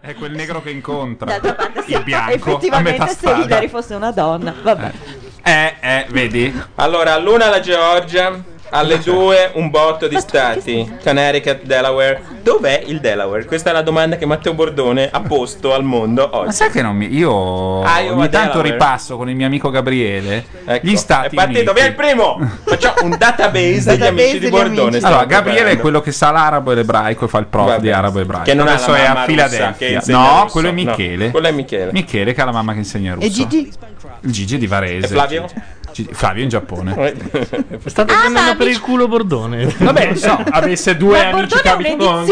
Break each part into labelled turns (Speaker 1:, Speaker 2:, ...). Speaker 1: È quel negro che incontra.
Speaker 2: D'altra parte, sì,
Speaker 1: il bianco. a
Speaker 3: Ecco,
Speaker 2: effettivamente
Speaker 1: metà
Speaker 2: se
Speaker 1: strada.
Speaker 2: Hillary fosse una donna, vabbè.
Speaker 1: Eh, eh, vedi?
Speaker 3: Allora, all'una la Georgia, alle due un botto di stati, Connecticut, Delaware. Dov'è il Delaware? Questa è la domanda che Matteo Bordone ha posto al mondo oggi.
Speaker 1: Ma sai che non mi. Io
Speaker 3: Ah, io
Speaker 1: ogni
Speaker 3: a
Speaker 1: tanto
Speaker 3: Delaware.
Speaker 1: ripasso con il mio amico Gabriele gli Stati
Speaker 3: Ecco. è partito,
Speaker 1: Uniti.
Speaker 3: via il primo! Facciamo un database degli
Speaker 1: Database
Speaker 3: amici di
Speaker 1: degli
Speaker 3: Bordone.
Speaker 1: amici.
Speaker 3: stiamo
Speaker 1: Allora, Gabriele è
Speaker 3: preparando.
Speaker 1: quello che sa l'arabo e l'ebraico e fa il prof
Speaker 3: Vabbè.
Speaker 1: di arabo e ebraico.
Speaker 3: Che non ha la
Speaker 1: Adesso è
Speaker 3: mamma russa,
Speaker 1: a
Speaker 3: che
Speaker 1: Filadelfia.
Speaker 3: insegna
Speaker 1: No,
Speaker 3: russo.
Speaker 1: quello è
Speaker 3: No,
Speaker 1: Michele.
Speaker 3: quello è Michele.
Speaker 1: Michele che ha la mamma che insegna russo.
Speaker 4: E Gigi?
Speaker 1: Il Gigi di Varese.
Speaker 3: E Flavio?
Speaker 1: Gigi- Flavio in Giappone.
Speaker 5: State prendendo per il culo Bordone.
Speaker 1: Vabbè, non so, avesse due
Speaker 2: Ma Bordone è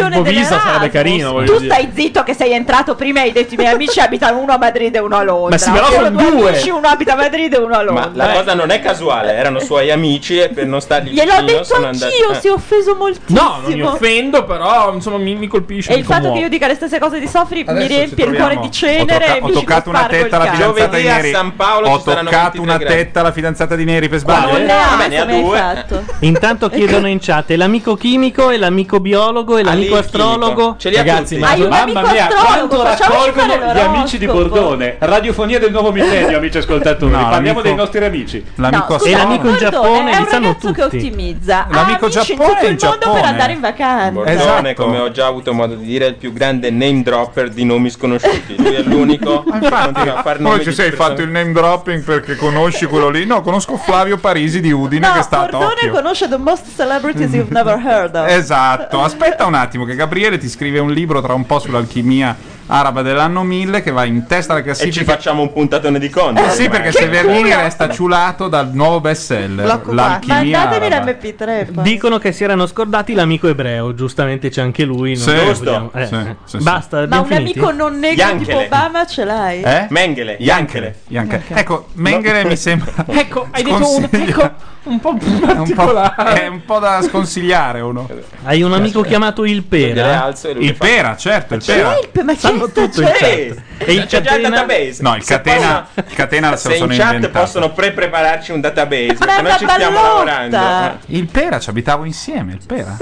Speaker 2: un'edizione dell'Erasmus. Tu stai zitto che sei entrato prima e hai detto i miei amici abitano uno a Madrid e uno a Londra.
Speaker 3: Ma sì, però
Speaker 2: Io
Speaker 3: sono
Speaker 2: ho due
Speaker 3: due.
Speaker 2: amici, uno abita a Madrid e uno a
Speaker 3: Ma
Speaker 2: Londra.
Speaker 1: Eh.
Speaker 3: la cosa non è casuale, erano suoi amici e per non stargli
Speaker 2: Gliel'ho
Speaker 3: vicino
Speaker 2: detto
Speaker 3: sono
Speaker 2: anch'io,
Speaker 3: andati... eh.
Speaker 2: si è offeso moltissimo.
Speaker 6: No, non mi offendo, però insomma mi, mi colpisce.
Speaker 2: E il fatto che io dica le stesse cose di Sofri mi
Speaker 6: Adesso ci
Speaker 2: riempie il
Speaker 6: troviamo.
Speaker 2: cuore di cenere. e
Speaker 1: ho
Speaker 2: mi ci
Speaker 1: toccato una
Speaker 2: dispargo il
Speaker 1: tetta alla
Speaker 2: cazzo.
Speaker 1: fidanzata di Neri. ho toccato una tetta alla fidanzata di Neri per sbaglio.
Speaker 2: Non ne ha,
Speaker 3: Vabbè, ne ha
Speaker 2: come hai
Speaker 3: due.
Speaker 2: fatto. Ecco.
Speaker 5: Intanto chiedono in chat l'amico chimico e l'amico biologo e l'amico astrologo.
Speaker 7: Ce li ha Ragazzi,
Speaker 2: Ah,
Speaker 7: tutti. ma-
Speaker 5: Hai un
Speaker 7: mamma
Speaker 5: amico
Speaker 7: mia,
Speaker 5: astrologo,
Speaker 7: quanto
Speaker 5: facciamoci
Speaker 7: raccolgono
Speaker 5: fare
Speaker 7: gli
Speaker 5: l'oroscopo.
Speaker 7: amici di Bordone. Radiofonia del nuovo millennio, amici ascoltatori.
Speaker 1: No,
Speaker 7: Parliamo
Speaker 1: l'amico-
Speaker 7: dei nostri amici.
Speaker 2: No, scusa, Bordone è un ragazzo che ottimizza.
Speaker 3: L'amico
Speaker 2: ha amici in
Speaker 3: Giappone
Speaker 2: tutto
Speaker 3: è
Speaker 2: il mondo per
Speaker 3: in Giappone. Esatto.
Speaker 2: andare in vacanza.
Speaker 3: Bordone,
Speaker 1: Esatto.
Speaker 3: come ho già avuto modo di dire, è il più grande name dropper di nomi sconosciuti. Lui è l'unico che continua a far nomi
Speaker 1: Poi ci
Speaker 3: di
Speaker 1: sei
Speaker 3: persone.
Speaker 1: fatto il name dropping perché conosci quello lì? No, conosco Flavio Parisi di Udine che sta a
Speaker 2: Bordone
Speaker 1: Tokyo.
Speaker 2: conosce the most celebrities you've never heard of.
Speaker 1: Esatto, aspetta un attimo che Gabriele ti scrive un libro tra un po' sull'alchimia araba dell'anno 1000 che va in testa alla
Speaker 3: E ci
Speaker 1: classifica.
Speaker 3: facciamo un puntatone di conto.
Speaker 1: Eh sì, perché Severini resta ciulato dal nuovo bestseller L'alchimia
Speaker 2: Mandatemi
Speaker 1: araba.
Speaker 2: l'MP3. poi.
Speaker 5: Dicono che si erano scordati l'amico ebreo, giustamente c'è anche lui. Non
Speaker 1: Sì.
Speaker 5: lo
Speaker 1: Giusto.
Speaker 5: vogliamo- eh,
Speaker 1: Sì,
Speaker 5: eh.
Speaker 1: sì, sì.
Speaker 5: Basta,
Speaker 2: Ma
Speaker 5: abbiamo
Speaker 2: un
Speaker 5: finito.
Speaker 2: amico non negro tipo
Speaker 1: Yankele.
Speaker 2: Obama ce l'hai?
Speaker 1: Eh?
Speaker 3: Mengele.
Speaker 1: Yankele. Ecco, Mengele mi sembra
Speaker 3: Eh,
Speaker 6: Ecco, hai detto un,
Speaker 1: Sconsiglia-
Speaker 6: ecco, un po'
Speaker 1: un po',
Speaker 6: particolare.
Speaker 1: è un po' da sconsigliare uno.
Speaker 3: Eh,
Speaker 5: Hai un amico chiamato il Pera.
Speaker 1: Il pera, certo, il pera.
Speaker 2: ma chi
Speaker 5: Sanno tutto in chat. E il
Speaker 3: C'è già il
Speaker 5: catena
Speaker 3: database.
Speaker 1: No, il
Speaker 3: Se
Speaker 1: catena, il catena se
Speaker 3: Se
Speaker 1: lo
Speaker 3: in
Speaker 1: sono
Speaker 3: chat
Speaker 1: inventato.
Speaker 3: possono pre-prepararci un database,
Speaker 2: Ma è
Speaker 3: perché noi
Speaker 2: una
Speaker 3: ci stiamo
Speaker 2: ballotta!
Speaker 3: lavorando. Mm.
Speaker 1: Il pera ci abitavo insieme, il pera.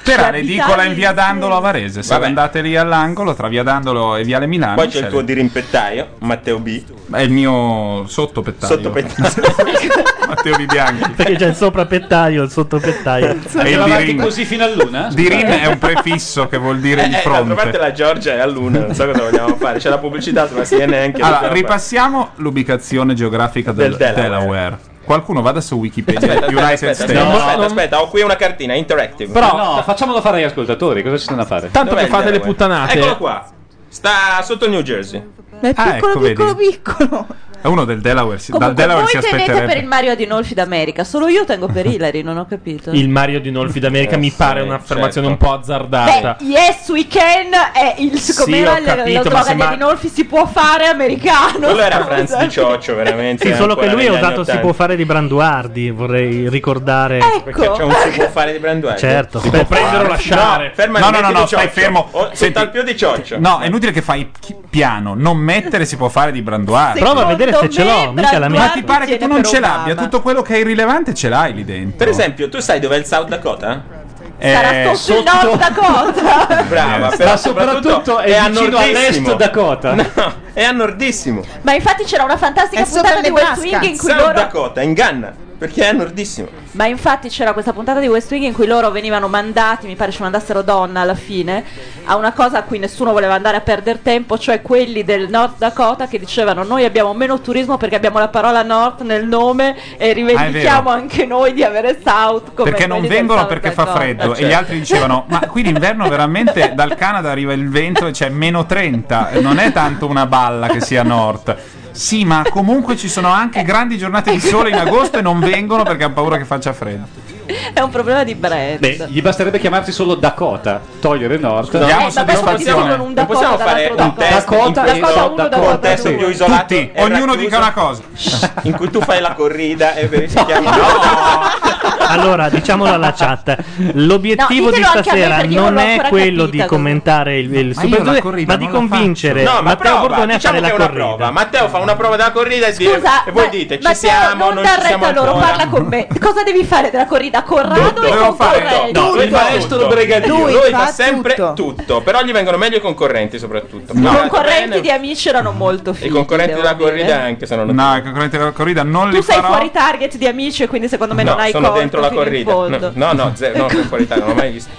Speaker 1: Pera
Speaker 3: Ci
Speaker 1: l'edicola
Speaker 3: abitavi
Speaker 1: in via Dandolo a Varese. Se
Speaker 3: Vabbè.
Speaker 1: andate lì all'angolo tra via Dandolo e viale Milano,
Speaker 3: Poi c'è il tuo
Speaker 1: lì.
Speaker 3: dirimpettaio, Matteo B.
Speaker 1: è il mio sottopettaio.
Speaker 3: Sottopettaio.
Speaker 1: Matteo Di Bianchi.
Speaker 5: Perché c'è il soprapettaio, il sottopettaio.
Speaker 1: E il
Speaker 7: Andiamo avanti
Speaker 1: Dirin.
Speaker 7: così fino eh, a luna?
Speaker 1: Dirin è un prefisso che vuol dire di
Speaker 3: Eh, d'altra parte
Speaker 1: fronte.
Speaker 3: la Giorgia è a luna, non so cosa vogliamo fare. C'è la pubblicità sulla CNN anche.
Speaker 1: Allora, ripassiamo l'ubicazione geografica del,
Speaker 3: Del Delaware.
Speaker 1: Delaware. Qualcuno vada su Wikipedia,
Speaker 3: Aspetta,
Speaker 1: United
Speaker 3: aspetta, aspetta,
Speaker 1: States.
Speaker 3: aspetta, aspetta, aspetta, ho qui una cartina interactive.
Speaker 7: Però no, facciamolo fare agli ascoltatori, cosa ci stanno a fare?
Speaker 6: Tanto
Speaker 3: Dov'è
Speaker 6: che
Speaker 3: il
Speaker 6: fate le
Speaker 3: Delaware?
Speaker 6: puttanate.
Speaker 3: Eccolo qua. Sta sotto il New Jersey.
Speaker 2: Ma è
Speaker 1: Ah,
Speaker 2: piccolo,
Speaker 1: ecco,
Speaker 2: piccolo,
Speaker 1: vedi.
Speaker 2: piccolo.
Speaker 1: È uno del Delaware, si- dal
Speaker 2: Comunque,
Speaker 1: Delaware si
Speaker 2: voi tenete per il
Speaker 1: aspetterebbe.
Speaker 2: Mario Adinolfi d'America, solo io tengo per Hillary, non ho capito.
Speaker 6: Il Mario di Nolfi d'America mi pare un'affermazione un po'
Speaker 2: Beh,
Speaker 6: azzardata.
Speaker 2: yes we can è il
Speaker 6: ho
Speaker 2: siccome
Speaker 6: capito,
Speaker 2: la
Speaker 6: ma
Speaker 2: droga
Speaker 6: se
Speaker 2: di
Speaker 6: ma-
Speaker 2: Adinolfi si può fare americano.
Speaker 3: Quello era
Speaker 2: scusa.
Speaker 3: Franz di Cioccio, veramente.
Speaker 5: Sì,
Speaker 3: era
Speaker 5: solo che
Speaker 3: ancora
Speaker 5: lui ha
Speaker 3: negli anni
Speaker 5: usato si
Speaker 3: 80.
Speaker 5: può fare di Branduardi, vorrei ricordare.
Speaker 2: Ecco.
Speaker 3: Perché c'è un si può fare di Branduardi.
Speaker 5: Certo.
Speaker 6: Si può prendere o lasciare.
Speaker 3: No, ferma,
Speaker 1: No, no,
Speaker 3: metti
Speaker 1: no, no,
Speaker 3: di Oh, Cioccio.
Speaker 1: stai fermo.
Speaker 3: O- Sotto
Speaker 1: Senti.
Speaker 3: al più di Cioccio.
Speaker 1: No, è inutile che fai chi- piano. Non mettere si può fare di Branduardi.
Speaker 5: Prova a vedere se ce l'ho,
Speaker 2: Secondo me
Speaker 5: mica la
Speaker 1: Ma
Speaker 5: mia.
Speaker 1: ti pare che tu
Speaker 2: tiene
Speaker 1: non
Speaker 2: per
Speaker 1: ce
Speaker 2: Obama.
Speaker 1: l'abbia? Tutto quello che è irrilevante ce l'hai lì dentro.
Speaker 3: Per esempio, tu sai dov'è il South Dakota?
Speaker 1: Eh,
Speaker 2: Sarà sotto il North Dakota.
Speaker 3: Brava,
Speaker 1: Eh,
Speaker 3: però
Speaker 7: Ma soprattutto è,
Speaker 3: a
Speaker 7: vicino
Speaker 3: nordissimo.
Speaker 7: all'est Dakota.
Speaker 3: No, è a nordissimo.
Speaker 2: Ma infatti c'era una fantastica
Speaker 4: È
Speaker 2: puntata
Speaker 4: sopra
Speaker 2: di West
Speaker 4: Nebraska.
Speaker 2: Wing in cui
Speaker 3: South
Speaker 2: loro
Speaker 3: Dakota, in Ghana, perché è a nordissimo.
Speaker 2: Ma infatti c'era questa puntata di West Wing in cui loro venivano mandati, mi pare ci mandassero donna alla fine, a una cosa a cui nessuno voleva andare a perdere tempo, cioè quelli del North Dakota che dicevano noi abbiamo meno turismo perché abbiamo la parola North nel nome e rivendichiamo
Speaker 1: Ah, è
Speaker 2: anche noi di avere South come
Speaker 1: perché non
Speaker 2: quelli del
Speaker 1: vengono
Speaker 2: South
Speaker 1: perché fa
Speaker 2: Dakota.
Speaker 1: freddo
Speaker 3: certo.
Speaker 1: e gli altri dicevano ma qui l'inverno veramente dal Canada arriva il vento e c'è meno 30 non è tanto una balla che sia nord sì ma comunque ci sono anche grandi giornate di sole in agosto e non vengono perché hanno paura che faccia freddo
Speaker 2: È un problema di brand.
Speaker 7: Beh, gli basterebbe chiamarsi solo Dakota, togliere North.
Speaker 1: Scusa,
Speaker 2: Eh, vabbè, ma possiamo con un
Speaker 3: diciamo Non
Speaker 2: Dakota
Speaker 3: possiamo fare
Speaker 2: dall'altro
Speaker 3: un
Speaker 2: Dakota.
Speaker 3: test
Speaker 7: Dakota
Speaker 3: in cui
Speaker 2: Dakota
Speaker 3: sono-
Speaker 2: uno,
Speaker 3: Dakota,
Speaker 2: Dakota
Speaker 3: un test
Speaker 2: due.
Speaker 3: più isolato
Speaker 1: tutti
Speaker 3: e
Speaker 1: ognuno
Speaker 3: racchiuso,
Speaker 1: dica una cosa
Speaker 3: in cui tu fai la corrida e verifichiamo
Speaker 5: Allora, diciamolo alla chat. L'obiettivo
Speaker 2: No,
Speaker 5: di
Speaker 2: ditelo anche a me,
Speaker 5: stasera
Speaker 2: perché io non
Speaker 5: non
Speaker 2: l'ho
Speaker 5: è
Speaker 2: ancora
Speaker 5: quello
Speaker 2: capita
Speaker 5: di
Speaker 2: cosa-
Speaker 5: commentare il, il
Speaker 1: Ma
Speaker 5: Super
Speaker 1: io la
Speaker 5: Bowl,
Speaker 1: corrida
Speaker 5: ma di
Speaker 1: non la
Speaker 5: convincere
Speaker 3: No, ma
Speaker 5: Matteo
Speaker 3: prova,
Speaker 5: Bordone a
Speaker 3: diciamo
Speaker 5: fare
Speaker 3: che
Speaker 5: la
Speaker 3: è una
Speaker 5: corrida.
Speaker 3: prova. Matteo fa una prova della corrida e, dice-
Speaker 2: Scusa,
Speaker 3: e voi
Speaker 2: ma-
Speaker 3: dite ci
Speaker 2: Matteo,
Speaker 3: siamo,
Speaker 2: non
Speaker 3: non
Speaker 2: dar
Speaker 3: ci siamo
Speaker 2: retta a loro,
Speaker 3: ancora.
Speaker 2: parla con me. Cosa devi fare della corrida? da Corrado e
Speaker 3: Dovevo fare-
Speaker 2: concorrenti.
Speaker 3: no, lui fa estolo brigadier,
Speaker 2: Lui
Speaker 3: lui,
Speaker 2: fa
Speaker 3: fa, sempre tutto. però gli vengono meglio i concorrenti soprattutto.
Speaker 2: I
Speaker 3: No,
Speaker 2: concorrenti
Speaker 3: bene.
Speaker 2: di amici erano molto
Speaker 3: i
Speaker 2: fighi.
Speaker 3: concorrenti
Speaker 2: devo
Speaker 3: della
Speaker 2: dire.
Speaker 3: corrida anche se non
Speaker 1: No, i concorrenti della corrida non
Speaker 2: Tu
Speaker 1: li
Speaker 2: sei
Speaker 1: farò.
Speaker 2: fuori target di amici, e quindi secondo me
Speaker 3: No,
Speaker 2: non hai
Speaker 3: sono
Speaker 2: colto
Speaker 3: dentro la
Speaker 2: fino in
Speaker 3: corrida.
Speaker 2: fondo.
Speaker 3: No, no, no, zero, no, per qualità, non l'ho mai visto.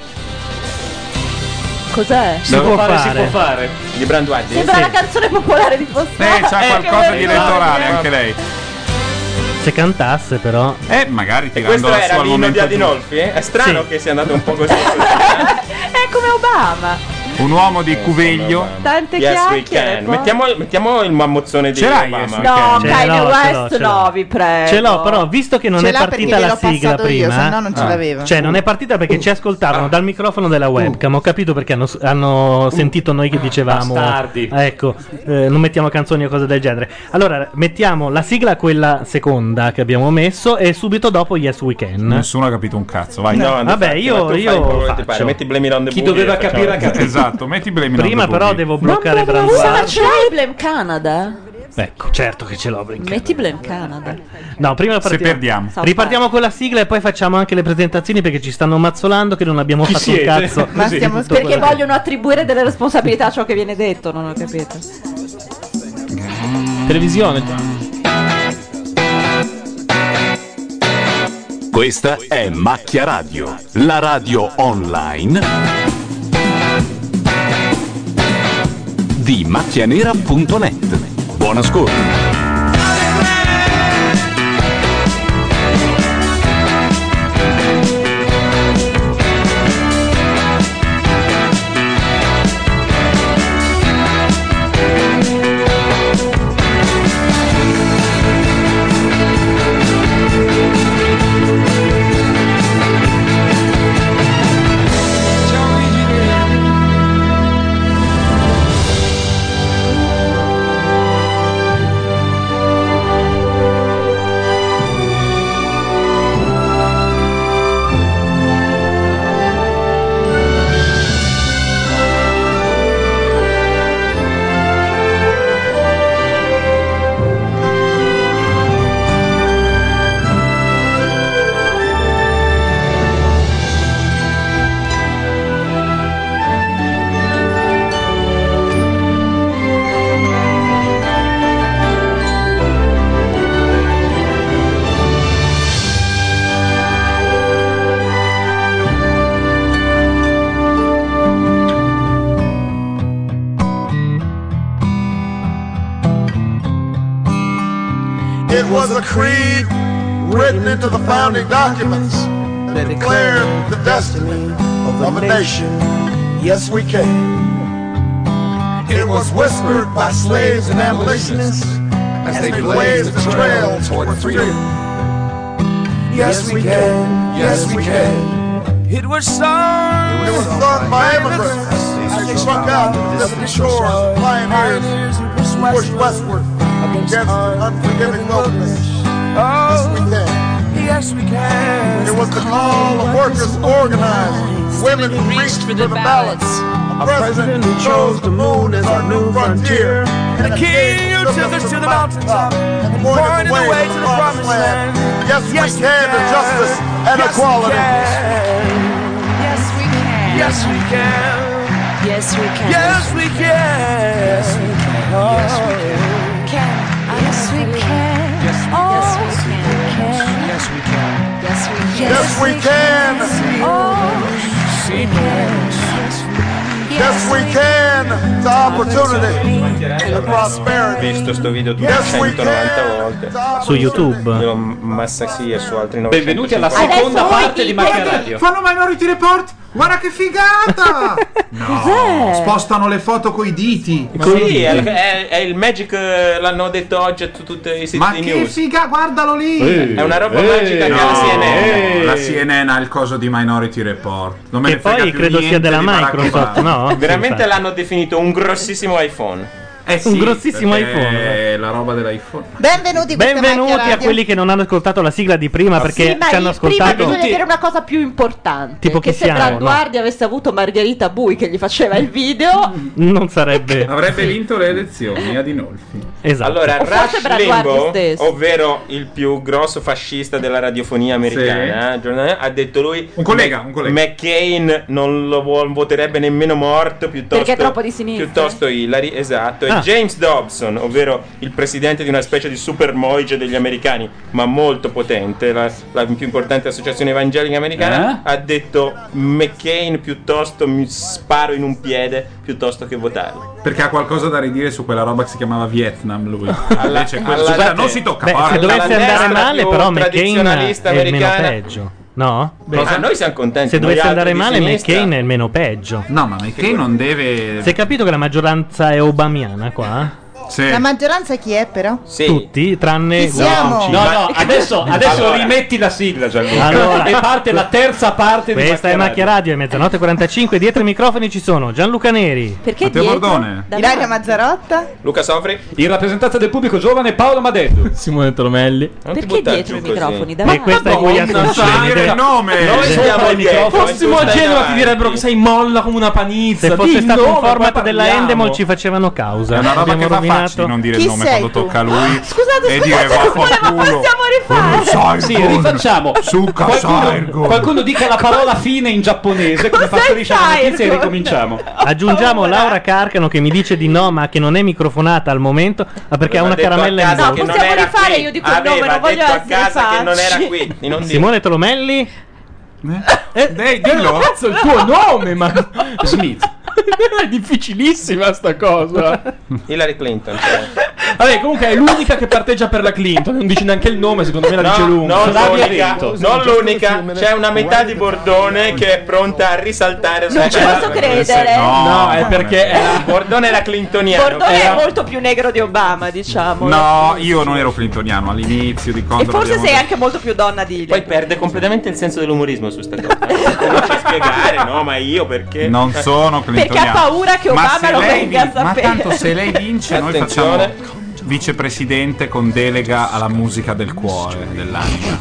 Speaker 2: Cos'è?
Speaker 5: Si può fare, si può
Speaker 3: fare. Di Branduardi.
Speaker 2: Sembra la canzone popolare di Fossano.
Speaker 1: Eh, c'ha qualcosa di elettorale anche lei.
Speaker 5: Se cantasse, però.
Speaker 1: Eh, magari
Speaker 3: E questo
Speaker 1: tirando la sua
Speaker 3: era
Speaker 1: al
Speaker 3: l'inno di
Speaker 1: momento giusto.
Speaker 3: Adinolfi? eh? È strano che sia andato un po' così.
Speaker 2: È come Obama.
Speaker 1: Un uomo di Cuveglio.
Speaker 2: Tante
Speaker 3: yes, we
Speaker 2: chiacchiere,
Speaker 3: can.
Speaker 2: poi.
Speaker 3: Mettiamo, mettiamo il mammozzone di
Speaker 1: Ce l'hai,
Speaker 3: Obama.
Speaker 1: yes, we
Speaker 2: No,
Speaker 1: Ce
Speaker 2: Kanye
Speaker 5: l'ho, ce l'ho,
Speaker 2: West
Speaker 5: ce l'ho.
Speaker 2: no, vi prego.
Speaker 5: Ce l'ho, però, visto che non
Speaker 8: Certo. Ce
Speaker 5: è
Speaker 8: l'ha
Speaker 5: partita
Speaker 8: perché
Speaker 5: la
Speaker 8: l'ho
Speaker 5: sigla
Speaker 8: passato io,
Speaker 5: prima.
Speaker 8: sennò non ce Mm. l'aveva.
Speaker 5: Cioè, non è partita perché ci ascoltavano dal microfono della webcam. Ho capito perché hanno, hanno sentito noi
Speaker 8: Ah,
Speaker 5: che dicevamo.
Speaker 9: Bastardi.
Speaker 5: Ah, Ecco, eh, non mettiamo canzoni o cose del genere. Allora, mettiamo la sigla, quella seconda che abbiamo messo, e subito dopo Yes We Can.
Speaker 1: Nessuno ha capito un cazzo, vai.
Speaker 3: No, infatti,
Speaker 5: Vabbè, io-
Speaker 3: ma tu fai
Speaker 5: io
Speaker 3: quello che ti pare,
Speaker 5: faccio.
Speaker 3: Metti Blaming on the
Speaker 9: Chi
Speaker 3: Boogie
Speaker 9: doveva
Speaker 3: e facciamo-
Speaker 9: capire, ha capito.
Speaker 1: Esatto, metti Blame
Speaker 5: Prima, però, devo bloccare
Speaker 2: Scusa, ma
Speaker 5: Branduardi.
Speaker 2: ce l'hai Blame Canada?
Speaker 5: Ecco, certo che ce l'ho. Brinca.
Speaker 2: Metti Blame Canada.
Speaker 5: No, prima
Speaker 1: Se
Speaker 5: partiamo.
Speaker 1: perdiamo.
Speaker 2: Saltare.
Speaker 5: Ripartiamo con la sigla e poi facciamo anche le presentazioni perché ci stanno mazzolando che non abbiamo fatto
Speaker 9: siete?
Speaker 5: un cazzo.
Speaker 8: Ma
Speaker 5: Sì,
Speaker 8: stiamo
Speaker 5: tutto
Speaker 2: Perché
Speaker 5: quello che-
Speaker 2: vogliono attribuire delle responsabilità a ciò che viene detto, non ho capito. mm.
Speaker 6: Televisione.
Speaker 10: Questa è Macchia Radio, la radio online di macchianera.net. Buon ascolto.
Speaker 4: It was a creed written into the founding documents that declared the destiny of a nation. Yes, we can. It was whispered by slaves and abolitionists as they blazed the trail toward freedom. Yes, we can. Yes, we can. It was sung by immigrants as they struck out to the distant shores of pioneers who pushed westward against an unforgiving wilderness. Yes, we can. It was the call of workers organized, women who reached for the ballots, a president who chose the moon as our new frontier, and a king who took us to the mountaintop and pointed the way to the promised land. Yes, we can to justice and equality.
Speaker 8: Yes, we can. Yes, we can. Yes, we can. Yes, we can. Oh. Yes, we can. Oh. Yes, we can. Yes, we
Speaker 4: Yes, we
Speaker 8: can. Oh.
Speaker 4: can. Yes, we can. The opportunity and
Speaker 3: Ho
Speaker 4: prosperity.
Speaker 3: visto sto video
Speaker 4: Yes, we
Speaker 3: 290 volte.
Speaker 4: can.
Speaker 5: Su YouTube.
Speaker 3: Io massa sì e su altri 900.
Speaker 9: Benvenuti alla
Speaker 2: Adesso
Speaker 9: seconda
Speaker 2: voi
Speaker 9: parte di
Speaker 2: ditemi-
Speaker 9: Macchia Radio.
Speaker 1: Fanno Minority Report? Guarda che figata!
Speaker 2: Cos'è?
Speaker 1: Spostano le foto coi diti.
Speaker 3: Sì, è, è- è il Magic, eh, l'hanno detto oggi a tu- tutti i siti
Speaker 1: Ma
Speaker 3: di
Speaker 1: che
Speaker 3: news.
Speaker 1: figa, guardalo lì!
Speaker 3: È una roba magica che ha la CNN.
Speaker 1: La CNN ha il coso di Minority Report. Non me
Speaker 5: Che
Speaker 1: ne frega
Speaker 5: poi
Speaker 1: più
Speaker 5: credo sia
Speaker 1: niente
Speaker 5: della
Speaker 1: di Barack
Speaker 5: Microsoft,
Speaker 1: Obama.
Speaker 5: no?
Speaker 3: Veramente
Speaker 5: Sì,
Speaker 3: l'hanno definito un grossissimo iPhone.
Speaker 5: un grossissimo iPhone.
Speaker 1: È la roba dell'iPhone.
Speaker 9: Benvenuti, questa è
Speaker 5: Benvenuti
Speaker 9: Macchia
Speaker 5: a
Speaker 9: Radio.
Speaker 5: quelli che non hanno ascoltato la sigla di prima perché
Speaker 2: Oh, Sì, ma
Speaker 5: ci hanno
Speaker 2: il- prima
Speaker 5: ascoltato.
Speaker 2: bisogna dire una cosa più importante:
Speaker 5: Tipo
Speaker 2: che
Speaker 5: chi
Speaker 2: se
Speaker 5: siamo,
Speaker 2: Branduardi avesse avuto Margherita Bui che gli faceva il video,
Speaker 5: Non sarebbe.
Speaker 1: Avrebbe vinto le elezioni ad Inolfi.
Speaker 5: Esatto.
Speaker 3: Allora,
Speaker 2: O forse
Speaker 3: Rush
Speaker 2: Branduardi
Speaker 3: Limbaugh,
Speaker 2: stesso.
Speaker 3: ovvero il più grosso fascista della radiofonia americana, eh, giornale- ha detto lui:
Speaker 1: Un collega, un collega.
Speaker 3: McCain non lo vuol- voterebbe nemmeno morto, piuttosto,
Speaker 2: Perché è troppo di sinistra.
Speaker 3: piuttosto Hillary. Esatto.
Speaker 5: Ah.
Speaker 3: E James Dobson, ovvero il presidente di una specie di super moige degli americani, ma molto potente, la, la più importante associazione evangelica americana,
Speaker 5: Eh?
Speaker 3: ha detto: McCain piuttosto mi sparo in un piede piuttosto che votare.
Speaker 1: Perché ha qualcosa da ridire su quella roba che si chiamava Vietnam. Lui
Speaker 3: Alla-
Speaker 1: Invece quella-
Speaker 3: alla-
Speaker 1: su quella
Speaker 3: alla-
Speaker 1: non si tocca.
Speaker 5: Beh,
Speaker 1: porca.
Speaker 5: se dovesse
Speaker 3: alla
Speaker 5: andare
Speaker 3: destra
Speaker 5: male,
Speaker 3: più
Speaker 5: però, McCain
Speaker 3: tradizionalista
Speaker 5: è il meno
Speaker 3: americana.
Speaker 5: peggio. No?
Speaker 3: Cosa? noi siamo contenti.
Speaker 5: Se
Speaker 3: noi
Speaker 5: dovesse
Speaker 3: altri
Speaker 5: andare
Speaker 3: di
Speaker 5: male,
Speaker 3: sinistra.
Speaker 5: McCain è il meno peggio.
Speaker 1: No, ma McCain non deve.
Speaker 5: Si è capito che la maggioranza è obamiana qua?
Speaker 1: Sì.
Speaker 9: La maggioranza chi è però?
Speaker 3: Sì.
Speaker 5: Tutti, tranne
Speaker 9: Chi siamo?
Speaker 5: Guacci.
Speaker 7: No, no, adesso, adesso
Speaker 3: Allora.
Speaker 7: rimetti la sigla, Gianluca.
Speaker 5: Allora.
Speaker 7: E parte la terza parte
Speaker 5: Questa
Speaker 7: di Macchia
Speaker 5: è
Speaker 7: Radio.
Speaker 5: Macchia Radio, è mezzanotte 45. Dietro i microfoni ci sono Gianluca Neri.
Speaker 2: perché
Speaker 1: Matteo
Speaker 2: dietro,
Speaker 1: Bordone.
Speaker 2: davanti-
Speaker 9: Ilaria Mazzarotta?
Speaker 3: Luca Sofri,
Speaker 7: In rappresentanza del pubblico giovane Paolo Madeddu.
Speaker 6: Simone Tolomelli.
Speaker 3: non ti
Speaker 2: perché
Speaker 3: buttare
Speaker 2: dietro i
Speaker 3: giù così.
Speaker 2: microfoni?
Speaker 5: E
Speaker 2: Davanti.
Speaker 5: questa è Giulia Soncini.
Speaker 1: il nome!
Speaker 3: Noi
Speaker 5: Sì.
Speaker 3: siamo
Speaker 7: Sopra i
Speaker 3: dietro.
Speaker 7: microfoni.
Speaker 6: Fossimo a Genova ti direbbero che sei molla come una panizza.
Speaker 5: Se fosse
Speaker 6: Dì il
Speaker 5: stato un
Speaker 6: nome,
Speaker 5: format
Speaker 6: poi
Speaker 5: della
Speaker 6: parliamo.
Speaker 5: Endemol ci facevano causa.
Speaker 1: È una roba
Speaker 5: Abbiamo
Speaker 1: che fa
Speaker 5: rovinato.
Speaker 1: facile non dire
Speaker 9: Chi
Speaker 1: il nome
Speaker 9: sei
Speaker 1: quando
Speaker 9: tu?
Speaker 1: tocca a
Speaker 2: Ah,
Speaker 1: lui.
Speaker 2: Scusate,
Speaker 1: e dire
Speaker 2: scusate, scusate, ma
Speaker 1: vaffanculo.
Speaker 2: possiamo
Speaker 1: Non
Speaker 2: rifare?
Speaker 1: sai
Speaker 7: Sì,
Speaker 1: il gol.
Speaker 7: rifacciamo.
Speaker 1: Succa
Speaker 7: Qualcuno,
Speaker 1: Saergon.
Speaker 7: qualcuno dica la parola fine in giapponese, come fa
Speaker 2: Cos'è
Speaker 7: Felice la notizia e
Speaker 2: Saergon?
Speaker 7: ricominciamo.
Speaker 5: Aggiungiamo Laura Carcano che mi dice di no, ma che non è microfonata al momento, ma perché ha
Speaker 3: Aveva
Speaker 5: una
Speaker 3: detto a
Speaker 5: caramella in
Speaker 3: casa
Speaker 2: No,
Speaker 3: che
Speaker 5: bocca.
Speaker 3: non
Speaker 2: possiamo
Speaker 3: era
Speaker 2: rifare,
Speaker 3: qui.
Speaker 2: io dico il nome,
Speaker 3: Aveva
Speaker 2: non voglio
Speaker 3: detto a
Speaker 2: essere
Speaker 3: casa che non era
Speaker 2: facile.
Speaker 3: qui. di Non dire.
Speaker 5: Simone Tolomelli,
Speaker 1: Eh, Dai, dillo.
Speaker 6: Cazzo, il tuo nome, ma. Smith. è difficilissima sta cosa.
Speaker 3: Hillary Clinton. cioè.
Speaker 6: Vabbè, comunque è l'unica che parteggia per la Clinton. Non dici neanche il nome, secondo me la dice
Speaker 3: No,
Speaker 6: lunga.
Speaker 3: non
Speaker 6: Cosa abbia
Speaker 3: l'unica,
Speaker 6: detto?
Speaker 3: non l'unica. C'è una metà di Bordone che è pronta a risaltare Eh sulla
Speaker 2: Non ci posso credere.
Speaker 1: No,
Speaker 6: No, è perché è la-
Speaker 3: Bordone era clintoniano.
Speaker 2: Bordone
Speaker 3: era-
Speaker 2: è molto più negro di Obama, diciamo.
Speaker 1: No, io non ero clintoniano all'inizio di
Speaker 2: E
Speaker 1: quando
Speaker 2: forse
Speaker 1: l'abbiamo
Speaker 2: sei
Speaker 1: detto.
Speaker 2: anche molto più donna di
Speaker 3: Poi
Speaker 2: Ilaria.
Speaker 3: perde completamente il senso dell'umorismo su sta cosa. Come ci spiegare, no, ma io perché?
Speaker 1: Non sono clintoniano.
Speaker 2: Perché ha paura che
Speaker 1: Ma
Speaker 2: Obama
Speaker 1: se
Speaker 2: lo
Speaker 1: lei
Speaker 2: venga a
Speaker 1: vin- Ma
Speaker 2: sapere.
Speaker 1: tanto se lei vince noi
Speaker 3: Attenzione.
Speaker 1: facciamo vicepresidente con delega alla musica del cuore, dell'anima.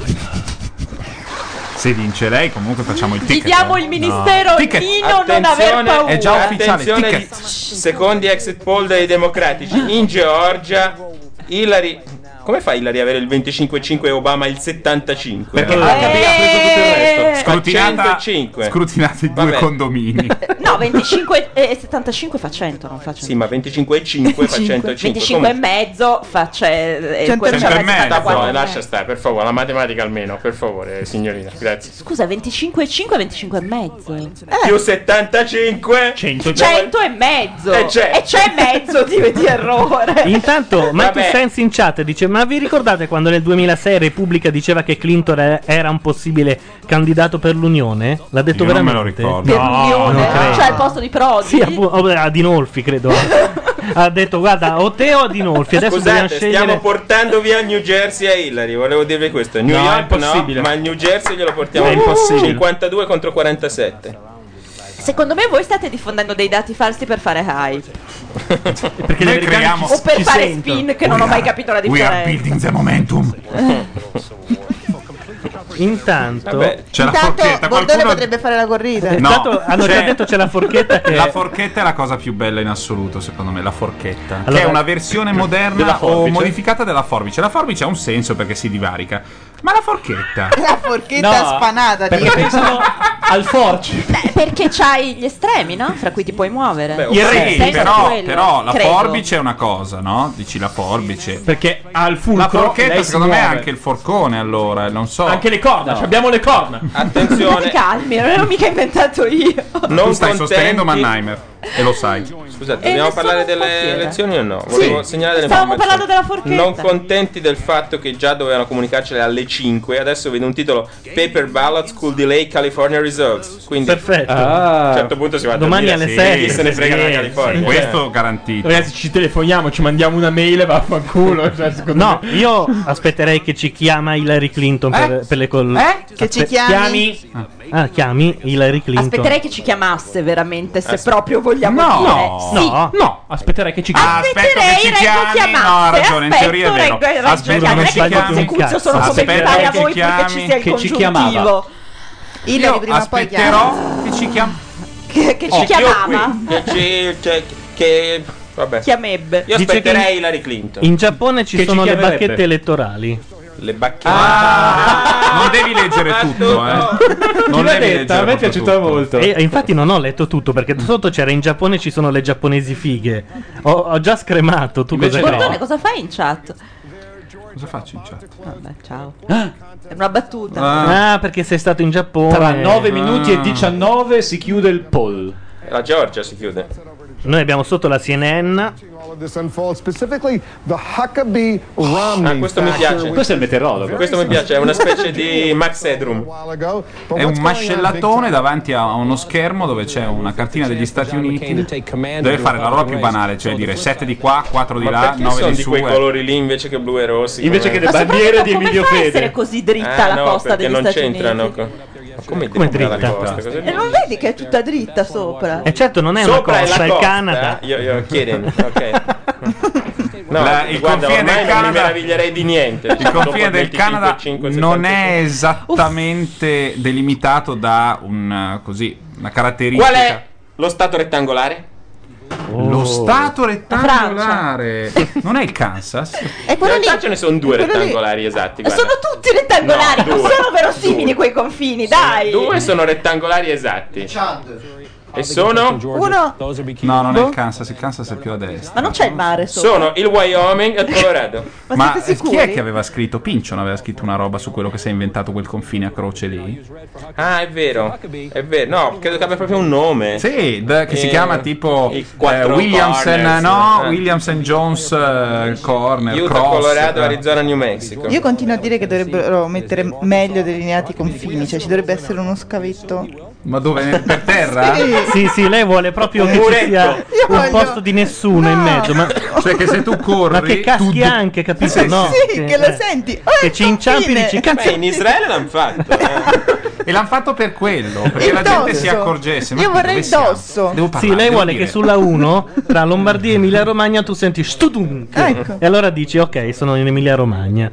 Speaker 1: Se vince lei comunque facciamo il
Speaker 2: Gli
Speaker 1: ticket.
Speaker 2: diamo
Speaker 1: eh.
Speaker 2: il ministero
Speaker 1: Ticket.
Speaker 2: Nino non aver
Speaker 3: Attenzione,
Speaker 2: paura.
Speaker 1: È già ufficiale,
Speaker 3: Attenzione,
Speaker 1: ticket.
Speaker 3: di- secondo gli exit poll dei democratici in Georgia, Hillary. Come fa Hillary ad avere il 25,5 e Obama il 75?
Speaker 1: Perché
Speaker 3: Eh,
Speaker 1: l'HB
Speaker 3: ha preso tutto il
Speaker 2: Eh.
Speaker 3: resto. Fa
Speaker 1: Scrutinata,
Speaker 3: 105.
Speaker 1: scrutinate i due
Speaker 3: Vabbè.
Speaker 1: condomini.
Speaker 2: No, 25 e 75 fa 100, non fa 100.
Speaker 3: Sì, ma 25,5 fa 105.
Speaker 2: 25 e mezzo fa eh, c'è
Speaker 9: 100
Speaker 1: e mezzo.
Speaker 3: Sta
Speaker 1: Guarda,
Speaker 3: fuori, lascia stare, per favore, la matematica almeno, per favore, signorina, grazie.
Speaker 2: Scusa, 25 e 5 25 e mezzo.
Speaker 3: Più 75,
Speaker 1: Cioè,
Speaker 2: 100 e Cioè, mezzo.
Speaker 1: Eh,
Speaker 3: E c'è.
Speaker 1: certo.
Speaker 2: E c'è mezzo di, di errore.
Speaker 5: intanto Matthew
Speaker 3: Vabbè.
Speaker 5: Sands in chat dice: Ma vi ricordate quando nel 2006 Repubblica diceva che Clinton era- era un possibile candidato per l'Unione? L'ha detto
Speaker 1: Io non me
Speaker 5: veramente?
Speaker 1: lo ricordo.
Speaker 2: Per
Speaker 1: No,
Speaker 2: l'unione.
Speaker 5: non credo.
Speaker 2: Cioè al posto di Prodi.
Speaker 5: Sì, appu- oh, Adinolfi, credo. ha detto: Guarda, o te o Adinolfi. Adesso dobbiamo
Speaker 3: Scusate,
Speaker 5: scegliere.
Speaker 3: stiamo portando via New Jersey a Hillary. Volevo dirvi questo. New
Speaker 6: No, è
Speaker 3: York no,
Speaker 6: impossibile.
Speaker 3: ma il New Jersey glielo portiamo
Speaker 6: È
Speaker 3: via.
Speaker 6: impossibile.
Speaker 3: 52 contro 47.
Speaker 2: Secondo me voi state diffondendo dei dati falsi per fare hype.
Speaker 5: perché
Speaker 1: Noi
Speaker 5: gli americani
Speaker 1: creiamo-
Speaker 5: ci-
Speaker 2: O per
Speaker 5: ci
Speaker 2: fare
Speaker 5: sentono.
Speaker 2: spin che non ho mai capito la
Speaker 1: We
Speaker 2: differenza.
Speaker 1: are building the momentum.
Speaker 5: Intanto.
Speaker 3: Vabbè,
Speaker 1: C'è la
Speaker 9: Intanto
Speaker 1: forchetta,
Speaker 9: Bordone
Speaker 1: qualcuno
Speaker 9: potrebbe fare la corrida.
Speaker 1: No,
Speaker 5: Intanto hanno già
Speaker 1: c'è-
Speaker 5: detto c'è la forchetta che
Speaker 1: La forchetta è la cosa più bella in assoluto, secondo me, la forchetta.
Speaker 5: Allora-
Speaker 1: che è una versione moderna
Speaker 3: Della
Speaker 1: o
Speaker 3: forbice?
Speaker 1: modificata della forbice. La forbice ha un senso perché si divarica. Ma la forchetta
Speaker 9: La forchetta
Speaker 7: No,
Speaker 9: spanata.
Speaker 7: Perché
Speaker 9: dico.
Speaker 7: pensano al forci.
Speaker 2: Beh, perché c'hai gli estremi, no? Fra cui ti puoi muovere.
Speaker 3: Beh,
Speaker 1: Sì,
Speaker 3: Il
Speaker 2: Senza
Speaker 1: però,
Speaker 2: quello,
Speaker 1: però la
Speaker 2: credo.
Speaker 1: forbice è una cosa, no? Dici la forbice.
Speaker 6: Perché ha il fulcro.
Speaker 1: La forchetta,
Speaker 6: lei si
Speaker 1: secondo me, è
Speaker 6: muove.
Speaker 1: anche il forcone, allora, eh, non so.
Speaker 6: Anche le corna, cioè, abbiamo le corna.
Speaker 2: State
Speaker 3: Attenzione,
Speaker 2: calmi, non l'ho mica inventato io.
Speaker 3: non
Speaker 1: tu stai
Speaker 3: contenti-
Speaker 1: sostenendo Mannheimer e lo sai.
Speaker 3: Scusate,
Speaker 2: E
Speaker 3: dobbiamo
Speaker 2: nessuno
Speaker 3: parlare delle
Speaker 2: spocchiera.
Speaker 3: elezioni o no? Volevo segnalare delle
Speaker 2: Stavamo
Speaker 3: informazioni.
Speaker 2: parlando della forchetta.
Speaker 3: Non contenti del fatto che già dovevano comunicarcele alle 5, adesso vedo un titolo Paper Ballots Could Delay California Reserves. Quindi
Speaker 5: perfetto.
Speaker 3: a
Speaker 7: Ah.
Speaker 3: un certo punto si va a
Speaker 5: Domani
Speaker 3: dormire,
Speaker 5: alle
Speaker 3: sì,
Speaker 5: 6.
Speaker 3: chi se ne frega della
Speaker 5: Sì,
Speaker 3: California.
Speaker 1: Questo garantito.
Speaker 6: Ragazzi, ci telefoniamo, ci mandiamo una mail e vaffanculo. Cioè, secondo
Speaker 5: No,
Speaker 6: me-
Speaker 5: io aspetterei che ci chiama Hillary Clinton per, per le col-
Speaker 1: Eh?
Speaker 9: Che ci
Speaker 5: Aspe-
Speaker 9: chiami?
Speaker 5: Ah, chiami Hillary Clinton.
Speaker 2: Aspetterei che ci chiamasse veramente se proprio
Speaker 9: vogliamo
Speaker 1: No.
Speaker 9: dire.
Speaker 1: No.
Speaker 9: Sì.
Speaker 1: No.
Speaker 6: No, aspetterai che ci
Speaker 1: Ah, aspetto che ci chiami. No, ha ragione, in teoria è vero. Aspetto che ci chiami. Aspetto che chiami.
Speaker 9: Il
Speaker 1: Io
Speaker 9: prima o poi chiama.
Speaker 1: aspetterò che ci chiami.
Speaker 2: Che
Speaker 9: ci
Speaker 3: Oh,
Speaker 9: chiamava?
Speaker 3: io qui, Che ci- cioè, che... Vabbè.
Speaker 2: Chiamerebbe.
Speaker 3: Io
Speaker 5: Dice che
Speaker 3: aspetterei Hillary Clinton.
Speaker 5: In Giappone ci
Speaker 3: Che ci
Speaker 5: sono le
Speaker 3: chiamerebbe?
Speaker 5: bacchette elettorali.
Speaker 3: Le bacchette.
Speaker 1: Ah! Non devi leggere tutto, eh.
Speaker 5: Non
Speaker 1: devi leggere proprio tutto.
Speaker 5: E e infatti non ho letto tutto perché sotto c'era in Giappone ci sono le giapponesi fighe. Ho, ho già scremato, tu cosa
Speaker 2: Bordone,
Speaker 5: credi?
Speaker 2: cosa fai in chat?
Speaker 1: Cosa faccio in chat?
Speaker 2: Vabbè, ciao.
Speaker 1: Ah.
Speaker 2: È una battuta.
Speaker 5: Ah. perché sei stato in Giappone.
Speaker 7: Tra 9 minuti e
Speaker 5: Ah.
Speaker 7: 19 si chiude il poll.
Speaker 3: La Georgia si chiude.
Speaker 5: Noi abbiamo sotto la CNN.
Speaker 11: All of this unfolds, specifically the Huckabee Romney.
Speaker 3: Ah, questo mi
Speaker 11: factor,
Speaker 3: piace.
Speaker 11: which
Speaker 3: Questo è il
Speaker 11: meteorologo.
Speaker 3: Questo mi piace, è una specie di Max Headroom.
Speaker 1: È un mascellatone davanti a uno schermo dove c'è una cartina degli Stati Uniti. Deve fare la roba più banale, cioè dire 7 di qua, 4 di
Speaker 3: Ma
Speaker 1: là,
Speaker 3: perché
Speaker 1: 9
Speaker 3: sono
Speaker 1: di
Speaker 3: di
Speaker 1: su.
Speaker 3: quei
Speaker 1: eh.
Speaker 3: colori lì invece che blu e rossi?
Speaker 1: Invece che le Ma bandiere
Speaker 2: soprattutto di come Emilio fa a Fede? essere così dritta
Speaker 3: Ah,
Speaker 2: la
Speaker 3: no,
Speaker 2: costa
Speaker 3: perché
Speaker 2: degli
Speaker 3: non
Speaker 2: Stati
Speaker 3: c'entrano
Speaker 2: Uniti?
Speaker 3: co- Ma come, come dritta la costa? Cosa
Speaker 2: E non vedi che è tutta dritta sopra?
Speaker 1: Eh,
Speaker 5: E certo non è
Speaker 3: Sopra
Speaker 5: una
Speaker 3: è la
Speaker 5: costa, è il
Speaker 3: costa,
Speaker 5: Canada.
Speaker 3: eh? Io, io chiedemi, ok. No,
Speaker 1: La- il
Speaker 3: guarda,
Speaker 1: confine
Speaker 3: ormai
Speaker 1: del
Speaker 3: non mi
Speaker 1: Canada-
Speaker 3: meraviglierei di niente. cioè,
Speaker 1: Il
Speaker 3: Dopo
Speaker 1: confine del
Speaker 3: 25,
Speaker 1: Canada
Speaker 3: 5,
Speaker 1: non è esattamente delimitato da un, eh, così, una caratteristica.
Speaker 3: Qual è lo stato rettangolare?
Speaker 5: Oh.
Speaker 3: Oh.
Speaker 1: Lo stato
Speaker 3: rettangolare.
Speaker 1: rettangolare non è il Kansas?
Speaker 3: E in realtà ce ne sono due
Speaker 2: quello lì.
Speaker 3: rettangolari esatti.
Speaker 2: Ma
Speaker 3: Guarda.
Speaker 2: sono tutti rettangolari,
Speaker 3: No,
Speaker 2: non
Speaker 3: due.
Speaker 2: sono verosimili quei confini, dai!
Speaker 3: Due sono rettangolari esatti. E sono?
Speaker 2: Uno.
Speaker 1: No, non è il Kansas, il Kansas è più a destra.
Speaker 2: Ma non c'è il mare sopra.
Speaker 3: Sono il Wyoming e il Colorado.
Speaker 1: Ma,
Speaker 2: siete
Speaker 1: eh, chi è
Speaker 2: sicuri?
Speaker 1: che aveva scritto? Pincion aveva scritto una roba su quello che si è inventato quel confine a croce lì?
Speaker 3: Ah, è vero. È vero. No, credo che abbia proprio un nome.
Speaker 1: Sì, d- che si
Speaker 3: Eh,
Speaker 1: chiama tipo
Speaker 3: i quattro
Speaker 1: eh, Williamson,
Speaker 3: corners.
Speaker 1: no?
Speaker 3: Eh.
Speaker 1: Williamson Jones eh, Corner,
Speaker 3: Utah,
Speaker 1: Cross.
Speaker 3: Colorado,
Speaker 1: eh.
Speaker 3: Arizona, New Mexico.
Speaker 9: Io continuo a dire che dovrebbero mettere meglio delineati i confini, cioè ci dovrebbe essere uno scavetto.
Speaker 1: Ma dove? Per terra?
Speaker 5: Sì, sì, lei vuole proprio
Speaker 1: Un
Speaker 5: che ci
Speaker 1: muretto.
Speaker 5: sia
Speaker 1: Io
Speaker 5: un
Speaker 1: voglio-
Speaker 5: posto di nessuno in mezzo. Ma...
Speaker 1: Cioè che se tu corri...
Speaker 5: Ma che caschi
Speaker 1: tu-
Speaker 5: anche, capito?
Speaker 1: Sì,
Speaker 5: no?
Speaker 1: sì, che lo
Speaker 5: eh,
Speaker 9: senti.
Speaker 5: Che ci inciampi e dici, cazzo.
Speaker 3: Beh, in Israele l'hanno fatto. eh.
Speaker 1: E l'hanno fatto per quello, perché
Speaker 5: Il
Speaker 1: la gente si
Speaker 5: dosso.
Speaker 1: accorgesse. Ma
Speaker 5: Io vorrei
Speaker 1: dove
Speaker 5: il
Speaker 1: siamo?
Speaker 5: dosso.
Speaker 1: Devo parlare,
Speaker 5: sì, lei
Speaker 1: devo
Speaker 5: vuole
Speaker 1: dire.
Speaker 5: che sulla 1 tra Lombardia e Emilia Romagna tu senti studunk.
Speaker 1: Ecco.
Speaker 5: E allora dici, ok, sono in Emilia Romagna.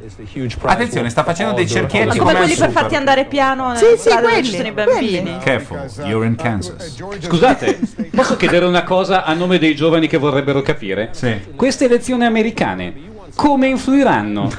Speaker 1: Attenzione, sta facendo dei cerchietti
Speaker 2: Ma come quelli per farti andare piano nella
Speaker 9: Sì, sì,
Speaker 2: strada dove
Speaker 9: quelli,
Speaker 2: ci sono i bambini.
Speaker 1: Careful, you're in Kansas.
Speaker 7: Scusate, posso chiedere una cosa a nome dei giovani che vorrebbero capire? Queste elezioni americane come influiranno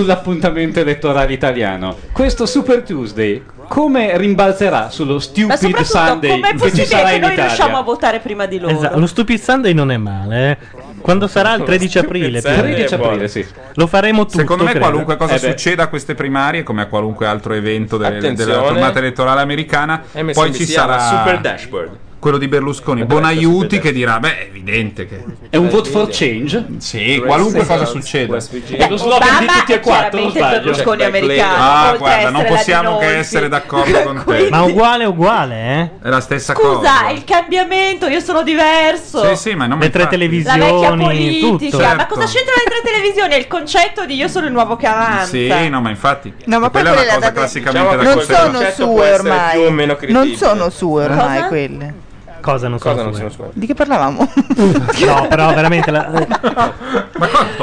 Speaker 7: sull'appuntamento elettorale italiano? Questo Super Tuesday come rimbalzerà sullo
Speaker 2: Ma
Speaker 7: Stupid
Speaker 2: soprattutto,
Speaker 7: Sunday
Speaker 2: com'è
Speaker 7: che ci
Speaker 2: possibile
Speaker 7: sarà
Speaker 2: che
Speaker 7: in
Speaker 2: noi riusciamo a
Speaker 7: Italia?
Speaker 2: votare prima di loro?
Speaker 5: Esatto, lo Stupid Sunday non è male. eh. Quando sarà il 13 aprile? più o meno.
Speaker 7: 13 aprile,
Speaker 1: sì.
Speaker 5: Lo faremo tutto.
Speaker 1: Secondo me
Speaker 5: credo.
Speaker 1: qualunque cosa
Speaker 5: Eh beh.
Speaker 1: succeda a queste primarie, come a qualunque altro evento del- eh, della
Speaker 3: Attenzione.
Speaker 1: tornata elettorale americana,
Speaker 3: MSNBC
Speaker 1: poi ci
Speaker 3: ha la
Speaker 1: sarà
Speaker 3: Super Dashboard.
Speaker 1: quello di Berlusconi, Bonaiuti che dirà, beh, è evidente che...
Speaker 7: È un vote for change?
Speaker 1: Sì, qualunque cosa succeda.
Speaker 7: È eh, lo slogan di tutti e quattro, non
Speaker 2: Cioè, chiaramente il
Speaker 7: sbaglio.
Speaker 2: Berlusconi
Speaker 1: Black
Speaker 2: americano.
Speaker 1: Label. Ah,
Speaker 2: oltre a
Speaker 1: guarda, non
Speaker 2: essere la di
Speaker 1: possiamo che
Speaker 2: Nolfi.
Speaker 1: essere d'accordo con te.
Speaker 5: Ma uguale, uguale, eh?
Speaker 1: È la stessa cosa.
Speaker 2: Scusa, il cambiamento, io sono diverso.
Speaker 1: Sì, sì, ma non
Speaker 5: Le tre televisioni,
Speaker 2: La vecchia politica,
Speaker 5: tutto.
Speaker 2: ma cosa
Speaker 7: certo.
Speaker 2: c'entra le tre televisioni? È il concetto di io sono il nuovo Cavanza.
Speaker 1: Sì, no, ma infatti...
Speaker 9: No, ma poi
Speaker 1: quella è
Speaker 9: quelle
Speaker 1: una cosa
Speaker 9: date-
Speaker 5: Diciamo
Speaker 1: classicamente da
Speaker 9: non sono sue ormai. Non sono sue ormai
Speaker 5: Cosa?
Speaker 9: quelle.
Speaker 5: Cosa non sono sue?
Speaker 9: Di che parlavamo?
Speaker 5: No, però veramente la...
Speaker 1: però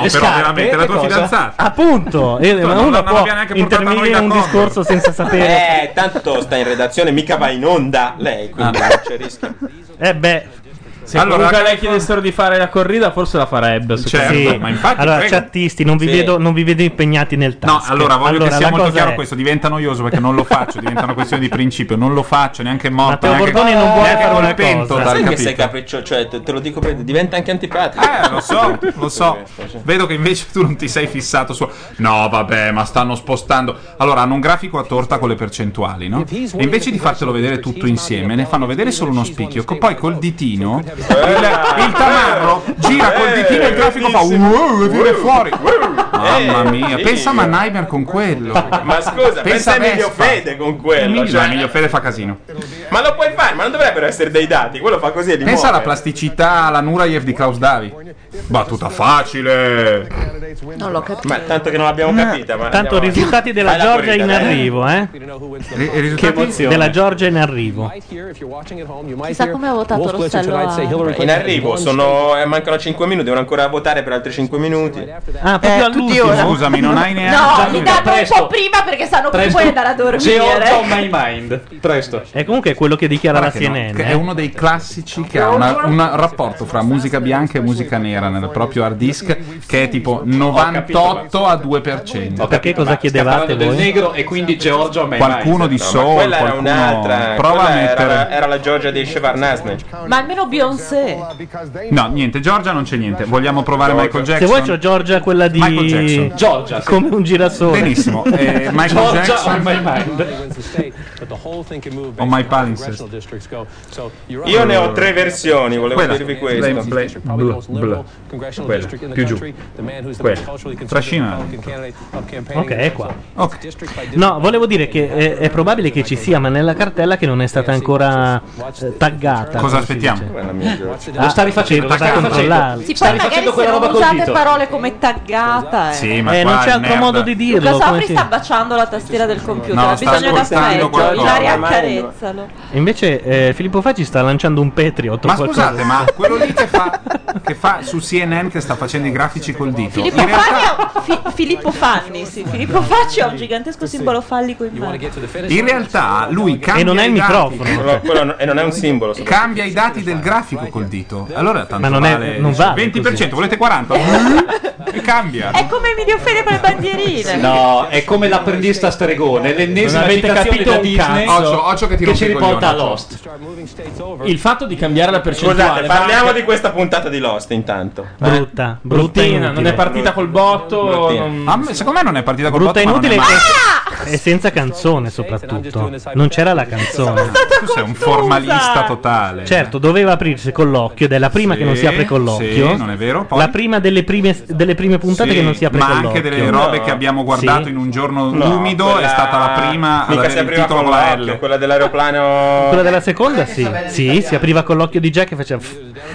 Speaker 1: scarpe, veramente, la tua cosa? fidanzata. Cioè,
Speaker 5: Appunto, eh,
Speaker 3: No,
Speaker 5: ma
Speaker 3: non
Speaker 5: uno
Speaker 3: l'abbiamo
Speaker 5: può
Speaker 3: neanche portata noi
Speaker 5: intervenire
Speaker 3: da
Speaker 5: in un
Speaker 3: Condor.
Speaker 5: discorso senza sapere.
Speaker 3: Eh, tanto sta in redazione, mica va in onda lei, quindi
Speaker 1: Ah,
Speaker 3: non c'è rischio.
Speaker 5: Eh beh,
Speaker 6: se
Speaker 3: Allora, ecco.
Speaker 6: comunque a
Speaker 3: ragazzi-
Speaker 6: lei chiedessero di fare la corrida, forse la farebbe.
Speaker 1: Certo, ma infatti,
Speaker 5: allora,
Speaker 1: prego.
Speaker 5: chattisti, non vi,
Speaker 1: Sì.
Speaker 5: vedo, non vi vedo impegnati nel task.
Speaker 1: No, allora voglio che
Speaker 5: la
Speaker 1: sia molto
Speaker 5: cosa
Speaker 1: chiaro
Speaker 5: è-
Speaker 1: questo, diventa noioso perché non lo faccio, diventa una questione di principio, non lo faccio neanche morto,
Speaker 5: Matteo
Speaker 1: neanche,
Speaker 5: Bordone non vuole
Speaker 1: neanche
Speaker 5: fare
Speaker 1: con
Speaker 5: una
Speaker 1: le pentole,
Speaker 3: Sai che
Speaker 1: capito?
Speaker 3: sei capriccio, cioè te, te lo dico per diventa anche antipatico.
Speaker 1: Eh, lo so, lo so. Vedo che invece tu non ti sei fissato su. No, vabbè, ma stanno spostando. Allora, hanno un grafico a torta con le percentuali, no? E invece di fartelo vedere tutto insieme, ne fanno vedere solo uno spicchio. co- Poi col ditino, il,
Speaker 3: Eh.
Speaker 1: il tamarro gira col ditino e il grafico fa. "Wow, viene fuori. Mamma mia, pensa a Mannheimer con quello.
Speaker 3: Eh, Ma scusa, pensa a Emilio
Speaker 1: Vespa.
Speaker 3: Fede con quello.
Speaker 1: Emilio,
Speaker 3: cioè-
Speaker 1: Emilio Fede fa casino.
Speaker 3: Ma lo puoi fare, ma non dovrebbero essere dei dati. Quello fa così e li
Speaker 1: Pensa alla
Speaker 3: muove.
Speaker 1: plasticità, alla Nurayev di Klaus Davi. Battuta facile.
Speaker 2: Non l'ho capito.
Speaker 3: Ma tanto che non l'abbiamo capita. Ma
Speaker 5: Tanto
Speaker 3: andiamo
Speaker 5: risultati
Speaker 3: avanti.
Speaker 5: della
Speaker 3: Fai la
Speaker 5: Georgia in
Speaker 3: corrida, dai.
Speaker 5: arrivo, eh?
Speaker 3: risultati?
Speaker 5: della Georgia in arrivo.
Speaker 2: Chissà come ha votato Rossello. a-
Speaker 3: In arrivo, sono, eh, mancano 5 minuti, devono ancora votare per altri 5 minuti.
Speaker 5: Ah,
Speaker 2: proprio Eh, all'ultimo. tutti ora.
Speaker 1: Scusami, non hai neanche.
Speaker 2: No, li danno un po' prima perché sanno che puoi andare a dormire.
Speaker 5: my mind. Presto. E comunque è quello che dichiara
Speaker 1: Guarda
Speaker 5: la
Speaker 1: che no,
Speaker 5: CNN. eh?
Speaker 1: che è uno dei classici che ha una- un rapporto fra musica bianca e musica nera nel proprio hard disk che è tipo 98 a 2%.
Speaker 5: Perché cosa
Speaker 7: parlando del negro e quindi Giorgio a me.
Speaker 1: Qualcuno di
Speaker 3: Ma
Speaker 1: Soul,
Speaker 3: quella era
Speaker 1: qualcuno...
Speaker 3: un'altra.
Speaker 1: Prova a
Speaker 3: quella era,
Speaker 1: mettere...
Speaker 3: la- era la Georgia dei Shevardnadze.
Speaker 2: Ma almeno Beyoncé.
Speaker 1: No, niente, Giorgia non c'è niente. Vogliamo provare Michael
Speaker 5: Se
Speaker 1: Jackson?
Speaker 5: vuoi c'ho Giorgia quella di
Speaker 1: Michael Jackson. Giorgia, sì.
Speaker 5: come un girasole.
Speaker 1: Benissimo, eh, Michael Giorgia Jackson. on my
Speaker 12: mind.
Speaker 1: On my palaces.
Speaker 3: Io ne ho tre versioni, volevo
Speaker 1: Quella.
Speaker 3: dirvi questo.
Speaker 1: Lei- lei- blu, blu. Quella, più giù. Quella. Trascina.
Speaker 5: Ok, è qua. No, volevo dire che è, è probabile che ci sia, ma nella cartella che non è stata ancora eh, taggata.
Speaker 1: Cosa
Speaker 5: come si
Speaker 1: aspettiamo?
Speaker 5: dice.
Speaker 1: Quella mia Georgia.
Speaker 5: Ah, lo sta rifacendo, lo sta
Speaker 1: Taggata.
Speaker 5: controllando.
Speaker 2: Sì, poi magari se non usate parole come taggata. eh.
Speaker 1: Sì, ma
Speaker 5: Eh, non
Speaker 1: qua
Speaker 5: c'è
Speaker 1: il
Speaker 5: altro
Speaker 1: nerd-
Speaker 5: modo di dirlo,
Speaker 2: Luca
Speaker 5: come
Speaker 2: Sofri
Speaker 5: si-
Speaker 2: sta baciando la tastiera del computer,
Speaker 5: No,
Speaker 2: ha
Speaker 5: sta
Speaker 2: bisogno
Speaker 5: ascoltando
Speaker 2: d'affetto.
Speaker 5: qualcosa.
Speaker 2: Ilaria accarezzalo.
Speaker 5: Invece eh, Filippo Facci sta lanciando un Patriot. o
Speaker 1: Ma
Speaker 5: qualcosa.
Speaker 1: scusate, ma quello lì che fa, che fa su CNN che sta facendo i grafici col dito.
Speaker 2: Filippo
Speaker 1: in realtà-
Speaker 2: Fanni, ha- Fi- Filippo Fanni, sì, Filippo Facci ha un gigantesco simbolo fallico in mano.
Speaker 1: In realtà lui cambia
Speaker 5: non è
Speaker 1: i
Speaker 5: il
Speaker 1: dati-
Speaker 5: microfono.
Speaker 3: No, quello no- e non è un simbolo. soprattutto.
Speaker 1: Cambia i dati del grafico col dito. Allora tanto
Speaker 5: Ma non è-
Speaker 1: vale-
Speaker 5: non vale
Speaker 1: 20%, volete 40? E cambia.
Speaker 5: Eh,
Speaker 2: È come Emilio Fede con le bandierine.
Speaker 7: No, è come l'apprendista stregone, l'ennesima citazione da Disney che ci riporta a Lost.
Speaker 6: Il fatto di cambiare la percentuale.
Speaker 3: Scusate, parliamo di questa puntata di Lost intanto.
Speaker 2: Eh,
Speaker 5: Brutta, brutta e
Speaker 6: Bruttina, non
Speaker 5: inutile.
Speaker 6: è partita col botto. non-
Speaker 1: Ah, me- secondo me non è partita col
Speaker 5: Brutta e
Speaker 1: botto, ma non
Speaker 5: inutile
Speaker 1: è male.
Speaker 5: e- e senza canzone soprattutto. Non c'era la canzone.
Speaker 1: Tu sei un formalista totale.
Speaker 5: Certo, doveva aprirsi con l'occhio ed è la prima
Speaker 1: Sì,
Speaker 5: che non si apre con l'occhio.
Speaker 1: sì, non è vero, poi?
Speaker 5: La prima delle prime, delle prime puntate
Speaker 1: Sì,
Speaker 5: che non si apre
Speaker 1: ma
Speaker 5: con
Speaker 1: anche
Speaker 5: l'occhio.
Speaker 1: delle robe che abbiamo guardato
Speaker 5: Sì.
Speaker 1: in un giorno
Speaker 5: No,
Speaker 1: umido è
Speaker 5: quella-
Speaker 1: stata la prima ad
Speaker 5: mica si
Speaker 1: avere il
Speaker 5: apriva
Speaker 1: titolo
Speaker 5: con
Speaker 1: con la L.
Speaker 3: Quella dell'aeroplano.
Speaker 2: Eh,
Speaker 5: Quella della seconda sì. Sì, si apriva con l'occhio di Jack e faceva.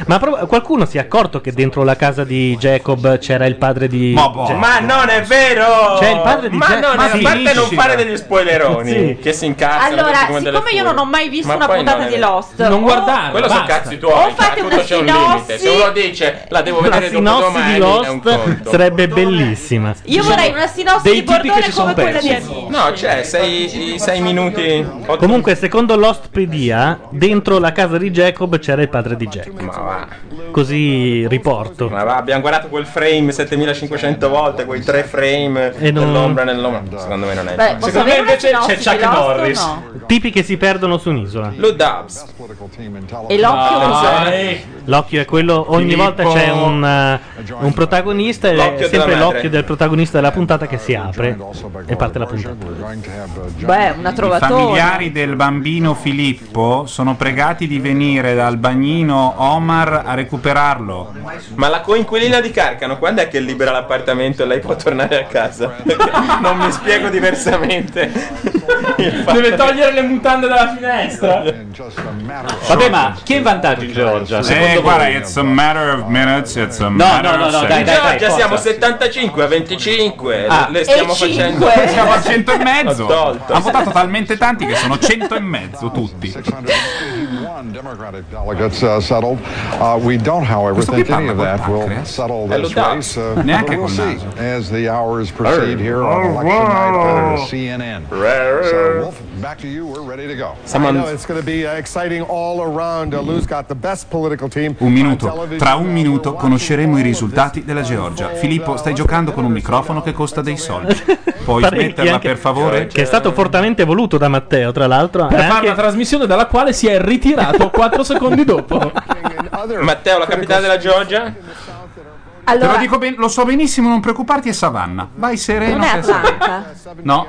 Speaker 5: Ma prob- qualcuno si è accorto che dentro la casa di Jacob c'era il padre di.
Speaker 1: boh.
Speaker 5: Jack?
Speaker 3: Ma non è vero!
Speaker 5: C'è Cioè, il padre di
Speaker 3: Ma
Speaker 5: Jack-
Speaker 3: non
Speaker 5: ma
Speaker 3: a
Speaker 5: sì,
Speaker 3: parte non
Speaker 5: sì.
Speaker 3: fare degli spoileroni
Speaker 5: Sì.
Speaker 3: che si incazzano.
Speaker 2: Allora,
Speaker 3: tutti come delle
Speaker 2: siccome io
Speaker 3: furie.
Speaker 2: non ho mai visto
Speaker 3: Ma
Speaker 2: una
Speaker 3: poi
Speaker 2: puntata
Speaker 3: non è-
Speaker 2: di Lost, o-
Speaker 3: Quello sono
Speaker 5: basta.
Speaker 3: cazzi tuoi.
Speaker 2: O fate
Speaker 3: tutto
Speaker 2: una
Speaker 3: c'è un
Speaker 2: sinossi-
Speaker 3: limite. Se uno dice la devo
Speaker 5: La
Speaker 3: vedere dopo
Speaker 5: sinossi
Speaker 3: domani,
Speaker 5: di
Speaker 3: è un
Speaker 5: Lost
Speaker 3: conto.
Speaker 5: sarebbe bellissima.
Speaker 2: io vorrei una sinossi di Bordone come quella di Amici.
Speaker 3: No, c'è 6 minuti. otto-
Speaker 5: Comunque, secondo l'Ostpedia, dentro la casa di Jacob c'era il padre di Jack.
Speaker 3: Ma va.
Speaker 5: Così riporto.
Speaker 3: Ma va, abbiamo guardato quel frame 7500 volte, quei tre frame
Speaker 5: E non-
Speaker 3: nell'ombra nell'ombra. Secondo me non è.
Speaker 2: Beh, posso
Speaker 3: Secondo me
Speaker 2: avere una
Speaker 3: invece
Speaker 2: sinossi
Speaker 3: c'è
Speaker 2: di
Speaker 3: Chuck
Speaker 2: Lost o
Speaker 3: Norris.
Speaker 2: no?
Speaker 5: Tipi che si perdono su un'isola.
Speaker 3: Lo Dubs.
Speaker 2: E l'occhio cos'è?
Speaker 5: L'occhio è quello, ogni
Speaker 3: Filippo-
Speaker 5: volta c'è un, eh, un protagonista ed
Speaker 3: L'occhio della
Speaker 5: è sempre
Speaker 3: madre.
Speaker 5: l'occhio del protagonista della puntata che
Speaker 1: Ah,
Speaker 5: si apre e parte la puntata.
Speaker 2: Beh, una
Speaker 1: I
Speaker 2: trovatona.
Speaker 1: familiari del bambino Filippo sono pregati di venire dal bagnino Omar a recuperarlo.
Speaker 3: Ma la coinquilina di Carcano, quando è che libera l'appartamento e lei può tornare a casa? Perché non mi spiego diversamente.
Speaker 6: Deve togliere le mutande dalla finestra.
Speaker 7: Vabbè, ma chi è in vantaggio in Georgia?
Speaker 1: Eh,
Speaker 7: Secondo
Speaker 1: guarda,
Speaker 7: voi?
Speaker 1: it's a matter of minutes, it's a
Speaker 7: No,
Speaker 1: matter
Speaker 7: no, no,
Speaker 1: of
Speaker 7: no, dai,
Speaker 1: seconds.
Speaker 7: dai, dai,
Speaker 3: Già siamo
Speaker 7: forza.
Speaker 3: 75 a 25.
Speaker 1: Ah,
Speaker 3: le stiamo
Speaker 1: e
Speaker 3: facendo.
Speaker 1: cinque. Siamo a 100 e mezzo.
Speaker 3: Ho tolto.
Speaker 1: Ha votato talmente tanti che sono 100 e mezzo tutti.
Speaker 11: Delegates uh, settled. Uh, we don't, however,
Speaker 1: Questo qui
Speaker 11: think any
Speaker 1: parla
Speaker 11: of
Speaker 1: col
Speaker 11: that will
Speaker 1: pancreas.
Speaker 11: settle
Speaker 1: Eh, lo
Speaker 11: this
Speaker 1: sa.
Speaker 11: race. Uh, but
Speaker 1: Neanche
Speaker 11: we'll see
Speaker 1: col naso.
Speaker 11: as the hours proceed here on
Speaker 1: Oh,
Speaker 11: election night
Speaker 1: wow.
Speaker 11: at CNN.
Speaker 1: Rrr.
Speaker 11: So, Wolf, back to you. We're ready to go.
Speaker 13: I know it's going to be uh, exciting all around. Uh, Lou's got the best political team.
Speaker 1: Un minuto, tra un minuto conosceremo i risultati della Georgia. Filippo, stai giocando con un microfono che costa dei soldi. Puoi
Speaker 5: Parecchi
Speaker 1: smetterla
Speaker 5: anche- Cioè,
Speaker 1: per favore? Cioè,
Speaker 5: Che è stato fortemente voluto da Matteo, tra l'altro. eh.
Speaker 6: Per
Speaker 5: e
Speaker 6: fare
Speaker 5: anche-
Speaker 6: una trasmissione dalla quale si è ritirato 4 secondi dopo.
Speaker 3: Matteo, la capitale della Georgia?
Speaker 1: Te
Speaker 2: Allora-
Speaker 1: lo dico ben- lo so benissimo, non preoccuparti, è Savannah. Vai sereno.
Speaker 2: Non è
Speaker 1: che sai.
Speaker 2: Atlanta.
Speaker 1: No,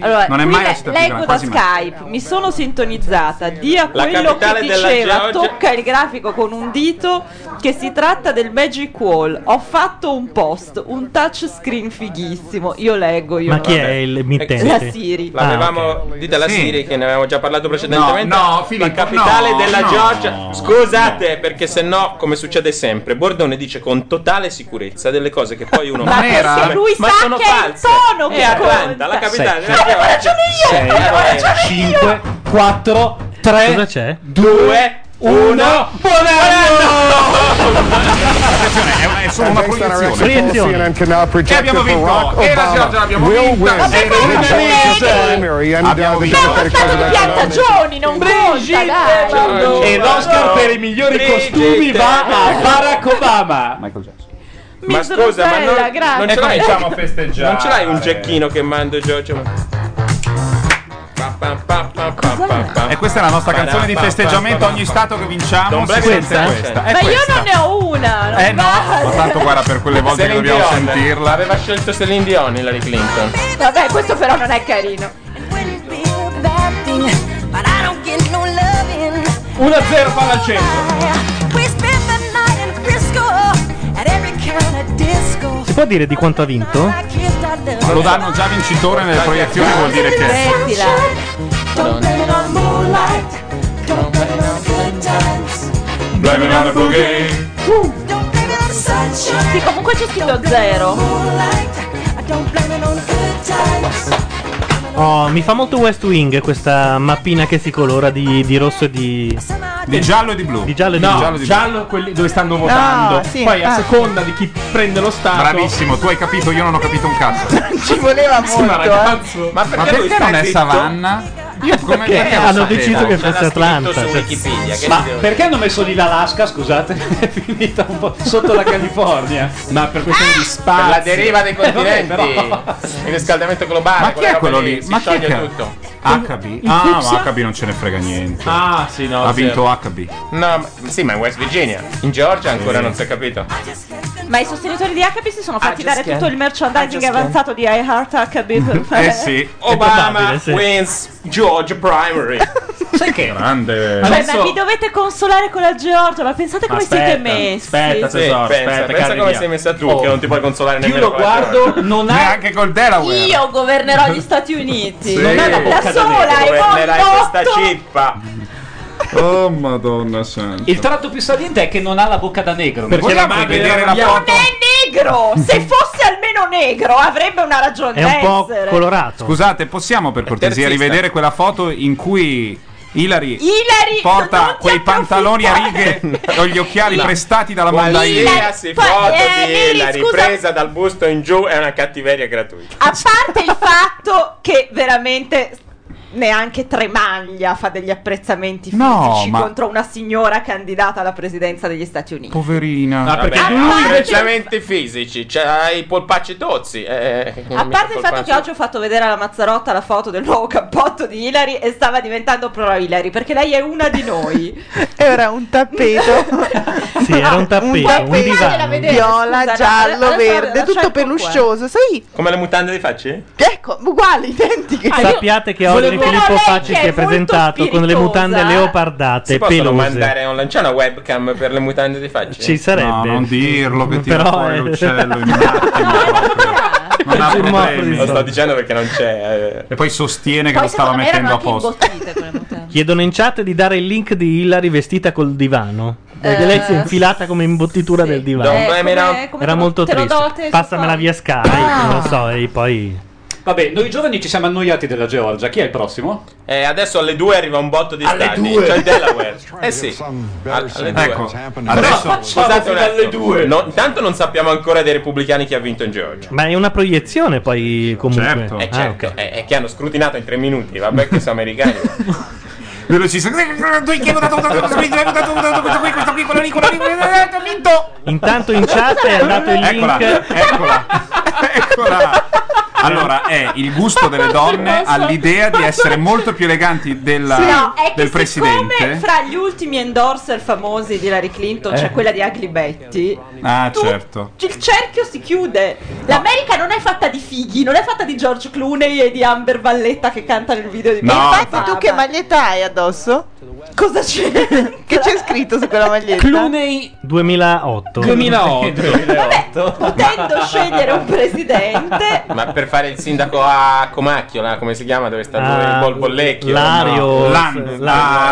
Speaker 2: Allora,
Speaker 1: Non è
Speaker 2: qui
Speaker 1: mai
Speaker 2: le-
Speaker 1: la città più
Speaker 2: leggo
Speaker 1: grande,
Speaker 2: da
Speaker 1: quasi mai.
Speaker 2: Skype, mi sono sintonizzata, dia
Speaker 1: La
Speaker 2: quello che
Speaker 1: capitale della
Speaker 2: diceva,
Speaker 1: Georgia-
Speaker 2: tocca il grafico con un dito, che si tratta del Magic Wall. Ho fatto un post, un touchscreen fighissimo, io leggo, io
Speaker 5: Ma
Speaker 2: non-
Speaker 5: chi è il mittente? Ah,
Speaker 2: La Siri.
Speaker 3: L'avevamo dite alla Siri che ne avevamo già parlato precedentemente.
Speaker 1: No, no,
Speaker 3: la
Speaker 1: Filippo,
Speaker 3: capitale
Speaker 1: no,
Speaker 3: della
Speaker 1: no,
Speaker 3: Georgia. Scusate, perché se no, come succede sempre, Bordone dice con totale sicurezza delle cose che poi uno
Speaker 2: Ma perché lui
Speaker 3: ma
Speaker 2: sa
Speaker 3: sono
Speaker 2: che è il
Speaker 3: false.
Speaker 2: tono
Speaker 3: È
Speaker 2: che
Speaker 3: Atlanta, la capitale
Speaker 7: Sette.
Speaker 3: della Georgia.
Speaker 7: 6,
Speaker 1: Eh,
Speaker 7: 5, 4, 3,
Speaker 5: Eh, Cosa c'è?
Speaker 7: 2, 1. Buon
Speaker 1: è solo una
Speaker 13: CNN
Speaker 1: proiezione.
Speaker 13: can now
Speaker 1: E
Speaker 13: project that
Speaker 1: abbiamo vinto.
Speaker 13: Barack
Speaker 1: E la Georgia
Speaker 13: Obama
Speaker 1: l'abbiamo
Speaker 13: will
Speaker 1: vinta.
Speaker 13: win
Speaker 1: Vabbè,
Speaker 13: the
Speaker 1: ma
Speaker 13: Georgia
Speaker 1: vedi?
Speaker 13: primary and uh, the Democratic presidential
Speaker 2: piantagioni, non conta, dai.
Speaker 7: E l'Oscar per i migliori costumi va a Barack Obama.
Speaker 3: Ma scusa, ma
Speaker 2: Bella,
Speaker 3: non,
Speaker 2: grazie.
Speaker 3: non
Speaker 2: E
Speaker 3: ce l'hai
Speaker 2: come facciamo a
Speaker 1: festeggiare?
Speaker 3: Non ce l'hai un giochino che mando Giorgio? Pa, pa, pa, pa, pa, pa, pa.
Speaker 1: E questa è la nostra canzone di festeggiamento. Ogni stato che vinciamo
Speaker 3: Don't
Speaker 1: si
Speaker 3: Black
Speaker 1: sente
Speaker 3: Sunshine.
Speaker 1: questa. È
Speaker 2: Ma io
Speaker 1: questa.
Speaker 2: non ne ho una, non
Speaker 1: Eh no,
Speaker 2: basta.
Speaker 1: ma tanto guarda per quelle volte che
Speaker 3: Celine
Speaker 1: dobbiamo
Speaker 3: Dion.
Speaker 1: sentirla.
Speaker 3: Aveva scelto Celine Dion Hillary Clinton.
Speaker 2: Vabbè, questo però non è carino.
Speaker 7: 1-0 palla al centro.
Speaker 5: Si può dire di quanto ha vinto?
Speaker 1: Lo danno già vincitore nelle proiezioni, vuol dire che.
Speaker 4: Eh,
Speaker 2: Sentila. Sì, comunque c'è scritto zero.
Speaker 5: Oh, mi fa molto West Wing questa mappina che si colora di, di rosso e di.
Speaker 1: Di giallo e di blu.
Speaker 5: Di giallo e di
Speaker 6: No,
Speaker 5: blu.
Speaker 6: giallo, quelli dove stanno votando.
Speaker 9: sì,
Speaker 6: Poi a
Speaker 2: ah.
Speaker 9: infatti.
Speaker 6: seconda di chi prende lo Stato.
Speaker 1: Bravissimo, tu hai capito, io non ho capito un cazzo.
Speaker 9: Ci voleva molto.
Speaker 6: ma
Speaker 9: eh.
Speaker 6: ragazzo.
Speaker 1: Ma perché, non è Savannah? Io come
Speaker 7: Perché
Speaker 1: perché lo
Speaker 7: hanno
Speaker 1: sapevo?
Speaker 7: deciso che fosse Atlanta, cioè- Ma perché hanno messo lì l'Alaska? Scusate, è finita un po' sotto la California. Ma per questioni
Speaker 2: Ah!
Speaker 7: di spazio.
Speaker 3: Per la deriva dei continenti, il riscaldamento globale.
Speaker 1: Ma chi è
Speaker 3: quella
Speaker 1: quello
Speaker 3: roba
Speaker 1: lì?
Speaker 3: Si
Speaker 1: Ma chi è
Speaker 3: scioglie
Speaker 1: che-
Speaker 3: tutto.
Speaker 1: HB.
Speaker 3: Il
Speaker 1: Ah,
Speaker 3: Fuchsia?
Speaker 1: ma HB non ce ne frega niente.
Speaker 3: Ah, sì, no, zero.
Speaker 1: Ha vinto HB.
Speaker 3: No, ma- sì, ma in West Virginia. In Georgia ancora
Speaker 1: Sì.
Speaker 3: non si è capito.
Speaker 2: Ma i sostenitori di HP si sono fatti dare
Speaker 3: can.
Speaker 2: tutto il merchandising
Speaker 3: I just can.
Speaker 2: avanzato di iHeart HB per fare.
Speaker 1: Eh sì.
Speaker 3: Obama wins Georgia primary.
Speaker 7: Sai che?
Speaker 1: Grande.
Speaker 2: Cioè, ma vi dovete consolare con la Georgia, ma pensate come siete messi.
Speaker 3: Sì, pensa, pensa come sei messa tu, che non ti puoi consolare
Speaker 7: Io
Speaker 3: nemmeno
Speaker 7: lo
Speaker 3: con la
Speaker 7: guardo,
Speaker 3: Georgia.
Speaker 7: non ha. Neanche
Speaker 1: col Delaware.
Speaker 2: Io governerò gli Stati Uniti.
Speaker 1: Sì.
Speaker 2: Non è
Speaker 1: La
Speaker 2: da
Speaker 1: bocca da
Speaker 2: sola,
Speaker 3: eh,
Speaker 1: nero,
Speaker 2: e voi
Speaker 1: governerai
Speaker 2: no.
Speaker 3: Sta cippa.
Speaker 1: Oh, madonna santa.
Speaker 7: Il tratto più saliente è che non ha la bocca da negro.
Speaker 1: Perché
Speaker 7: Vogliamo
Speaker 1: la madre
Speaker 7: vedere
Speaker 1: era
Speaker 7: la foto?
Speaker 1: bianca.
Speaker 2: Negro! Se fosse almeno negro avrebbe una ragione d'essere.
Speaker 1: Scusate, possiamo per cortesia
Speaker 6: terzista.
Speaker 1: rivedere quella foto in cui Hillary,
Speaker 2: Hillary
Speaker 1: porta quei pantaloni a righe o gli occhiali
Speaker 3: No.
Speaker 1: prestati dalla Mondaier?
Speaker 3: Qualsiasi
Speaker 2: Fa-
Speaker 3: foto
Speaker 2: eh,
Speaker 3: di
Speaker 2: Neri,
Speaker 3: Hillary
Speaker 2: scusa.
Speaker 3: presa dal busto in giù è una cattiveria gratuita.
Speaker 2: A parte il fatto che veramente neanche Tremaglia fa degli apprezzamenti fisici
Speaker 1: No, ma-
Speaker 2: contro una signora candidata alla presidenza degli Stati Uniti.
Speaker 1: Poverina.
Speaker 3: Ah, perché
Speaker 2: lui invece-
Speaker 3: apprezzamenti fisici, c'hai i polpacci tozzi. eh,
Speaker 2: A parte il fatto
Speaker 3: polpacci-
Speaker 2: che oggi ho fatto vedere alla Mazzarotta la foto del nuovo cappotto di Hillary e stava diventando pro Hillary perché lei è una di noi.
Speaker 9: E ora un tappeto.
Speaker 5: Sì, era un tappeto, un,
Speaker 9: tappeto
Speaker 5: divano.
Speaker 9: viola,
Speaker 2: scusa,
Speaker 9: giallo,
Speaker 2: adesso-
Speaker 9: verde,
Speaker 2: adesso
Speaker 9: tutto
Speaker 2: ecco
Speaker 9: peluscioso. Sai,
Speaker 3: Come le mutande di facci?
Speaker 9: ecco, uguali, identiche.
Speaker 5: Ah, Sappiate che oggi Filippo
Speaker 2: Eh,
Speaker 5: Facci si è presentato con le mutande leopardate
Speaker 3: Si possono
Speaker 5: pelose.
Speaker 3: mandare online? C'è una webcam per le mutande di facci?
Speaker 5: Ci sarebbe.
Speaker 1: No, non dirlo che ti cioè,
Speaker 5: Però,
Speaker 1: fuori
Speaker 5: eh.
Speaker 1: l'uccello in un attimo. non ha problemi.
Speaker 3: Lo sto dicendo perché non c'è.
Speaker 1: E poi sostiene che
Speaker 2: Poi
Speaker 1: lo stava
Speaker 2: secondo me erano
Speaker 1: mettendo a
Speaker 2: anche
Speaker 1: posto.
Speaker 2: imbottite quelle mutande.
Speaker 5: Chiedono in chat di dare il link di Hillary vestita col divano. Perché
Speaker 2: Eh,
Speaker 5: lei si è infilata come imbottitura del divano.
Speaker 2: Eh, come- come te
Speaker 5: Era
Speaker 2: lo-
Speaker 5: molto
Speaker 2: te lo do,
Speaker 5: triste.
Speaker 2: te-
Speaker 5: Passamela via Sky,
Speaker 2: Ah.
Speaker 5: non lo so, e poi.
Speaker 7: Vabbè, noi giovani ci siamo annoiati della Georgia. Chi è il prossimo?
Speaker 3: Eh, adesso alle 2 arriva un botto di
Speaker 7: Alle
Speaker 3: stati.
Speaker 7: due?
Speaker 3: C'è il Delaware. eh sì. Al- Alle 2.
Speaker 1: Ecco, adesso
Speaker 3: Scusate un
Speaker 7: fino alle
Speaker 3: attimo.
Speaker 7: due.
Speaker 3: No, intanto non sappiamo ancora dei repubblicani chi ha vinto in Georgia.
Speaker 5: Ma è una proiezione, poi comunque.
Speaker 3: Certo. Eh,
Speaker 5: Ah,
Speaker 3: certo.
Speaker 5: ok.
Speaker 3: Eh, eh, che hanno scrutinato in tre minuti. Vabbè, che sono americani.
Speaker 1: velocissimo.
Speaker 5: Intanto in chat è andato il link.
Speaker 1: Eccola, eccola, eccola. Allora, è il gusto delle donne all'idea di essere molto più eleganti della-
Speaker 2: Sì, no, è che Come
Speaker 1: del presidente.
Speaker 2: fra gli ultimi endorser famosi di Hillary Clinton
Speaker 1: Eh.
Speaker 2: c'è quella di Ugly Betty,
Speaker 1: Ah, certo.
Speaker 2: il cerchio si chiude. L'America non è fatta di fighi, non è fatta di George Clooney e di Amber Valletta che cantano il video di
Speaker 9: No.
Speaker 2: Big
Speaker 9: Infatti,
Speaker 2: Papa.
Speaker 9: tu che maglietta hai addosso?
Speaker 2: Cosa c'è?
Speaker 9: che c'è scritto su quella maglietta?
Speaker 7: Clooney
Speaker 5: 2008.
Speaker 7: 2008.
Speaker 2: potendo scegliere un presidente
Speaker 3: Ma per fare il sindaco a Comacchio, là, come si chiama? Dove sta lui?
Speaker 5: Ah,
Speaker 3: il Bol Bollecchio?
Speaker 5: Lario.
Speaker 3: No.
Speaker 1: la-
Speaker 5: Lan-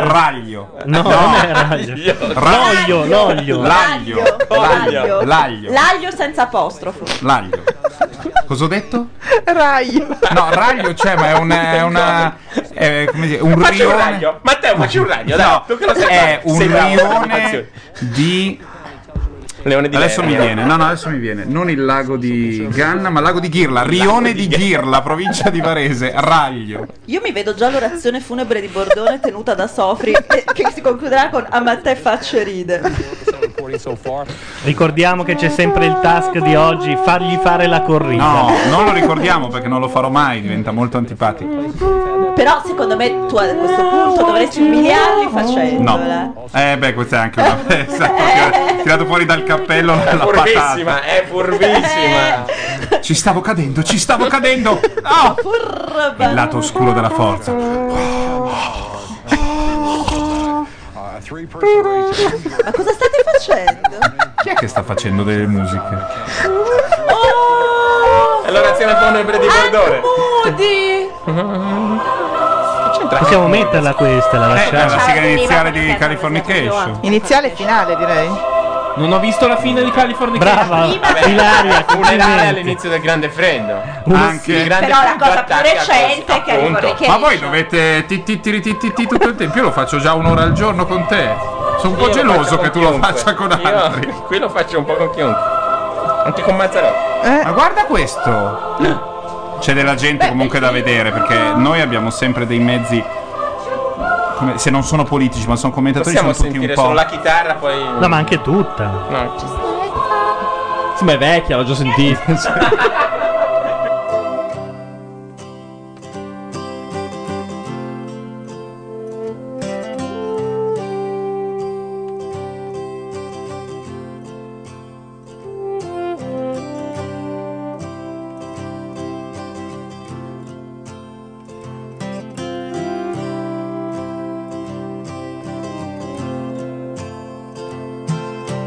Speaker 3: Lan-
Speaker 1: Raglio.
Speaker 5: No, non è raglio. L'olio, l'olio.
Speaker 1: L'aglio. L'aglio. L'aglio.
Speaker 2: l'aglio senza apostrofo.
Speaker 1: L'aglio. Cosa ho detto?
Speaker 9: Rai.
Speaker 1: No, raglio c'è, ma è una. È una è, come dire, un
Speaker 3: Facci un
Speaker 1: rione.
Speaker 3: raglio. Matteo, facci un raglio, dai.
Speaker 1: No,
Speaker 3: Tu che lo sai
Speaker 1: è
Speaker 3: fare?
Speaker 1: un
Speaker 3: Sei bravo,
Speaker 1: rione
Speaker 3: animazione.
Speaker 1: di.
Speaker 3: Leone di
Speaker 1: adesso
Speaker 3: Lera.
Speaker 1: mi viene, no, no, adesso mi viene. Non il lago di Ganna, ma il lago di Ghirla. Rione di Ghirla, provincia di Varese. Raglio.
Speaker 2: Io mi vedo già l'orazione funebre di Bordone tenuta da Sofri eh, che si concluderà con a Matteo facce ride.
Speaker 5: Ricordiamo che c'è sempre il task di oggi, fargli fare la corrida.
Speaker 1: No, non lo ricordiamo perché non lo farò mai, diventa molto antipatico.
Speaker 2: Però secondo me tu a questo punto dovresti umiliarli facendola.
Speaker 1: No. Eh beh, questa è anche una pezza. Tirato fuori dal cappello la, la
Speaker 3: Furbissima,
Speaker 1: patata.
Speaker 3: è furbissima.
Speaker 1: Ci stavo cadendo, ci stavo cadendo. No! Il lato oscuro della forza.
Speaker 2: Ma cosa state facendo?
Speaker 1: Chi è che sta facendo delle musiche?
Speaker 2: Oh!
Speaker 3: Allora azione funebre di Bordone.
Speaker 5: Possiamo metterla questa, la
Speaker 1: Eh, è
Speaker 5: lasciamo.
Speaker 1: la
Speaker 2: Cioè,
Speaker 1: sigla iniziale di Californication.
Speaker 9: Iniziale e finale, direi.
Speaker 6: Non ho visto la fine di California.
Speaker 5: Brava,
Speaker 3: Funerale
Speaker 5: Ilaria, complimenti.
Speaker 3: all'inizio del grande freddo.
Speaker 1: Anche-
Speaker 3: Il grande
Speaker 2: Però la
Speaker 3: freddo
Speaker 2: cosa più
Speaker 3: attacca questo,
Speaker 2: recente è che
Speaker 3: appunto.
Speaker 2: Californication.
Speaker 1: Ma voi dovete ti- ti- ti- ti- ti- ti tutto il tempo. Io lo faccio già un'ora al giorno con te. Sono
Speaker 3: Io
Speaker 1: un po'
Speaker 3: lo faccio
Speaker 1: geloso
Speaker 3: con
Speaker 1: che tu lo
Speaker 3: chiunque.
Speaker 1: faccia con
Speaker 3: Io-
Speaker 1: altri.
Speaker 3: Qui lo faccio un po' con chiunque. Anche con Mazzarotti.
Speaker 1: Ma guarda questo. Eh? C'è della gente comunque da vedere perché noi abbiamo sempre dei mezzi. come- se non sono politici, ma sono commentatori,
Speaker 3: Possiamo
Speaker 1: sono tutti un
Speaker 3: sentire
Speaker 1: po'.
Speaker 3: solo la chitarra, poi.
Speaker 5: No, ma anche tutta.
Speaker 3: No, ci sta.
Speaker 6: Sì, ma è vecchia, l'ho già sentita.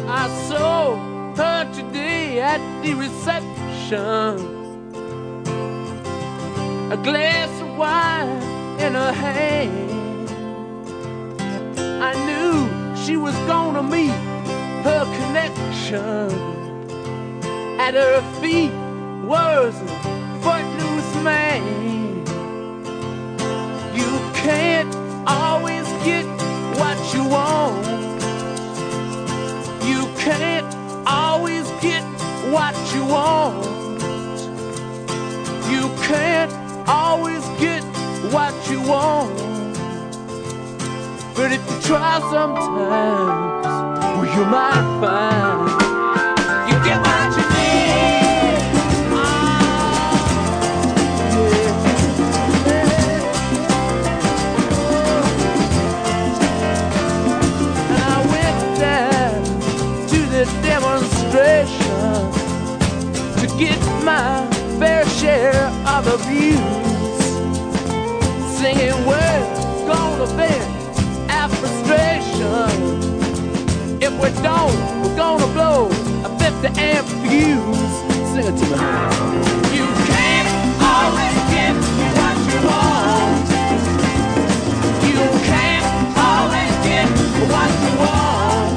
Speaker 4: I saw her today at the reception. A glass of wine in her hand. I knew she was gonna meet her connection. At her feet was a footloose man. You can't always get what you want. You can't always get what you want. You can't always get what you want. But if you try sometimes, well, you might find you get what you need. Ah, yeah. And I went there to the demonstration to get my fair share of abuse. Singing words, going to bed, our frustration. If we don't, we're gonna blow a 50 amp fuse. Sing it to me. You can't always get what you want. You can't always get what you want.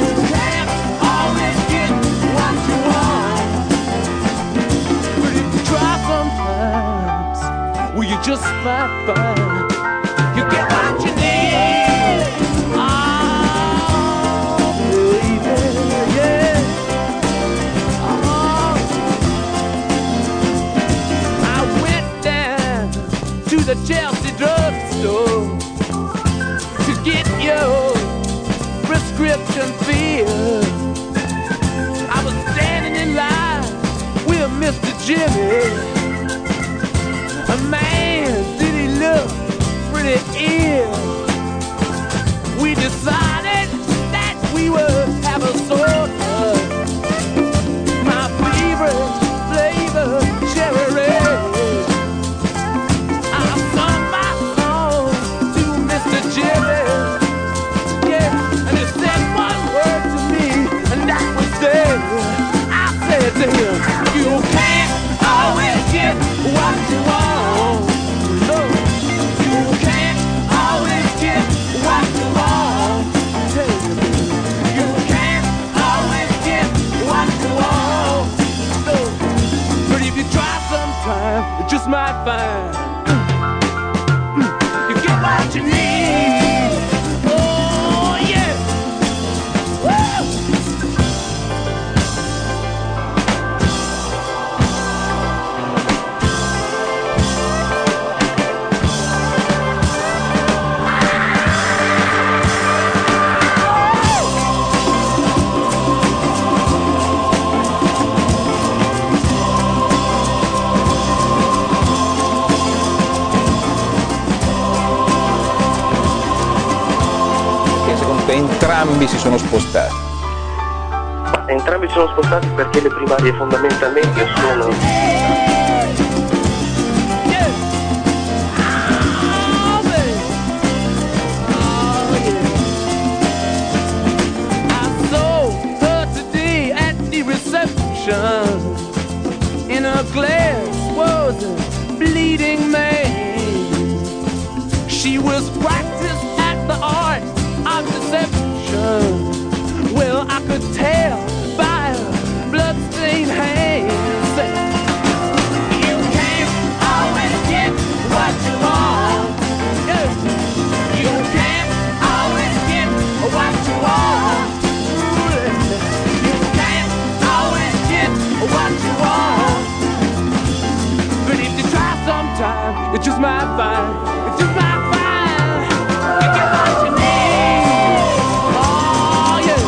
Speaker 4: You can't always get what you want. But if you try sometimes, will you just might find you get what you need? Oh, baby, yeah. Oh. I went down to the Chelsea drugstore to get your prescription filled. I was standing in line with Mr. Jimmy. A man, did he look pretty ill? We decided that we would have a sort of my favorite flavor, cherry red. I sung my song to Mr. Jimmy. Yeah, and he said one word to me, and that was dead. I said to him, You can't always get what you want. No, you can't always get what you want. Tell you, baby, you can't always get what you want. No, but if you try sometime, you just might find you get what you need. Oh yeah. Woo!
Speaker 12: che secondo te entrambi si sono spostati.
Speaker 14: Entrambi sono spostati perché le primarie fondamentalmente sono
Speaker 4: saw her today at the reception. In her glass was a bleeding man. She was practiced at the art of deception. Well, I could tell by her bloodstained hands. You can't always get what you want. Yeah. You can't always get what you want. You can't always get what you want. But if you try sometime, it's just my fine. It's just my fine. You get what you need. Oh, yeah.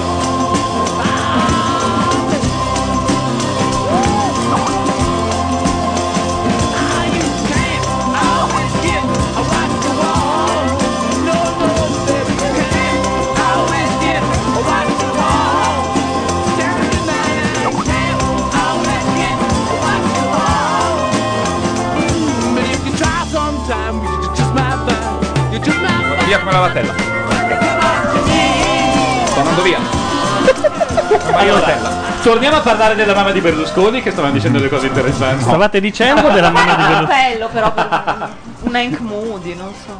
Speaker 4: Ah, you can't always get what you want. No, no, baby, you can't always get what you want.
Speaker 1: Via come la vatella.
Speaker 7: Sta andando via. Allora, torniamo a parlare della mamma di Berlusconi che stavano dicendo le cose interessanti.
Speaker 5: Stavate dicendo della mamma di
Speaker 2: Un
Speaker 5: Berlusconi.
Speaker 2: appello Ah, però per un Hank Moody, non so.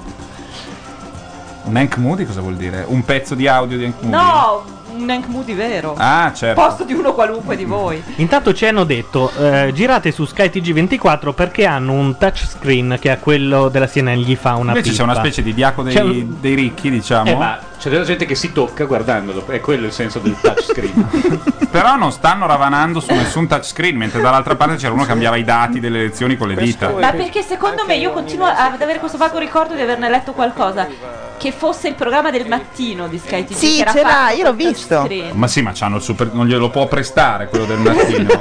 Speaker 1: Un Hank Moody cosa vuol dire? Un pezzo di audio di Hank Moody?
Speaker 2: No, un Hank Moody vero.
Speaker 1: Ah, certo.
Speaker 2: Posto di uno qualunque di voi.
Speaker 5: Intanto ci hanno detto, eh, girate su Sky TG24 perché hanno un touchscreen che a quello della CNN gli fa una
Speaker 1: Invece c'è
Speaker 5: pippa.
Speaker 1: una specie di diaco dei,
Speaker 5: C'è un-
Speaker 1: dei ricchi, diciamo.
Speaker 5: Eh, ma
Speaker 1: c'è della gente che si tocca guardandolo, è quello il senso del touchscreen. Però non stanno ravanando su nessun touchscreen, mentre dall'altra parte c'era uno che cambiava i dati delle elezioni con le dita.
Speaker 2: Ma perché secondo me io continuo ad avere questo vago ricordo di averne letto qualcosa che fosse il programma del mattino di Sky TV.
Speaker 9: Sì,
Speaker 2: che era
Speaker 9: c'era,
Speaker 2: fatto
Speaker 9: io l'ho
Speaker 2: col
Speaker 9: visto.
Speaker 2: touchscreen.
Speaker 1: Ma sì, ma c'hanno il super. non glielo può prestare quello del mattino.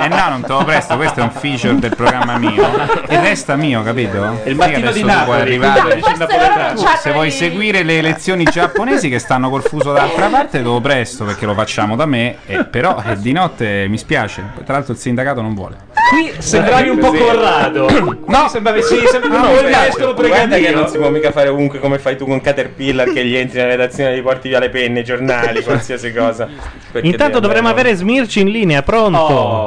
Speaker 1: eh no, non te lo presto, questo è un feature del programma mio. E resta mio, capito? Il
Speaker 7: mattino di
Speaker 1: puoi
Speaker 7: Napoli,
Speaker 1: arrivare.
Speaker 7: quello del Napoletano.
Speaker 1: Tu, Se vuoi seguire le elezioni giapponesi che stanno col fuso dall'altra parte, te lo presto perché lo facciamo da me. e- però eh, di notte mi spiace. Tra l'altro il sindacato non vuole.
Speaker 7: Qui sembravi un po' Corrado.
Speaker 1: No,
Speaker 7: sembravi sì, sembravi un po' il maestro
Speaker 3: Guarda che non si
Speaker 7: Brigandino.
Speaker 3: può mica fare ovunque come fai tu con Caterpillar che gli entri nella redazione e gli porti via le penne, i giornali, qualsiasi cosa. Perché
Speaker 5: Intanto
Speaker 3: devi
Speaker 5: dovremmo
Speaker 3: andare-
Speaker 5: avere Smirci in linea, pronto?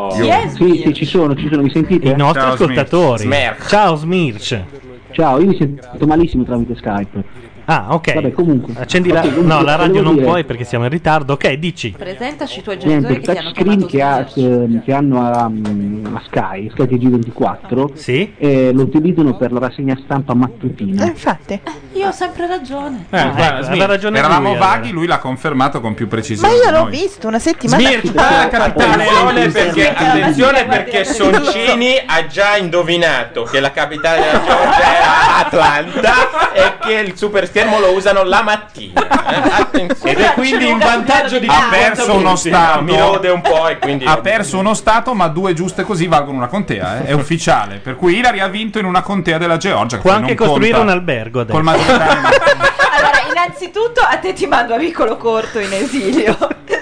Speaker 15: Sì, sì, ci sono, ci sono, mi sentite?
Speaker 5: I nostri ascoltatori. Ciao Smirch.
Speaker 15: Ciao, io mi sento malissimo tramite Skype.
Speaker 5: Ah, ok.
Speaker 15: Vabbè, comunque.
Speaker 5: Accendi la...
Speaker 15: Ok, comunque,
Speaker 5: No, la radio
Speaker 15: volevo
Speaker 5: non
Speaker 15: dire-
Speaker 5: puoi perché siamo in ritardo. Ok, dici.
Speaker 2: Presentaci i tuoi
Speaker 15: Niente,
Speaker 2: genitori
Speaker 15: il
Speaker 2: che ti hanno
Speaker 15: touchscreen
Speaker 2: chiamato.
Speaker 15: che, ha- Ehm, che- che hanno a, a Sky, Sky TG24, eh, lo utilizzano per la rassegna stampa mattutina.
Speaker 9: Infatti.
Speaker 2: Io ho sempre ragione.
Speaker 1: Eh, guarda, Smir,
Speaker 5: ragione
Speaker 1: eravamo
Speaker 5: lui,
Speaker 1: vaghi, lui l'ha confermato con più
Speaker 9: Ma
Speaker 1: precisione.
Speaker 9: io l'ho
Speaker 1: di noi.
Speaker 9: visto una settimana
Speaker 1: Smirci,
Speaker 9: fa.
Speaker 1: parla, capitale,
Speaker 3: Attenzione perché, attenzione perché
Speaker 9: Non lo so.
Speaker 3: Soncini ha già indovinato che la capitale della Georgia era Atlanta e che il Super schermo lo usano la mattina. eh. Attenzione.
Speaker 1: Ed è quindi in vantaggio di Ha
Speaker 3: 50
Speaker 1: perso uno
Speaker 3: punti.
Speaker 1: stato.
Speaker 3: Mi rode un po' e quindi...
Speaker 1: Ha perso uno stato, ma due giuste così valgono una contea. eh. È ufficiale. Per cui Ilari ha vinto in una contea della Georgia.
Speaker 5: Può anche costruire un albergo adesso.
Speaker 1: Col maggioritario.
Speaker 2: Allora, innanzitutto a te ti mando a piccolo corto in esilio.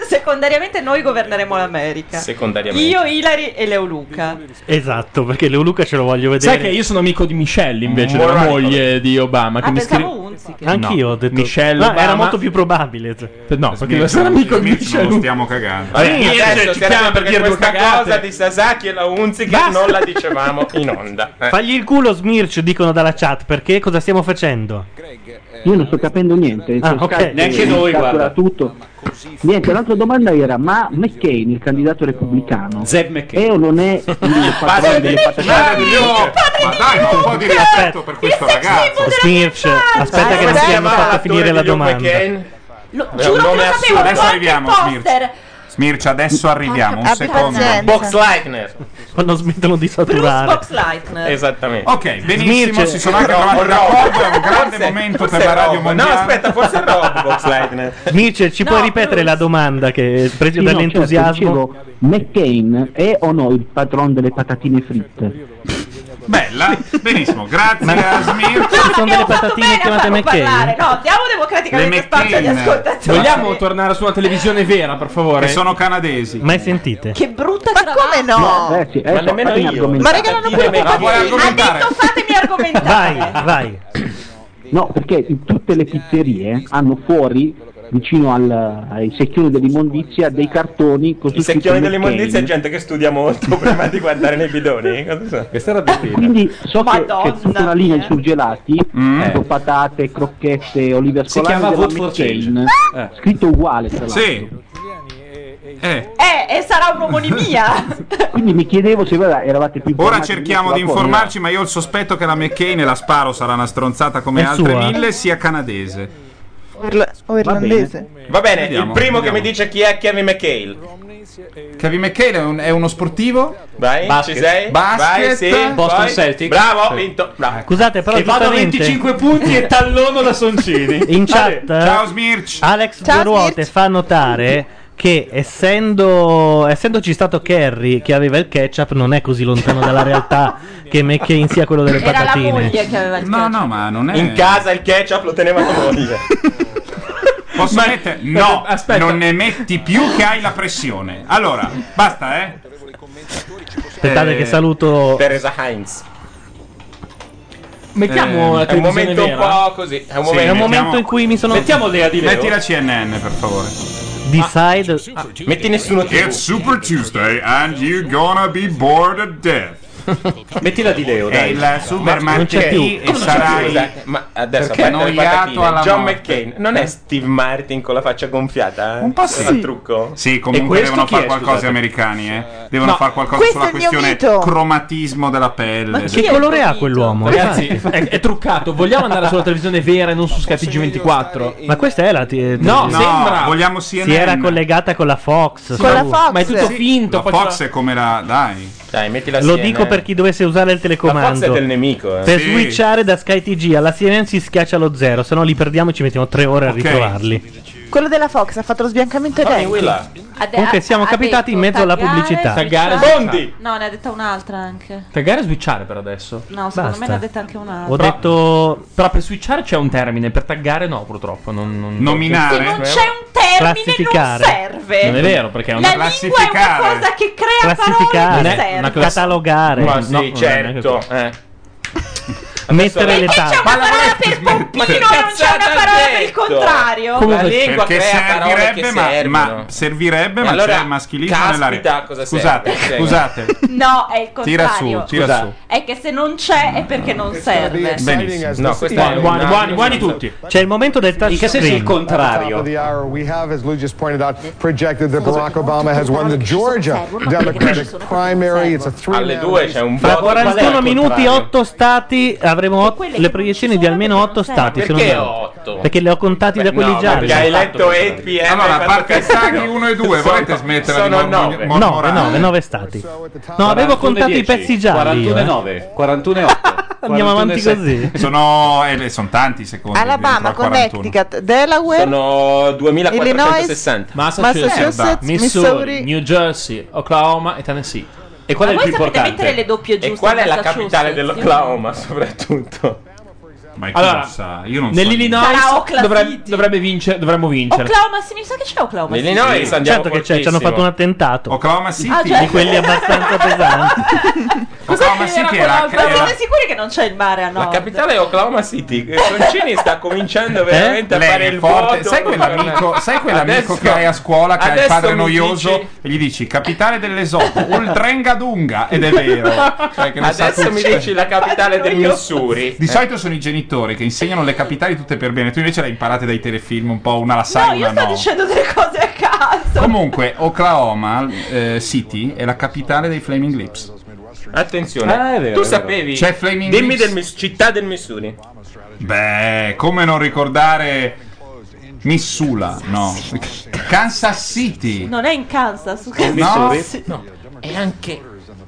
Speaker 2: Secondariamente noi governeremo l'America.
Speaker 3: Secondariamente.
Speaker 2: Io, Ilari e Leo Luca.
Speaker 5: Esatto, perché Leoluca ce lo voglio vedere.
Speaker 6: Sai che io sono amico di Michelle invece,
Speaker 5: Buon
Speaker 6: della
Speaker 5: ricolo.
Speaker 6: moglie di Obama. Che
Speaker 2: Ah,
Speaker 6: mi
Speaker 2: pensavo
Speaker 6: scrive-
Speaker 2: Unzi. Che...
Speaker 5: Anch'io ho detto
Speaker 6: Michelle
Speaker 5: Ma
Speaker 6: Obama-
Speaker 5: era molto più probabile.
Speaker 6: No, perché deve essere amico di Michelle.
Speaker 1: lo stiamo cagando.
Speaker 6: Vabbè, Sì, adesso
Speaker 3: Adesso
Speaker 6: ci
Speaker 3: chiama
Speaker 6: chiama per
Speaker 3: perché
Speaker 6: dire due
Speaker 3: questa
Speaker 6: cagate.
Speaker 3: cosa di Sasaki e la Unzi che non la dicevamo in onda. Eh.
Speaker 5: Fagli il culo Smirch, dicono dalla chat, perché cosa stiamo facendo?
Speaker 15: Io non sto capendo niente.
Speaker 5: Ah,
Speaker 15: cioè,
Speaker 5: ok.
Speaker 15: Skype
Speaker 5: Neanche noi,
Speaker 15: calcola
Speaker 5: guarda.
Speaker 15: tutto. Niente, l'altra domanda era: ma McCain, il candidato repubblicano, è o non è il
Speaker 1: Basta
Speaker 15: fattore delle
Speaker 1: di- Mario! Ma dai, ma un po' di rispetto per questo ragazzo.
Speaker 5: Smirch, aspetta che non
Speaker 1: Come si
Speaker 5: stiamo
Speaker 1: chiamava
Speaker 5: fatto
Speaker 1: l'attore
Speaker 5: finire la
Speaker 1: di Luke
Speaker 5: domanda.
Speaker 1: Kane?
Speaker 2: Lo,
Speaker 1: È un
Speaker 2: giuro che
Speaker 1: nome
Speaker 2: lo sapevo,
Speaker 1: assurdo.
Speaker 2: lo
Speaker 1: Adesso
Speaker 2: guardo
Speaker 1: arriviamo,
Speaker 2: al
Speaker 1: Smirci.
Speaker 2: poster.
Speaker 1: Smirci, adesso arriviamo. Un
Speaker 2: Abbi
Speaker 1: secondo.
Speaker 2: pazienza. Box
Speaker 3: Lightner.
Speaker 5: Quando smettono di
Speaker 2: Bruce
Speaker 5: saturare.
Speaker 2: Box Lightner.
Speaker 5: Esatto.
Speaker 3: Esattamente.
Speaker 1: Ok, benissimo,
Speaker 5: Smirce.
Speaker 1: si sono anche
Speaker 5: No,
Speaker 1: trovati
Speaker 5: no.
Speaker 1: d'accordo, è un grande
Speaker 3: Forse-
Speaker 1: momento
Speaker 3: forse
Speaker 1: per la
Speaker 3: è
Speaker 1: radio
Speaker 3: Rob.
Speaker 1: mondiale.
Speaker 3: No, aspetta, forse è Rob Box Lightner.
Speaker 5: Smirch, ci puoi ripetere la domanda che presi
Speaker 15: Sì, no, certo,
Speaker 5: dall'entusiasmo?
Speaker 15: dicevo, McCain è o no il padron delle patatine fritte?
Speaker 1: Bella, benissimo, grazie a Smirci.
Speaker 5: Ci sono delle patatine chiamate
Speaker 2: Parlare. No, diamo democraticamente
Speaker 1: Le
Speaker 2: spazio agli
Speaker 1: McCain.
Speaker 2: ascoltatori.
Speaker 6: Vogliamo tornare su una televisione vera, per favore?
Speaker 1: Che sono canadesi.
Speaker 5: Mai sentite?
Speaker 2: Che brutta Ma eh, come
Speaker 15: No, ragazzi,
Speaker 5: eh,
Speaker 15: adesso fatemi argomentare.
Speaker 2: Ma regalano pure Ha detto fatemi argomentare.
Speaker 5: Vai, vai.
Speaker 15: No, perché in tutte le pizzerie hanno fuori, vicino al, ai secchioni dell'immondizia, dei cartoni con su
Speaker 3: I secchioni
Speaker 15: scritto
Speaker 3: dell'immondizia è
Speaker 15: McCain.
Speaker 3: gente che studia molto prima di guardare nei bidoni. Cosa so?
Speaker 15: Questa era Quindi so che c'è tutta una linea di surgelati, tipo ecco, patate, crocchette, olive
Speaker 7: Si
Speaker 15: ascolari
Speaker 7: chiama
Speaker 15: della
Speaker 7: Vote for
Speaker 15: McCain, scritto uguale tra l'altro.
Speaker 2: Eh, e sarà un'omonimia.
Speaker 15: Quindi mi chiedevo se voi eravate più
Speaker 1: Ora
Speaker 15: informati
Speaker 1: cerchiamo di
Speaker 15: questa cosa.
Speaker 1: informarci, ma io ho il sospetto che la McCain e la Sparo sarà una stronzata come
Speaker 15: È
Speaker 1: altre
Speaker 15: sua.
Speaker 1: mille, sia canadese.
Speaker 9: o irlandese.
Speaker 3: Va bene,
Speaker 1: Vediamo,
Speaker 3: il primo
Speaker 1: vediamo.
Speaker 3: che mi dice chi è Kevin McHale.
Speaker 1: Kevin McCain è, un- è uno sportivo?
Speaker 3: Vai,
Speaker 1: Basket.
Speaker 3: ci sei? Vai,
Speaker 1: Basket.
Speaker 3: sì,
Speaker 1: Boston
Speaker 3: vai.
Speaker 1: Celtics.
Speaker 3: Bravo,
Speaker 1: Sì.
Speaker 3: vinto. Bravo.
Speaker 5: Scusate, però
Speaker 7: Che vado a
Speaker 5: giustamente-
Speaker 7: 25 punti e tallono da Soncini.
Speaker 5: In chat, eh,
Speaker 7: Ciao,
Speaker 1: Smirch.
Speaker 5: Alex
Speaker 7: Ciao,
Speaker 5: Due Ruote fa notare che essendo, essendoci stato Kerry che aveva il ketchup non è così lontano dalla realtà che McCain sia quello delle
Speaker 2: Era la
Speaker 5: patatine.
Speaker 2: moglie che aveva il
Speaker 1: No, no, ma non è.
Speaker 3: In casa il ketchup lo teneva la moglie.
Speaker 1: Posso mettere? No, non ne metti più che hai la pressione. Allora, basta, eh.
Speaker 5: Aspettate
Speaker 1: Eh,
Speaker 5: che saluto
Speaker 3: Teresa Heinz.
Speaker 5: Mettiamo
Speaker 3: è
Speaker 5: la
Speaker 3: un
Speaker 5: televisione
Speaker 3: momento
Speaker 5: vera?
Speaker 3: un po' così. È un
Speaker 1: Eh, Sì,
Speaker 3: momento,
Speaker 1: mettiamo-
Speaker 5: in cui mi sono-
Speaker 3: Mettiamo Lea di Leo.
Speaker 1: Metti la CNN, per favore.
Speaker 5: Decide
Speaker 3: Metti nessuno TV.
Speaker 1: It's Super Tuesday and you're gonna be bored to death.
Speaker 7: Mettila di Leo, dai.
Speaker 1: È il super
Speaker 3: Ma-
Speaker 1: martedì
Speaker 3: Come
Speaker 1: e
Speaker 3: non c'è più?
Speaker 1: sarai
Speaker 3: Scusate, ma adesso
Speaker 1: Perché
Speaker 3: a parte le
Speaker 1: annoiato
Speaker 3: patatine,
Speaker 1: alla
Speaker 3: John
Speaker 1: morte. Eh.
Speaker 3: McCain non è Steve Martin con la faccia gonfiata?
Speaker 1: Un po' sì.
Speaker 3: Al trucco?
Speaker 1: Sì, comunque devono fare qualcosa gli americani, eh. Devono
Speaker 3: No.
Speaker 1: fare qualcosa
Speaker 3: Questo
Speaker 1: sulla
Speaker 3: è il mio
Speaker 1: questione
Speaker 3: mito.
Speaker 1: cromatismo della pelle.
Speaker 5: Che colore ha quell'uomo?
Speaker 2: Ah,
Speaker 6: Ragazzi,
Speaker 5: Infatti.
Speaker 6: è, è truccato. Vogliamo andare sulla televisione vera e non su Sky TG24?
Speaker 5: Ma questa è la ti-
Speaker 6: No,
Speaker 5: ti-
Speaker 6: sembra.
Speaker 5: Si era collegata con la Fox. su-
Speaker 6: Ma è tutto
Speaker 1: Sì,
Speaker 6: finto.
Speaker 1: La
Speaker 6: faccio
Speaker 1: Fox è come la. Dai.
Speaker 3: Dai, metti la
Speaker 5: Lo dico per chi dovesse usare il telecomando.
Speaker 3: La Fox è del nemico, eh.
Speaker 5: Per
Speaker 3: Sì.
Speaker 5: switchare da Sky TG alla CNN si schiaccia lo zero, se no li perdiamo e ci mettiamo tre ore a ritrovarli.
Speaker 9: Quello della Fox ha fatto lo sbiancamento
Speaker 5: Vabbè,
Speaker 9: denti.
Speaker 5: quella. Comunque siamo capitati in mezzo alla pubblicità.
Speaker 6: Taggare Bondi.
Speaker 2: No, ne ha detta un'altra anche.
Speaker 6: Taggare e switchare per adesso.
Speaker 2: No, secondo me ne ha detta anche un'altra.
Speaker 6: Però-
Speaker 5: detto.
Speaker 6: Però per switchare c'è un termine, per taggare no, purtroppo. Non, non-
Speaker 2: Se non c'è un termine non
Speaker 6: Classificare.
Speaker 2: serve.
Speaker 6: Non è vero, perché è una- Ah,
Speaker 2: La lingua è una
Speaker 6: Classificare.
Speaker 2: cosa che crea
Speaker 5: Classificare,
Speaker 2: parole che
Speaker 5: Non è una
Speaker 2: serve.
Speaker 5: class- catalogare.
Speaker 6: Ma
Speaker 5: No,
Speaker 6: sì,
Speaker 5: non è neanche
Speaker 6: certo. eh.
Speaker 5: Mettere le
Speaker 2: Perché c'è
Speaker 5: tappe.
Speaker 2: una parola per pompino e non c'è una parola per il contrario.
Speaker 3: La lingua
Speaker 1: Perché
Speaker 3: crea parole
Speaker 1: servirebbe,
Speaker 3: che
Speaker 1: ma,
Speaker 3: servono.
Speaker 1: ma servirebbe,
Speaker 3: E
Speaker 1: ma
Speaker 3: allora,
Speaker 1: c'è il maschilismo
Speaker 3: caspita,
Speaker 1: nella rete.
Speaker 3: cosa
Speaker 1: Scusate,
Speaker 3: serve?
Speaker 1: scusate.
Speaker 2: No, è il
Speaker 1: Tira
Speaker 2: contrario.
Speaker 1: su, tira
Speaker 2: Scusa.
Speaker 1: su.
Speaker 2: È che se non c'è è perché non serve.
Speaker 1: Benissimo.
Speaker 6: No, questo è Buoni, buoni, buoni tutti.
Speaker 5: C'è il momento del touch screen.
Speaker 11: At the top of the hour, we have, as Lou just pointed out, projected that Barack Obama has won the Georgia Democratic primary. It's a three.
Speaker 3: Alle due c'è un
Speaker 5: Fra
Speaker 3: voto, qual è il
Speaker 5: 41 minuti,
Speaker 3: contrario?
Speaker 5: 8 stati. Avremo ott- le proiezioni di almeno 8 stati.
Speaker 3: Perché
Speaker 5: secondo me.
Speaker 3: otto?
Speaker 5: Perché le ho contati da quelli gialli.
Speaker 3: Perché hai letto 8 pm.
Speaker 1: Allora, a
Speaker 3: quando
Speaker 1: parte
Speaker 3: cazzo-
Speaker 1: Saghi 1 e 2, volete smettere di
Speaker 3: sono
Speaker 1: mor- mor-
Speaker 3: nove.
Speaker 1: mormorare?
Speaker 5: 9, 9 stati. No, avevo contato i pezzi gialli.
Speaker 7: 41
Speaker 5: io, eh.
Speaker 7: 9, 41 8.
Speaker 5: Andiamo avanti così.
Speaker 1: Sono, eh, sono tanti secondi. dentro
Speaker 9: Alabama,
Speaker 1: al 41.
Speaker 9: Connecticut, Delaware,
Speaker 3: Sono
Speaker 9: Illinois,
Speaker 6: 2460. Massachusetts,
Speaker 9: Massachusetts, Missouri.
Speaker 6: Missouri, New Jersey, Oklahoma e Tennessee. E qual
Speaker 2: Ma
Speaker 6: è il
Speaker 2: voi
Speaker 6: più
Speaker 2: sapete
Speaker 6: importante?
Speaker 2: mettere le doppie
Speaker 3: E
Speaker 2: giuste
Speaker 3: qual è
Speaker 2: in
Speaker 3: la
Speaker 2: Massachusetts?
Speaker 3: capitale dell'Oklahoma, soprattutto?
Speaker 1: Ma
Speaker 3: chi
Speaker 6: Allora,
Speaker 3: lo sa?
Speaker 1: Io non so.
Speaker 6: Nell'Illinois
Speaker 2: Sarà Oklahoma
Speaker 6: dovrebbe, dovrebbe vincere, dovremmo vincere.
Speaker 2: Oklahoma City, mi sa che c'è Oklahoma City.
Speaker 5: Sì, certo che c'è, ci hanno fatto un attentato.
Speaker 1: Oklahoma
Speaker 2: City? Ah, già.
Speaker 5: di quelli abbastanza pesanti.
Speaker 1: Oklahoma City era,
Speaker 2: Ma
Speaker 1: era-
Speaker 2: siete sicuri che non c'è il mare a
Speaker 3: La
Speaker 2: nord?
Speaker 3: capitale è Oklahoma City. Eh, Soncini sta cominciando veramente a
Speaker 1: Eh? Lei
Speaker 3: fare
Speaker 1: è
Speaker 3: il
Speaker 1: forte.
Speaker 3: vuoto.
Speaker 1: Sai quell'amico, sai quell'amico
Speaker 3: Adesso-
Speaker 1: che hai a scuola che ha il
Speaker 3: adesso
Speaker 1: padre
Speaker 3: mi
Speaker 1: noioso
Speaker 3: dici-
Speaker 1: e gli dici capitale dell'esopo, Oltrengadunga ed è vero. Cioè, che ne sa
Speaker 3: Adesso mi
Speaker 1: tutte.
Speaker 3: dici la capitale del Missouri.
Speaker 2: Eh.
Speaker 1: Di solito sono i genitori che insegnano le capitali tutte per bene, tu invece le hai imparate dai telefilm, un po' una la sai,
Speaker 2: No, io
Speaker 1: una
Speaker 2: sto
Speaker 1: no.
Speaker 2: dicendo delle cose a caso.
Speaker 1: Comunque, Oklahoma eh, City è la capitale dei Flaming Lips.
Speaker 3: Attenzione,
Speaker 1: Ah, è
Speaker 3: tu
Speaker 1: vero, è vero.
Speaker 3: sapevi?
Speaker 1: C'è Flaming
Speaker 3: Dimmi
Speaker 1: Lips?
Speaker 3: del Miss- città del Missouri.
Speaker 1: Beh, come non ricordare Missula, no. Kansas City.
Speaker 2: Non è in Kansas.
Speaker 1: No.
Speaker 2: Sì.
Speaker 3: E anche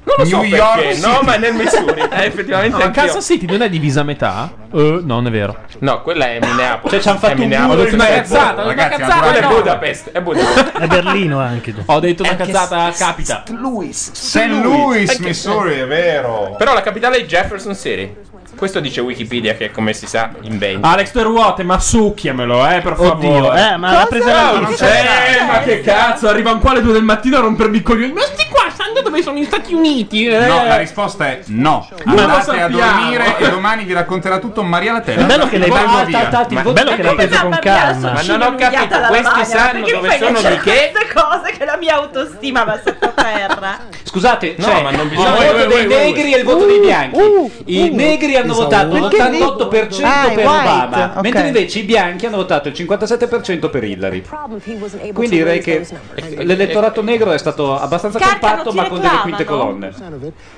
Speaker 6: Non
Speaker 1: New York City.
Speaker 3: no, ma è nel Missouri. Eh, effettivamente
Speaker 6: No, ma
Speaker 3: anch'io.
Speaker 6: Kansas City non è divisa a metà? Eh, no, non è vero.
Speaker 3: No, quella è Minneapolis.
Speaker 6: Cioè, ci hanno fatto
Speaker 3: È
Speaker 6: un
Speaker 3: Minneapolis.
Speaker 6: muro, una
Speaker 3: È
Speaker 6: cazzata,
Speaker 3: Budapest.
Speaker 6: una
Speaker 3: Ragazzi,
Speaker 6: cazzata
Speaker 3: Quella è
Speaker 6: enorme.
Speaker 3: Budapest. È Budapest.
Speaker 5: È Berlino anche.
Speaker 6: Ho detto una
Speaker 3: Anche
Speaker 6: cazzata capita.
Speaker 3: Louis.
Speaker 1: St. Louis, Missouri, è vero.
Speaker 3: Però la capitale è Jefferson City. Questo dice Wikipedia che come si sa inventa.
Speaker 6: Alex Teruote, ma succhiamelo, eh, per favore.
Speaker 5: eh, ma l'ha presa la- ma non c'è.
Speaker 6: Eh, ma che cazzo, arriva un quale due del mattino a rompermi i coglioni. Ma sti qua sanno dove sono gli Stati Uniti. eh.
Speaker 1: No, la risposta è no.
Speaker 6: Ma lo
Speaker 1: Andate a
Speaker 6: sappiamo.
Speaker 1: dormire e domani vi racconterà tutto Maria la Terra.
Speaker 5: È bello che l'hai
Speaker 1: Vado
Speaker 5: preso-
Speaker 1: via.
Speaker 5: Alta, alta,
Speaker 1: Ma-
Speaker 5: il bello che l'hai preso con calma.
Speaker 1: Ma non ho capito,
Speaker 2: Questi sanno
Speaker 7: dove sono di che?
Speaker 2: queste cose che la mia autostima va sottoterra.
Speaker 7: Scusate,
Speaker 2: No,
Speaker 7: cioè,
Speaker 2: ma
Speaker 7: il
Speaker 2: non
Speaker 7: voto
Speaker 2: bisogna-
Speaker 7: dei
Speaker 2: Wait, wait, wait,
Speaker 7: negri e il voto
Speaker 5: Uh,
Speaker 7: dei bianchi. I negri hanno votato
Speaker 9: Perché lì-
Speaker 7: l'88%
Speaker 9: Ah, i
Speaker 7: per
Speaker 9: white,
Speaker 7: Obama,
Speaker 9: ok.
Speaker 7: mentre invece i bianchi hanno votato il 57% per Hillary. Quindi direi che l'elettorato negro è stato abbastanza compatto, ma con delle quinte colonne.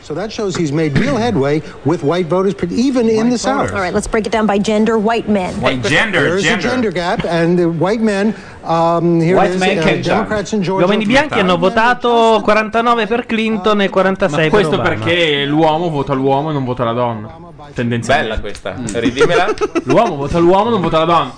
Speaker 16: So that shows he's made real headway with white voters, but even in the South.
Speaker 8: All right, let's break it down by gender. White men.
Speaker 1: White gender,
Speaker 16: There's
Speaker 1: gender.
Speaker 16: a gender gap, and the white men, um, here it
Speaker 5: White
Speaker 16: is,
Speaker 5: men
Speaker 16: uh,
Speaker 5: can
Speaker 16: Democrats in
Speaker 5: Gli
Speaker 16: Georgia.
Speaker 5: uomini bianchi hanno votato 49 per Clinton e 46
Speaker 6: Ma
Speaker 5: per
Speaker 6: questo
Speaker 5: Obama.
Speaker 6: perché l'uomo vota l'uomo e non vota la donna. Tendenzialmente.
Speaker 3: Bella questa. Ridimela.
Speaker 6: l'uomo vota l'uomo, non vota la donna.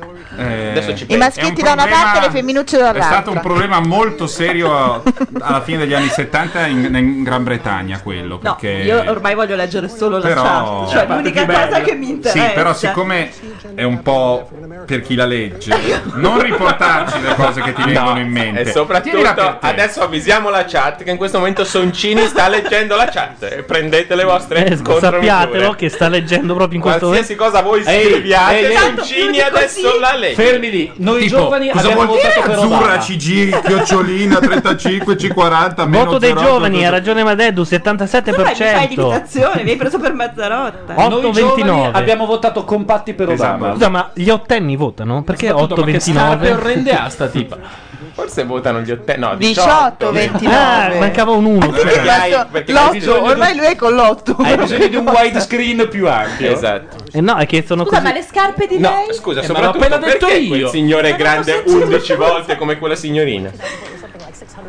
Speaker 3: Adesso ci
Speaker 9: I maschietti da una parte e le femminucce
Speaker 1: È stato un
Speaker 9: dall'altra.
Speaker 1: problema molto serio a- alla fine degli anni 70 in, in Gran Bretagna quello,
Speaker 2: No,
Speaker 1: perché
Speaker 2: io ormai voglio leggere solo la
Speaker 1: Però-
Speaker 2: chat, cioè
Speaker 1: Eh, ma
Speaker 2: l'unica
Speaker 1: che bello.
Speaker 2: cosa che mi interessa.
Speaker 1: Sì, però siccome è un po' per chi la legge, non riportarci le cose che ti vengono in mente.
Speaker 3: E
Speaker 1: Tienila per
Speaker 3: soprattutto
Speaker 1: te.
Speaker 3: adeino avvisiamo la chat che in questo momento Soncini sta leggendo la chat. E prendete le vostre
Speaker 5: Eh,
Speaker 3: contromisure.
Speaker 5: sappiatelo che sta leggendo proprio in questo
Speaker 3: Qualsiasi
Speaker 5: momento.
Speaker 3: cosa voi
Speaker 5: Ehi,
Speaker 3: scriviate,
Speaker 5: ehi, ehi.
Speaker 3: Soncini adesso la legge.
Speaker 7: Fermi lì, noi
Speaker 1: Tipo,
Speaker 7: giovani
Speaker 1: cosa
Speaker 7: abbiamo
Speaker 1: vuol
Speaker 7: votato
Speaker 1: dire
Speaker 7: per
Speaker 1: azzurra,
Speaker 7: Obama.
Speaker 1: CG, chiocciolina, 35, C40, meno
Speaker 5: Voto dei
Speaker 1: 08,
Speaker 5: giovani,
Speaker 1: cosa-
Speaker 5: ha ragione Madeddu, 77%.
Speaker 2: Dai, mi fai l'imitazione, mi hai preso per Mazzarotta.
Speaker 7: Noi giovani
Speaker 5: 8,29.
Speaker 7: abbiamo votato compatti per Obama.
Speaker 5: Scusa, ma gli ottenni votano? Perché
Speaker 7: Soprattutto, ma che scarpe orrende
Speaker 5: 8,29?
Speaker 7: ha sta
Speaker 3: tipa? Forse votano gli ottenni. No,
Speaker 9: 18,
Speaker 3: 18,
Speaker 9: 29.
Speaker 5: Ah, mancava un 1.
Speaker 3: Perché hai- perché hai
Speaker 9: L'otto,
Speaker 3: bisogno di-
Speaker 9: ormai lui è con l'otto.
Speaker 7: Hai bisogno di un widescreen più ampio.
Speaker 3: Esatto.
Speaker 5: Eh no, è che sono
Speaker 2: Scusa,
Speaker 5: così.
Speaker 2: ma le scarpe di
Speaker 3: No,
Speaker 2: lei?
Speaker 3: scusa,
Speaker 5: Eh, ma l'ho
Speaker 3: soprattutto
Speaker 5: appena detto
Speaker 3: perché
Speaker 5: io.
Speaker 3: quel signore
Speaker 5: Ma non
Speaker 3: grande
Speaker 5: posso dire
Speaker 3: 11 volte come quella signorina.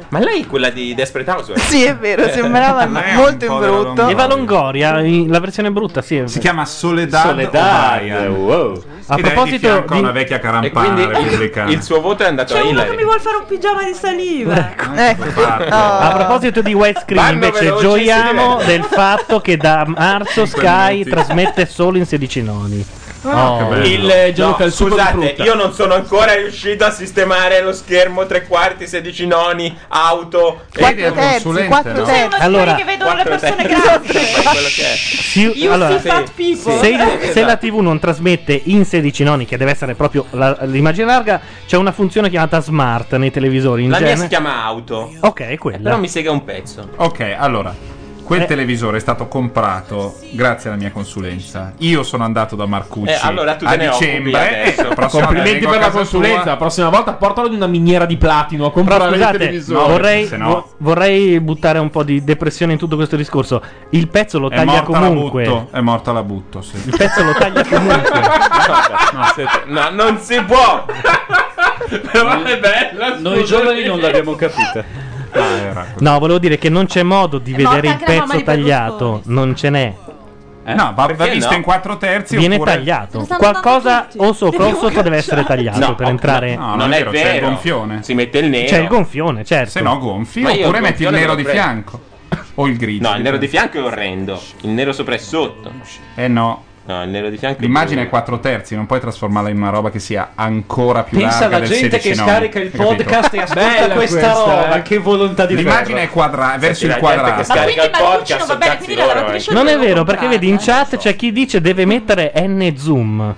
Speaker 3: Ma lei è quella di Desperate Housewives? Eh.
Speaker 9: Sì, è vero, sembrava
Speaker 3: Lei è un
Speaker 9: molto
Speaker 3: po'
Speaker 9: in
Speaker 3: della
Speaker 9: brutto.
Speaker 5: Eh. Eva Longoria, i- la versione brutta, sì. Si
Speaker 1: chiama Soledad O'Brien.
Speaker 5: A
Speaker 1: Ed è di
Speaker 5: proposito
Speaker 1: fianco a
Speaker 5: di...
Speaker 1: una vecchia
Speaker 3: E
Speaker 1: carampana
Speaker 3: quindi il,
Speaker 1: repubblicana.
Speaker 3: il suo voto è andato
Speaker 2: C'è
Speaker 3: a
Speaker 2: uno che
Speaker 3: Hillary.
Speaker 2: mi vuol fare un pigiama di saliva.
Speaker 5: Ecco. A proposito di widescreen,
Speaker 2: Vanno
Speaker 5: invece,
Speaker 2: veloci,
Speaker 5: gioiamo
Speaker 2: si diverte.
Speaker 5: del fatto che da marzo
Speaker 1: Cinque
Speaker 5: Sky
Speaker 1: minuti.
Speaker 5: trasmette solo in 16 nodi.
Speaker 1: Ah, che bello.
Speaker 6: Il gioco
Speaker 3: No,
Speaker 6: al sugo di
Speaker 3: scusate,
Speaker 6: frutta.
Speaker 3: io non sono ancora riuscito a sistemare lo schermo tre quarti, 16 noni, auto.
Speaker 9: Quattro terzi, consulente, quattro no? terzi.
Speaker 5: Allora-
Speaker 2: che vedono le persone
Speaker 3: grandi.
Speaker 5: Si-
Speaker 2: You
Speaker 5: allora,
Speaker 2: see fat people.
Speaker 5: se,
Speaker 2: Sì.
Speaker 5: se la
Speaker 1: esatto.
Speaker 5: TV non trasmette in 16 noni, che deve essere proprio la- l'immagine larga, c'è una funzione chiamata smart nei televisori. In
Speaker 3: La mia
Speaker 5: genere.
Speaker 3: si chiama auto.
Speaker 5: Ok, quella.
Speaker 3: Però mi sega un pezzo.
Speaker 1: Ok, allora, quel
Speaker 3: Eh.
Speaker 1: televisore è stato comprato grazie alla mia consulenza. Io sono andato da Marcucci
Speaker 3: Eh, allora tu te
Speaker 1: a
Speaker 3: ne occupi
Speaker 1: dicembre.
Speaker 3: adesso.
Speaker 1: eh, la prossima volta
Speaker 6: Complimenti
Speaker 1: vengo a
Speaker 6: per la
Speaker 1: casa
Speaker 6: consulenza.
Speaker 1: tua.
Speaker 6: La prossima volta portalo di una miniera di platino a
Speaker 5: Però
Speaker 6: comprare il
Speaker 5: scusate,
Speaker 6: televisore.
Speaker 5: vorrei, vo- vorrei buttare un po' di depressione in tutto questo discorso. Il pezzo lo
Speaker 1: È
Speaker 5: taglia
Speaker 1: morta
Speaker 5: comunque.
Speaker 1: la butto. È morta la butto, sì.
Speaker 5: Il pezzo lo taglia
Speaker 3: No, se- no, non si può. Però è bella.
Speaker 7: Noi giovani non l'abbiamo capita.
Speaker 1: Ah,
Speaker 5: No, volevo dire che non c'è modo di
Speaker 1: morta
Speaker 5: vedere il
Speaker 1: anche la mamma
Speaker 5: pezzo
Speaker 1: di Berlusconi.
Speaker 5: tagliato, non ce n'è.
Speaker 1: No, va, va
Speaker 5: Perché
Speaker 1: vista
Speaker 5: no?
Speaker 1: in quattro terzi.
Speaker 5: Viene
Speaker 1: oppure-
Speaker 5: tagliato. Qualcosa o sopra o sotto deve essere tagliato
Speaker 1: No,
Speaker 5: per
Speaker 1: no,
Speaker 5: entrare.
Speaker 1: no, non è vero, c'è il gonfione.
Speaker 3: Si mette il nero.
Speaker 5: C'è il gonfione, certo.
Speaker 1: Se no, gonfi.
Speaker 3: Ma io
Speaker 1: Oppure
Speaker 3: il
Speaker 1: metti il
Speaker 3: gonfione
Speaker 1: nero
Speaker 3: lo
Speaker 1: di
Speaker 3: prendo.
Speaker 1: fianco. O il grigio.
Speaker 3: No, il nero di fianco è orrendo. Il nero sopra è sotto.
Speaker 1: Eh no.
Speaker 3: No, il nero di fianco
Speaker 1: L'immagine è 4 terzi, non puoi trasformarla in una roba che sia ancora più
Speaker 7: Pensa
Speaker 1: larga
Speaker 7: alla
Speaker 1: del
Speaker 7: gente che
Speaker 1: 16 nomi,
Speaker 7: scarica il
Speaker 1: hai capito?
Speaker 7: podcast e ascolta
Speaker 1: Bella
Speaker 7: questa roba.
Speaker 1: eh.
Speaker 7: Che volontà di
Speaker 1: L'immagine
Speaker 7: ferro.
Speaker 1: è quadra- verso
Speaker 7: Sì,
Speaker 1: il
Speaker 7: la gente
Speaker 1: quadrato.
Speaker 7: che Ma scarica quindi il Marcucci podcast non va bene, sono quindi la cazzi loro,
Speaker 5: Non è vero, perché vedi in chat c'è chi dice deve mettere N zoom.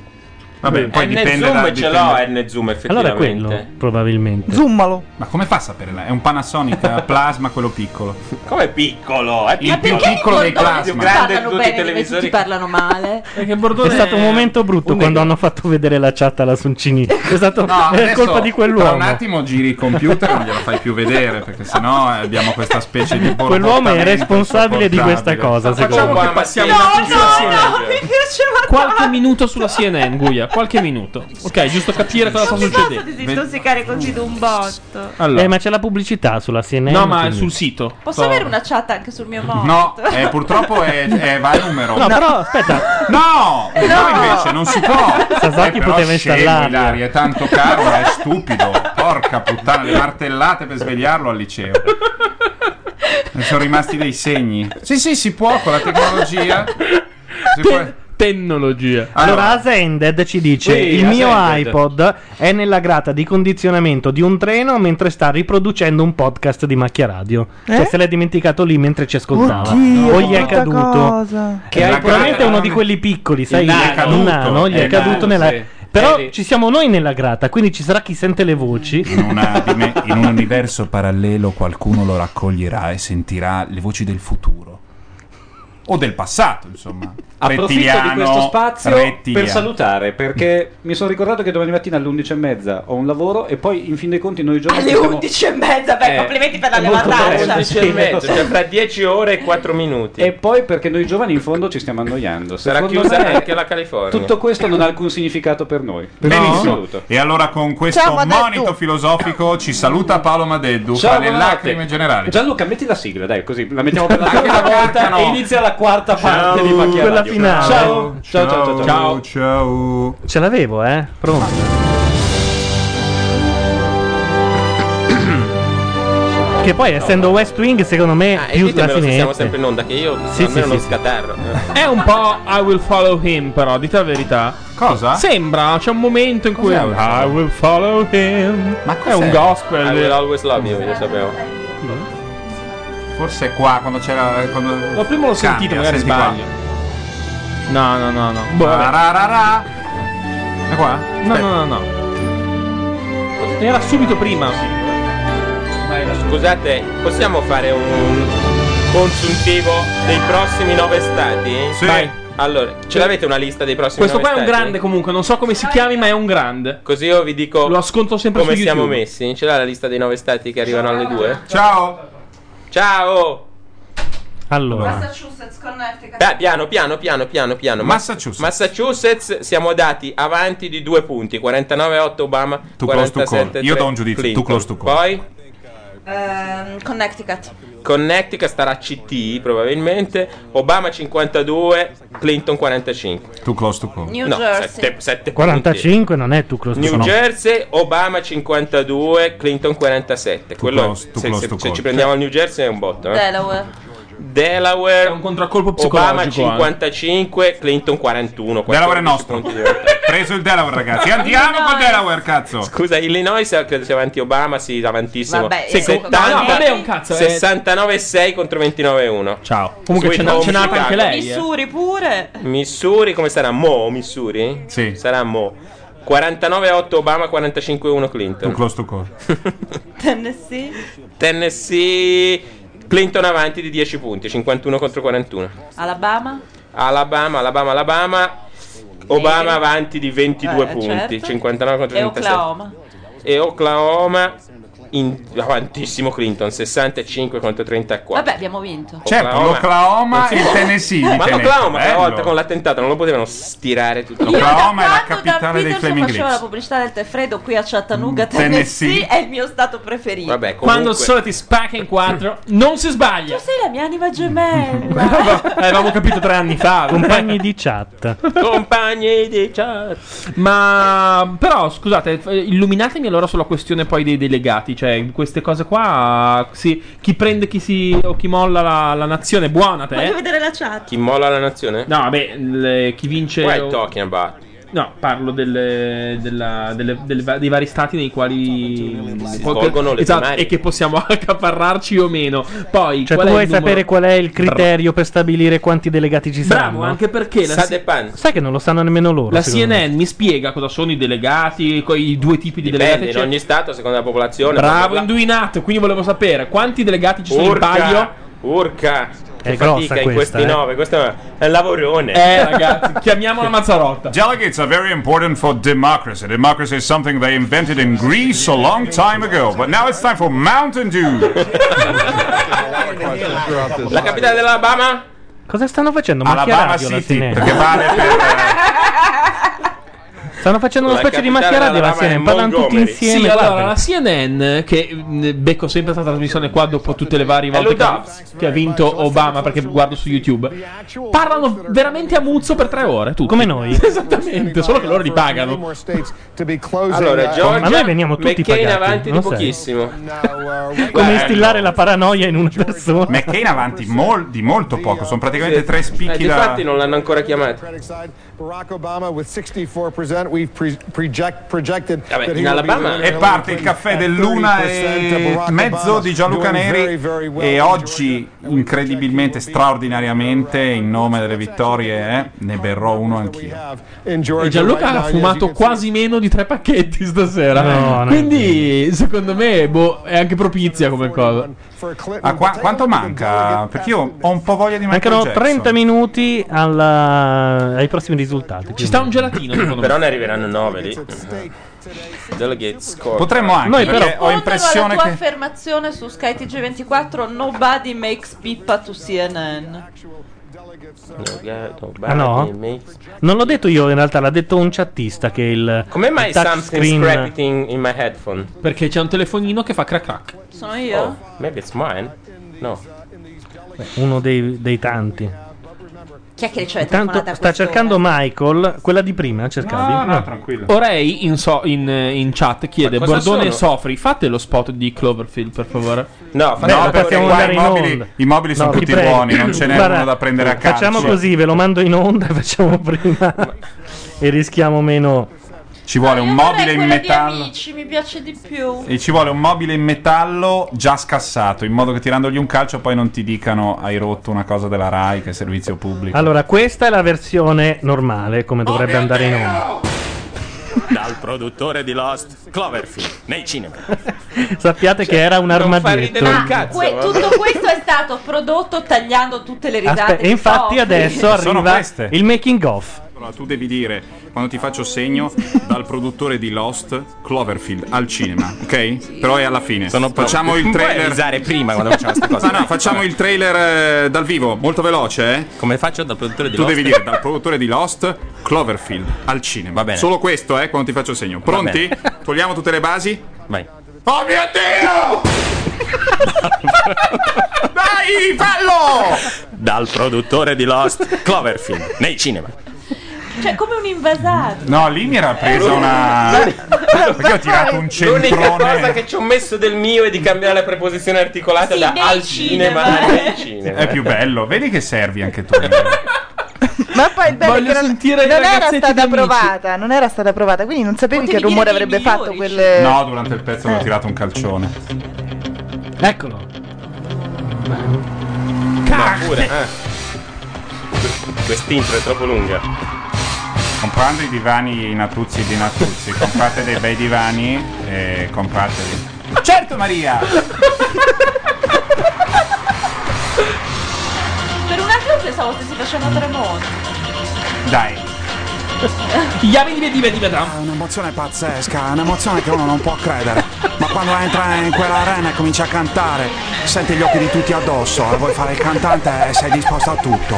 Speaker 1: Vabbè, poi
Speaker 3: Eh, N
Speaker 1: dipende
Speaker 3: zoom
Speaker 1: da-
Speaker 3: ce
Speaker 1: dipende-
Speaker 3: l'ho eh. N zoom effettivamente.
Speaker 5: Allora è quello, probabilmente.
Speaker 9: Zoomalo.
Speaker 1: Ma come fa a saperla? È un Panasonic eh, plasma quello piccolo.
Speaker 3: Com'è piccolo? È
Speaker 1: Il più
Speaker 2: perché i
Speaker 1: piccolo dei
Speaker 2: bordoni
Speaker 1: plasma.
Speaker 2: tutti parlano bene, invece tutti parlano male?
Speaker 6: Eh,
Speaker 2: perché
Speaker 5: È stato un momento brutto quando hanno fatto vedere la chat alla Suncini. È stato
Speaker 1: No,
Speaker 5: è
Speaker 1: adesso
Speaker 5: colpa di
Speaker 1: Tra un
Speaker 5: quell'uomo.
Speaker 1: attimo giri il computer e non glielo fai più vedere perché sennò eh, abbiamo questa specie di
Speaker 5: Quell'uomo è responsabile di questa cosa,
Speaker 1: Ma
Speaker 5: secondo
Speaker 1: facciamo
Speaker 5: me.
Speaker 1: che passiamo
Speaker 6: No,
Speaker 1: una
Speaker 6: no,
Speaker 1: puntata
Speaker 6: no,
Speaker 1: leggera.
Speaker 6: Qualche minuto sulla CNN, Guia. Qualche minuto. Ok, giusto capire cosa sta
Speaker 17: Non mi posso
Speaker 6: succedendo.
Speaker 17: disintossicare così d'un botto.
Speaker 5: Eh, ma c'è la pubblicità sulla CNN.
Speaker 6: No, ma
Speaker 5: quindi.
Speaker 6: sul sito.
Speaker 17: Posso avere una chat anche sul mio modo?
Speaker 1: No, eh, purtroppo è, è Eh, va il numero.
Speaker 5: No, però aspetta.
Speaker 1: No, no, invece non si può.
Speaker 5: Sasaki
Speaker 1: Eh, però
Speaker 5: poteva
Speaker 1: scemo,
Speaker 5: installarla.
Speaker 1: Ilaria, è tanto caro, è stupido. Porca puttana, le martellate per svegliarlo al liceo. Ne sono rimasti dei segni. Sì, sì, si può con la tecnologia. Ah,
Speaker 6: Tecnologia.
Speaker 5: Allora, Asended ci dice:
Speaker 6: Sì,
Speaker 5: Il mio
Speaker 6: Asended.
Speaker 5: iPod è nella grata di condizionamento di un treno mentre sta riproducendo un podcast di macchia radio.
Speaker 17: Eh?
Speaker 5: Cioè, se l'è dimenticato lì mentre ci ascoltava. o gli è caduto. Che è probabilmente uno di quelli piccoli, sai?
Speaker 6: Il nano.
Speaker 5: un nano, gli
Speaker 6: È
Speaker 5: è
Speaker 6: nano,
Speaker 5: caduto nella.
Speaker 6: sì.
Speaker 5: Però ci siamo noi nella grata, quindi ci sarà chi sente le voci.
Speaker 1: in un universo parallelo qualcuno lo raccoglierà e sentirà le voci del futuro. O del passato, insomma.
Speaker 7: Approfitto di
Speaker 1: Rettiliano,
Speaker 7: questo spazio
Speaker 1: rettiliano.
Speaker 7: per salutare
Speaker 1: Mm.
Speaker 7: perché mi sono ricordato che domani mattina alle 11.30 ho un lavoro e poi in fin dei conti noi giornalisti
Speaker 2: Alle
Speaker 7: siamo-
Speaker 2: 11 e mezza, beh,
Speaker 7: Eh,
Speaker 2: complimenti per la
Speaker 7: molto
Speaker 2: levata.
Speaker 7: bene.
Speaker 3: Dieci e mezzo, cioè fra 10 ore e 4 minuti.
Speaker 7: E poi perché noi giovani in fondo ci stiamo annoiando.
Speaker 3: Sarà
Speaker 7: Secondo
Speaker 3: chiusa
Speaker 7: me
Speaker 3: anche la California.
Speaker 7: Tutto questo non ha alcun significato per noi.
Speaker 1: Benissimo.
Speaker 7: Assoluto.
Speaker 1: E allora con questo
Speaker 7: Ciao, Madeddu.
Speaker 1: monito filosofico ci saluta Paolo Madeddu
Speaker 7: Ciao,
Speaker 1: fra le
Speaker 7: Bonanotte.
Speaker 1: lacrime generali.
Speaker 7: Gianluca, metti la sigla, dai, così la mettiamo per la seconda volta e inizia la quarta parte di Macchia
Speaker 5: quella
Speaker 7: Radio.
Speaker 5: finale.
Speaker 7: Ciao, ciao, ciao, ciao. ciao.
Speaker 1: ciao.
Speaker 5: Ce l'avevo, eh? Pronto. che poi, essendo West Wing, secondo me,
Speaker 6: Ah,
Speaker 3: E
Speaker 5: più la
Speaker 3: ditemelo se siamo
Speaker 5: finestra.
Speaker 3: sempre in onda, che io
Speaker 5: Sì,
Speaker 3: almeno
Speaker 5: sì,
Speaker 3: non
Speaker 5: sì, sì.
Speaker 3: scatarro.
Speaker 6: È un po' I will follow him, però, dite la verità.
Speaker 1: Cosa?
Speaker 6: Sembra, c'è un momento in cui.
Speaker 3: Cos'è I will follow-
Speaker 6: I will follow him. Ma È
Speaker 3: cos'è?
Speaker 6: un gospel.
Speaker 3: I will always love you, lo sapevo.
Speaker 1: Forse è qua quando c'era quando
Speaker 6: No, prima l'ho sentito, magari
Speaker 1: senti qua.
Speaker 6: sbaglio. No, no, no, no. Boh, vabbè.
Speaker 1: Tararara. È qua?
Speaker 6: No, no, no, no. Era subito prima.
Speaker 3: Scusate, possiamo fare un consuntivo dei prossimi nove stati?
Speaker 6: Sì.
Speaker 3: Vai. Allora, ce l'avete una lista dei prossimi
Speaker 6: Questo
Speaker 3: nove
Speaker 6: qua è un
Speaker 3: stati?
Speaker 6: grande comunque, non so come si chiami, ma è un grande.
Speaker 3: Così io vi dico
Speaker 6: Lo ascolto sempre
Speaker 3: come
Speaker 6: su
Speaker 3: siamo
Speaker 6: YouTube.
Speaker 3: messi. Ce l'ha la lista dei nove stati che arrivano alle due?
Speaker 1: Ciao!
Speaker 3: Ciao!
Speaker 5: Allora,
Speaker 2: Massachusetts, Connecticut.
Speaker 3: Dai, piano, piano, piano, piano, piano. Ma-
Speaker 1: Massachusetts.
Speaker 3: Massachusetts siamo andati avanti di due punti. 49-8 Obama,
Speaker 1: Tu close to call.
Speaker 3: 47-3
Speaker 1: Io do un giudizio,
Speaker 3: Clinton.
Speaker 1: tu close to call.
Speaker 3: Poi
Speaker 2: Ehm, Connecticut.
Speaker 3: Connecticut starà a CT probabilmente. Obama 52, Clinton 45.
Speaker 1: Tu close to call.
Speaker 2: New
Speaker 3: no,
Speaker 2: Jersey.
Speaker 3: 7,
Speaker 5: 45 non è tu, Close
Speaker 3: New
Speaker 5: sono-
Speaker 3: Jersey, Obama 52, Clinton 47. Quello
Speaker 1: close- too
Speaker 3: se,
Speaker 1: close
Speaker 3: se-
Speaker 1: to
Speaker 3: se
Speaker 1: call.
Speaker 3: ci prendiamo il New Jersey è un botto. eh.
Speaker 2: Delaware.
Speaker 3: Delaware, un
Speaker 6: contraccolpo
Speaker 3: Obama
Speaker 1: psicologico,
Speaker 3: 55, Clinton 41.
Speaker 1: Delaware è
Speaker 3: 14
Speaker 1: nostro.
Speaker 3: punti di vantaggio.
Speaker 1: Preso il Delaware, ragazzi. Andiamo col Delaware, cazzo.
Speaker 3: Scusa, Illinois eh, credo sia avanti Obama, sì, avantissimo.
Speaker 6: Vabbè,
Speaker 3: Sì,
Speaker 6: eh, no, no, vabbè, è un cazzo, eh.
Speaker 3: 69-6 contro 29-1.
Speaker 6: Ciao. Comunque c'è na- c'è nata anche lei, eh.
Speaker 2: Missouri pure.
Speaker 3: Missouri, come sarà? Mo, Missouri? Sì. Sarà Mo. 49-8 Obama, 45-1 Clinton.
Speaker 1: Tu close to call.
Speaker 2: Tennessee.
Speaker 3: Tennessee, Clinton avanti di 10 punti, 51 contro 41.
Speaker 2: Alabama.
Speaker 3: Alabama, Alabama, Alabama. Obama avanti di 22
Speaker 2: Eh,
Speaker 3: punti,
Speaker 2: certo.
Speaker 3: 59 contro
Speaker 2: E
Speaker 3: 37.
Speaker 2: Oklahoma.
Speaker 3: e Oklahoma in avantissimo Clinton 65 contro 34
Speaker 2: Vabbè, abbiamo vinto.
Speaker 1: Certo, l'Oklahoma e il Tennessee di
Speaker 3: ma
Speaker 1: Tennessee,
Speaker 3: l'Oklahoma quella
Speaker 1: bello.
Speaker 3: volta con l'attentato non lo potevano stirare tutto
Speaker 1: L'Oklahoma è la
Speaker 2: Quando Peterson
Speaker 1: capitale dei Flaming
Speaker 2: faceva la
Speaker 1: Lips.
Speaker 2: pubblicità del tè freddo qui a Chattanooga,
Speaker 1: Tennessee.
Speaker 2: Tennessee, è il mio stato preferito.
Speaker 3: Vabbè,
Speaker 6: Quando solo ti spacca in quattro, non si sbaglia.
Speaker 2: Tu sei la mia anima gemella.
Speaker 6: Avevamo capito tre anni fa.
Speaker 5: Compagni di chat.
Speaker 3: compagni di chat
Speaker 6: Ma però scusate, f- illuminatemi allora sulla questione poi dei delegati, cioè queste cose qua, sì, chi prende chi si o chi molla la, la nazione, buona
Speaker 2: Voglio
Speaker 6: te.
Speaker 2: vedere la chat.
Speaker 3: Chi molla la nazione?
Speaker 6: No, vabbè, le- chi vince
Speaker 3: What are you talking about?
Speaker 6: No, parlo delle, della- delle- delle va- dei vari stati nei quali si
Speaker 3: svolgono le
Speaker 6: esatto,
Speaker 3: primarie.
Speaker 6: e che possiamo accaparrarci o meno. Poi
Speaker 5: Cioè,
Speaker 6: qual
Speaker 5: tu
Speaker 6: è
Speaker 5: vuoi
Speaker 6: il numero-
Speaker 5: sapere qual è il criterio per stabilire quanti delegati ci
Speaker 6: Bravo,
Speaker 5: saranno?
Speaker 6: anche perché la Sa si- depende.
Speaker 5: Sai che non lo sanno nemmeno loro.
Speaker 6: La
Speaker 5: secondo
Speaker 6: CNN
Speaker 5: me.
Speaker 6: mi spiega cosa sono i delegati, co- i due tipi di
Speaker 3: dipende
Speaker 6: delegati.
Speaker 3: in
Speaker 6: eccetera.
Speaker 3: ogni stato secondo la popolazione
Speaker 6: Bravo,
Speaker 3: bla bla
Speaker 6: indovinato. Quindi volevo sapere quanti delegati ci sono
Speaker 3: Urca,
Speaker 6: in palio.
Speaker 3: Urca, che
Speaker 6: grossa
Speaker 3: fatica in
Speaker 6: questa,
Speaker 3: questi
Speaker 6: eh.
Speaker 3: nove, questo è un lavorone.
Speaker 6: Eh, ragazzi, chiamiamola Mazzarotta.
Speaker 1: Delegates are very important for democracy. Democracy is something they invented in Greece a long time ago. But now it's time for Mountain Dew.
Speaker 3: La capitale dell'Alabama?
Speaker 5: Cosa stanno facendo? Macchia
Speaker 1: Alabama
Speaker 5: radio, la
Speaker 1: City,
Speaker 5: CNN?
Speaker 1: perché vale
Speaker 5: Stanno facendo una
Speaker 6: La
Speaker 5: specie di
Speaker 6: capitale
Speaker 5: macchia radio, la
Speaker 6: della
Speaker 5: CNN.
Speaker 6: Rama è
Speaker 5: Parlano tutti
Speaker 6: Montgomery.
Speaker 5: insieme.
Speaker 6: Sì,
Speaker 5: guarda.
Speaker 6: allora la CNN, che mh, becco sempre questa trasmissione qua dopo tutte le varie volte che, che ha vinto Obama perché guardo su YouTube, parlano veramente a muzzo per tre ore. Come noi. Esattamente, solo che loro li pagano.
Speaker 3: Allora, Georgia,
Speaker 5: Ma noi veniamo tutti
Speaker 3: McCain
Speaker 5: pagati,
Speaker 3: avanti di
Speaker 5: non lo sai?
Speaker 3: pochissimo.
Speaker 5: Come instillare la paranoia in una persona.
Speaker 1: McCain avanti mol- di molto poco, sono praticamente tre
Speaker 3: Eh,
Speaker 1: spicchi da...
Speaker 3: difatti non l'hanno ancora chiamato.
Speaker 13: Barack Obama with 64%. We've pre- project- projected
Speaker 3: Vabbè,
Speaker 13: that he
Speaker 3: in
Speaker 13: will be
Speaker 3: Alabama-
Speaker 13: winning
Speaker 1: E parte il caffè
Speaker 13: at 30%
Speaker 1: dell'una
Speaker 13: of
Speaker 1: e
Speaker 13: Barack
Speaker 1: mezzo
Speaker 13: Obama,
Speaker 1: di Gianluca
Speaker 13: doing very,
Speaker 1: Neri
Speaker 13: very well
Speaker 1: e
Speaker 13: in
Speaker 1: oggi incredibilmente, straordinariamente, in nome delle vittorie, eh, ne berrò uno anch'io.
Speaker 13: in Georgia
Speaker 6: E Gianluca
Speaker 13: right
Speaker 6: ha
Speaker 13: now, yes, you
Speaker 6: fumato
Speaker 13: can
Speaker 6: quasi meno di tre pacchetti stasera.
Speaker 1: No, no,
Speaker 6: Quindi, secondo me, boh, è anche propizia come cosa.
Speaker 1: Ah, qua- quanto manca? Perché io ho un po' voglia di Michael
Speaker 5: Mancano
Speaker 1: Jackson.
Speaker 5: 30 minuti alla- ai prossimi risultati. Ci
Speaker 6: sta un gelatino, secondo
Speaker 3: Però ne arriveranno nove lì. Delegates score.
Speaker 5: Potremmo anche, Noi però- perché ho
Speaker 2: Rispondo alla
Speaker 3: impressione
Speaker 2: tua affermazione su skytg 24 nobody makes pippa to CNN.
Speaker 3: oh,
Speaker 5: Ah no? Non l'ho detto io in realtà, l'ha detto un chattista che il
Speaker 3: Come mai
Speaker 5: il touch
Speaker 3: something
Speaker 5: screen-
Speaker 3: scrapped in, in my headphone?
Speaker 6: Perché c'è un telefonino che fa crack crack.
Speaker 2: Sono io?
Speaker 3: Oh, maybe it's mine. No.
Speaker 5: Uno dei, dei tanti.
Speaker 2: Chi è che riceve
Speaker 5: Tanto
Speaker 2: telefonata a
Speaker 5: sta
Speaker 2: quest'ora?
Speaker 5: cercando Michael, quella di prima cercavi?
Speaker 6: No, no,
Speaker 1: tranquillo.
Speaker 6: Orei in, so- in- in chat chiede:
Speaker 5: Ma cosa
Speaker 6: Bordone e
Speaker 5: sono?
Speaker 6: Sofri, fate lo spot di Cloverfield, per favore.
Speaker 3: No,
Speaker 1: No, perché qua i mobili, i mobili sono
Speaker 5: No, ti
Speaker 1: tutti
Speaker 5: prego.
Speaker 1: buoni, non ce n'è
Speaker 5: Guarda,
Speaker 1: uno da prendere a calcio.
Speaker 5: Facciamo così, ve lo mando in onda, facciamo prima e rischiamo meno.
Speaker 1: Ci vuole un mobile in
Speaker 2: Quella di
Speaker 1: metallo.
Speaker 2: amici mi piace di più.
Speaker 1: E ci vuole un mobile in metallo già scassato, in modo che tirandogli un calcio poi non ti dicano hai rotto una cosa della Rai che è servizio pubblico.
Speaker 5: Allora, questa è la versione normale, come dovrebbe andare in onda.
Speaker 18: Dal produttore di Lost, Cloverfield, nei cinema.
Speaker 5: Sappiate che era un armadietto.
Speaker 2: Ah, Que- tutto questo è stato prodotto tagliando tutte le risate.
Speaker 5: Aspe- e
Speaker 2: di
Speaker 5: infatti
Speaker 2: Sofri.
Speaker 5: adesso
Speaker 1: Sono
Speaker 5: arriva
Speaker 1: queste.
Speaker 5: il making of.
Speaker 1: Allora, tu devi dire, quando ti faccio segno, dal produttore di Lost, Cloverfield, al cinema, ok? Però è alla fine. facciamo il
Speaker 18: Non puoi
Speaker 1: trailer... Ah,
Speaker 18: avvisare prima quando facciamo queste cose.
Speaker 1: No, no, facciamo il trailer eh, dal vivo, molto veloce, eh?
Speaker 18: Come faccio dal produttore di
Speaker 1: Tu
Speaker 18: Lost?
Speaker 1: devi dire, dal produttore di Lost, Cloverfield, al cinema. Va
Speaker 18: bene.
Speaker 1: Solo questo, eh, quando ti faccio segno. Pronti? Togliamo tutte le basi?
Speaker 18: Vai.
Speaker 1: Oh mio Dio! Dai, fallo!
Speaker 18: Dal produttore di Lost, Cloverfield, nei cinema.
Speaker 2: Cioè, come un invasato.
Speaker 1: No, Ah, lì mi era presa una. Perché ho tirato un
Speaker 3: L'unica cosa
Speaker 1: centrone.
Speaker 3: che ci ho messo del mio è di cambiare la preposizione articolata da al cinema, a nei cinema.
Speaker 1: È più bello, vedi che servi anche tu.
Speaker 3: Eh.
Speaker 9: Ma poi il bello è
Speaker 1: Eh, Voglio
Speaker 9: che non,
Speaker 1: sentire i
Speaker 9: non era
Speaker 1: ragazzetti
Speaker 9: stata
Speaker 1: di Amici.
Speaker 9: provata, non era stata provata, quindi non sapevi che rumore avrebbe fatto quel
Speaker 1: No, durante il pezzo
Speaker 3: Eh.
Speaker 1: mi ho tirato un calcione.
Speaker 5: Eccolo.
Speaker 3: No, pure, eh. Quest'intro è troppo lunga.
Speaker 1: Comprando i divani in Natuzzi di Natuzzi, comprate dei bei divani e comprateli. Certo Maria!
Speaker 2: Per un attimo pensavo stessi facendo tremoto.
Speaker 1: Dai.
Speaker 6: Yabidi bidi bidi bada.
Speaker 19: È un'emozione pazzesca, è un'emozione che uno non può credere. Ma quando entra in quell'arena e comincia a cantare, senti gli occhi di tutti addosso e vuoi fare il cantante e sei disposto a tutto.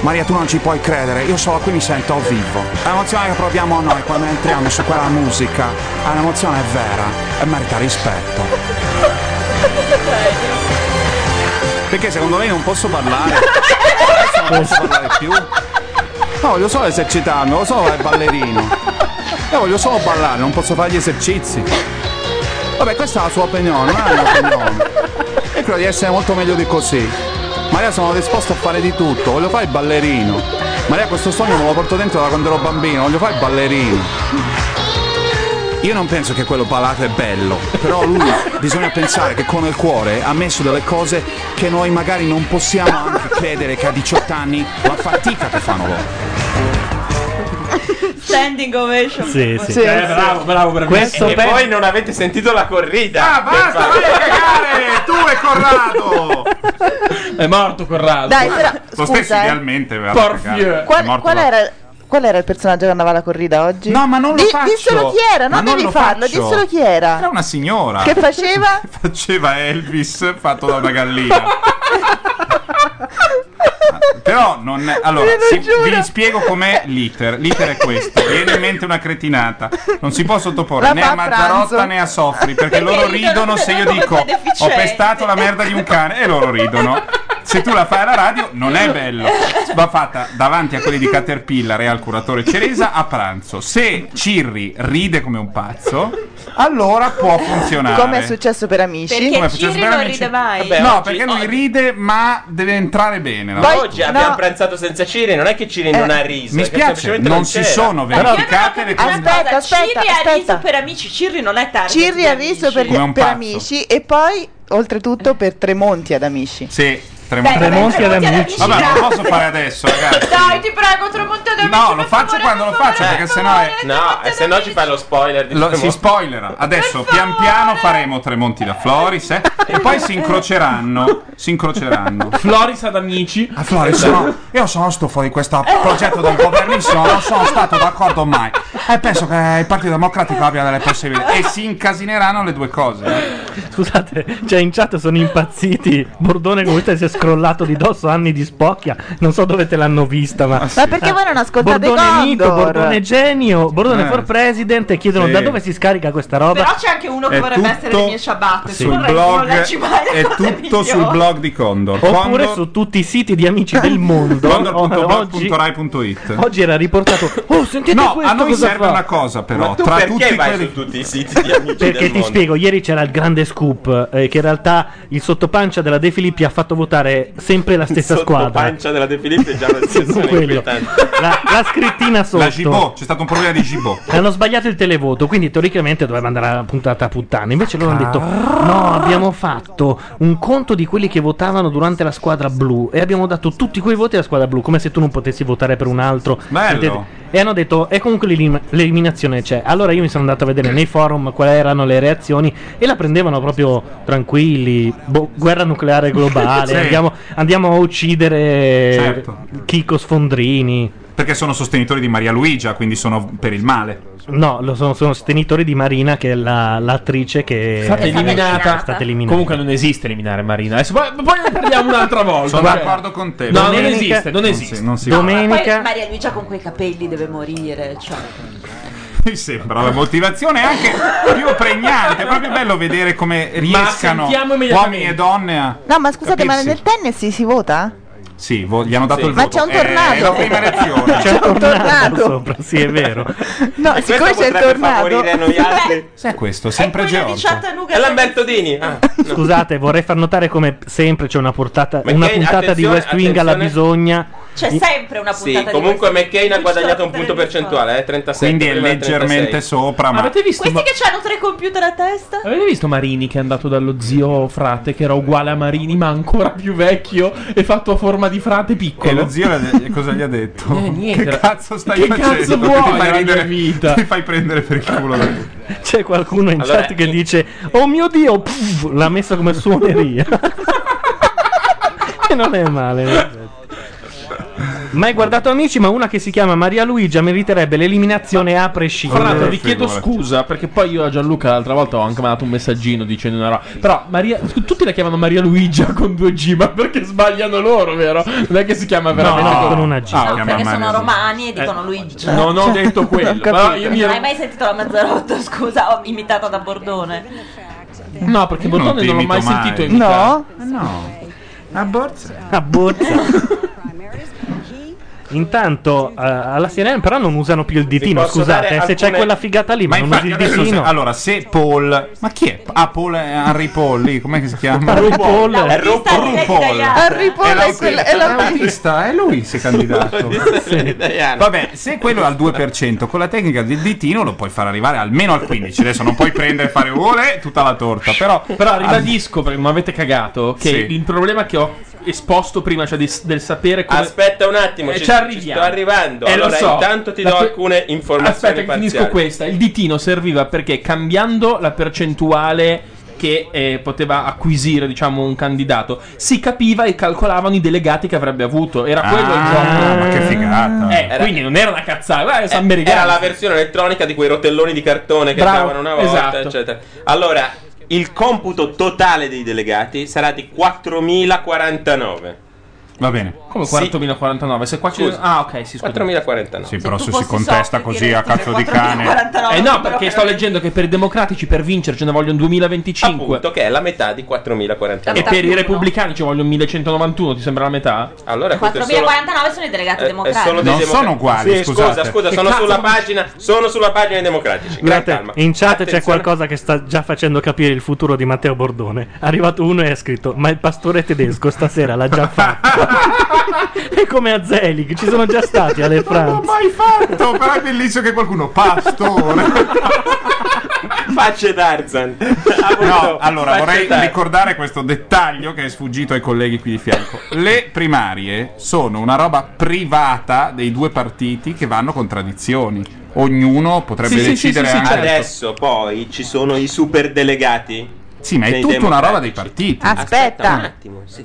Speaker 19: Maria, tu non ci puoi credere, io solo qui mi sento vivo. È un'emozione che proviamo noi quando entriamo su quella musica. È un'emozione vera e merita rispetto.
Speaker 1: Perché secondo lei non posso parlare? Adesso non posso parlare più.
Speaker 19: No, voglio solo esercitarmi, voglio solo fare il ballerino. Io voglio solo ballare, non posso fare gli esercizi. Vabbè, questa è la sua opinione, non è la mia opinione. Io credo di essere molto meglio di così. Maria sono disposto a fare di tutto, voglio fare il ballerino. Maria questo sogno me lo porto dentro da quando ero bambino, voglio fare il ballerino. Io non penso che quello palato è bello, però lui bisogna pensare che con il cuore ha messo delle cose che noi magari non possiamo anche credere che a 18 anni la fatica che fanno loro.
Speaker 2: Standing ovation.
Speaker 5: Sì, sì.
Speaker 3: Eh, bravo, bravo, bravo.
Speaker 5: Questo
Speaker 3: e
Speaker 5: pezzo-
Speaker 3: poi non avete sentito la corrida. Ah,
Speaker 1: basta, vai a cagare!
Speaker 5: Eh,
Speaker 1: Tu e Corrado!
Speaker 6: È morto Corrado.
Speaker 9: Dai, però,
Speaker 1: Lo stesso
Speaker 9: scusa, eh.
Speaker 1: idealmente aveva
Speaker 6: Porfie.
Speaker 1: cagato. È
Speaker 9: Qual,
Speaker 1: morto
Speaker 9: qual
Speaker 1: da-
Speaker 9: era, qual era il personaggio che andava alla corrida oggi?
Speaker 1: No, ma non lo
Speaker 9: Di-
Speaker 1: faccio.
Speaker 9: Disselo chi era,
Speaker 1: Ma
Speaker 9: non devi
Speaker 1: lo
Speaker 9: farlo,
Speaker 1: faccio.
Speaker 9: disselo chi era.
Speaker 1: Era una signora.
Speaker 9: Che faceva?
Speaker 1: Faceva Elvis fatto da una gallina. Però non è- allora,
Speaker 9: Te lo
Speaker 1: si-
Speaker 9: giuro.
Speaker 1: vi spiego com'è l'iter. L'iter è questo: viene in mente una cretinata. Non si può sottoporre
Speaker 9: La
Speaker 1: né
Speaker 9: fa
Speaker 1: a
Speaker 9: a
Speaker 1: Mazzarotta
Speaker 9: pranzo.
Speaker 1: né a Soffri, perché loro ridono se io dico ho pestato la merda di un cane e loro ridono. Se tu la fai alla radio non è bello. Va fatta davanti a quelli di Caterpillar e al curatore Ceresa a pranzo. Se Cirri ride come un pazzo, allora può funzionare.
Speaker 9: Come è successo per amici?
Speaker 1: Perché Come è successo Ciri per non Amici? ride
Speaker 9: mai.
Speaker 1: no, perché lui ride, ma deve entrare bene. no?
Speaker 3: Ma oggi abbiamo pranzato senza Ciri, non è che Ciri
Speaker 1: Eh,
Speaker 3: non ha riso.
Speaker 1: mi
Speaker 3: è che
Speaker 1: spiace,
Speaker 3: semplicemente
Speaker 1: non si
Speaker 3: c'era.
Speaker 1: sono
Speaker 3: Però-
Speaker 1: verificate le
Speaker 9: Aspetta, aspetta,
Speaker 2: Cirri ha riso
Speaker 9: aspetta.
Speaker 2: per amici, Cirri non è target
Speaker 9: Cirri
Speaker 2: di
Speaker 9: ha riso
Speaker 2: Amici.
Speaker 9: per,
Speaker 1: Come un
Speaker 9: per
Speaker 1: pazzo.
Speaker 9: amici e poi oltretutto per Tremonti ad amici.
Speaker 1: Sì,
Speaker 9: Beh,
Speaker 1: Tremonti,
Speaker 9: Tremonti ad amici.
Speaker 1: Vabbè, non lo posso fare adesso, ragazzi.
Speaker 2: Dai, ti prego, Tremonti da
Speaker 1: No, lo faccio quando lo faccio, perché sennò è.
Speaker 3: No, e se no ci fai lo spoiler. di
Speaker 1: Lo-
Speaker 3: Tremonti.
Speaker 1: si spoilerà. Adesso pian piano faremo Tremonti da Floris eh, e poi si incroceranno. Si incroceranno.
Speaker 6: Floris ad amici.
Speaker 1: A Floris, sono- Ah, io sono stufo di questo
Speaker 6: Eh,
Speaker 1: progetto del governissimo, non sono stato d'accordo mai. E penso che il Partito Democratico abbia delle possibilità. E si incasineranno le due cose.
Speaker 5: Scusate, cioè in chat sono impazziti. Bordone come te si è scrollato di dosso anni di spocchia. Non so dove te l'hanno vista,
Speaker 1: Ah,
Speaker 5: ma.
Speaker 9: Ma perché voi non ascoltate
Speaker 5: Eh. Bordone Nico,
Speaker 9: Condor?
Speaker 5: Bordone Genio, Bordone
Speaker 9: Eh.
Speaker 5: for President e chiedono
Speaker 1: Sì.
Speaker 5: da dove si scarica questa roba.
Speaker 2: Però c'è anche uno che
Speaker 5: È
Speaker 2: vorrebbe essere le
Speaker 5: tutto
Speaker 2: mie ciabatte.
Speaker 5: sul
Speaker 2: tu non re-
Speaker 5: blog,
Speaker 2: non leggi mai le
Speaker 1: È
Speaker 2: cose
Speaker 1: tutto
Speaker 2: migliori.
Speaker 1: sul blog di Condor.
Speaker 5: Oppure
Speaker 1: Condor-
Speaker 5: su tutti i siti di amici del mondo.
Speaker 1: Condor.blog.rai.it
Speaker 5: Oggi era riportato. Oh, sentite
Speaker 1: No,
Speaker 5: questo
Speaker 1: a noi
Speaker 5: cosa
Speaker 1: serve
Speaker 5: fa?"
Speaker 1: una cosa però.
Speaker 3: Ma tu
Speaker 1: tra
Speaker 3: perché
Speaker 1: tutti
Speaker 3: vai
Speaker 1: quelli-
Speaker 3: su tutti i siti di amici
Speaker 5: Perché
Speaker 3: del
Speaker 5: ti
Speaker 3: mondo?
Speaker 5: spiego, ieri c'era il grande scoop eh, che in realtà il sottopancia della De Filippi ha fatto votare sempre la stessa
Speaker 3: Sotto
Speaker 5: squadra.
Speaker 3: pancia della De Filippi è già una
Speaker 5: Quello.
Speaker 3: sensazione inquietante.
Speaker 5: La, la scrittina sotto.
Speaker 1: La Gibot, Boh, c'è stato un problema di Gibot.
Speaker 5: Hanno sbagliato il televoto, quindi teoricamente doveva andare alla puntata a puttana. Invece loro hanno detto: No, abbiamo fatto un conto di quelli che votavano durante la squadra blu e abbiamo dato tutti quei voti alla squadra blu, come se tu non potessi votare per un altro.
Speaker 1: Bello.
Speaker 5: E hanno detto: E comunque l'elim- l'eliminazione c'è. Allora io mi sono andato a vedere nei forum quali erano le reazioni e la prendevano proprio tranquilli. Boh, guerra nucleare globale,
Speaker 1: Sì.
Speaker 5: andiamo, andiamo a uccidere Eh,
Speaker 1: Certo.
Speaker 5: Chico Sfondrini.
Speaker 1: Perché sono sostenitori di Maria Luigia, quindi sono per il male.
Speaker 5: No, lo sono, sono sostenitori di Marina, che è la- l'attrice che
Speaker 6: È stata eliminata.
Speaker 5: È stata eliminata.
Speaker 6: Comunque non esiste eliminare Marina. Adesso poi, poi ne parliamo un'altra volta.
Speaker 5: Sono
Speaker 6: Guarda.
Speaker 5: d'accordo con te.
Speaker 6: No, non
Speaker 5: Domenica-
Speaker 6: esiste, non
Speaker 5: Non
Speaker 6: esiste.
Speaker 5: si- non si-
Speaker 6: Domenica-
Speaker 5: Domenica-
Speaker 2: Poi Maria Luigia con quei capelli deve morire. Cioè.
Speaker 1: Mi sembra la motivazione è anche più pregnante. È proprio bello vedere come riescano
Speaker 9: sentiamo immediatamente.
Speaker 1: uomini e donne a.
Speaker 9: No, ma scusate, ma
Speaker 1: Capirsi.
Speaker 9: nel tennis si, si vota?
Speaker 1: Sì, vo- gli hanno dato
Speaker 9: Sì.
Speaker 1: il
Speaker 9: Ma
Speaker 1: voto.
Speaker 9: c'è un
Speaker 1: Eh,
Speaker 9: tornado.
Speaker 1: è la prima lezione.
Speaker 5: C'è un
Speaker 9: tornado.
Speaker 5: sopra, sì, è vero.
Speaker 9: No, siccome c'è il tornado.
Speaker 1: È questo, sempre George.
Speaker 3: È l'Ambertodini. Ah.
Speaker 5: Scusate, vorrei far notare come sempre c'è una, portata,
Speaker 3: Ma
Speaker 5: una
Speaker 3: che-
Speaker 5: puntata di
Speaker 3: attenzione,
Speaker 5: West Wing alla
Speaker 3: attenzione.
Speaker 5: bisogna.
Speaker 2: C'è
Speaker 5: I-
Speaker 2: sempre una puntata
Speaker 3: Sì,
Speaker 2: di
Speaker 3: comunque
Speaker 2: questi.
Speaker 3: McCain ha guadagnato un punto percentuale, eh, 37.
Speaker 1: Quindi è
Speaker 3: prima era 36.
Speaker 1: leggermente sopra, ma.
Speaker 6: Avete visto? Ah,
Speaker 2: Questi che hanno tre computer a testa?
Speaker 6: Avete visto Marini che è andato dallo zio frate che era uguale a Marini ma ancora più vecchio e fatto a forma di frate piccolo?
Speaker 1: E lo zio le- cosa gli ha detto?
Speaker 6: Eh, niente.
Speaker 1: Che cazzo stai
Speaker 6: Che
Speaker 1: facendo?
Speaker 6: cazzo
Speaker 1: Ti
Speaker 6: vuoi
Speaker 1: fai
Speaker 6: dalla
Speaker 1: ridere-
Speaker 6: mia vita?
Speaker 1: Ti fai prendere per il culo.
Speaker 5: C'è qualcuno in
Speaker 1: Allora,
Speaker 5: chat che dice: Oh mio dio, pff", l'ha messa come suoneria. e non è male. in effetti. Mai guardato Amici, ma una che si chiama Maria Luigia meriterebbe l'eliminazione a
Speaker 6: Fra l'altro
Speaker 5: prescindere.
Speaker 6: vi chiedo scusa perché poi io a Gianluca l'altra volta ho anche mandato un messaggino dicendo una roba. Però Maria, tutti la chiamano Maria Luigia con due G, ma perché sbagliano loro, vero? Non è che si chiama veramente
Speaker 5: no, con una
Speaker 6: G.
Speaker 5: No,
Speaker 17: Perché Ah, sono romani e dicono Luigi.
Speaker 6: Non ho detto quello. però io mi
Speaker 17: Non
Speaker 6: ero-
Speaker 17: hai mai sentito la Mazzarotto, scusa, ho imitata da Bordone.
Speaker 6: No, perché
Speaker 17: Io non
Speaker 6: Bordone
Speaker 17: ti
Speaker 6: non l'ho
Speaker 17: imito
Speaker 6: mai
Speaker 17: mai.
Speaker 6: sentito
Speaker 17: No?
Speaker 4: Eh,
Speaker 1: No. A borsa.
Speaker 5: A Eh, borsa. Intanto eh, alla CNN però non usano più il ditino,
Speaker 1: Vi posso
Speaker 5: scusate,
Speaker 1: dare
Speaker 5: eh, se c'è
Speaker 1: alcune-
Speaker 5: quella figata lì, ma,
Speaker 1: Ma infatti
Speaker 5: non usi il
Speaker 1: adesso se-
Speaker 5: ditino.
Speaker 1: allora se Paul ma chi è? Ah Paul eh, Harry Paul lì, com'è che si chiama?
Speaker 5: Harry Paul.
Speaker 1: È Ru-
Speaker 5: L'autista
Speaker 1: Ru
Speaker 5: di Lady
Speaker 1: Paul.
Speaker 5: Gaga. Harry Paul è
Speaker 1: l'autista,
Speaker 5: quella- è
Speaker 1: è
Speaker 5: l'autista.
Speaker 1: l'autista, è lui si è candidato. Sì. Vabbè, se quello è al 2%, con la tecnica del ditino lo puoi far arrivare almeno al 15%. Adesso non puoi prendere e fare vuole tutta la torta, però
Speaker 6: Però ribadisco, perché mi avete cagato, che
Speaker 1: Sì.
Speaker 6: il problema che ho esposto prima, cioè di- del sapere come...
Speaker 3: Aspetta un attimo,
Speaker 6: Eh,
Speaker 3: ci,
Speaker 6: ci arriviamo.
Speaker 3: ci sto arrivando.
Speaker 6: Eh, lo
Speaker 3: allora,
Speaker 6: so.
Speaker 3: intanto ti
Speaker 6: La
Speaker 3: do
Speaker 6: que-
Speaker 3: alcune informazioni
Speaker 6: Aspetta, che
Speaker 3: parziali.
Speaker 6: finisco questa. Il ditino serviva perché cambiando la percentuale che eh, poteva acquisire, diciamo, un candidato, si capiva e calcolavano i delegati che avrebbe avuto. Era quello il gioco.
Speaker 1: Ah, Ma che figata.
Speaker 6: Eh, quindi non era una cazzata, eh, guarda, sono americani.
Speaker 3: eh, Era la versione elettronica di quei rotelloni di cartone che
Speaker 6: Bravo,
Speaker 3: andavano una volta,
Speaker 6: esatto.
Speaker 3: eccetera. Allora, il computo totale dei delegati sarà di 4049.
Speaker 1: Va bene.
Speaker 6: Come 4049? Se qua c'è...
Speaker 3: Scusa.
Speaker 6: Ah, ok, sì, scusa.
Speaker 3: 4049.
Speaker 1: Sì, però se si contesta così a cazzo di cane.
Speaker 3: 49,
Speaker 6: Eh no,
Speaker 3: però
Speaker 6: perché sto leggendo che per i democratici per vincere ce ne vogliono 2025.
Speaker 3: Appunto, che è la metà di 4049.
Speaker 6: E per i repubblicani ci vogliono 1191, ti sembra la metà?
Speaker 3: Allora,
Speaker 17: 4049 sono i
Speaker 3: Eh,
Speaker 17: delegati democratici.
Speaker 3: Sì, Scusa, scusa,
Speaker 5: Che
Speaker 3: sono
Speaker 5: cazzo
Speaker 3: sulla
Speaker 5: fa-
Speaker 3: pagina, sono sulla pagina dei democratici. Gran
Speaker 5: Guardate,
Speaker 3: calma.
Speaker 5: in chat c'è
Speaker 3: Attenzione.
Speaker 5: qualcosa che sta già facendo capire il futuro di Matteo Bordone. È arrivato uno e ha scritto: Ma il pastore tedesco stasera l'ha già fatto. È come a Zelig, ci sono già stati alle Franze.
Speaker 1: mai fatto, però è bellissimo che qualcuno pastore.
Speaker 3: Facce Tarzan. Esatto.
Speaker 1: No, allora
Speaker 3: faccia
Speaker 1: vorrei
Speaker 3: dare.
Speaker 1: ricordare questo dettaglio che è sfuggito ai colleghi qui di fianco. Le primarie sono una roba privata dei due partiti che vanno con tradizioni. Ognuno potrebbe decidere anche
Speaker 3: certo. Adesso poi ci sono i superdelegati.
Speaker 1: Sì, ma è
Speaker 3: dei
Speaker 1: tutta una
Speaker 3: democratici.
Speaker 1: roba dei partiti.
Speaker 3: Aspetta un attimo, sì.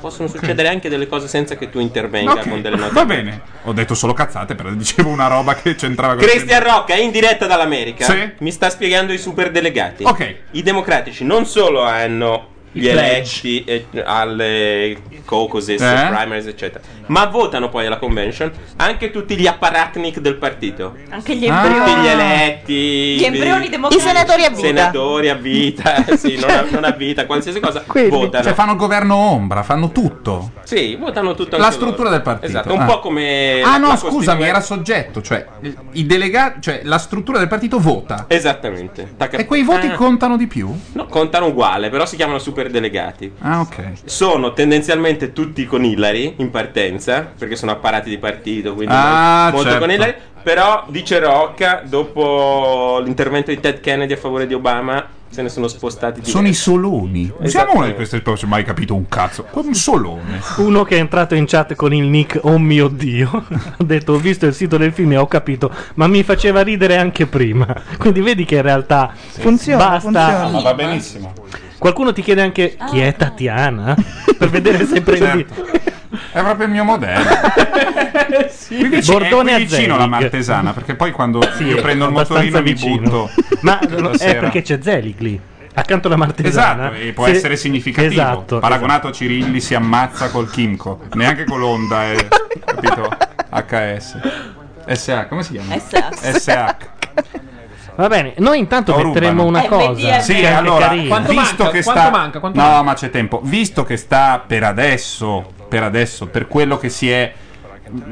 Speaker 3: Possono succedere anche delle cose senza che tu intervenga
Speaker 1: Ok,
Speaker 3: con delle note.
Speaker 1: Va bene. Ho detto solo cazzate, però dicevo una roba che c'entrava con
Speaker 3: Christian Rocca in diretta dall'America
Speaker 1: Sì.
Speaker 3: mi sta spiegando i superdelegati.
Speaker 1: Ok.
Speaker 3: I democratici non solo hanno gli
Speaker 1: I
Speaker 3: eletti
Speaker 1: pledge.
Speaker 3: eh, alle caucuses,
Speaker 1: Eh?
Speaker 3: primaries, eccetera, ma votano poi alla convention anche tutti gli apparatnik del partito.
Speaker 17: Anche gli
Speaker 3: Ah.
Speaker 17: embrioni.
Speaker 3: Tutti gli eletti,
Speaker 17: Gli embrioni
Speaker 3: i-
Speaker 17: democratici.
Speaker 9: I senatori a vita.
Speaker 3: Senatori a vita, sì, non a, non a vita, qualsiasi cosa, votano.
Speaker 1: Cioè fanno governo ombra, fanno tutto.
Speaker 3: Sì, votano tutto
Speaker 1: La
Speaker 3: anche
Speaker 1: struttura
Speaker 3: loro.
Speaker 1: del partito.
Speaker 3: Esatto, un
Speaker 1: Ah.
Speaker 3: po' come
Speaker 1: Ah
Speaker 3: la-
Speaker 1: no,
Speaker 3: la
Speaker 1: scusami,
Speaker 3: Costituente.
Speaker 1: era soggetto, cioè il- i delegati, cioè la struttura del partito vota.
Speaker 3: Esattamente. Tacca-
Speaker 1: E quei voti
Speaker 3: Ah.
Speaker 1: contano di più?
Speaker 3: No, contano uguale, però si chiamano superdelegati.
Speaker 1: Ah, ok.
Speaker 3: Sono tendenzialmente tutti con Hillary in partenza, perché sono apparati di partito, quindi
Speaker 1: Ah,
Speaker 3: molto
Speaker 1: certo.
Speaker 3: con Hillary. Però, dice Rocca, dopo l'intervento di Ted Kennedy a favore di Obama, se ne sono spostati di
Speaker 1: Sono i soloni. Usiamo
Speaker 3: Esattamente.
Speaker 1: una di queste espressioni, mai capito un cazzo. Come un solone.
Speaker 5: Uno che è entrato in chat con il nick Oh mio dio, ha detto: Ho visto il sito del film e ho capito, ma mi faceva ridere anche prima. Quindi vedi che in realtà
Speaker 9: Funziona,
Speaker 5: basta.
Speaker 1: Ah,
Speaker 5: Ah,
Speaker 9: funziona. No, va
Speaker 1: benissimo.
Speaker 5: Qualcuno ti chiede anche chi è Tatiana? per vedere se prendi.
Speaker 1: Certo. È proprio il mio modello. Qui vicino,
Speaker 5: Bordone
Speaker 1: è
Speaker 5: a
Speaker 1: qui vicino
Speaker 5: Zelig.
Speaker 1: la Martesana, perché poi quando io prendo il
Speaker 5: abbastanza
Speaker 1: motorino mi
Speaker 5: vicino.
Speaker 1: butto.
Speaker 5: Ma
Speaker 1: La
Speaker 5: lo- è
Speaker 1: sera.
Speaker 5: perché c'è Zelig lì, accanto alla Martesana.
Speaker 1: Esatto, e può
Speaker 5: Se-
Speaker 1: essere significativo.
Speaker 5: Esatto,
Speaker 1: Paragonato a Cirilli si ammazza col Kimco. Neanche con l'Onda, è, capito? HS. SA, come si chiama?
Speaker 5: SH.
Speaker 1: SH.
Speaker 5: esatto. Va bene, noi intanto
Speaker 1: Lo
Speaker 5: metteremo
Speaker 1: rubano.
Speaker 5: una cosa.
Speaker 1: Sì,
Speaker 5: che è anche
Speaker 1: allora,
Speaker 5: carina.
Speaker 1: visto che sta... no, ma c'è tempo. Visto che sta per adesso, per adesso, per quello che si è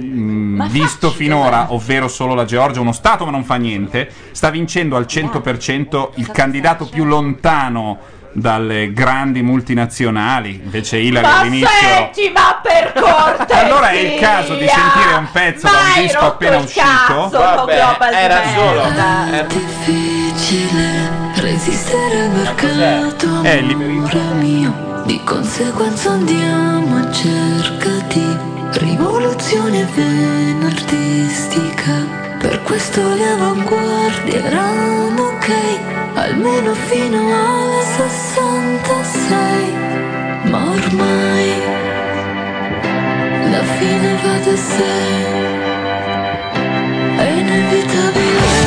Speaker 1: mm, visto finora, ovvero solo la Georgia, uno Stato ma non fa niente, sta vincendo al 100% il candidato più lontano dalle grandi multinazionali. Invece Hillary
Speaker 4: Ma
Speaker 1: all'inizio...
Speaker 4: senti, ma per cortesia!
Speaker 1: Allora è il caso di sentire un pezzo da un disco appena uscito.
Speaker 4: era solo.
Speaker 3: È
Speaker 4: difficile resistere al mercato.
Speaker 7: Eh,
Speaker 1: È
Speaker 4: amore mio. Di conseguenza andiamo a cercati. Rivoluzione vena artistica. Per questo le avanguardie erano ok. Almeno fino alla 66. Ma ormai la
Speaker 15: fine va da sé. È inevitabile.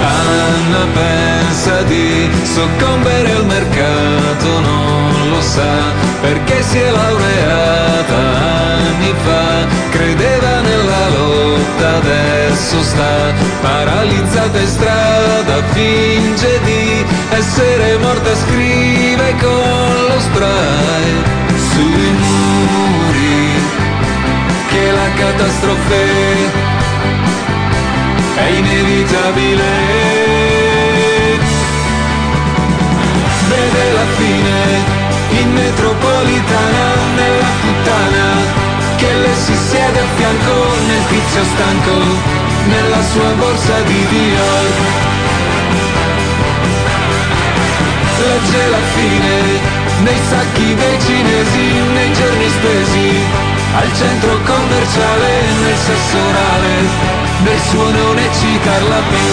Speaker 4: Anna pensa di soccombere al mercato, non lo sa perché si è laureata anni fa, credeva nella lotta, adesso sta paralizzata in strada, finge di essere morta, scrive con lo spray sui muri che la catastrofe è inevitabile. Vede la fine in metropolitana nella puttana che le si siede a fianco nel tizio stanco nella sua borsa di Dior. Legge la fine nei sacchi dei cinesi, nei giorni spesi, al centro commerciale, nel sesso orale, nel suo non eccitarla più.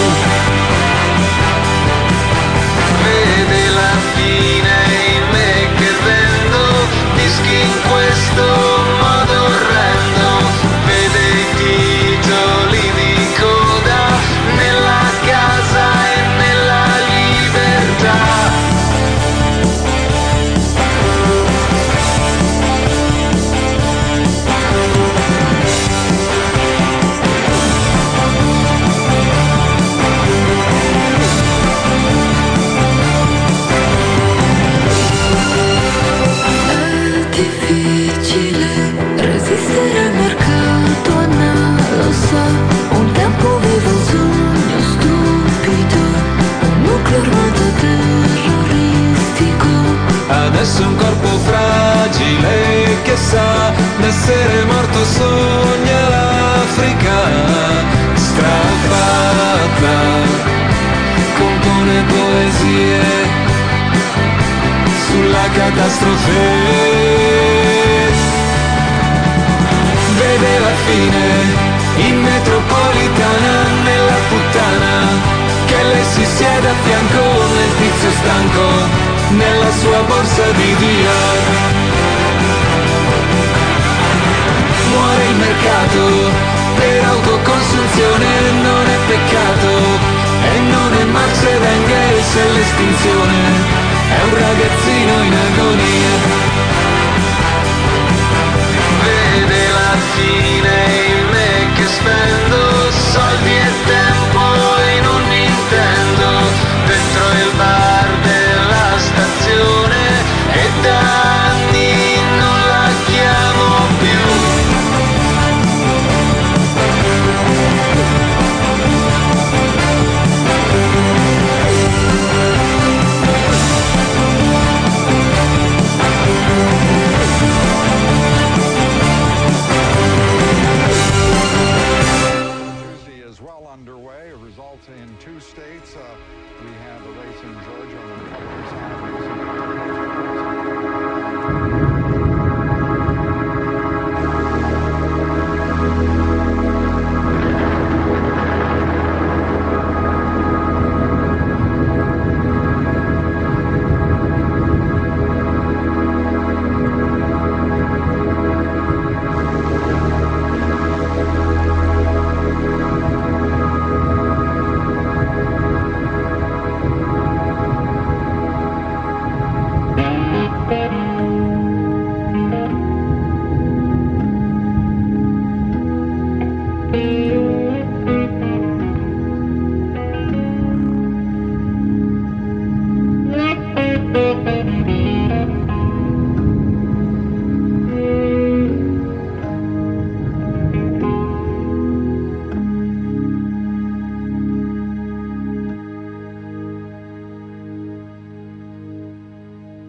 Speaker 4: Vede la fine in me che vendo dischi in questo modo orrendo, vede i titoli di coda nella casa e nella libertà.
Speaker 15: difficile resistere al mercato, Anna lo sa, un tempo vivo un sogno stupido, un nucleo armato terroristico,
Speaker 4: Adesso è un corpo fragile che sa d'essere morto sogna l'Africa strafatta, compone poesie sulla catastrofe. Vede la fine in metropolitana nella puttana che lei si siede a fianco nel tizio stanco nella sua borsa di Dior. Muore il mercato per autoconsunzione non è peccato e non è Marx ed Engels e l'estinzione è un ragazzino in agonia.
Speaker 15: vede la fine in me che spendo soldi e tempo in un Nintendo, dentro il bar della stazione e da anni non la chiamo più.
Speaker 11: is well underway. Results in two states. Uh, we have a race in Georgia on the Republican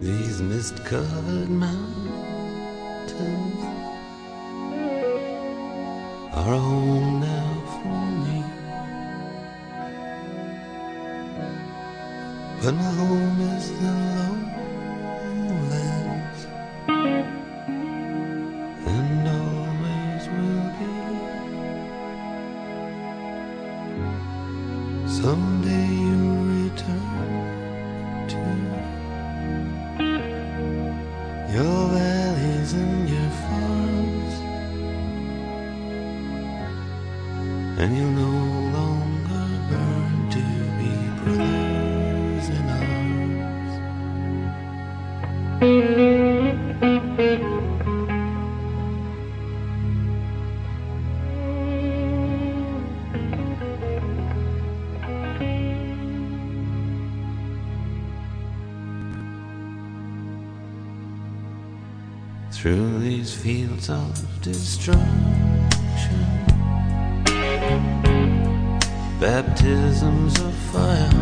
Speaker 14: These mist covered mountains are home now for me. But my home is the lowlands and always will be. Someday you'll return.
Speaker 4: and you no longer burn to be brothers in arms. Through these fields of destruction, baptisms of fire.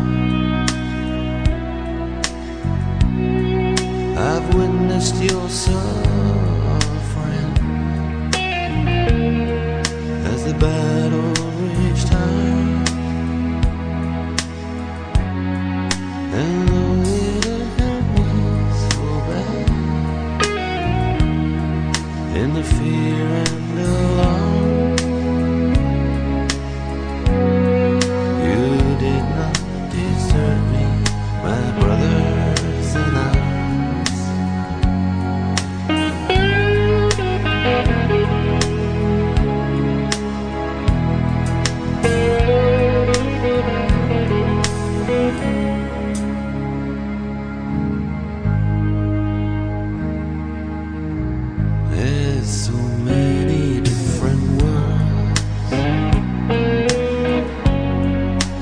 Speaker 4: I've witnessed your suffering as the battle raged high. And though it was so bad, in the fear and alarm. You did not desert me, my brothers in arms. There's so many different words,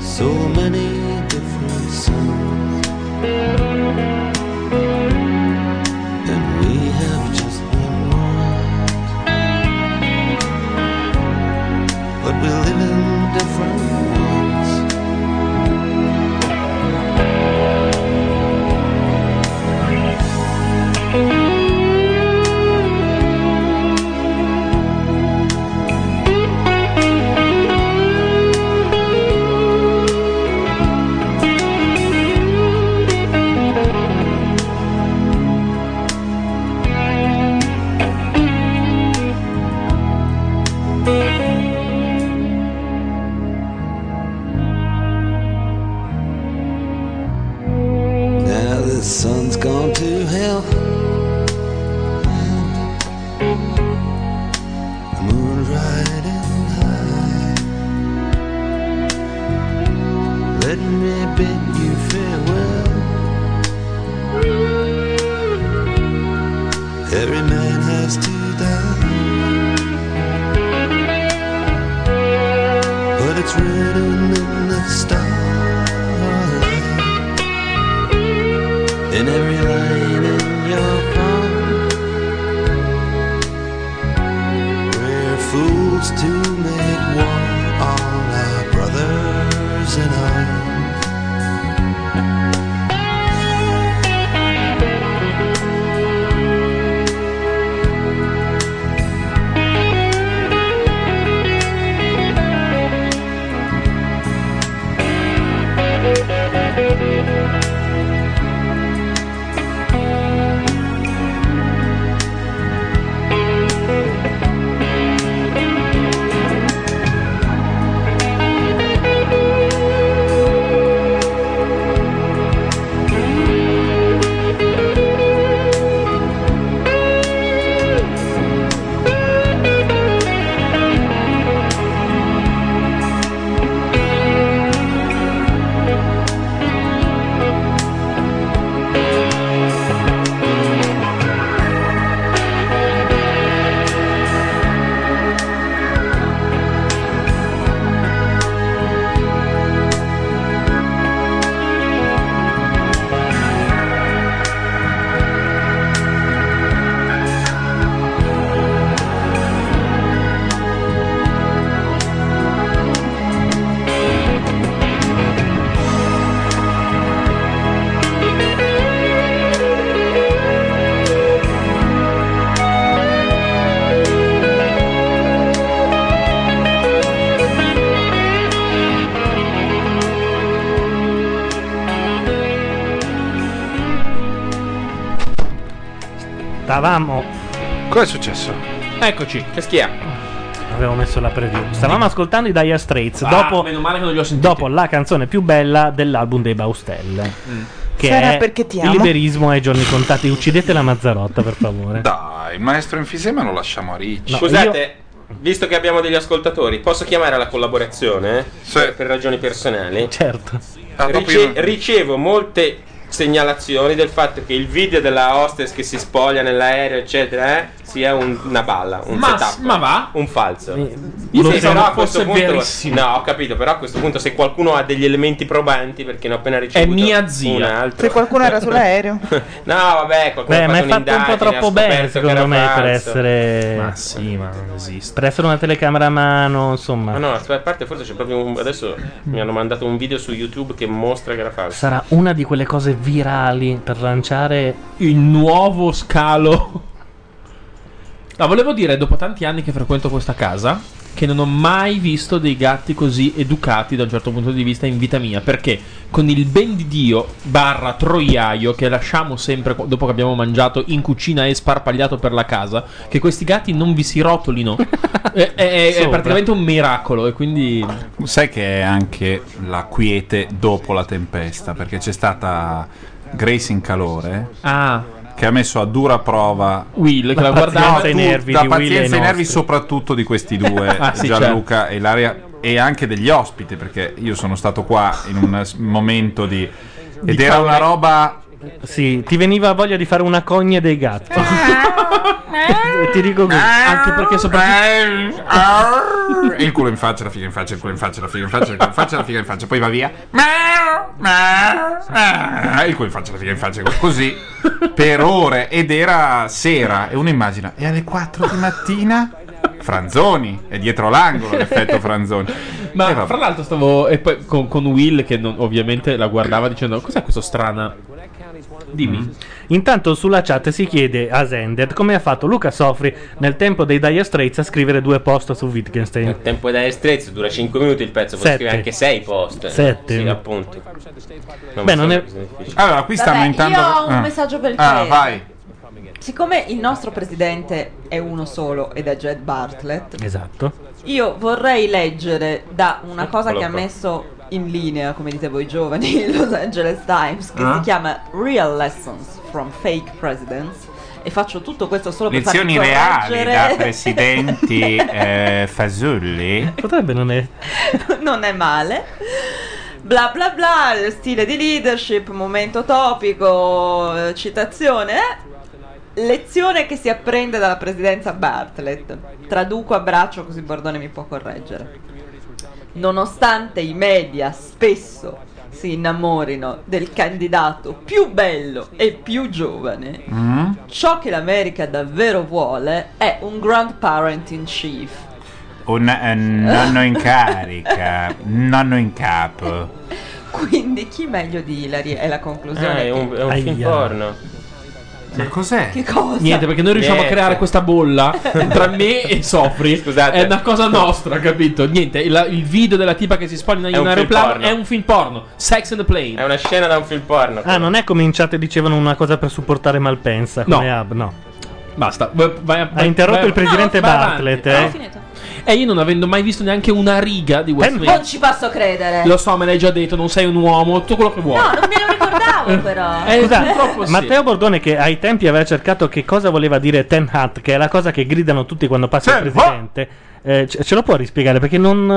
Speaker 4: so many different sounds, and we have just one word. But we live in different Now the sun's gone to hell. The moon riding high. Let me bid you farewell. Every man has to die. But it's written in the starlight in every line in your poem. We're fools to make one all our brothers in arms.
Speaker 5: Stavamo.
Speaker 1: Cosa è successo?
Speaker 6: Eccoci. Che schia.
Speaker 5: Avevo messo la preview. Stavamo ascoltando i Dire Straits
Speaker 6: Ah,
Speaker 5: dopo,
Speaker 6: meno male che non li ho sentiti.
Speaker 5: dopo la canzone più bella dell'album dei Baustelle. Che
Speaker 6: Sarà
Speaker 5: è
Speaker 6: perché ti amo.
Speaker 5: Liberismo ai giorni contati. Uccidete la Mazzarotta, per favore.
Speaker 1: Ah, Dai, il maestro Infisema lo lasciamo a Ricci.
Speaker 5: No, Scusate,
Speaker 3: Visto che abbiamo degli ascoltatori, posso chiamare alla collaborazione? eh? Per, per ragioni personali.
Speaker 5: Certo.
Speaker 3: Rice- ricevo molte segnalazioni del fatto che il video della hostess che si spoglia nell'aereo, eccetera, eh, sia un- una balla, un
Speaker 6: Ma-
Speaker 3: setup.
Speaker 6: ma va?
Speaker 3: Un falso.
Speaker 6: Io
Speaker 3: Sì,
Speaker 6: pensavo
Speaker 3: però a
Speaker 6: fosse
Speaker 3: questo punto.
Speaker 6: verissimo.
Speaker 3: No, ho capito, però a questo punto se qualcuno ha degli elementi probanti, perché ne ho appena ricevuto
Speaker 6: mia zia.
Speaker 3: un altro.
Speaker 9: Se qualcuno era sull'aereo.
Speaker 3: No, vabbè, qualcuno
Speaker 5: Beh,
Speaker 3: ha
Speaker 5: ma
Speaker 3: fatto
Speaker 5: è fatto un po'
Speaker 3: un'indagine, ha
Speaker 5: troppo bene,
Speaker 3: scoperto che era
Speaker 5: secondo me, per
Speaker 3: falso.
Speaker 5: essere.
Speaker 3: Ma sì, ma non esiste.
Speaker 5: Per essere una telecamera a mano, insomma.
Speaker 3: Ma no, a parte forse c'è proprio un... Adesso mi hanno mandato un video su YouTube che mostra che era falso.
Speaker 5: Sarà una di quelle cose virali per lanciare
Speaker 6: il nuovo scalo. No, volevo dire, dopo tanti anni che frequento questa casa, che non ho mai visto dei gatti così educati da un certo punto di vista in vita mia. Perché con il ben di Dio barra troiaio che lasciamo sempre co- dopo che abbiamo mangiato in cucina e sparpagliato per la casa, che questi gatti non vi si rotolino. è, è- è
Speaker 1: Sopra.
Speaker 6: praticamente un miracolo. E quindi.
Speaker 1: Sai che è anche la quiete dopo la tempesta, perché c'è stata Grace in calore
Speaker 6: Ah.
Speaker 1: che ha messo a dura prova
Speaker 6: Will, che la
Speaker 1: pazienza
Speaker 6: guardava-
Speaker 1: e i
Speaker 6: No, tu-
Speaker 1: nervi,
Speaker 6: la
Speaker 1: di Will
Speaker 6: pazienza
Speaker 1: e
Speaker 6: e i
Speaker 1: i nervi
Speaker 6: nostri.
Speaker 1: soprattutto di questi due,
Speaker 6: Ah, sì,
Speaker 1: Gianluca e Ilaria, e anche degli ospiti, perché io sono stato qua in un s- momento di... Ed
Speaker 5: Di
Speaker 1: era
Speaker 5: calma.
Speaker 1: una roba...
Speaker 5: Sì, ti veniva voglia di fare una cogne dei gatti.
Speaker 3: Ah.
Speaker 5: E ti dico così. Anche perché
Speaker 1: soprattutto.
Speaker 3: Ah.
Speaker 1: E il culo in faccia, la figa in faccia, il culo in faccia, la figa in faccia, il culo in faccia, la figa in faccia, poi va via. Ah, il culo in faccia, la figa in faccia, così per ore. Ed era sera, e uno immagina, e alle 4 di mattina Franzoni, è dietro l'angolo l'effetto Franzoni. Eh,
Speaker 6: Ma fra l'altro stavo. E poi con, con Will che non- ovviamente la guardava dicendo: Cos'è questo strana? Dimmi.
Speaker 5: Intanto sulla chat si chiede a Zended come ha fatto Luca Sofri nel tempo dei Dire Straits a scrivere due post su Wittgenstein.
Speaker 3: Tempo da strezzo, dura 5 minuti il pezzo, puoi
Speaker 5: Sette.
Speaker 3: scrivere anche 6 post.
Speaker 5: Sette.
Speaker 3: Sì, appunto.
Speaker 5: Beh, non è-
Speaker 1: Allora, qui
Speaker 2: Vabbè, Io ho un messaggio per il
Speaker 1: Ah,
Speaker 2: paese.
Speaker 1: vai.
Speaker 2: Siccome il nostro presidente è uno solo ed è Jed Bartlett,
Speaker 5: Esatto.
Speaker 2: io vorrei leggere da una cosa
Speaker 5: Eccolo
Speaker 2: che ha
Speaker 5: qua.
Speaker 2: messo in linea, come dite voi giovani, il Los Angeles Times, che
Speaker 1: Ah.
Speaker 2: si chiama Real Lessons from Fake Presidents. E faccio tutto questo solo per
Speaker 1: Lezioni
Speaker 2: farvi
Speaker 1: reali da
Speaker 2: correggere.
Speaker 1: presidenti eh, Fasulli.
Speaker 5: Potrebbe non è.
Speaker 2: non è male. Bla bla bla, stile di leadership, momento topico, eh, citazione. eh. Lezione che si apprende dalla presidenza Bartlett. Traduco a braccio così Bordone mi può correggere. Nonostante i media spesso si innamorino del candidato più bello e più giovane, ciò che l'America davvero vuole è un grandparent in chief.
Speaker 1: Un eh, nonno in carica, nonno in capo.
Speaker 2: Quindi chi meglio di Hilary è la conclusione.
Speaker 6: Eh,
Speaker 3: Ah, è un, è un
Speaker 2: che-
Speaker 3: film porno.
Speaker 1: Ma cos'è?
Speaker 2: Che cosa?
Speaker 6: Niente, perché noi riusciamo
Speaker 3: Niente.
Speaker 6: a creare questa bolla tra me e Sofri. Scusate. È una cosa nostra, capito? Niente, il, il video della tipa che si spoglia in
Speaker 5: È
Speaker 6: un
Speaker 5: un film
Speaker 6: aeroplano
Speaker 5: porno.
Speaker 6: è un film porno. Sex and the Plane. È
Speaker 3: una scena da un film porno.
Speaker 5: Ah, non è come in chat dicevano una cosa per supportare Malpensa come hub, no.
Speaker 6: Basta. Vai,
Speaker 5: ha interrotto il presidente Bartlett, eh.
Speaker 6: E io non avendo mai visto neanche una riga di West Wing.
Speaker 2: Non ci posso credere.
Speaker 6: Lo so, me l'hai già detto, non sei un uomo, tutto quello che vuoi.
Speaker 2: No, non me lo ricordavo però.
Speaker 6: Eh,
Speaker 5: Scusate,
Speaker 6: purtroppo sì.
Speaker 5: esatto. Matteo Bordone che ai tempi aveva cercato che cosa voleva dire Ten Hat, che è la cosa che gridano tutti quando passa il presidente. eh, ce, ce lo può rispiegare perché non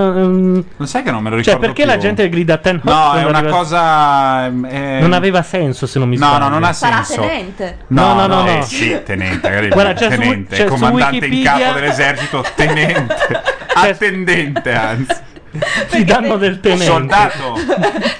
Speaker 1: oh! Lo sai che non me lo
Speaker 5: Cioè,
Speaker 1: ricordo
Speaker 5: perché la
Speaker 1: più.
Speaker 5: gente grida Ten Hat?
Speaker 1: No,
Speaker 5: quando
Speaker 1: è una
Speaker 5: arriva-
Speaker 1: cosa. ehm, eh,
Speaker 5: Non aveva senso se non mi
Speaker 1: No,
Speaker 5: sbaglio.
Speaker 1: no, non ha
Speaker 2: Sarà
Speaker 1: senso.
Speaker 2: tenente.
Speaker 1: No, no,
Speaker 5: No, no,
Speaker 1: no.
Speaker 5: no,
Speaker 1: Eh,
Speaker 5: no.
Speaker 1: sì, tenente, magari
Speaker 5: Guarda, c'è su-
Speaker 1: tenente,
Speaker 5: c'è su
Speaker 1: comandante in
Speaker 5: Wikipedia- Cioè,
Speaker 1: capo dell'esercito, tenente, attendente anzi.
Speaker 5: Ti danno del tenente.
Speaker 1: Soldato.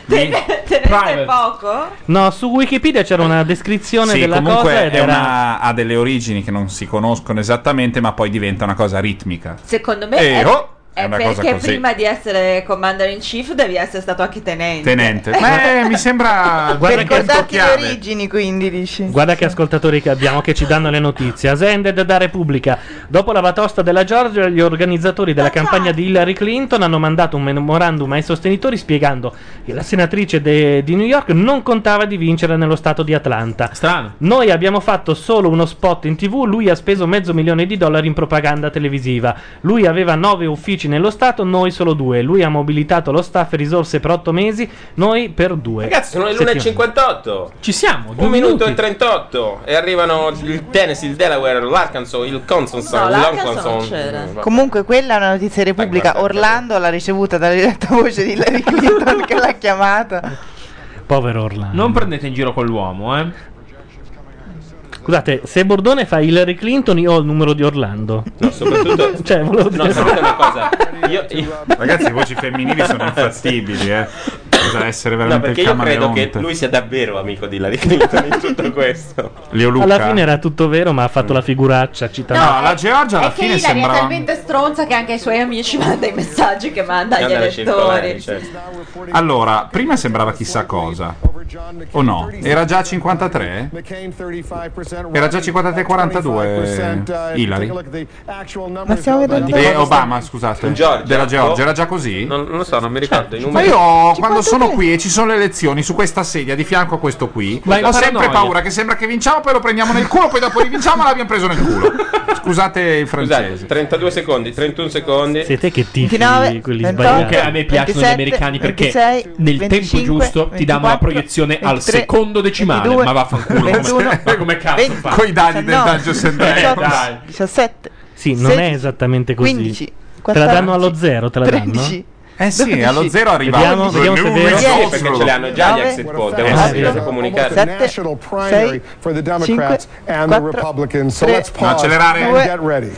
Speaker 2: Tenente poco?
Speaker 5: No, su Wikipedia c'era una descrizione
Speaker 1: Sì,
Speaker 5: della
Speaker 1: comunque
Speaker 5: cosa ed
Speaker 1: è
Speaker 5: era
Speaker 1: una- ha delle origini che non si conoscono esattamente, ma poi diventa una cosa ritmica.
Speaker 2: Secondo me
Speaker 1: Eh,
Speaker 2: è,
Speaker 1: oh,
Speaker 2: è
Speaker 1: è una cosa
Speaker 2: perché
Speaker 1: così.
Speaker 2: prima di essere commander in chief devi essere stato anche tenente.
Speaker 1: Tenente. Beh, eh, mi sembra
Speaker 9: Per ricordarti le
Speaker 1: chiave.
Speaker 9: origini, quindi dici.
Speaker 5: Guarda che ascoltatori che abbiamo che ci danno le notizie. Asended da Repubblica. Dopo la batosta della Georgia, gli organizzatori della campagna di Hillary Clinton hanno mandato un memorandum ai sostenitori spiegando che la senatrice de- di New York non contava di vincere nello stato di Atlanta.
Speaker 6: Strano.
Speaker 5: Noi abbiamo fatto solo uno spot in tv, lui ha speso mezzo milione di dollari in propaganda televisiva. Lui aveva nove uffici nello Stato, noi solo due. Lui ha mobilitato lo staff e risorse per otto mesi, noi per due.
Speaker 3: Ragazzi, sono le
Speaker 5: Settimane.
Speaker 3: 1.58.
Speaker 5: Ci siamo, due
Speaker 3: Un minuto
Speaker 5: minuti.
Speaker 3: e 38 e arrivano il Tennessee, il Delaware, l'Arkansas, il Consensus,
Speaker 9: No, l'Arkansas
Speaker 3: l'Arkansas.
Speaker 9: non c'era.
Speaker 3: Mm, vabbè.
Speaker 9: Comunque, quella è una notizia di Repubblica. Orlando l'ha ricevuta dalla voce di Hillary Clinton che l'ha chiamata.
Speaker 5: Povero Orlando.
Speaker 6: Non prendete in giro quell'uomo, eh.
Speaker 5: Scusate, se Bordone fa Hillary Clinton, io ho il numero di Orlando.
Speaker 3: No, soprattutto.
Speaker 5: cioè, volevo dire.
Speaker 3: No, sapete una cosa? Io, io-
Speaker 1: Ragazzi, le voci femminili sono infattibili, eh. Bisogna essere
Speaker 3: No,
Speaker 1: veramente
Speaker 3: perché
Speaker 1: il
Speaker 3: io credo che
Speaker 1: camaleonte.
Speaker 3: lui sia davvero amico di Hillary Clinton in tutto questo.
Speaker 1: Leo Luca.
Speaker 5: Alla fine era tutto vero, ma ha fatto la figuraccia citando.
Speaker 1: No, la Georgia
Speaker 2: È
Speaker 1: alla
Speaker 2: che Ilari è talmente stronza che anche ai suoi amici manda i messaggi che manda agli elettori.
Speaker 1: certo. Allora, prima sembrava chissà cosa. O no? Era già 53?
Speaker 11: McCain 35%.
Speaker 1: Era già 53-42 Hillary.
Speaker 11: Ma stiamo vedendo
Speaker 1: Eh, Obama, scusate.
Speaker 3: Georgia.
Speaker 1: Della Georgia, era già così?
Speaker 3: Boh. Non, non lo so,
Speaker 6: Cioè,
Speaker 3: non mi ricordo i
Speaker 1: Ma
Speaker 3: numeri.
Speaker 1: io quando sono qui e ci sono le elezioni su questa sedia di fianco a questo qui,
Speaker 3: Ma è
Speaker 1: ho sempre
Speaker 3: paranoia.
Speaker 1: paura che sembra che vinciamo, poi lo prendiamo nel culo, poi dopo rivinciamo e l'abbiamo preso nel culo. Scusate il francese.
Speaker 3: Scusate, 32 secondi, 31 secondi.
Speaker 5: Siete che tifi
Speaker 1: 29, quelli sbagliati.
Speaker 6: Comunque a me piacciono
Speaker 1: 27,
Speaker 6: gli americani perché
Speaker 1: 26,
Speaker 6: nel
Speaker 1: 25,
Speaker 6: tempo giusto ti danno la
Speaker 1: 24,
Speaker 6: proiezione al
Speaker 1: 23,
Speaker 6: secondo decimale.
Speaker 1: 22,
Speaker 6: ma vaffanculo, come,
Speaker 1: 21,
Speaker 6: ma come cazzo fa?
Speaker 1: Coi dadi del Daggio
Speaker 6: Eh,
Speaker 1: Sendai.
Speaker 6: dai.
Speaker 9: 17.
Speaker 5: Sì, non è
Speaker 9: 16,
Speaker 5: esattamente così.
Speaker 9: 15,
Speaker 5: te la
Speaker 9: 14,
Speaker 5: danno allo zero, te la
Speaker 9: 13,
Speaker 5: danno?
Speaker 1: Eh sì, allo 12. zero arriva.
Speaker 5: Vediamo,
Speaker 1: The
Speaker 5: vediamo se è
Speaker 1: new
Speaker 5: vero.
Speaker 1: result.
Speaker 3: Sì, perché ce l'hanno già gli exit poll, devono
Speaker 11: Eh,
Speaker 3: sapere
Speaker 11: sì.
Speaker 3: se comunicare.
Speaker 11: Almost a national primary for the Democrats and the Republicans. So let's
Speaker 1: No,
Speaker 11: pause
Speaker 1: accelerare.
Speaker 11: and get ready.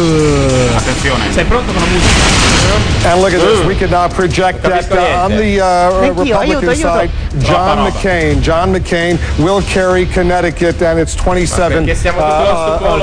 Speaker 1: Attenzione.
Speaker 6: Sei pronto con la musica?
Speaker 11: And look at this.
Speaker 3: Mm.
Speaker 11: We can now project that uh, on the uh,
Speaker 13: Thank you. Aiuto,
Speaker 11: Republican
Speaker 13: aiuto.
Speaker 11: side, John
Speaker 13: Troppa roba.
Speaker 11: McCain. John McCain will carry Connecticut, and it's 27,
Speaker 13: perché siamo
Speaker 11: uh,
Speaker 13: tutto lo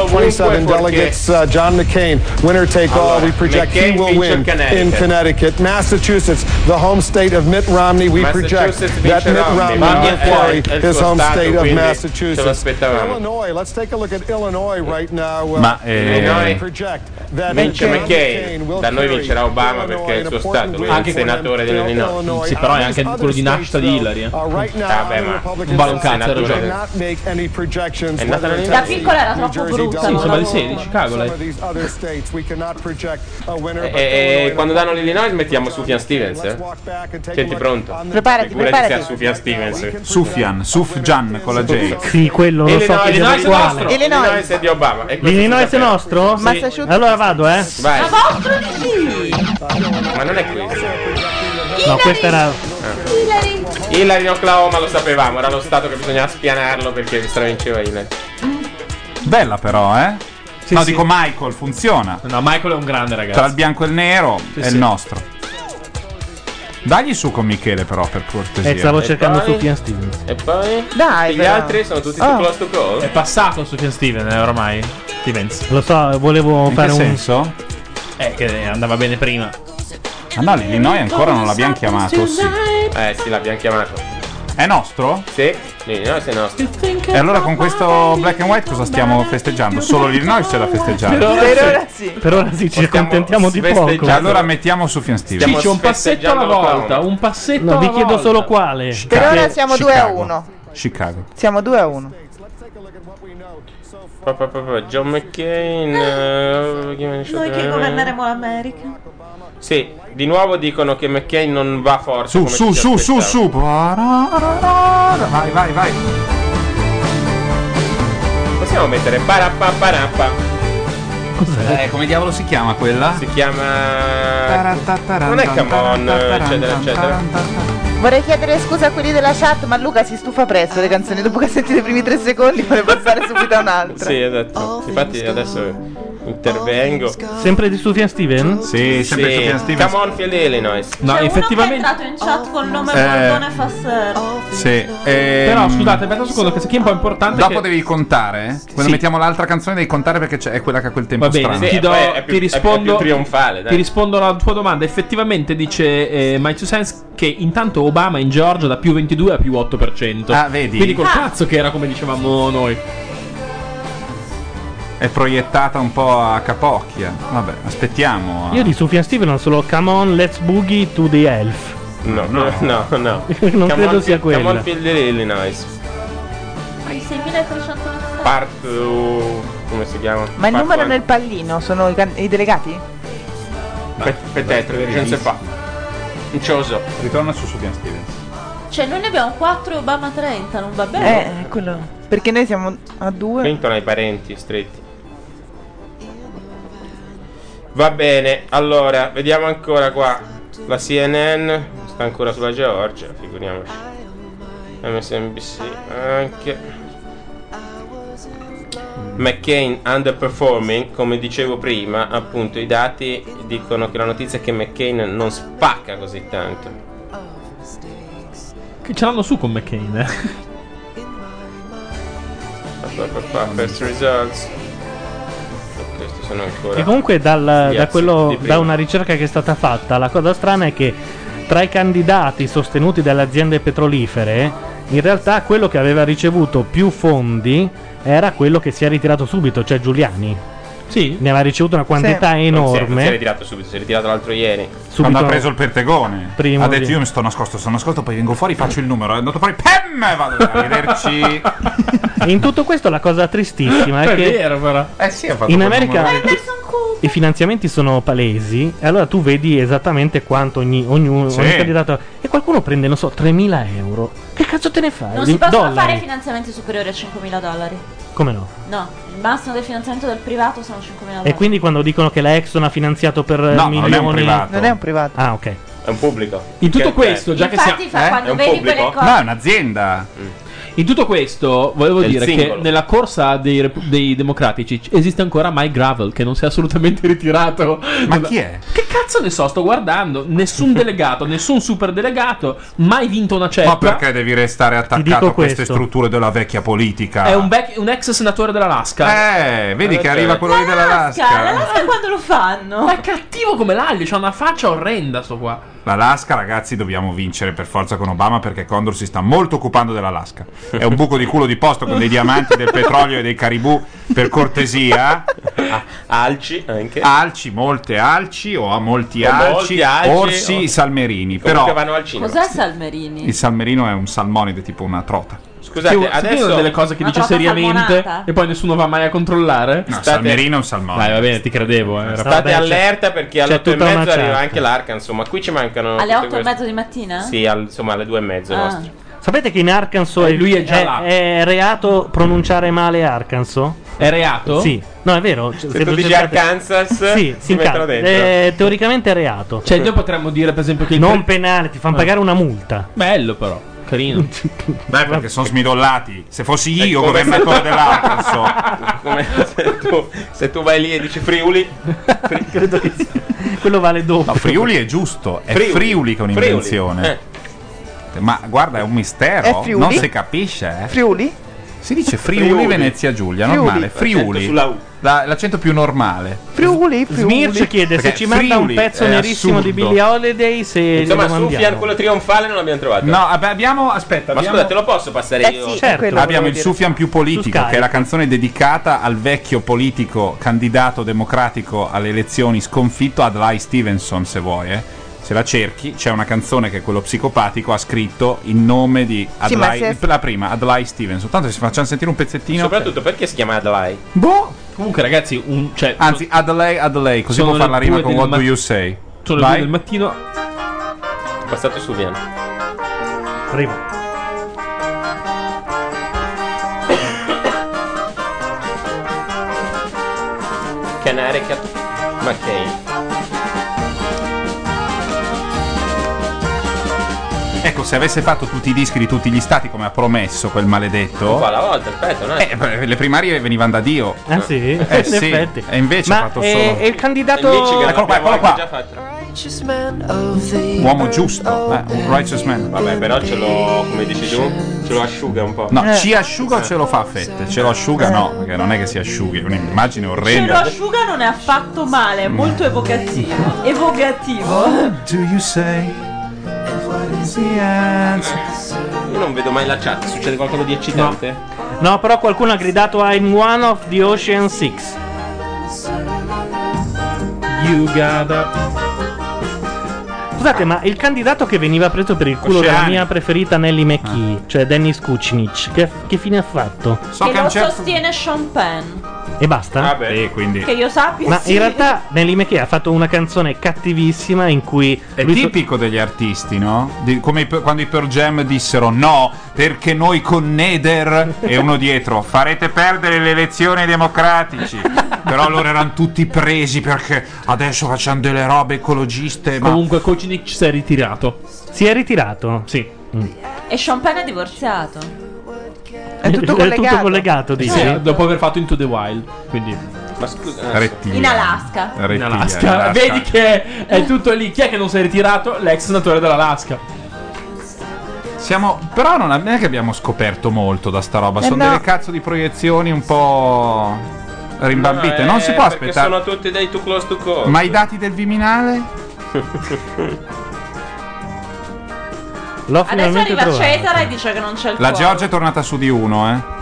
Speaker 11: uh,
Speaker 13: stucolo
Speaker 11: 27
Speaker 13: ovunque, perché-
Speaker 11: delegates. Uh, John McCain, winner take all.
Speaker 13: Allora,
Speaker 11: We project
Speaker 13: McCain
Speaker 11: he will
Speaker 13: vince
Speaker 11: win
Speaker 13: il Connecticut.
Speaker 11: in Connecticut. Massachusetts, the home state of Mitt Romney. We project
Speaker 3: Massachusetts
Speaker 11: that
Speaker 3: vince
Speaker 11: Mitt Romney
Speaker 3: Romney.
Speaker 11: will
Speaker 3: Romney
Speaker 11: carry
Speaker 3: è- è il
Speaker 11: his
Speaker 3: suo
Speaker 11: home
Speaker 3: stato,
Speaker 11: state of
Speaker 3: quindi ce lo
Speaker 11: Massachusetts.
Speaker 3: aspettavamo.
Speaker 11: Illinois, let's take a look at Illinois right now. Uh,
Speaker 3: Ma, eh,
Speaker 11: Illinois project that
Speaker 3: Vince
Speaker 11: John
Speaker 3: McCain,
Speaker 11: will
Speaker 3: da noi
Speaker 11: carry
Speaker 3: vincerà Obama perché è il suo stato, lui è il
Speaker 6: Anche-
Speaker 3: senatore dell'Illinois.
Speaker 6: Sì, però è anche quello di nascita di Hillary. eh.
Speaker 3: Vabbè, ma
Speaker 6: Non vale un cazzo, hai
Speaker 3: senatore
Speaker 6: ragione.
Speaker 3: del-
Speaker 11: not make any projections.
Speaker 6: È nata
Speaker 11: whether it's
Speaker 6: da
Speaker 11: Tennessee,
Speaker 6: piccola era
Speaker 11: New
Speaker 6: troppo
Speaker 11: Jersey,
Speaker 6: brutta,
Speaker 11: Delaware,
Speaker 6: non la volevo. Sì, insomma, di Chicago, lei.
Speaker 11: Some of these other states we cannot project a winner,
Speaker 3: E,
Speaker 11: but
Speaker 3: e- e eh, quando danno l'Illinois mettiamo Sufjan Stevens. eh? Senti pronto?
Speaker 11: Preparati,
Speaker 3: Figurati
Speaker 11: preparati.
Speaker 3: se ha Sufjan Stevens.
Speaker 1: Sufjan, Sufjan con la J.
Speaker 5: Sì, quello lo so.
Speaker 3: Illinois,
Speaker 5: che
Speaker 3: Illinois è
Speaker 5: uguale.
Speaker 3: nostro. Illinois è di Obama. E questo
Speaker 5: L'Illinois è
Speaker 3: si
Speaker 5: nostro?
Speaker 3: Sì.
Speaker 5: Allora vado, eh.
Speaker 3: Vai. Ma
Speaker 2: vostro di
Speaker 3: Ma non è questo. Ah.
Speaker 5: No, questa era.
Speaker 3: Hillary in Oklahoma lo sapevamo, era lo stato che bisognava spianarlo perché stravinceva Hillary.
Speaker 1: Bella però, eh? no, dico Michael, funziona.
Speaker 6: Eh, No, Michael è un grande ragazzo.
Speaker 1: Tra il bianco e il nero
Speaker 6: Sì,
Speaker 1: è
Speaker 6: sì.
Speaker 1: il nostro. Dagli su con Michele però, per cortesia.
Speaker 5: Eh, stavo cercando
Speaker 3: poi?
Speaker 5: Sufjan Stevens.
Speaker 3: E poi?
Speaker 9: Dai,
Speaker 3: Gli
Speaker 9: però.
Speaker 3: altri sono tutti
Speaker 9: Ah.
Speaker 1: Oh.
Speaker 3: su close to call?
Speaker 6: È passato su Fian Steven eh, ormai. Stevens.
Speaker 5: Lo so, volevo fare un.
Speaker 6: Eh, che andava bene prima.
Speaker 1: Ah no, l'Illinois ancora non l'abbiamo chiamato, sì.
Speaker 3: Eh sì, l'abbiamo chiamato.
Speaker 1: È nostro?
Speaker 3: Sì, l'Illinois è nostro.
Speaker 1: E allora con questo black and white cosa stiamo festeggiando? Solo l'Illinois c'è da festeggiare.
Speaker 3: Per ora Per sì. ora sì.
Speaker 5: Per ora sì, ci accontentiamo di poco.
Speaker 1: E allora mettiamo su Fian Stevens.
Speaker 6: Sì, c'è un passetto alla volta. Un passetto
Speaker 5: No,
Speaker 6: alla
Speaker 5: vi chiedo
Speaker 6: volta.
Speaker 5: solo quale.
Speaker 9: Per ora siamo 2 a 1.
Speaker 1: Chicago.
Speaker 9: Siamo 2 a 1.
Speaker 3: Pa, pa, pa, pa, John McCain. eh, chi me ne
Speaker 2: Noi che
Speaker 3: scioglie-
Speaker 2: governeremo l'America.
Speaker 3: Sì, di nuovo dicono che McCain non va forte.
Speaker 1: Su,
Speaker 3: come ci
Speaker 1: su, su, su,
Speaker 3: aspettavamo.
Speaker 1: su. Ah, Vai, vai, vai.
Speaker 3: Possiamo mettere parapaparappa.
Speaker 1: Eh, come diavolo si chiama quella?
Speaker 3: Si chiama. Eh, Non è come on, eccetera, eccetera.
Speaker 9: Vorrei chiedere scusa a quelli della chat, ma Luca si stufa presto le canzoni. Dopo che ha sentito i primi tre secondi, vuole passare subito a un'altra.
Speaker 3: Sì, esatto. Infatti adesso intervengo.
Speaker 5: Sempre di Sufjan Steven?
Speaker 1: Sì,
Speaker 3: Sì. Come on, Field Illinois.
Speaker 5: No,
Speaker 2: È
Speaker 5: effettivamente.
Speaker 2: entrato in chat col nome
Speaker 1: Eh.
Speaker 2: Bordone Fasser.
Speaker 1: Sì. ehm,
Speaker 6: Però scusate, aspetta un secondo, che se chi è un po' importante.
Speaker 1: Dopo
Speaker 6: che-
Speaker 1: devi contare. eh? Quando
Speaker 6: Sì.
Speaker 1: mettiamo l'altra canzone devi contare perché c'è- è quella che ha quel tempo
Speaker 6: Va bene,
Speaker 1: strano.
Speaker 6: ti, do- ti rispondo,
Speaker 3: trionfale, dai.
Speaker 6: ti rispondo alla tua domanda. Effettivamente dice eh, My Two Cents che intanto Obama in Georgia da più 22 a più 8%.
Speaker 1: Ah, vedi?
Speaker 6: Quindi col
Speaker 1: Ah.
Speaker 6: cazzo che era come dicevamo noi.
Speaker 1: È proiettata un po' a capocchia. Vabbè, aspettiamo.
Speaker 5: Io di Sufjan Steven ho solo Come on, let's boogie to the elf.
Speaker 3: No, no, no. no.
Speaker 5: Non
Speaker 3: Come
Speaker 5: credo
Speaker 3: on,
Speaker 5: sia
Speaker 3: Come on,
Speaker 5: quella.
Speaker 3: Field Illinois.
Speaker 2: I 6300
Speaker 3: Part 2. come si chiama?
Speaker 9: Ma il
Speaker 3: Fatto
Speaker 9: numero
Speaker 3: anche-
Speaker 9: nel pallino sono i, can- i delegati?
Speaker 3: Pe- Petetre, non si fa. Non ce lo so. Ritorna su Subian Stevens.
Speaker 2: Cioè, noi ne abbiamo 4 Obama 30, non va bene.
Speaker 9: Eh, quello. Perché noi siamo a due.
Speaker 3: Clinton ha i parenti stretti. Va bene, allora, vediamo ancora qua. La CNN sta ancora sulla Georgia, figuriamoci. MSNBC anche. McCain underperforming, come dicevo prima, appunto i dati dicono che la notizia è che McCain non spacca così tanto.
Speaker 6: Che ce l'hanno su con McCain. eh.
Speaker 3: First results. E Questi sono ancora.
Speaker 5: E comunque dal-
Speaker 3: Gli
Speaker 5: da,
Speaker 3: azzi di
Speaker 5: quello-
Speaker 3: prima.
Speaker 5: da una ricerca che è stata fatta, la cosa strana è che tra i candidati sostenuti dalle aziende petrolifere, in realtà quello che aveva ricevuto più fondi era quello che si è ritirato subito, cioè Giuliani.
Speaker 6: Sì.
Speaker 5: Ne aveva ricevuto una quantità
Speaker 3: Non si è- non si è
Speaker 5: enorme.
Speaker 3: ritirato subito, si è ritirato l'altro ieri.
Speaker 1: Quando ha preso il pertegone,
Speaker 5: Primo
Speaker 1: ha detto:
Speaker 5: di-
Speaker 1: Io mi sto nascosto, sto nascosto, poi vengo fuori, faccio il numero. È andato fuori, PEM! E Vado a vederci.
Speaker 5: In tutto questo la cosa tristissima è,
Speaker 1: È
Speaker 5: che
Speaker 1: vero, però. Eh sì, ha fatto
Speaker 5: in
Speaker 1: quel
Speaker 5: America
Speaker 1: numero lì.
Speaker 5: i finanziamenti sono palesi e allora tu vedi esattamente quanto ogni, ognuno
Speaker 1: Sì.
Speaker 5: ogni candidato e qualcuno prende, non so, 3.000 euro. Che cazzo te ne fai?
Speaker 2: Non
Speaker 5: Di-
Speaker 2: si possono fare
Speaker 5: dollari.
Speaker 2: finanziamenti superiori a 5.000 dollari.
Speaker 5: Come no?
Speaker 2: No, il massimo del finanziamento del privato sono 5.000 dollari.
Speaker 5: E quindi quando dicono che la Exxon ha finanziato per eh,
Speaker 1: No, non è un
Speaker 5: milioni
Speaker 1: privato. Non è un
Speaker 9: privato.
Speaker 5: Ah, ok. Cioè,
Speaker 3: È un pubblico.
Speaker 6: In tutto questo, già che eh?
Speaker 2: Infatti
Speaker 6: siamo.
Speaker 2: fa quando vedi quelle cose.
Speaker 1: è un'azienda.
Speaker 6: In tutto questo, volevo
Speaker 1: Mm. È il
Speaker 6: dire che
Speaker 1: singolo.
Speaker 6: nella corsa dei, repu- dei democratici c- esiste ancora Mike Gravel che non si è assolutamente ritirato.
Speaker 1: Ma chi è?
Speaker 6: Che cazzo ne so? Sto guardando. Nessun delegato, nessun superdelegato, mai vinto una ceppa.
Speaker 1: Ma perché devi restare attaccato
Speaker 6: dico
Speaker 1: a queste
Speaker 6: questo.
Speaker 1: strutture della vecchia politica?
Speaker 6: È un, bec- un ex senatore dell'Alaska.
Speaker 1: Eh, vedi che arriva quello lì
Speaker 2: L'Alaska,
Speaker 1: dell'Alaska.
Speaker 2: l'Alaska quando lo fanno?
Speaker 6: Ma è cattivo come l'aglio, c'ha una faccia orrenda sto qua.
Speaker 1: L'Alaska, ragazzi, dobbiamo vincere per forza con Obama perché Condor si sta molto occupando dell'Alaska. È un buco di culo di posto con dei diamanti, del petrolio e dei caribù, per cortesia.
Speaker 3: Ah, Alci anche.
Speaker 1: Alci, molte alci o a molti
Speaker 3: O
Speaker 1: alci,
Speaker 3: molti alci,
Speaker 1: orsi,
Speaker 3: o-
Speaker 1: salmerini.
Speaker 3: Comunque
Speaker 1: Però
Speaker 3: vanno al cinema.
Speaker 2: Cos'è Salmerini?
Speaker 1: il salmerino è un salmonide, tipo una trota.
Speaker 3: Scusate,
Speaker 6: Sì, sì,
Speaker 3: adesso
Speaker 6: una delle cose che
Speaker 2: Una
Speaker 6: dice
Speaker 2: trota
Speaker 6: seriamente
Speaker 2: salmonata.
Speaker 6: e poi nessuno va mai a controllare.
Speaker 1: No, salmerino è un salmone.
Speaker 6: Dai, va bene, ti credevo.
Speaker 5: Ah,
Speaker 6: Eh.
Speaker 3: State allerta perché alle 8 e mezzo arriva anche l'arca. Insomma, qui ci mancano.
Speaker 2: Alle
Speaker 3: tutte
Speaker 2: 8 e
Speaker 3: queste-
Speaker 2: mezzo di mattina?
Speaker 3: Sì, al- insomma, alle 2 e mezzo.
Speaker 2: Ah.
Speaker 3: nostre.
Speaker 5: eh. Sapete che in Arkansas
Speaker 3: Eh,
Speaker 5: è-
Speaker 3: lui è già
Speaker 5: è-
Speaker 3: là.
Speaker 5: è reato pronunciare male Arkansas?
Speaker 6: È reato?
Speaker 5: Sì. No, è vero. Se,
Speaker 3: tu
Speaker 5: lo
Speaker 3: dici
Speaker 5: cercate-
Speaker 3: Arkansas,
Speaker 5: sì,
Speaker 3: ti
Speaker 5: si
Speaker 3: mettono
Speaker 5: inca-
Speaker 3: dentro.
Speaker 5: eh, teoricamente è reato.
Speaker 6: Cioè, noi potremmo dire, per esempio, che. il
Speaker 5: non
Speaker 6: pre-
Speaker 5: penale, ti fanno
Speaker 6: Ah.
Speaker 5: pagare una multa.
Speaker 6: Bello, però. Carino.
Speaker 1: Beh, perché sono smidollati. Se fossi io
Speaker 3: come
Speaker 1: governatore
Speaker 3: se-
Speaker 1: dell'Arkansas,
Speaker 3: Come se tu, se tu vai lì e dici Friuli,
Speaker 9: Eh,
Speaker 5: Quello vale dopo.
Speaker 1: No, Friuli è giusto, è Friuli,
Speaker 3: Friuli.
Speaker 1: che è
Speaker 3: Friuli.
Speaker 1: un'invenzione. Ma guarda, è un mistero,
Speaker 9: È Friuli?
Speaker 1: non si capisce. eh.
Speaker 9: Friuli?
Speaker 1: Si dice Friuli,
Speaker 9: Friuli.
Speaker 1: Venezia Giulia,
Speaker 9: Friuli.
Speaker 1: normale. Friuli.
Speaker 9: L'accento sulla U.
Speaker 1: La- l'accento più normale.
Speaker 9: Friuli? Friuli.
Speaker 5: Smirch chiede
Speaker 1: Perché
Speaker 5: se ci manda un
Speaker 1: Friuli
Speaker 5: pezzo
Speaker 1: è
Speaker 5: nerissimo di
Speaker 1: assurdo.
Speaker 5: Billie Holiday se
Speaker 3: insomma,
Speaker 5: glielo
Speaker 3: Sufian
Speaker 5: mandiamo.
Speaker 3: quello trionfale non l'abbiamo trovato.
Speaker 1: No, vabbè, abbiamo. Aspetta,
Speaker 3: ma
Speaker 1: abbiamo-
Speaker 3: scusate, lo posso passare
Speaker 1: Eh
Speaker 3: io?
Speaker 1: Certo, abbiamo il Sufian più
Speaker 3: Su
Speaker 1: politico,
Speaker 3: Skype.
Speaker 1: che è la canzone dedicata al vecchio politico candidato democratico alle elezioni sconfitto, Adlai Stevenson, se vuoi. eh. Se la cerchi, c'è una canzone che quello psicopatico ha scritto in nome di
Speaker 3: Sì, ma
Speaker 1: Adlai,
Speaker 3: se-
Speaker 1: la prima, Adlai Stevenson. Tanto ci facciamo sentire un pezzettino.
Speaker 3: Soprattutto perché si chiama Adlai?
Speaker 1: Boh.
Speaker 6: Comunque, ragazzi, un. Cioè,
Speaker 1: Anzi, Adelaide, Adelaide, così
Speaker 6: Sono
Speaker 1: può fare
Speaker 6: le
Speaker 1: la rima
Speaker 6: due
Speaker 1: con
Speaker 6: del
Speaker 1: What Do
Speaker 6: mat-
Speaker 1: You Say.
Speaker 6: sono le due del mattino.
Speaker 3: Passato su Vian.
Speaker 5: Primo.
Speaker 3: Canare Cat. McCain.
Speaker 1: Ecco, se avesse fatto tutti i dischi di tutti gli stati come ha promesso quel maledetto.
Speaker 3: Un po' alla volta, aspetta, un attimo.
Speaker 1: Eh, beh, le primarie venivano da Dio.
Speaker 5: Ah, sì?
Speaker 1: Eh,
Speaker 5: In
Speaker 1: sì.
Speaker 5: effetti.
Speaker 1: E invece ha fatto
Speaker 5: eh,
Speaker 1: solo.
Speaker 5: e il candidato- Invece che
Speaker 1: Eccolo qua,
Speaker 5: l'abbiamo
Speaker 1: eccolo qua.
Speaker 3: Già fatto.
Speaker 20: Righteous man of the
Speaker 1: Uomo giusto, eh, un righteous man.
Speaker 3: Vabbè, però
Speaker 1: Eh.
Speaker 3: ce lo, come dici tu, ce lo asciuga un po'.
Speaker 5: Eh.
Speaker 1: No, ci asciuga o ce lo fa a fette? Ce lo asciuga no, perché non è che si asciughi, è un'immagine
Speaker 2: Ce lo
Speaker 1: orrenda.
Speaker 2: asciuga non è affatto male,
Speaker 5: Mm.
Speaker 2: è molto evocativo. Evocativo.
Speaker 1: Do you say?
Speaker 3: Io non vedo mai la chat, succede qualcosa di eccitante?
Speaker 5: No, però qualcuno ha gridato I'm one of the Ocean Six.
Speaker 6: You gotta.
Speaker 5: Scusate, ma il candidato che veniva preso per il culo
Speaker 1: Oceani. Ah.
Speaker 5: della mia preferita Nelly McKee, cioè Dennis Kucinich, che, che fine ha fatto?
Speaker 2: certo che lo sostiene Sean Penn.
Speaker 5: E basta?
Speaker 1: Sì, quindi.
Speaker 2: Che io sappia.
Speaker 5: Ma
Speaker 2: sì.
Speaker 5: in realtà Nelly McKay ha fatto una canzone cattivissima in cui
Speaker 1: È tipico degli artisti, no? Di- come i Pe- quando i Pearl Jam dissero no, perché noi con Neder e uno dietro farete perdere le elezioni ai democratici. Però loro erano tutti presi perché adesso facciamo delle robe ecologiste. Ma
Speaker 6: Comunque, Coach
Speaker 1: eh.
Speaker 6: Nick si è ritirato.
Speaker 5: Si è ritirato?
Speaker 6: Sì.
Speaker 2: E Champagne è divorziato.
Speaker 5: È tutto collegato. dici?
Speaker 6: Sì, dopo aver fatto Into the Wild. Quindi.
Speaker 3: Ma scusa.
Speaker 2: In Alaska.
Speaker 6: In
Speaker 1: Rettiliano,
Speaker 6: Alaska.
Speaker 1: Alaska.
Speaker 6: Vedi che è tutto lì. Chi è che non si è ritirato? L'ex senatore dell'Alaska.
Speaker 1: Siamo. Però non non è che abbiamo scoperto molto da sta roba.
Speaker 3: Eh
Speaker 1: sono
Speaker 3: no.
Speaker 1: delle cazzo di proiezioni un po' rimbambite.
Speaker 6: eh,
Speaker 1: non si può
Speaker 3: Eh, perché
Speaker 1: aspettare.
Speaker 3: sono tutti dei too close to call.
Speaker 1: Ma i dati del Viminale?
Speaker 5: L'ho
Speaker 2: Adesso arriva Cesare e dice che non c'è il
Speaker 1: La
Speaker 2: cuore.
Speaker 1: Georgia è tornata su di uno, eh.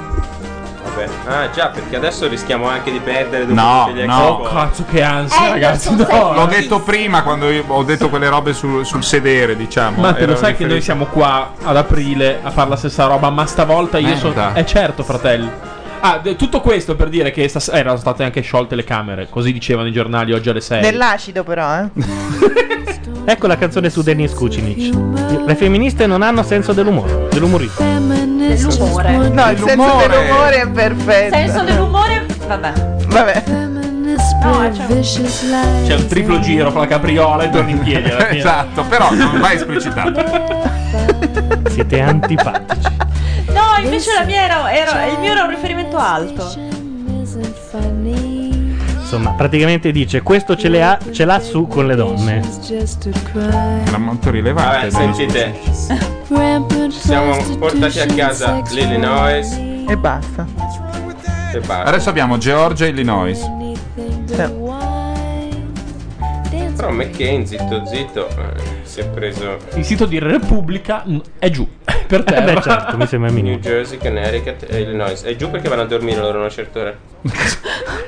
Speaker 3: Vabbè. Ah, già, perché adesso rischiamo anche di perdere
Speaker 1: No,
Speaker 3: tutti gli
Speaker 1: no.
Speaker 3: ex-
Speaker 6: Cazzo, che ansia,
Speaker 5: Eh.
Speaker 6: ragazzi.
Speaker 1: L'ho detto prima quando io ho detto quelle robe sul, sul sedere, diciamo.
Speaker 6: Ma te
Speaker 1: Ero
Speaker 6: lo sai che
Speaker 1: riferito-
Speaker 6: noi siamo qua ad aprile a fare la stessa roba, ma stavolta io sono.
Speaker 1: Merda.
Speaker 6: Eh certo, fratello. Ah, d- tutto questo per dire che stas- eh, erano state anche sciolte le camere, così dicevano i giornali oggi alle 6.
Speaker 9: Nell'acido però, eh.
Speaker 5: Ecco la canzone su Denis Kucinich. Le femministe non hanno senso dell'umore, dell'umorismo.
Speaker 2: Dell'umore.
Speaker 9: No, il senso
Speaker 5: Dell'umore.
Speaker 9: dell'umore è perfetto.
Speaker 2: Senso dell'umore? Vabbè.
Speaker 9: Vabbè.
Speaker 2: cioè,
Speaker 6: C'è un triplo giro fra la capriola e torni in piedi. alla fine.
Speaker 1: Esatto, però non va esplicitato.
Speaker 5: Siete antipatici.
Speaker 2: No, invece la mia era, era- il mio era un riferimento alto.
Speaker 5: Insomma, praticamente dice questo ce, le ha, ce l'ha su con le donne.
Speaker 1: Era molto rilevante.
Speaker 3: Vabbè, Eh, sentite. Ci siamo portati a casa l'Illinois
Speaker 9: E basta.
Speaker 3: e basta.
Speaker 1: Adesso abbiamo Georgia e Illinois.
Speaker 3: Però McKenzie, zitto zitto, eh, si è preso
Speaker 6: Il sito di Repubblica mm, è giù. Per te.
Speaker 5: beh, certo, mi sembra minimo.
Speaker 3: New Jersey, Connecticut e Illinois. È giù perché vanno a dormire loro a una certa ora.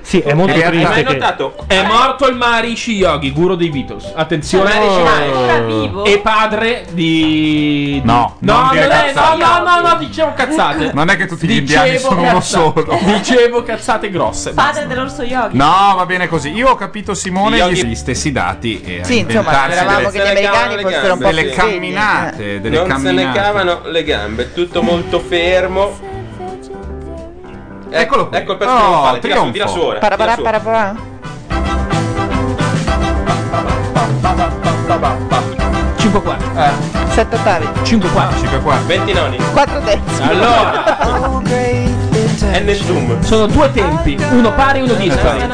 Speaker 5: Sì, è molto
Speaker 6: Eh, hai
Speaker 5: triste
Speaker 6: mai
Speaker 5: che
Speaker 6: notato? È morto il Marishi Yogi, guru dei Beatles. Attenzione,
Speaker 5: Oh.
Speaker 6: Maharishi Yogi.
Speaker 5: È ancora vivo?
Speaker 6: E padre di.
Speaker 1: No,
Speaker 6: Ah, no,
Speaker 1: non dire
Speaker 6: non è- no,
Speaker 1: cazzate.
Speaker 6: no, no, no, dicevo cazzate.
Speaker 1: Non è che tutti gli
Speaker 6: Dicevo
Speaker 1: indiani sono uno
Speaker 6: cazzate.
Speaker 1: solo.
Speaker 6: Dicevo cazzate grosse.
Speaker 2: Padre dell'orso yogi.
Speaker 1: No, va bene così. Io ho capito Simone
Speaker 6: Yogi-
Speaker 1: gli stessi dati e
Speaker 9: Sì,
Speaker 1: a
Speaker 9: insomma,
Speaker 1: inventarsi
Speaker 9: eravamo
Speaker 1: delle-
Speaker 9: che gli americani fossero un po' eh.
Speaker 1: delle
Speaker 9: più
Speaker 1: camminate, delle
Speaker 3: non
Speaker 1: camminate.
Speaker 3: se ne cavano le gambe, tutto molto fermo. Eccolo Ecco il pezzo
Speaker 1: Oh,
Speaker 3: trionfale, tira su,
Speaker 1: trionfo.
Speaker 3: tira su ora.
Speaker 9: Paraparà,
Speaker 3: tira su.
Speaker 9: paraparà. Eh. 7 ottavi.
Speaker 6: 5 4
Speaker 1: 5 4
Speaker 3: 20 noni.
Speaker 9: 4 terzi.
Speaker 3: Allora. N zoom.
Speaker 6: Sono due tempi, uno pari e uno dispari.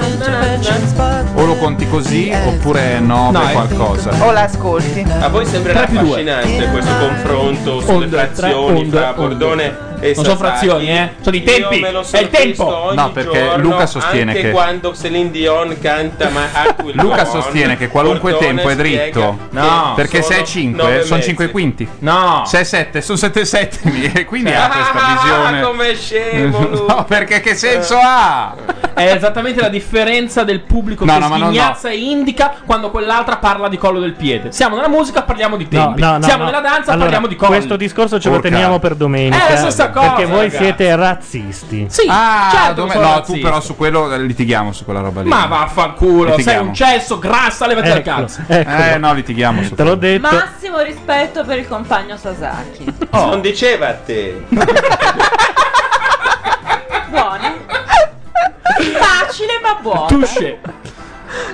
Speaker 1: O lo conti così oppure no, per qualcosa.
Speaker 9: eh. O l'ascolti.
Speaker 3: A voi sembrerà
Speaker 1: Tre più due.
Speaker 3: affascinante questo confronto sulle
Speaker 1: Onde, tre,
Speaker 3: frazioni
Speaker 1: onde,
Speaker 3: fra
Speaker 1: onde.
Speaker 3: Bordone e
Speaker 1: Non sono
Speaker 3: Sassacchi.
Speaker 1: frazioni, eh, sono i
Speaker 3: Io
Speaker 1: tempi,
Speaker 3: me lo
Speaker 1: è
Speaker 3: sono
Speaker 1: il tempo.
Speaker 3: visto ogni
Speaker 1: No, perché
Speaker 3: giorno,
Speaker 1: Luca sostiene
Speaker 3: anche
Speaker 1: che-
Speaker 3: quando Celine Dion canta My Heart Will Go
Speaker 1: Luca
Speaker 3: On,
Speaker 1: sostiene che qualunque
Speaker 3: Bordone
Speaker 1: tempo è
Speaker 3: spiega
Speaker 1: dritto.
Speaker 3: che
Speaker 1: perché se è
Speaker 3: nove
Speaker 1: 5 sono
Speaker 3: mezzi.
Speaker 1: 5 quinti.
Speaker 6: No.
Speaker 1: Se è 7 sono 7 settimi. E quindi ha questa
Speaker 3: Ah,
Speaker 1: visione.
Speaker 3: com'è scemo lui.
Speaker 1: No, perché che senso ha?
Speaker 6: È esattamente la differenza del pubblico
Speaker 1: No,
Speaker 6: che
Speaker 1: no, ma no,
Speaker 6: sghignazza e indica quando quell'altra parla di collo del piede. Siamo nella musica, parliamo di
Speaker 5: No,
Speaker 6: tempi.
Speaker 5: no, no,
Speaker 6: Siamo
Speaker 5: no.
Speaker 6: nella danza,
Speaker 5: Allora,
Speaker 6: parliamo di collo.
Speaker 5: Questo discorso ce
Speaker 6: Porca.
Speaker 5: lo teniamo per domenica.
Speaker 6: È la stessa cosa,
Speaker 5: Perché voi
Speaker 6: ragazzi.
Speaker 5: siete razzisti.
Speaker 6: Sì,
Speaker 1: Ah,
Speaker 6: certo,
Speaker 1: dove-
Speaker 6: che sono
Speaker 1: no,
Speaker 6: razzista.
Speaker 1: tu però su quello eh, litighiamo su quella roba lì.
Speaker 6: Ma vaffanculo, sei
Speaker 1: Litighiamo.
Speaker 6: un cesso, grassa, levati dal cazzo.
Speaker 1: Eh, no, litighiamo su
Speaker 5: Te l'ho detto.
Speaker 2: Massimo rispetto per il compagno Sasaki.
Speaker 3: Non diceva a te.
Speaker 2: Buona. Facile ma buona.
Speaker 6: Tusce.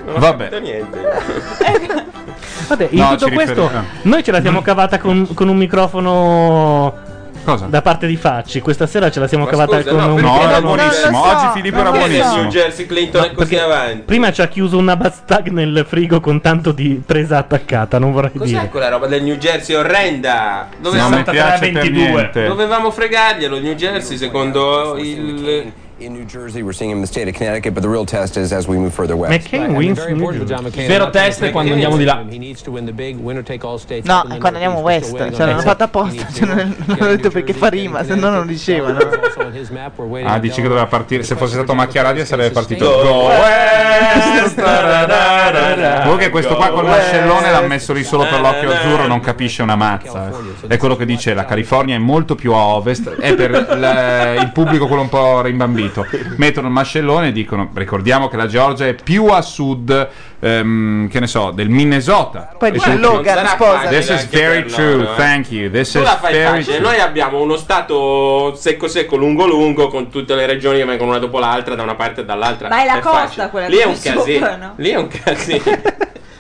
Speaker 1: Vabbè.
Speaker 5: Vabbè, in
Speaker 1: No,
Speaker 5: tutto
Speaker 1: ci riferiamo-
Speaker 5: questo, noi ce la siamo cavata con, con un microfono. Da parte di Facci. Questa sera ce la siamo
Speaker 3: Ma
Speaker 5: cavata
Speaker 3: scusa,
Speaker 5: con
Speaker 3: no,
Speaker 5: un
Speaker 3: perché-
Speaker 5: microfono.
Speaker 3: No, era buonissimo. Non lo so, Oggi Filippo era non lo so. buonissimo. New Jersey Clinton è così
Speaker 5: perché
Speaker 3: avanti.
Speaker 5: Prima ci ha chiuso una bastag nel frigo con tanto di presa attaccata, non vorrei
Speaker 3: Cos'è
Speaker 5: dire.
Speaker 3: quella roba del New Jersey orrenda? Dove
Speaker 5: Non mi
Speaker 3: 63,
Speaker 5: piace per
Speaker 3: 22.
Speaker 5: niente.
Speaker 3: Dovevamo fregarglielo, New Jersey, secondo il...
Speaker 21: In New Jersey, we're seeing him in the state of Connecticut, but the real test is as we move further west.
Speaker 5: McCain
Speaker 21: I've been
Speaker 5: wins
Speaker 21: very
Speaker 5: New
Speaker 21: bored with John
Speaker 5: Jersey.
Speaker 21: McCain.
Speaker 5: Il vero
Speaker 21: I'm not
Speaker 5: test è
Speaker 21: convinced
Speaker 5: quando
Speaker 21: that
Speaker 5: andiamo di là.
Speaker 21: he needs to win the big winner-take-all state
Speaker 9: No,
Speaker 21: from the
Speaker 9: quando andiamo
Speaker 21: Northeast,
Speaker 9: west,
Speaker 21: which is
Speaker 9: cioè l'hanno
Speaker 21: Esatto.
Speaker 9: fatto apposta, cioè, non l'hanno detto perché fa rima, se no non dicevano.
Speaker 21: Also on his map, we're waiting
Speaker 1: Ah,
Speaker 21: on
Speaker 1: dici che doveva partire. Se fosse stato Macchia Radio sarebbe partito.
Speaker 21: Go
Speaker 1: Go West! Comunque questo qua col mascellone l'ha messo lì solo
Speaker 3: Eh,
Speaker 1: per l'occhio azzurro, non capisce una mazza. eh. È quello che dice la California è molto più a ovest, è per l- il pubblico quello un po' rimbambito. Mettono il mascellone e dicono, ricordiamo che la Georgia è più a sud, ehm, che ne so, del Minnesota.
Speaker 9: Poi dice
Speaker 1: E tu-
Speaker 9: Logan,
Speaker 1: Non sarà
Speaker 9: sposa.
Speaker 1: facile This is
Speaker 3: anche
Speaker 1: very
Speaker 3: per
Speaker 1: true,
Speaker 3: loro, eh.
Speaker 1: thank you. This
Speaker 3: Tu
Speaker 1: is
Speaker 3: la fai
Speaker 1: very
Speaker 3: facile.
Speaker 1: true.
Speaker 3: Noi abbiamo uno stato secco secco, lungo lungo, con tutte le regioni che vengono una dopo l'altra, da una parte e dall'altra.
Speaker 2: Ma è la costa
Speaker 3: facile.
Speaker 2: quella
Speaker 3: Lì è
Speaker 2: di
Speaker 3: un
Speaker 2: cui
Speaker 3: casino.
Speaker 2: sopra, no?
Speaker 3: Lì è un casino.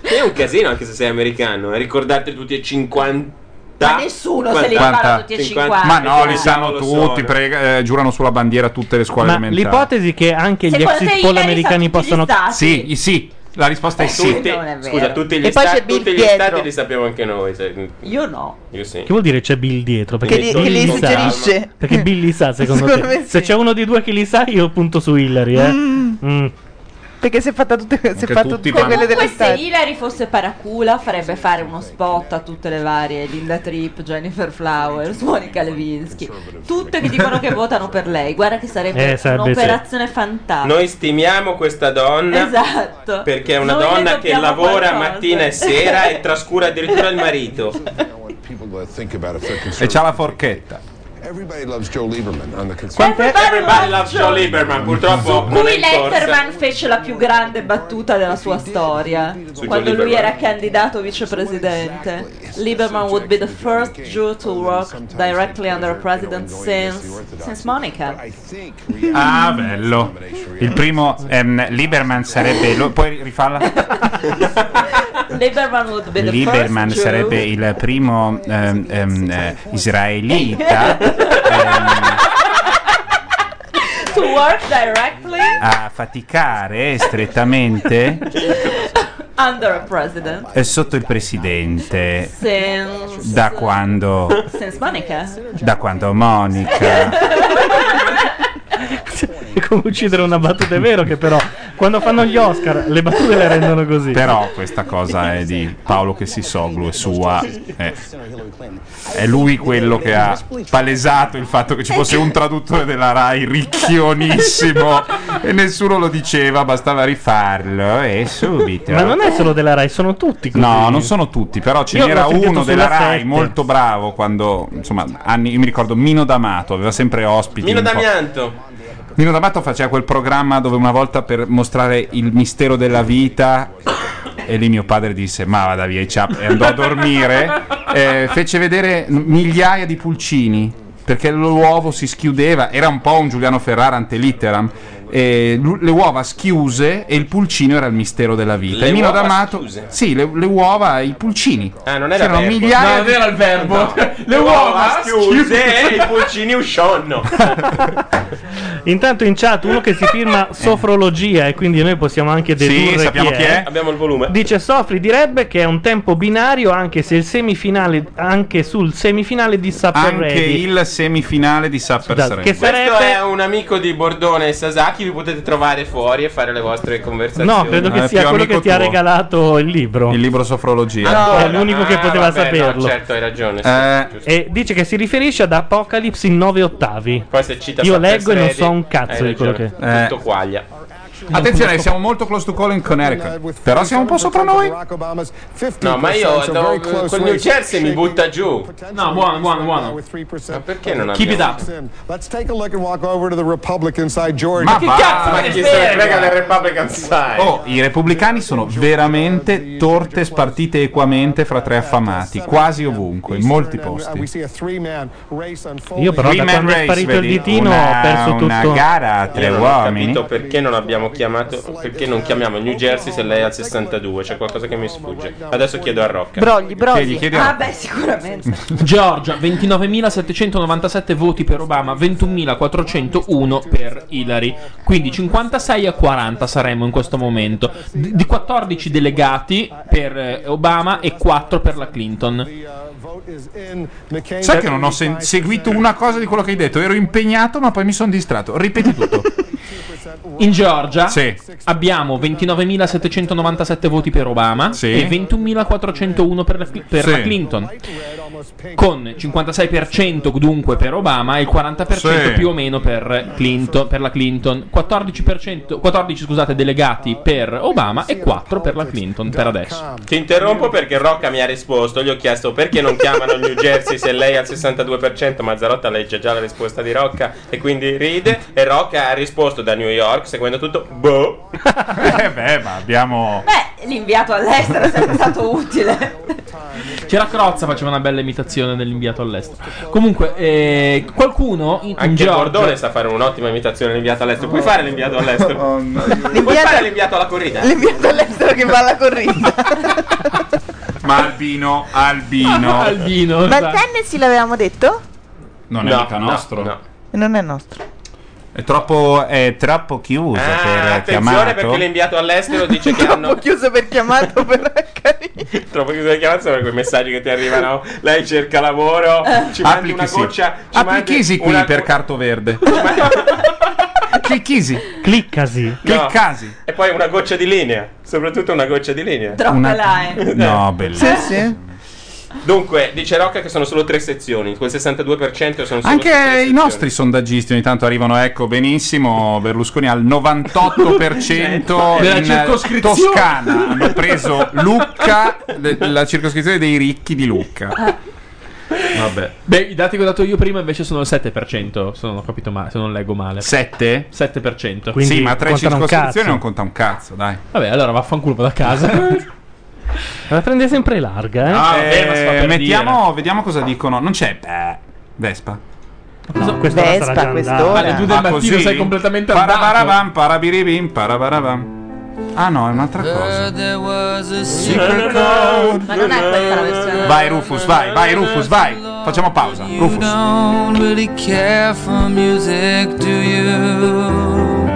Speaker 3: Lì è un casino anche se sei americano. eh. Ricordarti tutti e 50.
Speaker 2: Ma nessuno se li
Speaker 1: Quanta-
Speaker 2: impara tutti e 50.
Speaker 1: Ma no, li
Speaker 3: Sì,
Speaker 1: sanno
Speaker 3: lo
Speaker 1: tutti,
Speaker 3: so.
Speaker 1: prega- eh, giurano sulla bandiera tutte le scuole
Speaker 5: Ma
Speaker 1: elementari.
Speaker 5: l'ipotesi che anche gli
Speaker 2: Secondo te
Speaker 5: ex
Speaker 2: i
Speaker 5: poll
Speaker 2: neri
Speaker 5: americani
Speaker 2: sono tutti
Speaker 5: possono.
Speaker 2: gli stati?
Speaker 1: Sì, sì, la risposta è Eh sì.
Speaker 3: Tutti-
Speaker 2: Eh, non è vero.
Speaker 3: scusa, tutti gli,
Speaker 2: E poi
Speaker 3: sta-
Speaker 2: c'è Bill
Speaker 3: tutti gli
Speaker 2: Pietro.
Speaker 3: stati li sappiamo anche noi. se-
Speaker 2: Io no.
Speaker 3: Io sì.
Speaker 5: Che vuol dire c'è Bill dietro? Perché
Speaker 3: Che li-
Speaker 5: Bill
Speaker 3: che li
Speaker 5: li sa.
Speaker 3: suggerisce.
Speaker 5: Perché Bill li sa, secondo,
Speaker 9: Secondo
Speaker 5: te.
Speaker 9: me sì.
Speaker 5: Se c'è uno di due che li sa, io punto su Hillary. Eh.
Speaker 9: Mm.
Speaker 5: Mm.
Speaker 9: Perché si è fatta tutte, si è
Speaker 5: Anche
Speaker 9: fatto
Speaker 5: tutti
Speaker 9: tutte quelle
Speaker 5: vanno-
Speaker 9: delle
Speaker 2: Comunque se
Speaker 9: stati.
Speaker 2: Hillary fosse paracula farebbe fare uno spot a tutte le varie Linda Tripp, Jennifer Flowers, Monica Lewinsky Tutte che dicono che votano per lei Guarda che sarebbe,
Speaker 3: Eh, sarebbe
Speaker 2: un'operazione fantastica
Speaker 3: Noi stimiamo questa donna
Speaker 2: Ah. Esatto
Speaker 3: perché è una
Speaker 2: Noi le
Speaker 3: donna che
Speaker 2: dobbiamo
Speaker 3: lavora
Speaker 2: qualcosa.
Speaker 3: mattina e sera e trascura addirittura il marito.
Speaker 1: E c'ha la forchetta.
Speaker 13: Everybody loves Joe Lieberman on the conservative.
Speaker 2: Quant'è?
Speaker 3: Everybody loves Joe Lieberman, purtroppo non è
Speaker 2: Cui
Speaker 3: in corsa.
Speaker 2: Letterman fece la più grande battuta della sua storia
Speaker 3: Su
Speaker 2: quando
Speaker 3: Joe
Speaker 2: lui
Speaker 3: Lieberman.
Speaker 2: era candidato vicepresidente. Lieberman would be the first Jew to work directly under a president since, since Monica.
Speaker 1: Ah, bello. Il primo ehm, Lieberman sarebbe. lo- puoi rifarla?
Speaker 2: Lieberman would be Eh, the
Speaker 1: Lieberman
Speaker 2: first Jew.
Speaker 1: sarebbe il primo ehm, ehm, eh, israelita ehm,
Speaker 2: to work directly
Speaker 1: a faticare strettamente
Speaker 2: under a president
Speaker 1: eh, sotto il presidente.
Speaker 2: since
Speaker 1: Da quando,
Speaker 2: since Monica.
Speaker 1: da quando Monica.
Speaker 5: È come uccidere una battuta, è vero che però quando fanno gli Oscar le battute le rendono così.
Speaker 1: Però questa cosa è di Paolo che si soglu, è sua. È, è lui quello che ha palesato il fatto che ci fosse un traduttore della Rai ricchionissimo e nessuno lo diceva, bastava rifarlo e subito.
Speaker 5: Ma non è solo della Rai, sono tutti così.
Speaker 1: No, non sono tutti, però ce
Speaker 5: Io
Speaker 1: n'era
Speaker 5: l'ho sentito
Speaker 1: uno della
Speaker 5: sulla
Speaker 1: Rai
Speaker 5: sette.
Speaker 1: molto bravo quando, insomma, anni, io mi ricordo Mino D'Amato, aveva sempre ospiti.
Speaker 3: Mino
Speaker 1: un po'.
Speaker 3: Damianto.
Speaker 1: Nino D'Amato faceva quel programma dove una volta per mostrare il mistero della vita e lì mio padre disse ma vada via i ciap e andò a dormire eh, fece vedere migliaia di pulcini perché l'uovo si schiudeva era un po' un Giuliano Ferrara antelitteram e lu- le uova schiuse e il pulcino era il mistero della vita
Speaker 3: Le
Speaker 1: e Nino
Speaker 3: uova
Speaker 1: D'Amato
Speaker 3: schiuse?
Speaker 1: sì le, le uova i pulcini
Speaker 3: Ah, non era
Speaker 1: c'erano
Speaker 3: verbo.
Speaker 1: migliaia
Speaker 3: No,
Speaker 1: di-
Speaker 3: era il verbo. Le uova chiuse e i pulcini uscionno.
Speaker 5: Intanto in chat uno che si firma sofrologia e quindi noi possiamo anche dedurre chi, è.
Speaker 3: Abbiamo il volume.
Speaker 5: Dice Sofri direbbe che è un tempo binario anche se il semifinale anche sul semifinale di Saper
Speaker 1: anche
Speaker 5: Ready.
Speaker 1: il semifinale di Sapper
Speaker 5: Scusate,
Speaker 1: Serena.
Speaker 5: che
Speaker 3: Questo è un amico di Bordone e Sasaki, vi potete trovare fuori e fare le vostre conversazioni.
Speaker 5: No, credo
Speaker 3: Eh,
Speaker 1: Eh,
Speaker 5: che sia quello che ti ha regalato il libro. Il
Speaker 1: libro Sofrologia.
Speaker 5: è l'unico che poteva saperlo.
Speaker 3: eh,
Speaker 5: Eh,
Speaker 3: No, certo, hai ragione. sì,
Speaker 1: Eh,
Speaker 3: giusto.
Speaker 5: E dice che si riferisce ad Apocalypse in 9 ottavi.
Speaker 3: Poi se cita
Speaker 5: Io
Speaker 3: Saper
Speaker 5: leggo e non
Speaker 3: Sredi,
Speaker 5: so un cazzo
Speaker 3: hai
Speaker 5: di quello
Speaker 3: ragione,
Speaker 5: che-
Speaker 1: eh.
Speaker 3: Tutto quaglia.
Speaker 1: Attenzione, siamo molto close to calling Connecticut. Però siamo un po' sopra noi.
Speaker 3: No, ma io
Speaker 1: So
Speaker 3: do-
Speaker 1: very close
Speaker 3: col New
Speaker 1: race.
Speaker 3: Jersey mi butta giù.
Speaker 6: No, buono, buono, buono.
Speaker 3: Ma perché non
Speaker 6: Keep it
Speaker 3: abbiamo-
Speaker 6: up.
Speaker 11: Let's take a look and walk over to the Republic inside Georgia.
Speaker 1: Ma che cazzo,
Speaker 3: Ma chi se ne frega del Republican Side?
Speaker 1: Oh, i repubblicani sono veramente torte spartite equamente fra tre affamati, quasi ovunque, in molti posti.
Speaker 11: We see a three-man race unfolding.
Speaker 5: Io però da
Speaker 1: Three-man
Speaker 5: quando è
Speaker 1: race,
Speaker 5: sparito il
Speaker 1: vedi?
Speaker 5: ditino
Speaker 1: Una-
Speaker 5: ho perso
Speaker 1: una
Speaker 5: tutto.
Speaker 1: gara a tre
Speaker 3: Io Eh, non ho
Speaker 1: uomini.
Speaker 3: capito perché non abbiamo chiamato perché non chiamiamo il New Jersey se lei è al 62 c'è qualcosa che mi sfugge adesso chiedo a Rocca
Speaker 9: Brogli, brogli.
Speaker 3: Chiedi, chiedi a-
Speaker 9: ah, beh, sicuramente.
Speaker 6: Georgia, 29.797 voti per Obama, 21.401 per Hillary. Quindi 56 a 40 saremmo in questo momento. D- Di 14 delegati per eh, Obama e 4 per la Clinton.
Speaker 11: McCain-
Speaker 1: Sai che non ho sen- seguito una cosa di quello che hai detto? Ero impegnato, ma poi mi sono distratto. Ripeti tutto.
Speaker 6: In Georgia abbiamo 29.797 voti per Obama e 21.401 per, la, per
Speaker 1: Sì.
Speaker 6: la Clinton, con 56% dunque per Obama e il 40%
Speaker 1: Sì.
Speaker 6: più o meno per, Clinton, per la Clinton, 14%, 14 scusate, delegati per Obama e 4 per la Clinton per adesso.
Speaker 3: Ti interrompo perché Rocca mi ha risposto. Gli ho chiesto perché non chiamano il New Jersey se lei è al 62%. Mazzarotta legge già la risposta di Rocca e quindi ride. E Rocca ha risposto da New York, seguendo tutto, boh.
Speaker 1: eh beh, ma abbiamo.
Speaker 2: L'inviato all'estero è sempre stato utile.
Speaker 6: C'era Crozza, faceva una bella imitazione dell'inviato all'estero. Comunque, eh, qualcuno in, in
Speaker 3: Anche
Speaker 6: Georgia.
Speaker 3: Bordone sa fare un'ottima imitazione dell'inviato all'estero. Puoi fare l'inviato all'estero? Puoi
Speaker 9: L'inviato-
Speaker 3: fare l'inviato alla corrida?
Speaker 9: L'inviato all'estero che va alla corrida.
Speaker 1: Ma Albino, Albino.
Speaker 6: Albino.
Speaker 5: esatto.
Speaker 9: Ma Tennessee l'avevamo detto?
Speaker 1: Non è
Speaker 3: No,
Speaker 1: mica
Speaker 3: no,
Speaker 1: nostro.
Speaker 9: Non è nostro.
Speaker 1: È troppo, è troppo chiuso per
Speaker 3: Ah, Attenzione
Speaker 1: chiamato.
Speaker 3: perché l'inviato all'estero dice che hanno.
Speaker 9: Ho chiuso per chiamato per
Speaker 3: Troppo chiuso le chiamate sono quei messaggi che ti arrivano. Lei cerca lavoro,
Speaker 1: Eh.
Speaker 3: ci mandi una
Speaker 1: Applichisi.
Speaker 3: goccia. Ci mandi
Speaker 1: Applichisi qui
Speaker 3: una-
Speaker 1: per carto verde. Clicchisi.
Speaker 5: Cliccasi.
Speaker 3: No.
Speaker 1: Cliccasi.
Speaker 3: E poi una goccia di linea, soprattutto una goccia di linea.
Speaker 1: Una-
Speaker 9: eh.
Speaker 1: No, bellissimo.
Speaker 3: Dunque, dice Rocca che sono solo tre sezioni, quel 62% sono solo tre
Speaker 1: Anche
Speaker 3: sezioni.
Speaker 1: i nostri sondaggisti ogni tanto arrivano, ecco benissimo, Berlusconi al 98%
Speaker 3: Della
Speaker 1: in
Speaker 3: circoscrizione.
Speaker 1: Toscana, hanno preso Lucca, de- la circoscrizione dei ricchi di Lucca. Vabbè.
Speaker 6: Beh, i dati che ho dato io prima invece sono il 7%, se non ho capito male, se non leggo male.
Speaker 1: 7?
Speaker 6: 7%.
Speaker 1: sì, ma tre circoscrizioni non conta un cazzo, dai.
Speaker 6: Vabbè, allora vaffanculo vado a casa.
Speaker 5: La prende sempre larga, eh?
Speaker 1: Ah, vabbè, ma si fa per mettiamo, vediamo cosa dicono. Non c'è beh, Vespa.
Speaker 5: No, questa ora sarà già andata.
Speaker 6: Alle due del mattino
Speaker 1: così?
Speaker 6: sei completamente
Speaker 1: Parabarabam, parabiribim, parabarabam. Ah no, è un'altra cosa.
Speaker 20: There was a secret code.
Speaker 2: Ma non è questa la versione.
Speaker 1: Vai Rufus, vai, vai Rufus, vai. Facciamo pausa.
Speaker 20: You
Speaker 1: Rufus.
Speaker 20: don't really care for music, do you?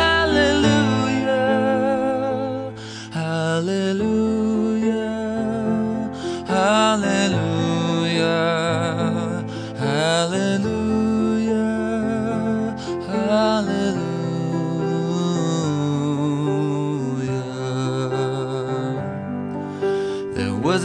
Speaker 20: hallelujah. Hallelujah. Hallelujah. Hallelujah. Hallelujah. There was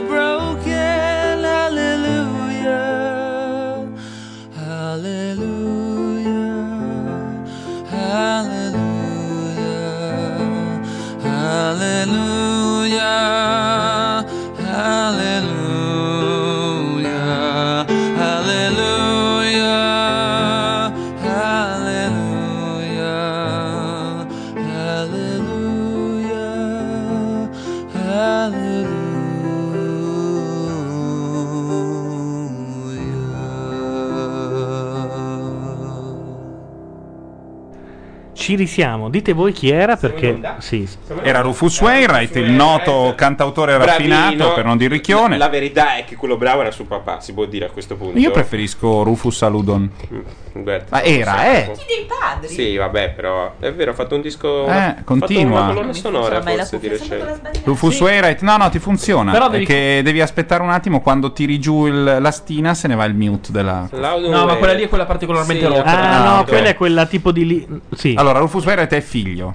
Speaker 20: broken hallelujah. Hallelujah. Hallelujah. Hallelujah. Hallelujah. Hallelujah. Hallelujah. Hallelujah. Hallelujah.
Speaker 5: Ci risiamo. Dite voi chi era perché. Sì.
Speaker 1: Era Rufus Wainwright,
Speaker 3: Eh,
Speaker 1: il noto cantautore
Speaker 3: Bravino.
Speaker 1: raffinato, per non dire ricchione.
Speaker 3: La verità è che quello bravo era suo papà, si può dire a questo punto.
Speaker 1: Io preferisco Rufus Aludon.
Speaker 3: Umberto,
Speaker 1: Ma era,
Speaker 3: non so.
Speaker 1: eh.
Speaker 17: dei padri.
Speaker 3: Sì, vabbè, però è vero, ha fatto un disco.
Speaker 1: Eh,
Speaker 3: ha fatto
Speaker 1: continua.
Speaker 3: una colonna sonora,
Speaker 17: mai la
Speaker 3: forse di recente.
Speaker 1: Rufus Wainwright, no, no, ti funziona.
Speaker 3: Però devi-
Speaker 1: perché devi aspettare un attimo, quando tiri giù il- la stina, se ne va il mute della.
Speaker 6: No, ma quella lì è quella particolarmente rotta.
Speaker 5: Ah, no,
Speaker 1: ok.
Speaker 5: quella è quella tipo di lì. Sì.
Speaker 1: Allora, Rufus Wainwright è figlio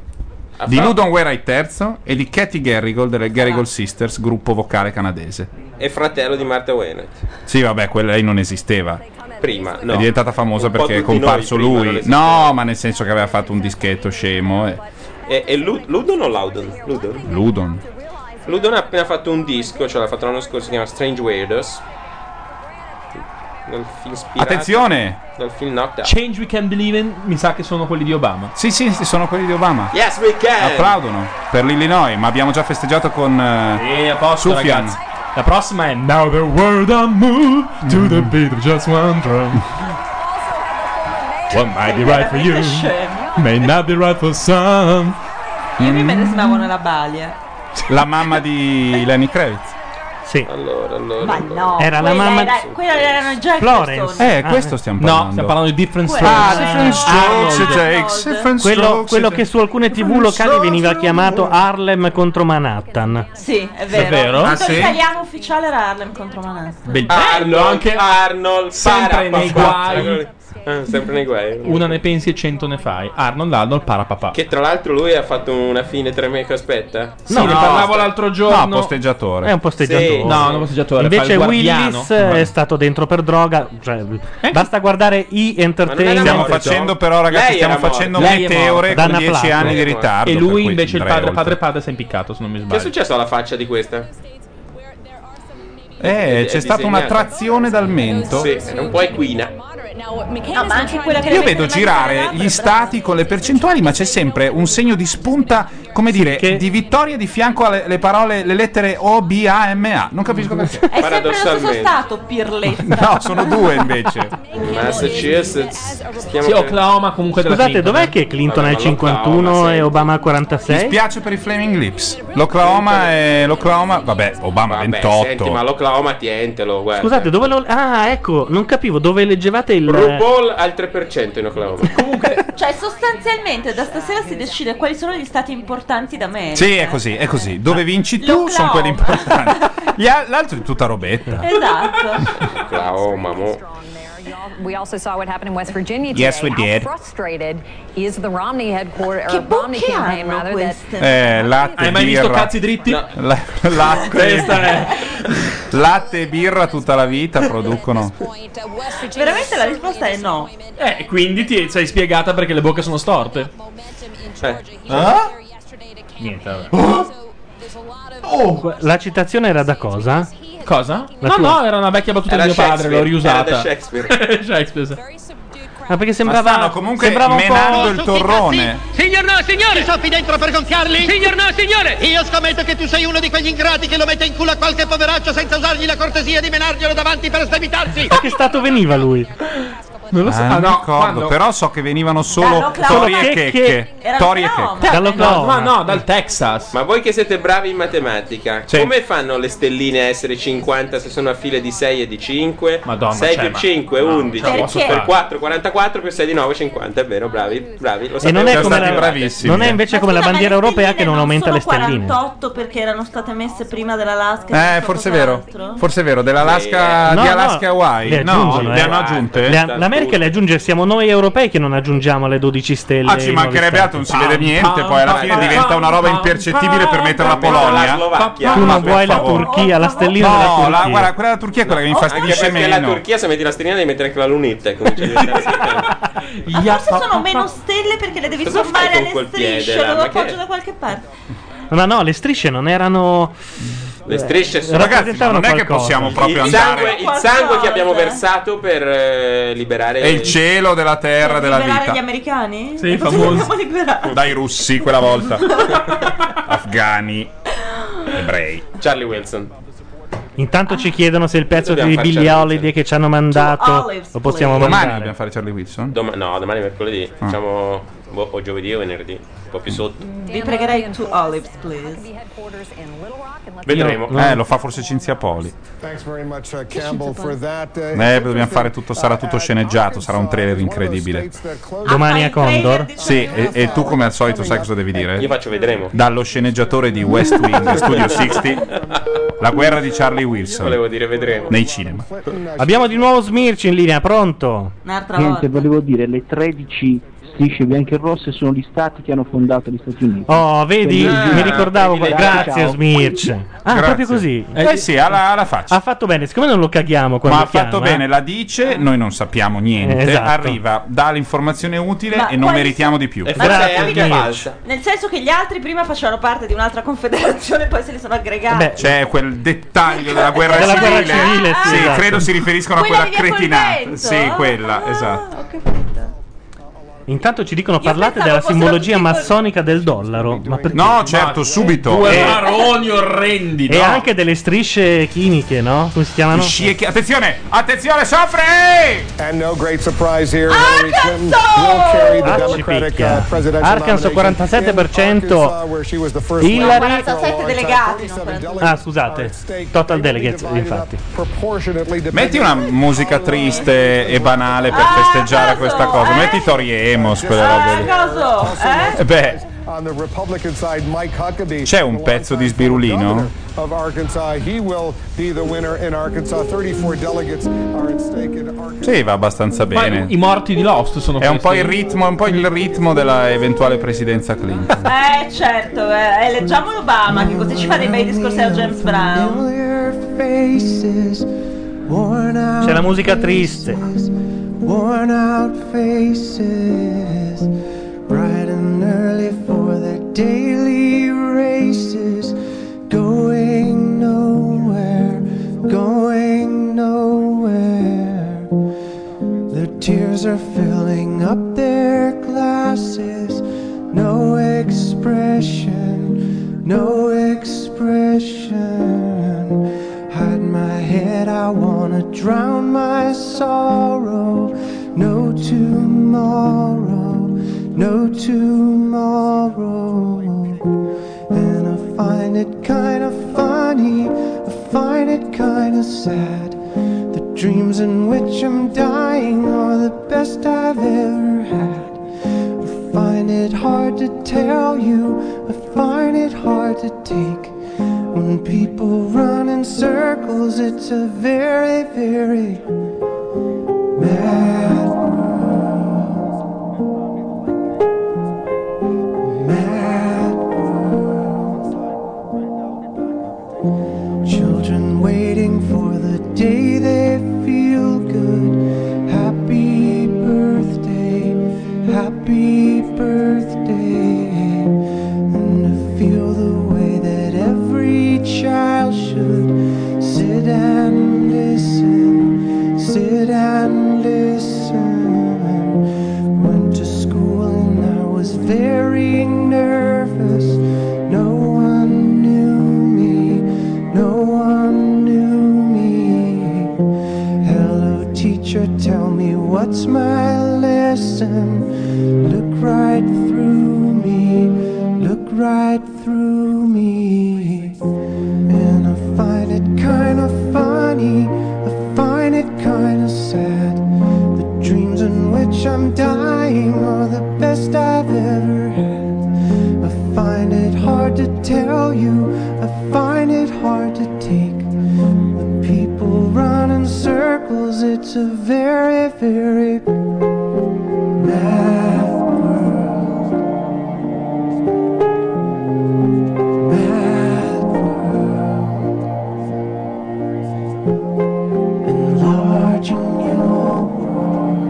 Speaker 1: di
Speaker 3: fa-
Speaker 1: Ludon Wainwright III e di Katie Garrigold delle Garrigold
Speaker 6: Ah.
Speaker 1: Sisters, gruppo vocale canadese.
Speaker 3: È fratello di Martha Wainwright.
Speaker 1: Sì, vabbè, quella lei non esisteva.
Speaker 17: Ah,
Speaker 3: Prima, no.
Speaker 1: È diventata famosa
Speaker 3: Un po'
Speaker 1: perché è
Speaker 3: tutti noi
Speaker 1: comparso
Speaker 3: prima non
Speaker 1: lui.
Speaker 3: esistevamo.
Speaker 1: No, ma nel senso che aveva fatto un dischetto scemo. eh, E...
Speaker 3: E, e Lu- Ludon o Loudon? Ludon.
Speaker 1: Ludon.
Speaker 3: Ludon ha appena fatto un disco, cioè l'ha fatto l'anno scorso, si chiama Strange Weirdos. Dal film ispirato-
Speaker 1: Attenzione!
Speaker 3: Dal film Knocked Out.
Speaker 6: Change We Can Believe in, mi sa che sono quelli di Obama.
Speaker 1: Sì, sì, sì, sono quelli di Obama.
Speaker 3: Yes, we can!
Speaker 1: Applaudono per l'Illinois, ma abbiamo già festeggiato con eh,
Speaker 6: E a posto,
Speaker 1: Sufjan.
Speaker 6: ragazzi. La prossima è Now the world I move to the beat of just one drum. What might be right for you may not be right for some.
Speaker 2: Io mi me ne sembravo nella balia.
Speaker 1: Mm. la mamma di Lenny Kravitz.
Speaker 5: Sì.
Speaker 3: Allora, allora.
Speaker 2: Ma no,
Speaker 1: Era la
Speaker 2: quella
Speaker 1: mamma
Speaker 2: era-
Speaker 1: di-
Speaker 2: quella erano già i cartoni.
Speaker 1: Eh, questo stiamo parlando.
Speaker 6: No, stiamo parlando di Different
Speaker 1: Quello-
Speaker 6: Strokes.
Speaker 1: Ah, Different Strokes
Speaker 6: Arnold.
Speaker 1: takes different
Speaker 5: cioè, Quello,
Speaker 1: strokes.
Speaker 5: quello che su alcune tv locali veniva chiamato Harlem contro Manhattan.
Speaker 2: Sì, è vero.
Speaker 5: Davvero?
Speaker 2: Il
Speaker 5: Ah, sì?
Speaker 2: italiano ufficiale era Harlem contro Manhattan.
Speaker 5: Eh,
Speaker 3: Arnold,
Speaker 6: anche-
Speaker 3: Arnold,
Speaker 6: sempre
Speaker 3: para,
Speaker 6: nei
Speaker 3: papà.
Speaker 6: guai.
Speaker 3: Eh, sempre nei guai.
Speaker 6: Una ne pensi e cento ne fai. Arnold Arnold para papà.
Speaker 3: Che tra l'altro lui ha fatto una fine tremenda, aspetta.
Speaker 6: Sì, ne parlavo l'altro giorno.
Speaker 1: No, posteggiatore.
Speaker 5: È un posteggiatore.
Speaker 6: Sì. No, non posteggiatore.
Speaker 5: Invece
Speaker 6: fa il guardiano.
Speaker 5: Willis eh, è certo- stato dentro per droga. cioè, Basta guardare i entertainment.
Speaker 1: Stiamo facendo però ragazzi, stiamo facendo
Speaker 5: Lei è
Speaker 1: meteore
Speaker 5: morta.
Speaker 1: con
Speaker 5: Danna
Speaker 1: 10
Speaker 5: Plato.
Speaker 1: anni di
Speaker 5: Lei è morta.
Speaker 1: ritardo.
Speaker 6: E lui
Speaker 1: per cui
Speaker 6: invece il
Speaker 1: andrei
Speaker 6: padre,
Speaker 1: oltre.
Speaker 6: padre padre si è impiccato, se non mi
Speaker 3: Che è
Speaker 6: sbaglio.
Speaker 3: successo alla faccia di questa? È
Speaker 1: Eh, c'è stata una
Speaker 3: disegnata.
Speaker 1: trazione dal mento.
Speaker 3: Sì, era un po' equina.
Speaker 2: No, ma anche quella che
Speaker 1: Io vedo girare gli stati con le percentuali, ma c'è sempre un segno di spunta, come dire, di vittoria di fianco alle le parole, le lettere O, B, A, M, A.
Speaker 6: Mm.
Speaker 1: Non capisco perché.
Speaker 6: Eh,
Speaker 2: È sempre nello stesso stato, Pirletta.
Speaker 1: No, sono due invece.
Speaker 3: Massachusetts.
Speaker 1: Eh,
Speaker 3: Stiamo
Speaker 6: Sì, Oklahoma comunque della
Speaker 5: Scusate,
Speaker 6: Clinton,
Speaker 5: dov'è
Speaker 6: eh.
Speaker 5: che Clinton
Speaker 6: Vabbè,
Speaker 5: è il
Speaker 6: ma
Speaker 5: 51 e Obama al 46?
Speaker 1: Mi spiace per i Flaming Lips. L'Oklahoma è l'Oklahoma, vabbè, Obama
Speaker 3: Beh,
Speaker 1: 28.
Speaker 3: senti, ma l'Oklahoma tientelo, guarda.
Speaker 5: Scusate, dove lo. Ah, ecco, non capivo dove leggevate il.
Speaker 3: RuPaul al 3% in Oklahoma.
Speaker 2: Cioè, sostanzialmente da stasera si decide quali sono gli stati importanti da me.
Speaker 1: Sì, è così, è così. Dove vinci tu sono quelli importanti. Gli al- l'altro è tutta robetta.
Speaker 2: Esatto.
Speaker 3: Oklahoma, mo.
Speaker 22: We also saw what happened in West Virginia today.
Speaker 1: Yes, we did.
Speaker 22: How frustrated is the Romney headquarters, or
Speaker 2: Che
Speaker 22: Romney
Speaker 2: bocche
Speaker 22: campaign
Speaker 2: hanno
Speaker 22: rather, that
Speaker 1: Eh, latte,
Speaker 6: Hai mai visto
Speaker 1: birra.
Speaker 6: cazzi dritti?
Speaker 1: La- latte, latte e birra tutta la vita producono.
Speaker 2: Veramente la risposta è no.
Speaker 6: Eh, quindi ti sei spiegata perché le bocche sono storte.
Speaker 5: Ah?
Speaker 3: Eh,
Speaker 6: Niente, vabbè.
Speaker 5: Oh, la citazione era da cosa?
Speaker 6: Cosa?
Speaker 5: La
Speaker 6: no,
Speaker 5: tua.
Speaker 6: no, era una vecchia battuta
Speaker 5: Era
Speaker 6: di mio padre,
Speaker 5: Shakespeare,
Speaker 6: l'ho
Speaker 5: era
Speaker 6: riusata.
Speaker 5: da Shakespeare.
Speaker 6: Shakespeare.
Speaker 5: Ma perché sembrava.
Speaker 6: stanno comunque
Speaker 5: sembrava un
Speaker 6: menando
Speaker 5: po'...
Speaker 6: il torrone.
Speaker 12: Signor no, signore! Ti soffi dentro per gonfiarli? Signor no, signore! Io scommetto che tu sei uno di quegli ingrati che lo mette in culo a qualche poveraccio senza usargli la cortesia di menarglielo davanti per sdebitarsi!
Speaker 5: Da che stato veniva lui?
Speaker 1: Eh, Non lo so,
Speaker 6: ah, no,
Speaker 1: ricordo,
Speaker 6: quando-
Speaker 1: però so che venivano solo
Speaker 3: Dall'Oklahoma.
Speaker 1: tori e
Speaker 3: Checche.
Speaker 1: checche.
Speaker 3: Era
Speaker 1: Tori e
Speaker 3: Oklahoma.
Speaker 1: checche.
Speaker 3: Dall'Oklahoma.
Speaker 6: No, no, dal Texas.
Speaker 3: Ma voi che siete bravi in matematica, come fanno le stelline a essere 50 se sono a file di 6 e di 5?
Speaker 6: Madonna,
Speaker 3: 6
Speaker 6: cioè,
Speaker 3: più
Speaker 6: ma-
Speaker 3: 5 è
Speaker 6: no,
Speaker 3: 11,
Speaker 1: cioè,
Speaker 6: ce la posso
Speaker 3: per
Speaker 6: fare.
Speaker 3: 4 44, più 6 di 9 50, è vero, bravi, bravi, lo
Speaker 5: E
Speaker 3: sapevo.
Speaker 5: non è,
Speaker 3: Siamo
Speaker 5: come
Speaker 3: stati
Speaker 5: la,
Speaker 3: bravissimi.
Speaker 5: non è invece come la
Speaker 2: ma le
Speaker 5: bandiera europea che non aumenta le
Speaker 2: Sono
Speaker 5: stelline.
Speaker 2: 48 perché erano state messe prima dell'Alaska.
Speaker 1: Eh, forse è vero. Forse è vero, dell'Alaska,
Speaker 5: Sì. No,
Speaker 1: di
Speaker 5: no,
Speaker 1: Alaska Hawaii.
Speaker 5: le
Speaker 1: No,
Speaker 5: aggiungono,
Speaker 1: le
Speaker 5: eh.
Speaker 1: hanno aggiunte?
Speaker 5: Le han- L'America le aggiunge, siamo noi europei che non aggiungiamo le 12 stelle.
Speaker 1: Ah, ci
Speaker 5: ai nuovi
Speaker 1: mancherebbe altro,
Speaker 5: stati.
Speaker 1: non si vede niente, poi alla fine diventa una roba impercettibile per mettere la Polonia.
Speaker 5: Tu
Speaker 1: Ma
Speaker 5: non
Speaker 1: per
Speaker 5: vuoi la
Speaker 1: favore.
Speaker 5: Turchia, la stellina
Speaker 1: No,
Speaker 5: della Turchia.
Speaker 1: la- guarda, quella della Turchia è quella che mi
Speaker 3: Anche
Speaker 1: infastidisce
Speaker 3: perché la
Speaker 1: meno.
Speaker 3: Turchia, se metti la stellina, devi mettere anche la lunetta. e comincia a diventare
Speaker 2: Ma forse sono meno stelle perché le devi
Speaker 3: Cosa fai
Speaker 2: sommare
Speaker 3: con
Speaker 2: alle
Speaker 3: quel piede,
Speaker 2: strisce.
Speaker 3: là?
Speaker 2: Lo
Speaker 3: Ma
Speaker 2: appoggio
Speaker 3: che-
Speaker 2: da qualche parte.
Speaker 5: Ma no, le strisce non erano.
Speaker 3: Le strisce sono-
Speaker 5: Ragazzi,
Speaker 3: Ragazzi, ma
Speaker 5: non è che
Speaker 1: possiamo
Speaker 3: il, sangue, il sangue che abbiamo versato per eh, liberare
Speaker 1: E il cielo della terra, della
Speaker 2: Liberare gli
Speaker 1: vita.
Speaker 2: americani?
Speaker 1: Sì,
Speaker 2: E cosa
Speaker 1: famoso.
Speaker 2: dobbiamo liberare?
Speaker 1: Dai russi quella volta. Afghani. Ebrei.
Speaker 3: Charlie Wilson.
Speaker 5: Intanto ci chiedono se il pezzo
Speaker 3: Dobbiamo
Speaker 5: di
Speaker 3: far
Speaker 5: Billie
Speaker 3: Charlie
Speaker 5: Holiday che ci hanno mandato
Speaker 3: Olives,
Speaker 5: lo possiamo
Speaker 3: please.
Speaker 5: mandare.
Speaker 1: Dobbiamo fare Charlie Wilson? Ah.
Speaker 3: Doma- no, domani è mercoledì. Facciamo boh, o giovedì o venerdì. Un po' più sotto.
Speaker 2: Vi pregherei two olives, please.
Speaker 3: Vedremo.
Speaker 1: Eh, lo fa forse Cinzia Poli.
Speaker 11: Thanks very much, uh, Campbell, for that. Uh,
Speaker 1: Eh, dobbiamo fare tutto, sarà tutto sceneggiato, sarà un trailer incredibile.
Speaker 2: Ah,
Speaker 1: Domani a Condor? Sì, e, e tu come al solito sai cosa devi dire?
Speaker 3: Io faccio vedremo.
Speaker 1: Dallo sceneggiatore di West Wing, Studio 60, La guerra di Charlie Wilson,
Speaker 3: Volevo dire vedremo.
Speaker 1: nei cinema.
Speaker 5: Abbiamo di nuovo Smirci in linea, pronto?
Speaker 2: Un'altra
Speaker 14: Niente, volevo dire, le 13 strisce bianche e rosse sono gli stati che hanno fondato gli Stati Uniti.
Speaker 5: Oh, vedi,
Speaker 14: Quindi-
Speaker 5: mi ricordavo.
Speaker 14: Quindi-
Speaker 5: grazie,
Speaker 14: ciao.
Speaker 5: Smirci. Ah,
Speaker 1: Grazie.
Speaker 5: proprio così.
Speaker 1: Eh sì, alla, alla faccia.
Speaker 5: Ha fatto bene, siccome non lo caghiamo quando
Speaker 1: Ma ha fatto
Speaker 5: chiama,
Speaker 1: bene, la dice, noi non sappiamo niente,
Speaker 5: Eh, esatto.
Speaker 1: arriva, dà l'informazione utile
Speaker 2: Ma
Speaker 1: e non
Speaker 2: quali
Speaker 1: meritiamo di più.
Speaker 2: E forse Grazie, è anche Mirce.
Speaker 1: falsa.
Speaker 2: Nel senso che gli altri prima facevano parte di un'altra confederazione, poi se li sono aggregati.
Speaker 1: C'è Cioè, quel dettaglio della guerra
Speaker 5: Eh Della
Speaker 1: civile.
Speaker 5: guerra civile, sì,
Speaker 1: sì,
Speaker 5: esatto.
Speaker 1: credo si riferiscono
Speaker 2: Quella
Speaker 1: a quella
Speaker 2: che via col
Speaker 1: cretinata.
Speaker 2: vento,
Speaker 1: Sì,
Speaker 2: ah.
Speaker 1: quella, esatto.
Speaker 5: Intanto ci dicono parlate
Speaker 1: pensavo
Speaker 5: della
Speaker 1: fossero
Speaker 5: simbologia massonica del dollaro. Ma perché?
Speaker 1: No, certo, subito.
Speaker 5: Due
Speaker 1: Eh,
Speaker 5: maroni
Speaker 6: orrendi.
Speaker 5: E anche delle strisce chimiche, no? Come si chiamano?
Speaker 1: scie chi-
Speaker 6: eh,
Speaker 1: Attenzione, attenzione, soffre!
Speaker 11: And no great surprise here. Hillary Clinton will carry the
Speaker 1: Ah,
Speaker 11: Democratic uh, presidential
Speaker 5: Arkansas
Speaker 11: nomination in
Speaker 5: 47%,
Speaker 11: Arkansas, where she was the first
Speaker 5: Hillary
Speaker 11: lady for a long time.
Speaker 2: delegati,
Speaker 5: Ah, scusate, Total Delegates, infatti.
Speaker 11: Proportionately
Speaker 1: Metti una musica triste e banale
Speaker 2: Ah,
Speaker 1: per
Speaker 2: esatto.
Speaker 1: festeggiare questa
Speaker 2: Eh?
Speaker 1: cosa. Metti Tori Emos, quelle robe lì.
Speaker 2: Coso, eh?
Speaker 1: Eh, Beh,
Speaker 11: on the Republican side, Mike Huckabee.
Speaker 1: c'è un pezzo di sbirulino?
Speaker 11: of Arkansas. He will be the winner in Arkansas. 34 delegates are at stake in Arkansas.
Speaker 1: Sì, va abbastanza
Speaker 6: Ma
Speaker 1: bene.
Speaker 6: i morti di Lost sono
Speaker 1: È un
Speaker 6: questi.
Speaker 1: po' il ritmo, è un po' il ritmo della eventuale presidenza Clinton.
Speaker 2: Eh, certo, eh, eh, leggiamo Obama che così ci fa dei bei discorsi a James Brown.
Speaker 5: C'è la musica triste.
Speaker 14: Worn out faces, bright and early for their daily races, going nowhere, going nowhere. Their tears are filling up their glasses, no expression, no expression. Hide my head, I wanna drown my sorrow. No tomorrow, no tomorrow. And I find it kinda funny, I find it kinda sad. The dreams in which I'm dying are the best I've ever had. I find it hard to tell you, I find it hard to take. When people run in circles, it's a very, very mad world. Mad world. Children waiting for the day they feel good. Happy birthday, happy birthday feel the way that every child should sit and listen, sit and listen. Went to school and I was very nervous. No one knew me, no one knew me. Hello, teacher, tell me what's my lesson? Look right through me, look right through me. And I find it kind of funny, I find it kind of sad. The dreams in which I'm dying are the best I've ever had. I find it hard to tell you, I find it hard to take. The people run in circles, it's a very, very mad world. Mad world. Enlarging your world.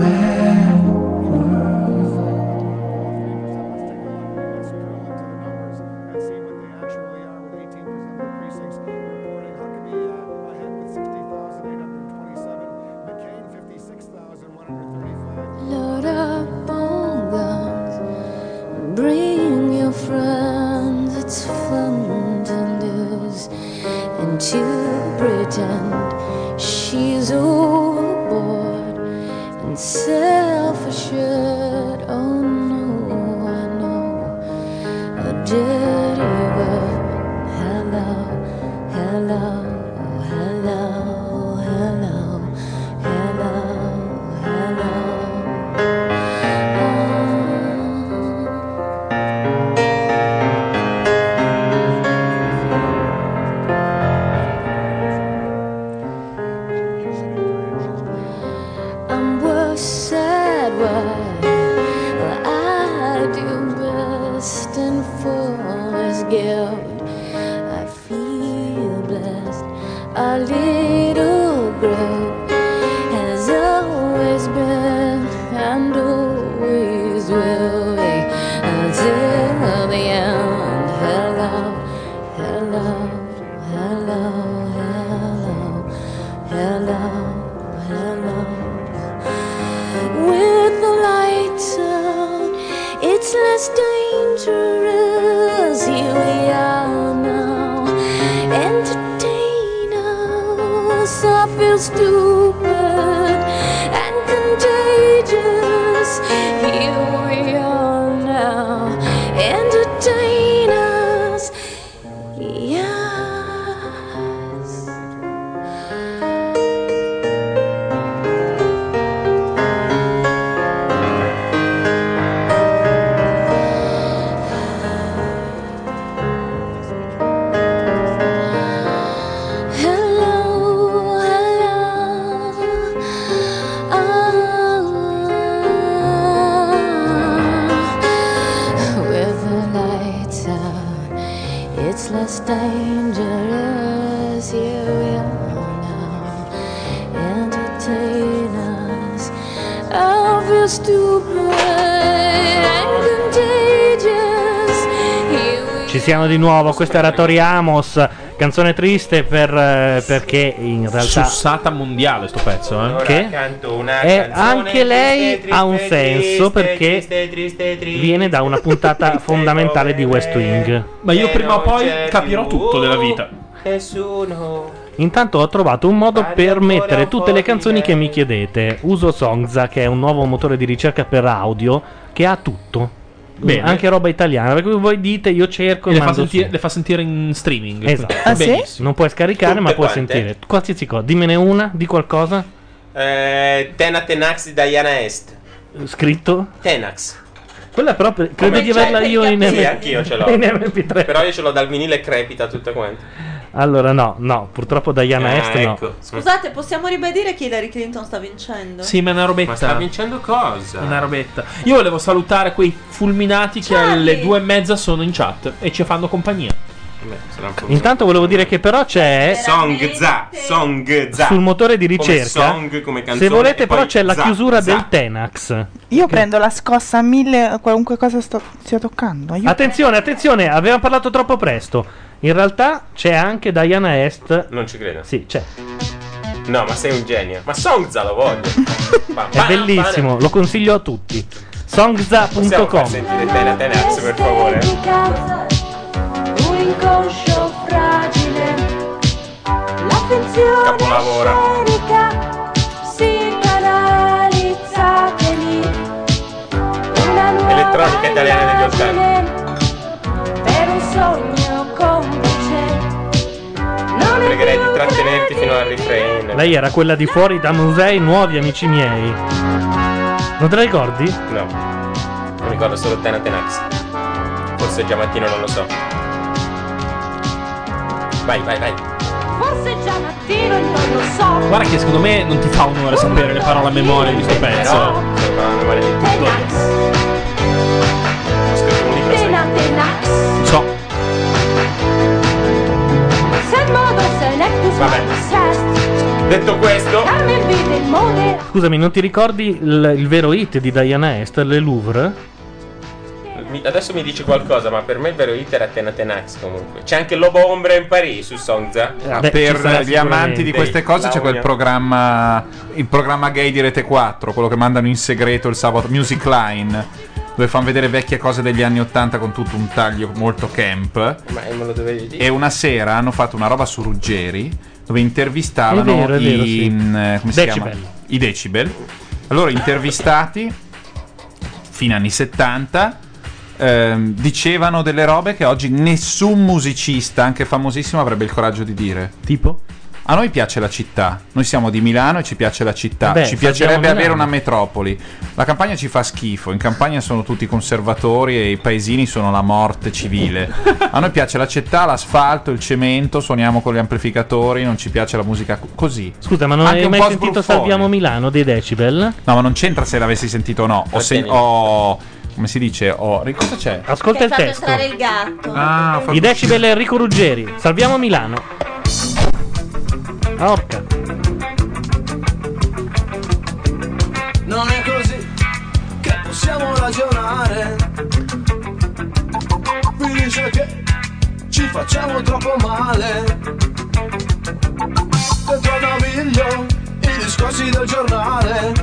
Speaker 14: Mad world.
Speaker 11: uh,
Speaker 15: Load up on guns, bring your friends. It's fun to lose and to pretend she's overboard and self assured. Oh no, I know a dirty word. Hello, hello, hello, hello, hello, hello. I'm worse at what I do best, and full is guilt. I feel blessed. Our little group has always been and always will be until the end. Hello, hello, hello, hello, hello, hello with the lights out, it's less dangerous. Here we are now, entertainers. I feel stupid and contagious. Here we are now, entertainers. Yes. Hello, hello. Oh. Ah, with the lights out, it's less dangerous. Here we are now, entertainers. I feel stupid and contagious. Here we
Speaker 5: Ci siamo di nuovo, questa era Tori Amos, canzone triste per, eh, perché in realtà...
Speaker 6: Sussata mondiale sto pezzo, eh.
Speaker 5: Che?
Speaker 3: Canto una
Speaker 5: E
Speaker 3: canzone
Speaker 5: anche lei ha un senso perché viene da una puntata fondamentale di West Wing.
Speaker 6: Ma io prima o poi capirò tutto della vita.
Speaker 3: Nessuno.
Speaker 5: Intanto ho trovato un modo per mettere tutte le canzoni che mi chiedete. Uso Songza, che è un nuovo motore di ricerca per audio, che ha tutto.
Speaker 6: Bene.
Speaker 5: Anche roba italiana, perché voi dite io cerco
Speaker 6: E le, fa
Speaker 5: mando
Speaker 6: sentire, Ah,
Speaker 5: su.
Speaker 6: le fa sentire in streaming.
Speaker 5: Esatto.
Speaker 6: Benissimo.
Speaker 5: Non puoi scaricare,
Speaker 6: Tutte
Speaker 5: ma puoi
Speaker 6: quante?
Speaker 5: sentire qualsiasi cosa. Dimmene una di qualcosa
Speaker 3: Eh, Tena Tenax di Diana Est.
Speaker 5: scritto.
Speaker 3: Tenax.
Speaker 5: Quella però per- credo
Speaker 3: Come
Speaker 5: di averla
Speaker 3: c'è?
Speaker 5: io in
Speaker 3: Sì,
Speaker 5: M-
Speaker 3: anch'io ce l'ho.
Speaker 5: in ehm MP3.
Speaker 3: Però io ce l'ho dal vinile crepita tutta quanta.
Speaker 5: Allora no, no, purtroppo Diana
Speaker 3: Ah,
Speaker 5: Est
Speaker 3: ecco.
Speaker 5: no.
Speaker 17: Scusate, possiamo ribadire che Hillary Clinton sta vincendo?
Speaker 6: Sì, ma è una robetta.
Speaker 3: Ma sta vincendo cosa?
Speaker 6: Una robetta. Io volevo salutare quei fulminati che alle due e mezza sono in chat e ci fanno compagnia.
Speaker 5: Intanto volevo dire che però c'è
Speaker 3: Songza, Songza.
Speaker 5: sul motore di
Speaker 3: Come
Speaker 5: ricerca.
Speaker 3: song, come canzone,
Speaker 5: se volete
Speaker 3: e poi
Speaker 5: però c'è la
Speaker 3: za,
Speaker 5: chiusura
Speaker 3: za.
Speaker 5: del Tenax.
Speaker 9: Io prendo la scossa a mille, qualunque cosa sto, stia toccando. Io
Speaker 5: Attenzione, attenzione, avevamo parlato troppo presto. In realtà c'è anche Diana Est.
Speaker 3: Non ci credo.
Speaker 5: Sì, c'è.
Speaker 3: No, ma sei un genio. Ma Songza lo voglio. Ma
Speaker 5: È bellissimo, lo consiglio a tutti.
Speaker 3: Possiamo far
Speaker 5: Songza.com.
Speaker 3: sentire Tena Tenax per favore?
Speaker 15: di casa, un inconscio fragile, l'attenzione
Speaker 3: capolavora.
Speaker 7: si canalizzatevi una
Speaker 3: Elettronica italiana degli 80.
Speaker 7: per un sogno complice non è
Speaker 3: Pregherei di trattenerti fino al refrain.
Speaker 5: Lei era quella di fuori da musei nuovi, amici miei. Non te la ricordi?
Speaker 3: No, mi ricordo solo Tana Tenax. Forse Giamattino non lo so. Vai, vai, vai.
Speaker 7: forse già mattino e non lo so
Speaker 6: Guarda che secondo me non ti fa onore sapere le parole a memoria di sto pezzo.
Speaker 7: tena tenax
Speaker 6: So.
Speaker 7: se modo selectus
Speaker 3: Vabbè. Detto questo,
Speaker 7: carmen vide il mode
Speaker 5: Scusami, non ti ricordi il, il vero hit di Diana Est, Le Louvre?
Speaker 3: mi- adesso mi dici qualcosa, ma per me il vero hit era Tena Tenax comunque. C'è anche Lobo Ombra in Paris su Songza.
Speaker 1: Ah, per gli amanti di queste cose c'è quel programma il programma gay di Rete 4 quello che mandano in segreto il sabato Music Line dove fanno vedere vecchie cose degli anni 80 con tutto un taglio molto camp
Speaker 3: Ma Eh, me lo dovevi dire.
Speaker 1: e una sera hanno fatto una roba su Ruggeri dove intervistavano
Speaker 5: È vero, è vero,
Speaker 1: i,
Speaker 5: sì.
Speaker 1: mm, eh, come si
Speaker 5: Decibel.
Speaker 1: chiama? I decibel. Allora, intervistati fino anni 70 ehm, dicevano delle robe che oggi nessun musicista, anche famosissimo, avrebbe il coraggio di dire.
Speaker 5: Tipo?
Speaker 1: A noi piace la città, noi siamo di Milano e ci piace la città,
Speaker 5: Vabbè,
Speaker 1: ci piacerebbe
Speaker 5: salviamo
Speaker 1: avere
Speaker 5: Milano.
Speaker 1: una metropoli. La campagna ci fa schifo, in campagna sono tutti conservatori e i paesini sono la morte civile. A noi piace la città, l'asfalto, il cemento, suoniamo con gli amplificatori, non ci piace la musica co- così.
Speaker 5: Scusa, ma non
Speaker 1: Anche
Speaker 5: hai
Speaker 1: un
Speaker 5: mai
Speaker 1: po'
Speaker 5: sentito
Speaker 1: sbruffone.
Speaker 5: Salviamo Milano dei Decibel?
Speaker 1: No, ma non c'entra se l'avessi sentito o no. Ho, sen- ho- come si dice? Ho- ri- cosa c'è?
Speaker 5: Ascolta
Speaker 17: Che
Speaker 5: il
Speaker 17: ha fatto
Speaker 5: testo.
Speaker 17: entrare il gatto.
Speaker 1: Ah, fa-
Speaker 5: I Decibel e Enrico Ruggeri, Salviamo Milano. Ah, Orca.
Speaker 20: Non è così che possiamo ragionare. Mi dice che ci facciamo troppo male. Dentro ad Naviglio i discorsi del giornale.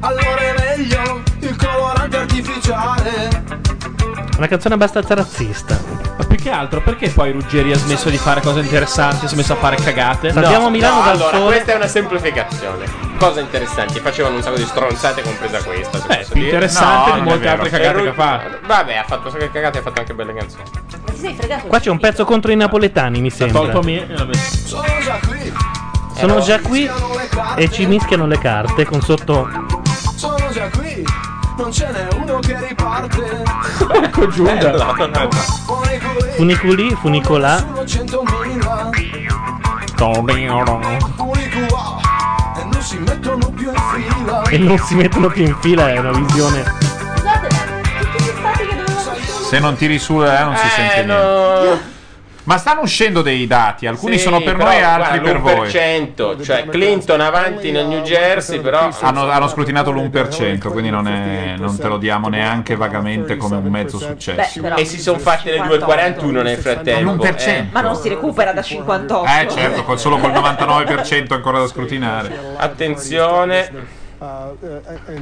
Speaker 20: Allora è meglio il colorante artificiale.
Speaker 5: Una canzone abbastanza razzista.
Speaker 6: Ma più che altro, perché poi Ruggeri ha smesso di fare cose interessanti, si è messo a fare cagate?
Speaker 3: No, no, allora, questa è una semplificazione. Cose interessanti, facevano un sacco di stronzate, compresa questa. se posso dire.
Speaker 6: interessante di
Speaker 3: No, non è
Speaker 6: molte
Speaker 3: vero.
Speaker 6: altre cagate
Speaker 3: E
Speaker 6: che
Speaker 3: Ru-
Speaker 6: fa.
Speaker 3: Vabbè, ha fatto sacco di cagate e ha fatto anche belle canzoni.
Speaker 17: Ma ti sei fregato?
Speaker 5: Qua c'è un pezzo contro i napoletani, mi sembra.
Speaker 6: tolto me e l'ha messo.
Speaker 20: Sono già qui,
Speaker 5: Sono già qui e ci mischiano le carte con sotto
Speaker 20: sono già qui. Non ce n'è uno che riparte.
Speaker 6: Ecco
Speaker 1: Eh,
Speaker 6: Giuda.
Speaker 5: funiculì, funicolà.
Speaker 20: Sono centomila. Unicua. ah, E non si mettono più in fila.
Speaker 5: E non si mettono più in fila, è una visione.
Speaker 1: Se non tiri su, eh, non si sente niente. Ma stanno uscendo dei dati, alcuni
Speaker 3: Sì,
Speaker 1: sono per
Speaker 3: però,
Speaker 1: noi e altri
Speaker 3: guarda,
Speaker 1: per voi.
Speaker 3: l'1%, cioè Clinton avanti nel New Jersey, però
Speaker 1: Hanno, hanno scrutinato l'1%, quindi non, è- non te lo diamo neanche vagamente come un mezzo successo.
Speaker 3: e si sono fatte le 2,41 nel frattempo. eh.
Speaker 1: L'1%.
Speaker 2: Ma non si recupera da 58.
Speaker 1: Eh certo, col- solo col 99% ancora da scrutinare.
Speaker 3: Attenzione.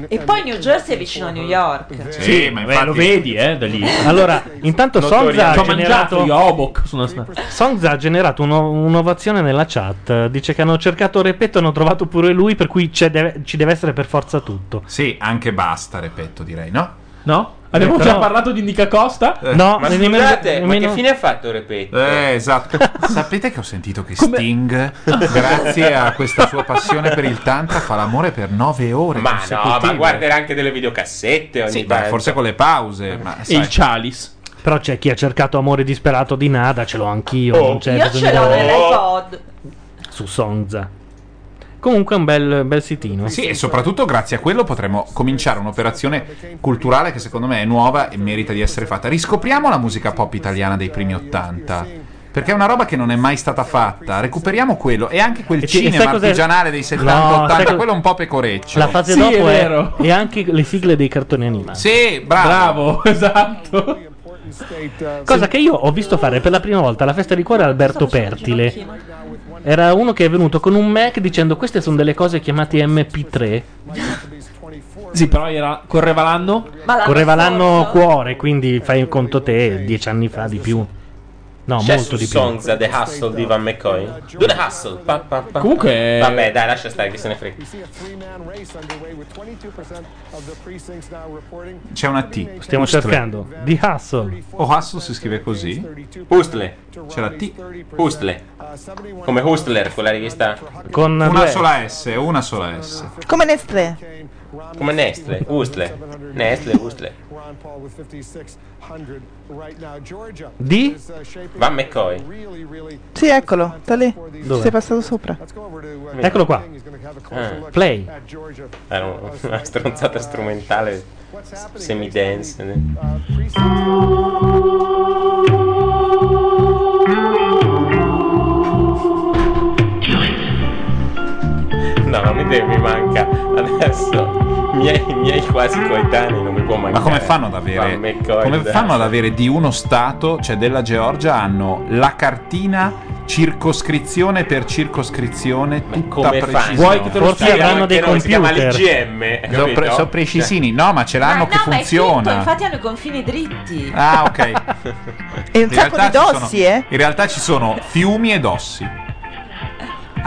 Speaker 2: E poi New Jersey è vicino a New York.
Speaker 1: Sì, ma infatti-
Speaker 6: lo vedi, eh, da lì.
Speaker 5: Allora, intanto Sonza
Speaker 6: Ci
Speaker 5: ha
Speaker 6: ho mangiato io
Speaker 5: generato.
Speaker 6: a Obok su una sna-
Speaker 5: Sonza ha generato uno- un'ovazione nella chat. Dice che hanno cercato Repetto e hanno trovato pure lui, per cui c'è deve- ci deve essere per forza tutto.
Speaker 1: Sì, anche basta, ripeto, direi, no? Eh,
Speaker 5: No?
Speaker 6: Abbiamo già parlato di Nica Costa?
Speaker 5: No,
Speaker 3: Ma
Speaker 5: nemmeno-
Speaker 3: scusate, ma che
Speaker 5: nemmeno-
Speaker 3: fine ha fatto Repetto?
Speaker 1: Eh, esatto. Sapete che ho sentito che Sting, grazie a questa sua passione per il tanta, fa l'amore per nove ore
Speaker 3: Ma eh, no,
Speaker 1: consecutive.
Speaker 3: ma guarderà anche delle videocassette ogni
Speaker 1: Sì, ma
Speaker 3: tanto.
Speaker 1: forse con le pause. Ma sai.
Speaker 5: Chalice. Però c'è chi ha cercato amore disperato di Nada, ce l'ho anch'io.
Speaker 1: Oh.
Speaker 5: non c'è
Speaker 2: Io
Speaker 5: bisogno
Speaker 2: ce l'ho
Speaker 5: di-
Speaker 2: nell'iPod.
Speaker 5: Su Sonza. Comunque è un bel, bel sitino.
Speaker 1: Sì, e soprattutto grazie a quello potremo cominciare un'operazione culturale che secondo me è nuova e merita di essere fatta. Riscopriamo la musica pop italiana dei primi 80. Perché è una roba che non è mai stata fatta. Recuperiamo quello e anche quel
Speaker 5: E ti- e sai
Speaker 1: cinema
Speaker 5: cos'è?
Speaker 1: artigianale dei
Speaker 5: No, sai
Speaker 1: 70-80,
Speaker 5: co-
Speaker 1: quello un po' pecoreccio.
Speaker 5: La fase dopo è, e anche le sigle dei cartoni animati.
Speaker 1: Sì, bravo.
Speaker 6: esatto.
Speaker 5: Cosa che io ho visto fare per la prima volta alla festa di cuore Alberto Pertile. Era uno che è venuto con un Mac dicendo queste sono delle cose chiamate MP3.
Speaker 6: Sì, però era, correva l'anno?
Speaker 5: Correva l'anno cuore, quindi fai il conto te, dieci anni fa di più. No,
Speaker 3: C'è Cioè, su
Speaker 5: molto di più.
Speaker 3: Songs The Hustle di Van McCoy. Do The Hustle. Pa, pa, pa.
Speaker 5: Comunque-
Speaker 3: Vabbè, dai, lascia stare, chi se ne frega.
Speaker 1: C'è una T.
Speaker 5: Stiamo cercando. Di Hustle.
Speaker 1: O Hustle si scrive così.
Speaker 3: Hustle.
Speaker 1: C'è la T.
Speaker 3: Hustle. Come Hustler, quella rivista.
Speaker 5: Con
Speaker 1: una
Speaker 3: due-
Speaker 1: sola S, una sola S.
Speaker 9: Come Nestlé.
Speaker 3: Come Nestle. Hustle. Nestle, Hustle.
Speaker 5: Di?
Speaker 11: uh,
Speaker 3: Van McCoy.
Speaker 9: Sì, eccolo, da lì.
Speaker 3: Dove?
Speaker 9: Sei passato sopra.
Speaker 5: Eccolo qua.
Speaker 3: Ah.
Speaker 5: Play.
Speaker 3: Era un- una stronzata strumentale semi-dance. né? No, l'idea mi manca. Adesso i miei, i miei quasi coetanei non mi può mancare.
Speaker 1: Ma come fanno ad avere-
Speaker 3: Van McCoy,
Speaker 1: Come
Speaker 3: dai.
Speaker 1: fanno ad avere di uno stato, cioè della Georgia, hanno la cartina circoscrizione per circoscrizione tutta
Speaker 3: come
Speaker 1: precisa.
Speaker 3: fanno? Vuoi che te lo Forse spiego? avranno dei Che non si chiama computer. l'EGM,
Speaker 1: Sono
Speaker 3: capito? Cioè.
Speaker 1: pre- sono precisini, no, ma ce l'hanno che
Speaker 2: no, ma è finto,
Speaker 1: funziona.
Speaker 2: infatti hanno i confini dritti.
Speaker 1: Ah, ok.
Speaker 9: E un
Speaker 1: In
Speaker 9: sacco
Speaker 1: realtà
Speaker 9: di
Speaker 1: ci sono-
Speaker 9: dossi, eh.
Speaker 1: In realtà ci sono fiumi e dossi.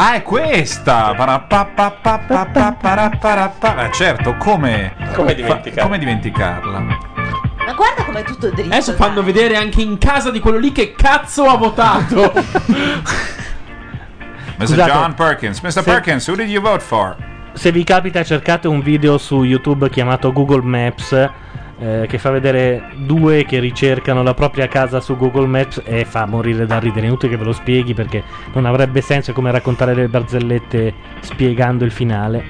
Speaker 1: Ah, è questa! Parapapapapapaparaparapara. Eh, Certo, come,
Speaker 3: Come
Speaker 1: fa-
Speaker 3: dimenticarla.
Speaker 1: come dimenticarla?
Speaker 2: Ma guarda com'è tutto dritto.
Speaker 6: Adesso fanno vedere anche in casa di quello lì che cazzo ha votato.
Speaker 1: Mr.
Speaker 5: Scusate.
Speaker 1: John Perkins, Mr.
Speaker 5: Se-
Speaker 1: Perkins, who did you vote for?
Speaker 5: Se vi capita, cercate un video su YouTube chiamato Google Maps. eh, che fa vedere due che ricercano la propria casa su Google Maps e fa morire da ridere. Inutile che ve lo spieghi perché non avrebbe senso è come raccontare le barzellette spiegando il finale.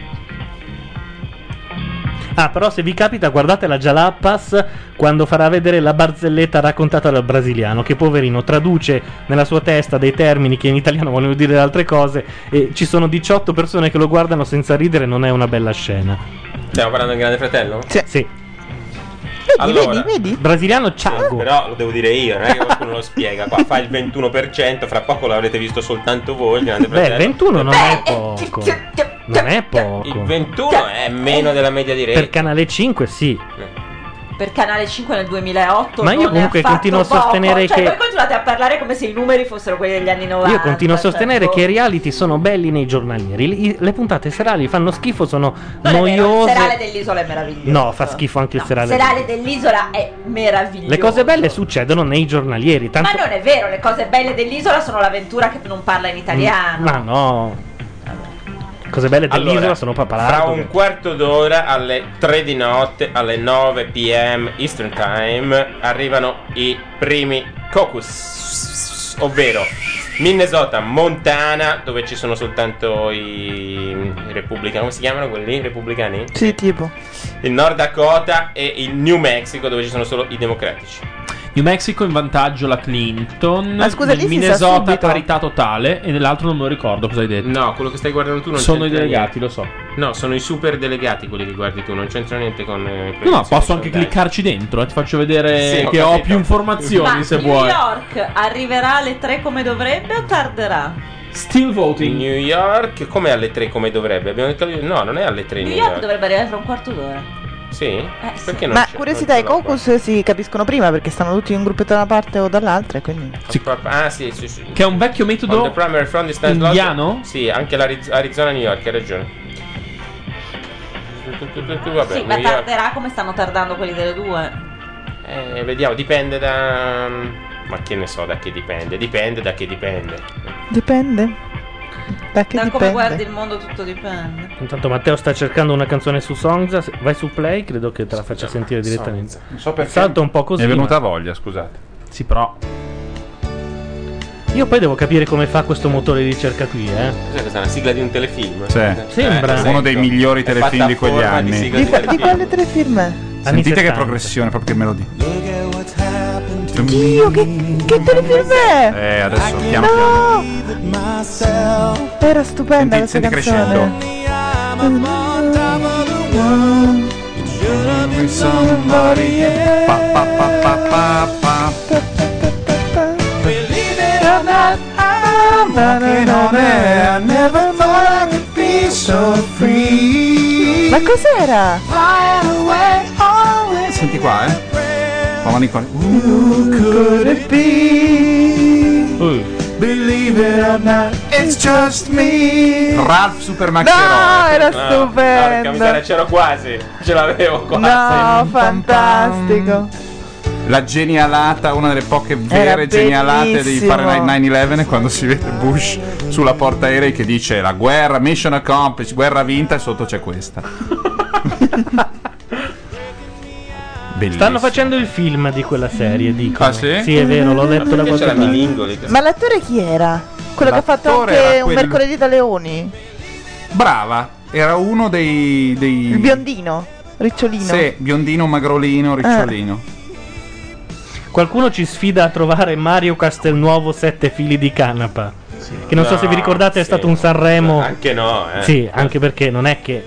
Speaker 5: Ah, però se vi capita, guardate la Jalapas quando farà vedere la barzelletta raccontata dal brasiliano, che poverino traduce nella sua testa dei termini che in italiano vogliono dire altre cose e ci sono 18 persone che lo guardano senza ridere, non è una bella scena.
Speaker 3: Stiamo parlando del Grande Fratello?
Speaker 5: Sì.
Speaker 3: Allora,
Speaker 5: Brasiliano Ciago.
Speaker 3: Però lo devo dire io, non è che qualcuno lo spiega. Qua fa il 21%, fra poco l'avrete visto soltanto voi. il Grande
Speaker 5: Beh,
Speaker 3: Fratello.
Speaker 5: 21 non
Speaker 2: Eh,
Speaker 5: è poco. Non è
Speaker 3: Il
Speaker 5: poco.
Speaker 3: 21 è
Speaker 2: eh.
Speaker 3: meno della media di
Speaker 5: Per
Speaker 3: rete.
Speaker 5: canale 5 sì.
Speaker 2: Per Canale 5 nel 2008.
Speaker 5: Ma io
Speaker 2: non ne
Speaker 5: comunque
Speaker 2: ha fatto
Speaker 5: continuo a
Speaker 2: poco.
Speaker 5: sostenere
Speaker 2: cioè,
Speaker 5: che-
Speaker 2: voi continuate a parlare come se i numeri fossero quelli degli anni 90.
Speaker 5: Io continuo a
Speaker 2: cioè,
Speaker 5: sostenere
Speaker 2: boh.
Speaker 5: che i reality sono belli nei giornalieri. I- i- Le puntate serali fanno schifo, sono
Speaker 2: Non è vero, il serale
Speaker 5: noiose.
Speaker 2: dell'isola è meraviglioso.
Speaker 5: No, fa schifo anche il
Speaker 2: Il
Speaker 5: serale.
Speaker 2: serale dell'isola è meraviglioso.
Speaker 5: Le cose belle succedono nei giornalieri. Tanto...
Speaker 2: Ma non è vero, le cose belle dell'isola sono l'avventura che non parla in
Speaker 3: Mm.
Speaker 2: italiano.
Speaker 5: Mm, Ma no. Cose belle dell'isola
Speaker 3: Allora,
Speaker 5: sono
Speaker 3: Fra
Speaker 5: papalardo.
Speaker 3: un quarto d'ora alle 3 di notte, alle 9 pm Eastern Time, arrivano i primi caucus, ovvero Minnesota, Montana, dove ci sono soltanto i, i repubblicani, come si chiamano quelli? lì? Repubblicani?
Speaker 9: Sì, tipo.
Speaker 3: Il Nord Dakota e il New Mexico, dove ci sono solo i democratici.
Speaker 6: New Mexico in vantaggio la Clinton.
Speaker 3: Ma scusa,
Speaker 6: nel
Speaker 3: lì si sa
Speaker 6: Minnesota
Speaker 3: subito.
Speaker 6: parità totale. E nell'altro non me lo ricordo cosa hai detto.
Speaker 3: No, quello che stai guardando tu non
Speaker 6: Sono i
Speaker 3: c'entra
Speaker 6: delegati,
Speaker 3: niente.
Speaker 6: lo so.
Speaker 3: No, sono i super delegati quelli che guardi tu, non c'entra niente con... eh,
Speaker 6: No, no, posso
Speaker 3: prevenzione
Speaker 6: anche
Speaker 3: solidale.
Speaker 6: cliccarci dentro. eh, Ti faccio vedere
Speaker 3: Sì, ho
Speaker 6: che ho
Speaker 3: capito.
Speaker 6: più informazioni
Speaker 3: Ma
Speaker 6: se
Speaker 3: New
Speaker 6: vuoi.
Speaker 2: York arriverà alle 3 come dovrebbe o tarderà?
Speaker 6: Still voting.
Speaker 3: New York, come alle 3 come dovrebbe? Abbiamo detto- No, non è alle 3
Speaker 2: New York Eh, dovrebbe arrivare tra un quarto d'ora.
Speaker 3: Sì? Perché non
Speaker 9: Ma
Speaker 3: c'è-
Speaker 9: curiosità,
Speaker 3: non
Speaker 9: i
Speaker 3: ce l'ho qua.
Speaker 9: caucus si capiscono prima perché stanno tutti in un gruppetto da una parte o dall'altra, e quindi.
Speaker 3: Ah, sì, sì, sì.
Speaker 6: Che è un vecchio metodo
Speaker 3: On the primary front is Stan Slaughter.
Speaker 6: indiano?
Speaker 3: Sì, anche l'Arizona New York, hai ragione. Vabbè,
Speaker 2: sì, ma
Speaker 3: New York.
Speaker 2: tarderà come stanno tardando quelli delle due.
Speaker 3: Eh, vediamo, dipende da mm, ma che ne so da che dipende, dipende da che dipende.
Speaker 9: Dipende. Da che
Speaker 2: da come
Speaker 9: dipende.
Speaker 2: guardi il mondo tutto dipende.
Speaker 5: Intanto Matteo sta cercando una canzone su Songza. se- Vai su play, credo che te la faccia sentire
Speaker 1: Songza.
Speaker 5: direttamente.
Speaker 1: Non so perché
Speaker 5: Salta un po' così.
Speaker 1: mi è venuta
Speaker 5: ma-
Speaker 1: voglia, scusate.
Speaker 5: Sì, però. Io poi devo capire come fa questo motore di ricerca qui, eh.
Speaker 3: Cos'è questa? Una sigla di un telefilm?
Speaker 1: Sì.
Speaker 5: Sembra.
Speaker 3: esatto.
Speaker 1: Uno dei migliori
Speaker 3: È fatta
Speaker 1: telefilm di
Speaker 3: a
Speaker 1: quegli
Speaker 3: forma
Speaker 1: anni.
Speaker 3: sigla
Speaker 9: Di, qua- di
Speaker 3: telefilm.
Speaker 9: quale tre film?
Speaker 1: Sentite che
Speaker 9: 70.
Speaker 1: progressione, proprio che melodia.
Speaker 9: Dio, che, che telefilm è?
Speaker 1: Eh, adesso piano piano.
Speaker 9: No! Era stupenda
Speaker 1: Senti,
Speaker 9: questa
Speaker 1: senti
Speaker 9: canzone.
Speaker 1: crescendo. Pa, pa, pa, pa, pa, pa.
Speaker 9: Ma cos'era?
Speaker 1: Senti qua, eh. Mamma Nicole.
Speaker 9: Could it be?
Speaker 5: Uh.
Speaker 4: believe it or not, it's just me.
Speaker 1: Ralph Super
Speaker 4: No, era stupendo.
Speaker 3: Porca miseria, c'ero quasi. Ce l'avevo quasi.
Speaker 1: Ah,
Speaker 9: No, fantastico.
Speaker 1: La genialata, una delle poche
Speaker 9: Era
Speaker 1: vere genialate di
Speaker 9: bellissimo.
Speaker 1: Fahrenheit 9-11 è quando si vede Bush sulla porta aerei che dice la guerra, mission accomplished, guerra vinta e sotto c'è questa. Bellissimo.
Speaker 5: Stanno facendo il film di quella serie, dico.
Speaker 1: Ah, sì?
Speaker 5: è vero, l'ho letto da
Speaker 1: Perché
Speaker 5: qualche
Speaker 1: c'era
Speaker 5: parte.
Speaker 1: Milingoli?
Speaker 9: Ma l'attore chi era? Quello che ha fatto
Speaker 1: L'attore
Speaker 9: anche
Speaker 1: era
Speaker 9: un
Speaker 1: quello-
Speaker 9: mercoledì da leoni?
Speaker 1: Brava, era uno dei... dei...
Speaker 9: Il biondino? Eh. Ricciolino?
Speaker 1: Mm. Sì, biondino, magrolino, ricciolino.
Speaker 5: Qualcuno ci sfida a trovare Mario Castelnuovo Sette fili di canapa. Che non so se vi ricordate è stato un Sanremo.
Speaker 3: Anche no, eh.
Speaker 5: Sì, anche perché non è che.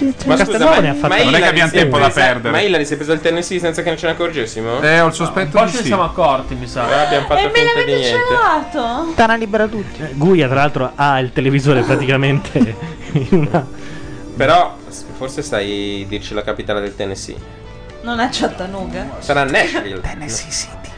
Speaker 3: Ma scusa,
Speaker 5: Castelnuovo
Speaker 3: ma,
Speaker 5: ne ha fatto
Speaker 3: ma Hillary si è presa- Ma
Speaker 5: Ma
Speaker 3: Hillary si è preso il Tennessee senza che non ce ne accorgessimo?
Speaker 1: Eh, ho il sospetto
Speaker 3: Poi
Speaker 1: di
Speaker 3: ce ne
Speaker 1: sì.
Speaker 3: siamo accorti, mi sa. abbiamo fatto
Speaker 2: E me
Speaker 3: finta di
Speaker 2: l'avete Eh.
Speaker 3: niente.
Speaker 2: celato?
Speaker 9: Tana libera tutti.
Speaker 5: Guia, tra l'altro, ha il televisore praticamente in una.
Speaker 3: Però s- forse sai dirci la capitale del Tennessee.
Speaker 2: Non è Chattanooga.
Speaker 3: Sarà Nashville.
Speaker 1: Tennessee City.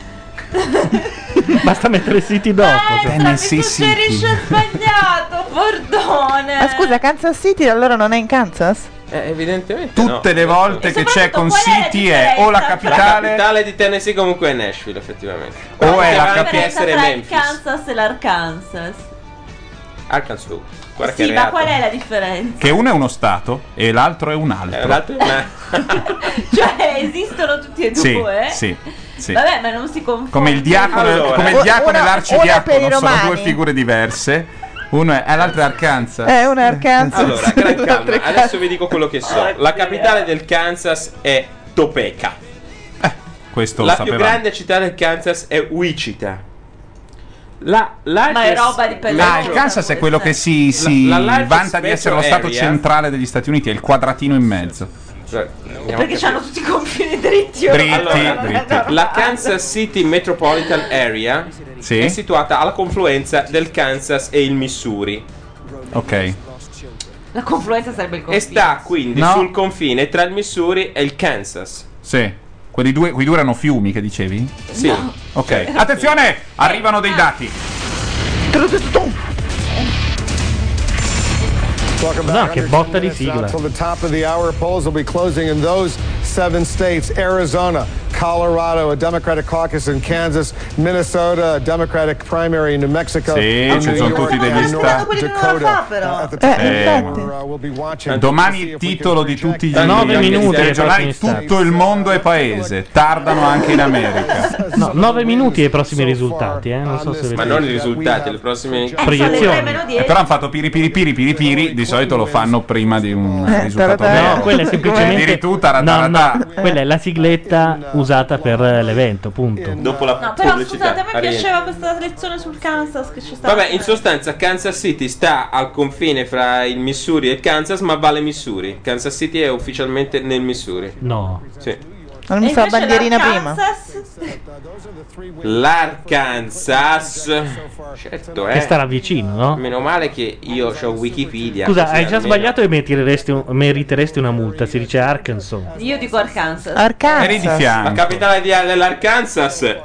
Speaker 5: Basta mettere City dopo. cioè.
Speaker 1: Tennessee
Speaker 2: Inserisce sbagliato, bordone.
Speaker 9: Ma scusa, Kansas City allora non è in Kansas?
Speaker 3: Eh, evidentemente.
Speaker 1: Tutte le volte che c'è con City è o la capitale
Speaker 3: La capitale di Tennessee comunque è Nashville, effettivamente.
Speaker 1: o è
Speaker 3: Poteva
Speaker 1: la
Speaker 3: anche
Speaker 1: capitale...
Speaker 3: essere
Speaker 2: tra il
Speaker 3: Memphis.
Speaker 2: Kansas e l'Arkansas.
Speaker 3: Arkansas. Guarda
Speaker 2: Sì,
Speaker 3: che
Speaker 2: ma
Speaker 3: reato.
Speaker 2: qual è la differenza?
Speaker 1: Che uno è uno stato e l'altro è un altro.
Speaker 2: Cioè, esistono tutti e
Speaker 1: Sì,
Speaker 2: due?
Speaker 1: sì, sì.
Speaker 2: Vabbè, ma non si confonde.
Speaker 1: Come il diacono,
Speaker 2: Allora.
Speaker 1: come il
Speaker 2: Una-
Speaker 1: diacono
Speaker 2: una per
Speaker 1: e
Speaker 2: i
Speaker 1: l'arcidiacono sono
Speaker 2: romani.
Speaker 1: due figure diverse. Uno è, eh, l'altro è Arkansas.
Speaker 9: Eh, uno è Arkansas.
Speaker 3: Allora, gran calma, adesso vi dico quello che so. La capitale del Kansas è Topeka.
Speaker 1: Questo
Speaker 3: la
Speaker 1: lo
Speaker 3: più
Speaker 1: sapevamo.
Speaker 3: grande città del Kansas è Wichita. La
Speaker 2: Ma è roba di
Speaker 3: per
Speaker 1: Ah, il Kansas è quello che si, si
Speaker 3: la largest
Speaker 1: vanta di essere lo
Speaker 3: metro
Speaker 1: stato
Speaker 3: area-
Speaker 1: centrale degli Stati Uniti, è il quadratino in mezzo.
Speaker 3: Cioè,
Speaker 2: Perché c'hanno tutti i confini dritti. ora.
Speaker 1: Dritti,
Speaker 3: Allora,
Speaker 1: dritti.
Speaker 3: la Kansas City Metropolitan Area
Speaker 1: Sì.
Speaker 3: è situata alla confluenza del Kansas e il Missouri
Speaker 1: Ok.
Speaker 2: La confluenza sarebbe il
Speaker 3: e
Speaker 2: confine.
Speaker 3: sta quindi
Speaker 1: No.
Speaker 3: sul confine tra il Missouri e il Kansas.
Speaker 1: Sì. Quelli due, quei due erano fiumi che dicevi?
Speaker 3: Sì.
Speaker 1: Ok.
Speaker 2: Eh,
Speaker 1: Attenzione, arrivano dei dati.
Speaker 11: Welcome
Speaker 5: No,
Speaker 11: back.
Speaker 5: che
Speaker 11: 100
Speaker 5: botta di
Speaker 11: minutes out
Speaker 5: sigla.
Speaker 11: Till the top of the hour, polls will be closing in those seven states: Arizona, Colorado, a Democratic caucus in Kansas, Minnesota, a Democratic primary in New Mexico.
Speaker 1: Sì,
Speaker 11: and
Speaker 1: ci
Speaker 11: New
Speaker 1: sono
Speaker 11: York
Speaker 1: tutti degli
Speaker 11: and
Speaker 1: stati.
Speaker 11: North
Speaker 1: Quelli
Speaker 11: Dakota. At the top of the
Speaker 1: Eh,
Speaker 11: hour, uh, we'll be watching.
Speaker 1: Domani il titolo di tutti i
Speaker 5: Da nove minuti ai prossimi
Speaker 1: giornali,
Speaker 5: stati.
Speaker 1: tutto il mondo è paese, tardano anche in America.
Speaker 5: No, 9 minuti ai prossimi risultati, eh. Non so se
Speaker 3: Ma
Speaker 5: vedete.
Speaker 3: non i risultati, le prossime
Speaker 5: Proiezioni.
Speaker 1: Eh, però hanno fatto piri piri piri piri piri, di solito lo fanno prima di un
Speaker 5: Eh,
Speaker 1: risultato
Speaker 5: taratà.
Speaker 1: vero.
Speaker 5: No, quella è semplicemente-
Speaker 1: Diri tu, taratà,
Speaker 5: No,
Speaker 1: taratà.
Speaker 5: no, quella è la sigletta usata per eh, l'evento, punto.
Speaker 3: dopo la
Speaker 2: No, però
Speaker 3: pubblicità.
Speaker 2: scusate, a me
Speaker 3: Ariete.
Speaker 2: piaceva questa lezione sul Kansas che c'è stata.
Speaker 3: Vabbè, in sostanza Kansas City sta al confine fra il Missouri e il Kansas, ma vale Missouri. Kansas City è ufficialmente nel Missouri.
Speaker 5: No.
Speaker 3: Sì.
Speaker 9: Non mi
Speaker 2: E
Speaker 9: fa la
Speaker 2: invece
Speaker 9: bandierina prima.
Speaker 2: l'Arkansas-
Speaker 3: L'Arkansas. Certo, eh.
Speaker 5: Che starà vicino, no?
Speaker 3: Meno male che io ho Wikipedia.
Speaker 5: Scusa,
Speaker 3: così
Speaker 5: hai già
Speaker 3: almeno-
Speaker 5: sbagliato e metiresti un- meriteresti una multa. Si dice Arkansas.
Speaker 2: Io dico Arkansas.
Speaker 3: Eri di fianco. La capitale di- dell'Arkansas.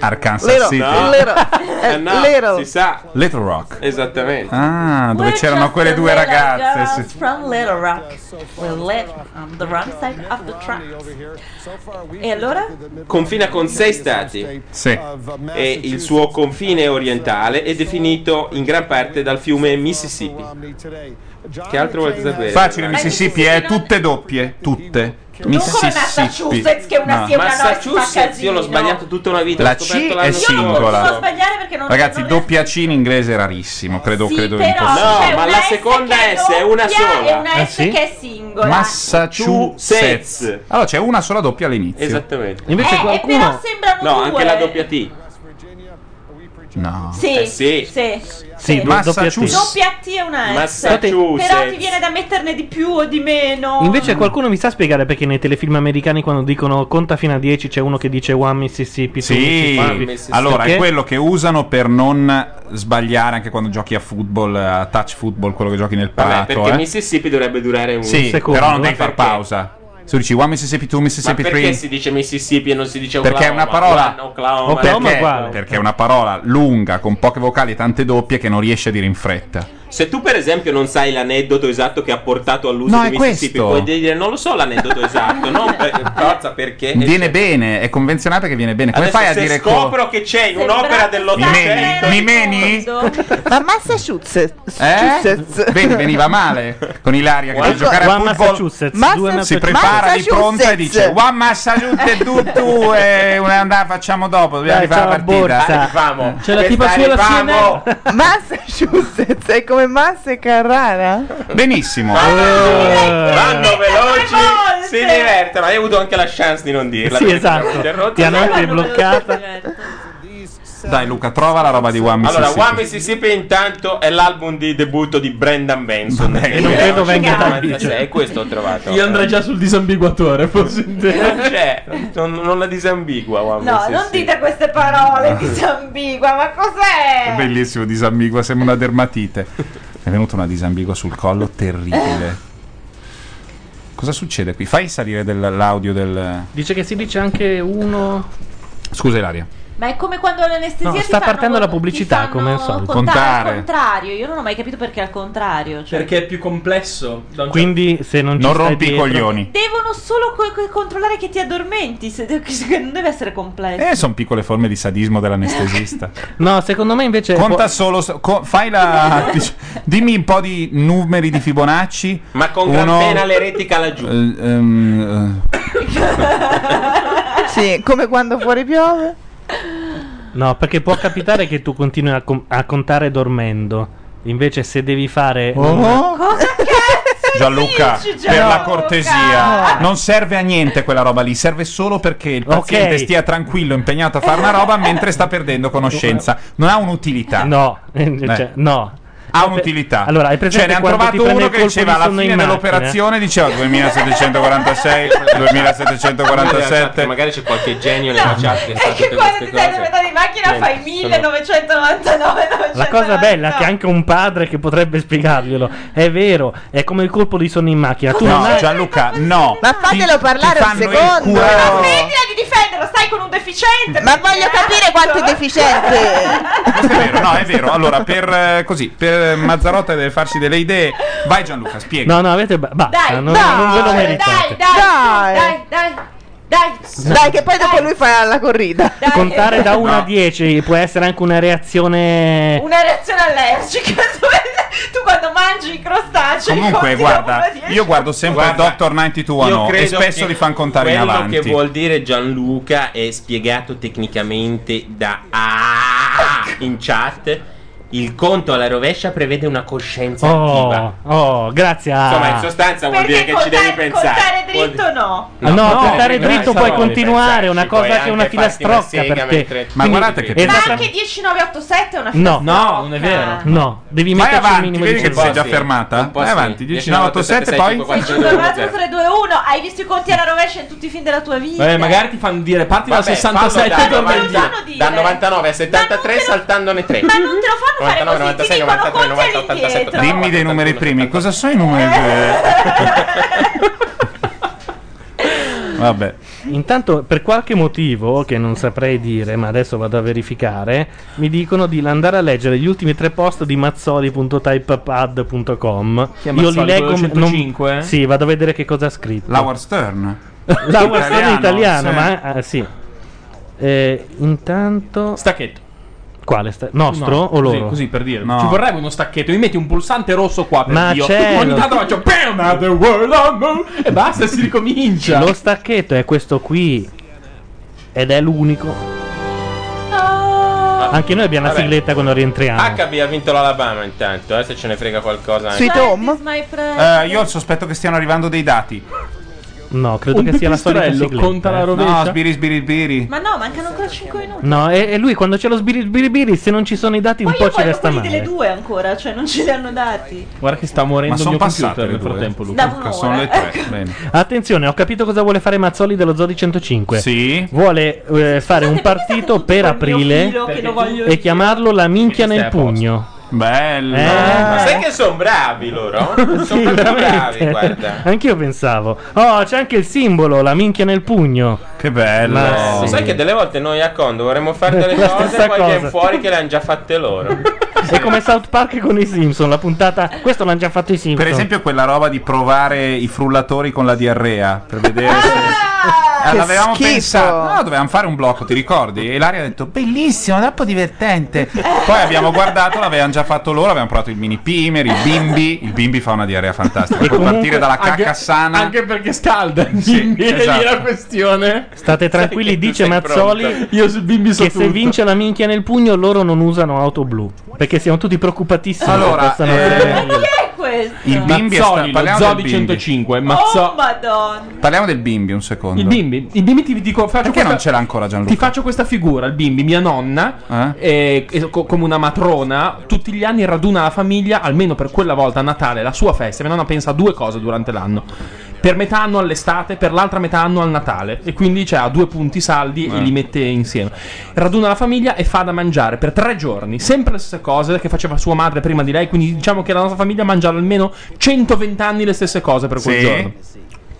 Speaker 1: Arkansas
Speaker 3: Little-
Speaker 1: City.
Speaker 3: no. Eh, no,
Speaker 2: Little.
Speaker 3: si sa.
Speaker 1: Little Rock.
Speaker 3: Esattamente.
Speaker 1: Ah, dove
Speaker 2: We're
Speaker 1: c'erano
Speaker 2: just
Speaker 1: quelle
Speaker 2: the
Speaker 1: due
Speaker 2: little
Speaker 1: ragazze.
Speaker 2: girls from Little Rock. We live on the wrong side of the tracks. E allora?
Speaker 3: Confina con sei stati.
Speaker 1: Sì.
Speaker 3: E il suo confine orientale è definito in gran parte dal fiume Mississippi. Che altro volete sapere?
Speaker 1: Facile Mississippi, eh, tutte doppie, tutte. Mississippi.
Speaker 2: Massachusetts, che una
Speaker 1: No.
Speaker 2: sia una no, fa
Speaker 3: Massachusetts,
Speaker 2: casino.
Speaker 3: io l'ho sbagliato tutta una vita.
Speaker 1: La
Speaker 3: l'ho scoperto
Speaker 1: C
Speaker 3: l'anno
Speaker 1: è
Speaker 2: Non
Speaker 1: singola.
Speaker 2: sbagliare perché non
Speaker 1: Ragazzi, doppia C in inglese è rarissimo, credo,
Speaker 2: Sì,
Speaker 1: credo
Speaker 2: però
Speaker 1: impossibile.
Speaker 2: c'è
Speaker 3: ma
Speaker 2: una
Speaker 3: la
Speaker 2: S
Speaker 3: seconda
Speaker 2: che
Speaker 3: S è una
Speaker 2: doppia
Speaker 3: sola.
Speaker 2: E una
Speaker 1: Ah,
Speaker 2: S
Speaker 1: sì?
Speaker 2: che è singola.
Speaker 1: Massachusetts. Allora c'è una sola doppia all'inizio.
Speaker 3: Esattamente.
Speaker 2: Eh, e però sembrano
Speaker 3: No,
Speaker 2: due.
Speaker 3: anche la doppia T.
Speaker 1: No.
Speaker 2: Sì,
Speaker 3: Eh, sì.
Speaker 2: sì.
Speaker 1: Sì, Massachusetts.
Speaker 2: Doppia T e una S.
Speaker 5: Massachusetts.
Speaker 2: Però ti viene da metterne di più o di meno.
Speaker 5: Invece qualcuno mi sa spiegare perché nei telefilm americani quando dicono conta fino a 10 c'è uno che dice One Mississippi, two
Speaker 1: Sì,
Speaker 5: Mississippi.
Speaker 1: allora
Speaker 5: Perché?
Speaker 1: è quello che usano per non sbagliare anche quando giochi a football, a touch football, quello che giochi nel
Speaker 3: Vabbè,
Speaker 1: prato.
Speaker 3: perché
Speaker 1: eh.
Speaker 3: Mississippi dovrebbe durare un
Speaker 1: Sì,
Speaker 3: secondo.
Speaker 1: però non devi
Speaker 3: Ma
Speaker 1: far
Speaker 3: perché?
Speaker 1: pausa. Se dici One Mississippi, Two
Speaker 3: Ma
Speaker 1: Mississippi,
Speaker 3: perché
Speaker 1: Three.
Speaker 3: si dice Mississippi e non si dice Oklahoma?
Speaker 1: Perché è una parola.
Speaker 3: One, Oklahoma.
Speaker 1: o perché, perché è una parola lunga, con poche vocali e tante doppie, che non riesce a dire in fretta.
Speaker 3: Se tu, per esempio, non sai l'aneddoto esatto che ha portato all'uso di
Speaker 1: No, è
Speaker 3: Mississippi,
Speaker 1: questo.
Speaker 3: puoi dire non lo so l'aneddoto esatto, non per forza perché.
Speaker 1: Viene bene, è convenzionale perché viene bene. Come
Speaker 3: eh, certo. Adesso
Speaker 1: fai a
Speaker 3: se
Speaker 1: dire
Speaker 3: scopro che c'è in un'opera dell'Ottocento.
Speaker 1: Mi meni?
Speaker 9: Ma Massachusetts.
Speaker 1: Eh? Vedi, veniva male con Ilaria che
Speaker 5: One-
Speaker 1: deve giocare a
Speaker 5: One
Speaker 1: football.
Speaker 5: Massachusetts, Massa- due
Speaker 1: si
Speaker 5: Massachusetts.
Speaker 1: prepara di pronta e
Speaker 5: Massachusetts.
Speaker 1: dice One Massachusetts tu tu e una andata facciamo dopo, dobbiamo
Speaker 5: Dai, ciao,
Speaker 1: arrivare alla
Speaker 5: borsa.
Speaker 1: partita.
Speaker 3: Arriviamo.
Speaker 5: C'è la tipa sulla CNN.
Speaker 9: Massachusetts è come Massa e Carrara?
Speaker 1: Benissimo. Eh.
Speaker 3: Vanno veloci, si divertono. Hai avuto anche la chance di non dirla.
Speaker 1: Sì,
Speaker 3: perché
Speaker 1: esatto.
Speaker 3: ti hanno interrotto.
Speaker 1: Ti hanno anche bloccata. Dai Luca, trova la roba di One
Speaker 3: Allora,
Speaker 1: Mississippi.
Speaker 3: One Mississippi intanto è l'album di debutto di Brendan Benson.
Speaker 1: E non credo venga da lì.
Speaker 3: 96, eh, questo ho trovato.
Speaker 6: Io
Speaker 1: eh.
Speaker 6: andrei già sul disambiguatore, forse in te.
Speaker 3: Non c'è, non, non la disambigua One
Speaker 2: No, non
Speaker 3: Mississippi.
Speaker 2: dite queste parole disambigua, ma
Speaker 1: È
Speaker 2: cos'è?
Speaker 1: Bellissimo disambigua, sembra una dermatite. Mi È venuta una disambigua sul collo terribile. Cosa succede qui? Fai salire del- l'audio del
Speaker 5: Dice che si dice anche uno.
Speaker 1: Scusa Ilaria.
Speaker 2: Ma è come quando l'anestesia
Speaker 5: No,
Speaker 2: ti
Speaker 5: sta
Speaker 2: fanno
Speaker 5: partendo
Speaker 2: con-
Speaker 5: la pubblicità,
Speaker 2: ti
Speaker 5: come al
Speaker 2: fanno
Speaker 5: solito.
Speaker 2: Contare. Al
Speaker 5: Contare.
Speaker 2: contrario, io non ho mai capito perché al contrario. Cioè.
Speaker 6: Perché è più complesso. da un
Speaker 5: Quindi se non ci
Speaker 1: Non
Speaker 5: stai
Speaker 1: rompi i
Speaker 5: dietro-
Speaker 1: coglioni.
Speaker 2: Devono solo co- co- controllare che ti addormenti, se che- che non deve essere complesso.
Speaker 1: Eh, sono piccole forme di sadismo dell'anestesista.
Speaker 5: No, secondo me invece
Speaker 1: Conta solo. s- co- fai la. dici- dimmi un po' di numeri di Fibonacci.
Speaker 3: Ma con gran pena l'eretica laggiù.
Speaker 1: Eh, ehm,
Speaker 9: Sì, come quando fuori piove.
Speaker 5: No, perché può capitare che tu continui a, com- a contare dormendo. Invece se devi fare
Speaker 1: Oh. Gianluca,
Speaker 5: dici,
Speaker 1: per la
Speaker 5: Gianluca?
Speaker 9: Ah,
Speaker 5: Ah.
Speaker 1: cortesia, non serve a niente quella roba lì, serve solo perché il paziente stia tranquillo, impegnato a fare una roba mentre sta perdendo conoscenza. Non ha un'utilità. Eh.
Speaker 5: No, cioè, no.
Speaker 1: Ha un'utilità.
Speaker 5: Allora, hai presente
Speaker 1: cioè, ne hanno
Speaker 5: quando ti
Speaker 1: trovato
Speaker 5: prende
Speaker 1: uno
Speaker 5: il
Speaker 1: che
Speaker 5: colpo di
Speaker 1: diceva alla
Speaker 5: sonno in
Speaker 1: fine dell'operazione: diceva 2746, 2747.
Speaker 3: Magari c'è qualche genio nella chat che sa
Speaker 2: È che
Speaker 3: tutte
Speaker 2: quando
Speaker 3: queste
Speaker 2: ti dai la
Speaker 3: cose.
Speaker 2: metà di macchina
Speaker 3: Niente,
Speaker 2: fai
Speaker 3: sono-
Speaker 2: 1999
Speaker 5: La cosa bella è che anche un padre che potrebbe spiegarglielo. È vero, è come il colpo di sonno in macchina. Tu non
Speaker 1: No,
Speaker 5: hai-
Speaker 1: Gianluca, no.
Speaker 9: Ma fatelo parlare un
Speaker 5: fanno il
Speaker 9: secondo.
Speaker 5: culo.
Speaker 2: Ma smettila di difenderlo, stai con un deficiente.
Speaker 9: Ma voglio capire quanto è deficiente.
Speaker 1: vero, no, è vero. Allora, per eh, così, per Mazzarotta deve farsi delle idee. Vai Gianluca, spiega.
Speaker 5: No, no, avete. ba- Basta,
Speaker 9: Dai,
Speaker 5: non,
Speaker 9: dai,
Speaker 5: non ve lo
Speaker 9: dai,
Speaker 5: meritate.
Speaker 9: Oh, Dai.
Speaker 2: dai, dai, dai.
Speaker 9: Dai, che poi dopo lui fa la corrida.
Speaker 5: Contare da 1
Speaker 9: No.
Speaker 5: a 10 può essere anche una reazione.
Speaker 2: Una reazione allergica. Tu, tu quando mangi i crostacei
Speaker 1: Comunque,
Speaker 2: conti da
Speaker 1: guarda,
Speaker 2: uno a dieci.
Speaker 1: io guardo sempre Doctor 921 e spesso li fanno contare in
Speaker 3: quello
Speaker 1: avanti.
Speaker 3: che vuol dire Gianluca è spiegato tecnicamente da A in chat. Il conto alla rovescia prevede una coscienza attiva.
Speaker 5: Oh, oh, grazie. a-
Speaker 3: Insomma, in sostanza vuol
Speaker 2: Perché
Speaker 3: dire che ci devi
Speaker 2: contare, contare
Speaker 3: pensare. Vuol-
Speaker 2: dritto no.
Speaker 5: Ah, No, no, contare
Speaker 3: no,
Speaker 5: dritto
Speaker 3: no,
Speaker 5: puoi
Speaker 3: no,
Speaker 5: continuare, è una
Speaker 3: puoi
Speaker 5: cosa che è una
Speaker 3: anche farti una
Speaker 5: filastrocca
Speaker 3: sega
Speaker 5: per te.
Speaker 3: mentre-
Speaker 5: Ma Quindi- guardate che-
Speaker 2: Ma
Speaker 5: esatto.
Speaker 2: anche 10987 è una
Speaker 5: No,
Speaker 2: filastrocca.
Speaker 5: no, non è vero. No, devi metterci un minimo di senso.
Speaker 1: Vai avanti, 1987, poi?
Speaker 2: 4, 3, 2, 1 Hai visto i conti alla rovescia in tutti i film della tua vita?
Speaker 3: Eh,
Speaker 6: Vabbè, magari ti fanno dire parti
Speaker 3: Vabbè,
Speaker 6: da 67 e
Speaker 3: fallo da
Speaker 6: torna indietro.
Speaker 3: 90 da 99 a 73 saltandone 3.
Speaker 2: Ma non te lo fanno fare
Speaker 3: 99, 96, 93, 90, 87.
Speaker 1: Dimmi dei numeri primi, cosa sono i numeri? primi? Eh. Vabbè.
Speaker 5: Intanto, per qualche motivo che non saprei dire, ma adesso vado a verificare, mi dicono di andare a leggere gli ultimi tre post di mazzoli.typepad.com.
Speaker 6: Chi è Mazzoli? Quello
Speaker 5: non-
Speaker 6: 105?
Speaker 5: sì, vado a vedere che cosa ha scritto.
Speaker 1: Laura Stern.
Speaker 5: Laura Stern
Speaker 1: Italiano,
Speaker 5: è italiano,
Speaker 1: sì.
Speaker 5: ma ah, sì. Eh, intanto.
Speaker 6: Stacchetto.
Speaker 5: Quale? sta- nostro
Speaker 6: No,
Speaker 5: o
Speaker 6: così-
Speaker 5: loro?
Speaker 6: così per dire. Ci vorrebbe uno stacchetto. Mi metti un pulsante rosso qua per
Speaker 5: Ma certo.
Speaker 6: Dio.
Speaker 5: c'è
Speaker 6: Ogni
Speaker 5: lo-
Speaker 6: tanto faccio "Bam, another world on moon", e basta, si ricomincia.
Speaker 5: Lo stacchetto è questo qui. Ed è l'unico. Anche noi abbiamo
Speaker 3: Vabbè.
Speaker 5: la sigletta quando rientriamo.
Speaker 3: HB ha vinto l'Alabama intanto, eh, se ce ne frega qualcosa. anche.
Speaker 1: Eh, io ho il sospetto che stiano arrivando dei dati.
Speaker 5: No, credo
Speaker 1: Un
Speaker 5: che sia la solita
Speaker 1: pipistrello
Speaker 5: sigletta.
Speaker 1: conta la
Speaker 5: eh.
Speaker 1: rovescia? No, sbiri, sbiri, sbiri.
Speaker 2: Ma no, mancano ancora 5 minuti
Speaker 5: No, e, e lui quando c'è lo sbiribiribiri, se non ci sono i dati, un po' ci
Speaker 2: Poi
Speaker 5: resta
Speaker 2: quelli delle
Speaker 5: male.
Speaker 2: due ancora, cioè non ci li hanno dati
Speaker 5: Guarda che sta
Speaker 6: Ma
Speaker 5: morendo
Speaker 6: il son mio passate computer le nel due. frattempo, Luca.
Speaker 2: Da un'ora. Sono le
Speaker 1: tre.
Speaker 16: Ecco.
Speaker 5: Attenzione, ho capito cosa vuole fare Mazzoli dello Zodi 105.
Speaker 1: Sì.
Speaker 5: Vuole eh, fare un partito per aprile
Speaker 2: filo che lo voglio
Speaker 5: e chiamarlo la minchia nel pugno. Eh.
Speaker 1: Bello.
Speaker 16: Ma sai che sono bravi loro? sono
Speaker 5: Sì,
Speaker 16: proprio
Speaker 5: veramente.
Speaker 16: bravi, guarda.
Speaker 5: Anch'io pensavo. Oh, c'è anche il simbolo, la minchia nel pugno.
Speaker 1: Che bello.
Speaker 5: Eh, Ma
Speaker 16: No,
Speaker 5: sì.
Speaker 16: Sai che delle volte noi a Condo vorremmo fare
Speaker 5: La
Speaker 16: delle cose
Speaker 5: stessa
Speaker 16: e poi viene
Speaker 5: cosa.
Speaker 16: fuori che le hanno già fatte loro.
Speaker 5: È come South Park con i Simpson, la puntata. Questo l'hanno già fatto i Simpson.
Speaker 1: Per esempio quella roba di provare i frullatori con la diarrea per vedere se... Ah,
Speaker 5: che
Speaker 1: L'avevamo
Speaker 5: schifo.
Speaker 1: pensato, no, dovevamo fare un blocco, ti ricordi? E Laria ha detto bellissimo, troppo divertente. Poi abbiamo guardato, l'avevano già fatto loro, avevamo provato il mini pimer, il bimbi, il bimbi fa una diarrea fantastica. Puoi partire dalla cacca sana.
Speaker 6: Anche perché scalda. Bimbi, è lì
Speaker 1: esatto.
Speaker 6: la questione.
Speaker 5: State tranquilli, dice Mazzoli
Speaker 6: Io sul bimbi so
Speaker 5: che se
Speaker 6: tutto.
Speaker 5: vince la minchia nel pugno loro non usano auto blu. Perché siamo tutti preoccupatissimi.
Speaker 1: Allora,
Speaker 5: che possano
Speaker 1: eh,
Speaker 5: essere-
Speaker 2: Che è questo?
Speaker 1: Il bimbi è
Speaker 6: Mazzoli,
Speaker 1: sta-
Speaker 6: lo
Speaker 1: parliamo
Speaker 6: Zobi
Speaker 1: del bimbi.
Speaker 6: 105,
Speaker 2: Oh, madonna.
Speaker 1: Parliamo del bimbi un secondo.
Speaker 6: Il bimbi, il bimbi ti dico, faccio
Speaker 1: Perché
Speaker 6: questa-
Speaker 1: non ce l'ha ancora Gianluca?
Speaker 6: Ti faccio questa figura, il bimbi, mia nonna, eh, eh, co- come una matrona, tutti gli anni raduna la famiglia, almeno per quella volta a Natale, la sua festa. Mia nonna pensa a due cose durante l'anno. Per metà anno all'estate, per l'altra metà anno al Natale. E quindi cioè, ha due punti saldi e
Speaker 16: Eh.
Speaker 6: li mette insieme. Raduna la famiglia e fa da mangiare per tre giorni. Sempre le stesse cose che faceva sua madre prima di lei. Quindi diciamo che la nostra famiglia mangiava almeno 120 anni le stesse cose per quel
Speaker 1: Sì.
Speaker 6: giorno.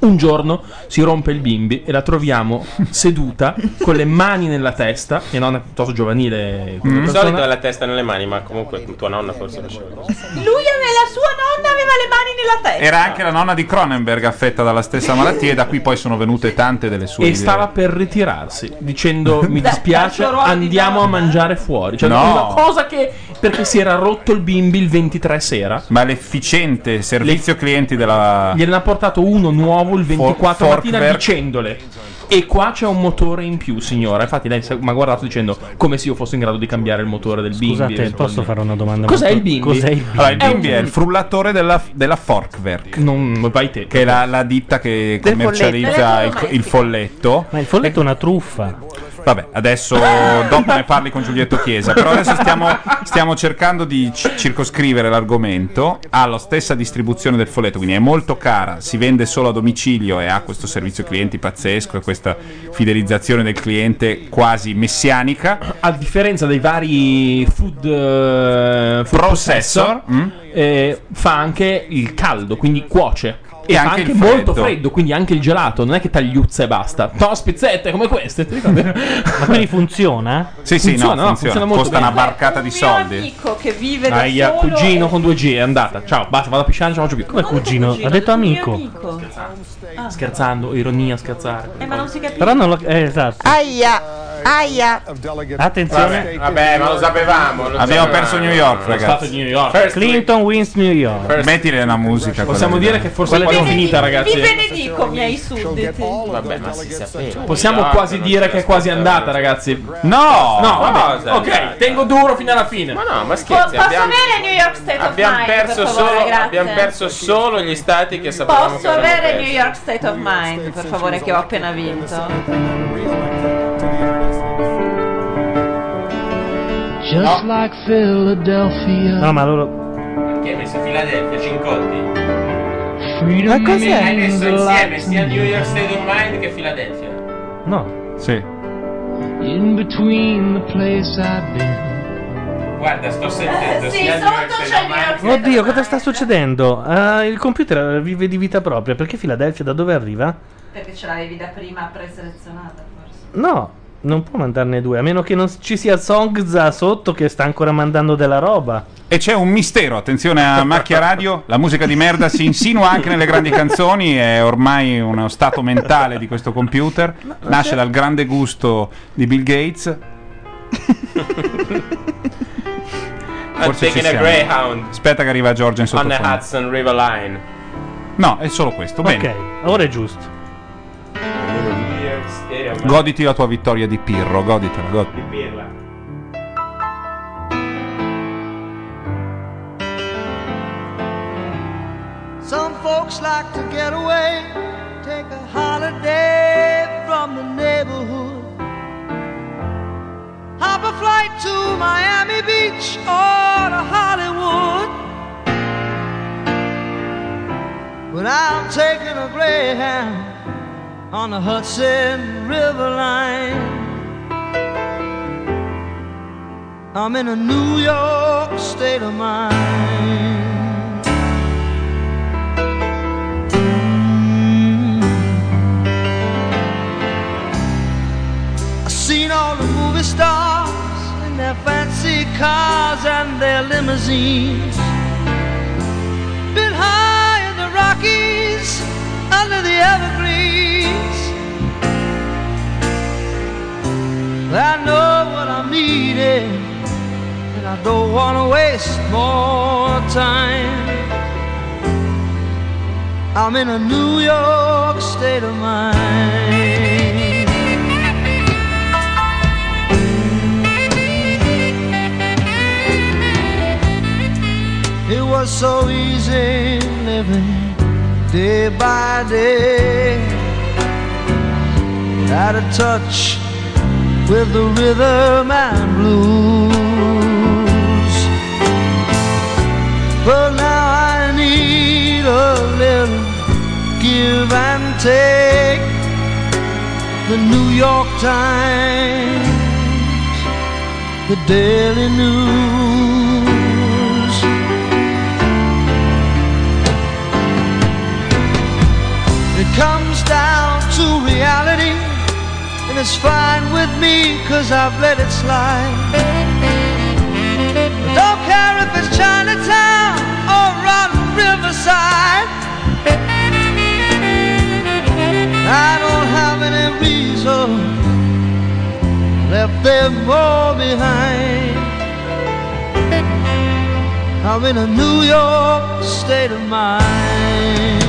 Speaker 6: Un giorno si rompe il bimbi e la troviamo seduta con le mani nella testa. Mia nonna è piuttosto giovanile. come
Speaker 16: Mm. Di
Speaker 6: persona.
Speaker 16: solito è la testa nelle mani, ma comunque tua nonna forse lo sceglie.
Speaker 17: Lui e la sua nonna aveva le mani nella testa.
Speaker 1: Era anche la nonna di Cronenberg affetta dalla stessa malattia e da qui poi sono venute tante delle sue
Speaker 6: E
Speaker 1: idee.
Speaker 6: stava per ritirarsi dicendo mi dispiace andiamo a mangiare fuori. Cioè
Speaker 1: No.
Speaker 6: una cosa che perché si era rotto il bimbi il 23 sera.
Speaker 1: Ma l'efficiente servizio clienti della
Speaker 6: Gliene ha portato uno nuovo il 24
Speaker 1: Fork
Speaker 6: mattina
Speaker 1: Werk.
Speaker 6: dicendole e qua c'è un motore in più signora. Infatti lei si- mi ha guardato dicendo come se io fossi in grado di cambiare il motore del bimbi.
Speaker 5: Scusate, posso fare una domanda?
Speaker 6: Cos'è
Speaker 5: molto-
Speaker 6: il bimbi?
Speaker 5: Cos'è il bimbi?
Speaker 1: Allora, il bimbi è il frullatore della, della Forkwerk.
Speaker 6: Non vai te.
Speaker 1: Che è la, la ditta che
Speaker 5: Del
Speaker 1: commercializza il,
Speaker 5: folletto.
Speaker 1: il folletto.
Speaker 5: Ma il folletto è una truffa.
Speaker 1: Vabbè, adesso dopo ne parli con Giulietto Chiesa. Però adesso stiamo, stiamo cercando di ci- circoscrivere l'argomento. Ha la stessa distribuzione del folletto, quindi è molto cara. Si vende solo a domicilio e ha questo servizio clienti pazzesco e questa fidelizzazione del cliente quasi messianica.
Speaker 6: a differenza dei vari food, eh, food
Speaker 1: Processor, mm.
Speaker 6: processor, eh, fa anche il caldo, quindi cuoce.
Speaker 1: E
Speaker 6: E, fa
Speaker 1: anche
Speaker 6: anche,
Speaker 1: il
Speaker 6: molto
Speaker 1: freddo.
Speaker 6: freddo, quindi anche il gelato, non è che tagliuzza e basta. No, spezzette come queste, ti ricordi? Ma
Speaker 5: quindi funziona?
Speaker 1: Sì, sì,
Speaker 6: Funziona,
Speaker 1: no,
Speaker 6: no,
Speaker 1: funziona.
Speaker 6: funziona molto
Speaker 1: Costa
Speaker 6: bene.
Speaker 1: una barcata di soldi.
Speaker 2: Amico Ecco, che vive da
Speaker 6: Aia,
Speaker 2: solo.
Speaker 6: cugino con 2G, è andata. Ciao, basta, vado a pisciare, non ci faccio più. Come cugino?
Speaker 2: Cugino, mio amico. Ah.
Speaker 6: Scherzando, ironia, scherzare.
Speaker 2: Eh, ma non si capisce.
Speaker 5: Però non lo. Eh, esatto.
Speaker 9: Aia, aia.
Speaker 5: Attenzione.
Speaker 16: Vabbè, vabbè, ma lo sapevamo. lo
Speaker 1: Abbiamo
Speaker 16: sapevamo.
Speaker 1: perso New York,
Speaker 16: Lo
Speaker 1: ragazzi.
Speaker 16: stato di New York.
Speaker 5: Clinton wins New York.
Speaker 1: Mettile una musica.
Speaker 6: Possiamo
Speaker 1: quella
Speaker 6: dire
Speaker 1: lì.
Speaker 6: che forse Quella poi è di- finita, ragazzi.
Speaker 2: Vi benedico, miei sudditi.
Speaker 16: Vabbè, ma si eh. sapeva.
Speaker 6: Possiamo
Speaker 16: New
Speaker 6: quasi
Speaker 16: York,
Speaker 6: dire
Speaker 16: non
Speaker 6: che è quasi andata, ragazzi.
Speaker 1: No!
Speaker 6: No, vabbè.
Speaker 16: Cosa?
Speaker 6: Ok, tengo duro fino alla fine.
Speaker 16: Ma no, ma
Speaker 2: Po-
Speaker 16: scherzi.
Speaker 2: posso
Speaker 16: abbiamo...
Speaker 2: avere New York State
Speaker 16: abbiamo
Speaker 2: of Mind?
Speaker 16: perso
Speaker 2: per favore,
Speaker 16: solo,
Speaker 2: grazie.
Speaker 16: abbiamo perso solo gli stati che sapevamo che
Speaker 2: Posso
Speaker 16: avremmo
Speaker 2: avere
Speaker 16: perso.
Speaker 2: New York State of Mind, per favore, che ho appena vinto?
Speaker 14: Just like Philadelphia.
Speaker 5: No, ma loro.
Speaker 16: Perché hai messo Filadelfia, Cincotti?
Speaker 14: freedom
Speaker 16: Hai messo
Speaker 14: means a
Speaker 16: insieme
Speaker 14: lot
Speaker 16: sia New York State of Mind che Filadelfia.
Speaker 5: No.
Speaker 1: Sì.
Speaker 14: in between the place I've been.
Speaker 16: Guarda, sto sentendo
Speaker 2: Eh, sì,
Speaker 16: sia New York
Speaker 2: sotto
Speaker 16: State of
Speaker 2: c'è New
Speaker 16: Mind.
Speaker 2: York
Speaker 5: Oddio, cosa sta succedendo? Ah, il computer vive di vita propria. Perché Filadelfia da dove arriva?
Speaker 2: Perché ce l'avevi da prima preselezionata, forse.
Speaker 5: No, non può mandarne due, a meno che non ci sia Songza sotto che sta ancora mandando della roba.
Speaker 1: E c'è un mistero, attenzione a Macchia Radio, la musica di merda si insinua anche nelle grandi canzoni, è ormai uno stato mentale di questo computer, nasce dal grande gusto di Bill Gates.
Speaker 16: I'm
Speaker 1: Forse ci
Speaker 16: taking a
Speaker 1: siamo.
Speaker 16: Greyhound
Speaker 1: Aspetta che arriva Giorgia in
Speaker 16: on the
Speaker 1: sottofondo.
Speaker 16: Hudson River Line.
Speaker 1: No, è solo questo, bene.
Speaker 5: Ok, ora è giusto.
Speaker 16: New York State of Mind.
Speaker 1: Goditi la tua vittoria di Pirro, goditela, goditela.
Speaker 16: Pirla.
Speaker 8: Some folks like to get away, take a holiday from the neighborhood. Hop a flight to Miami Beach or to Hollywood. But I'm taking a Greyhound on the Hudson River line. I'm in a New York state of mind. limousine. Been high in the Rockies, under the evergreens. I know what I'm needing, and I don't want to waste more time. I'm in a New York state of mind. It was so easy living day by day. Out of touch with the rhythm and blues. But now I need a little give and take. The New York Times, the Daily News. It comes down to reality, and it's fine with me, cause I've let it slide. I don't care if it's Chinatown or rotten Riverside. I don't have any reason left them all behind. I'm in a New York state of mind.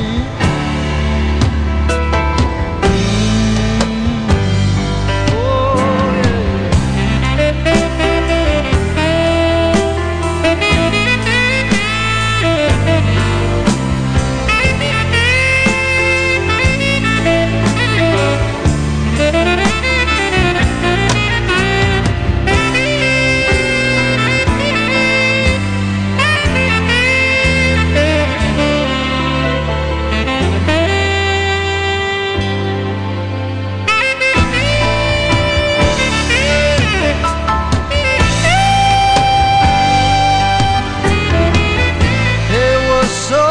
Speaker 8: It was so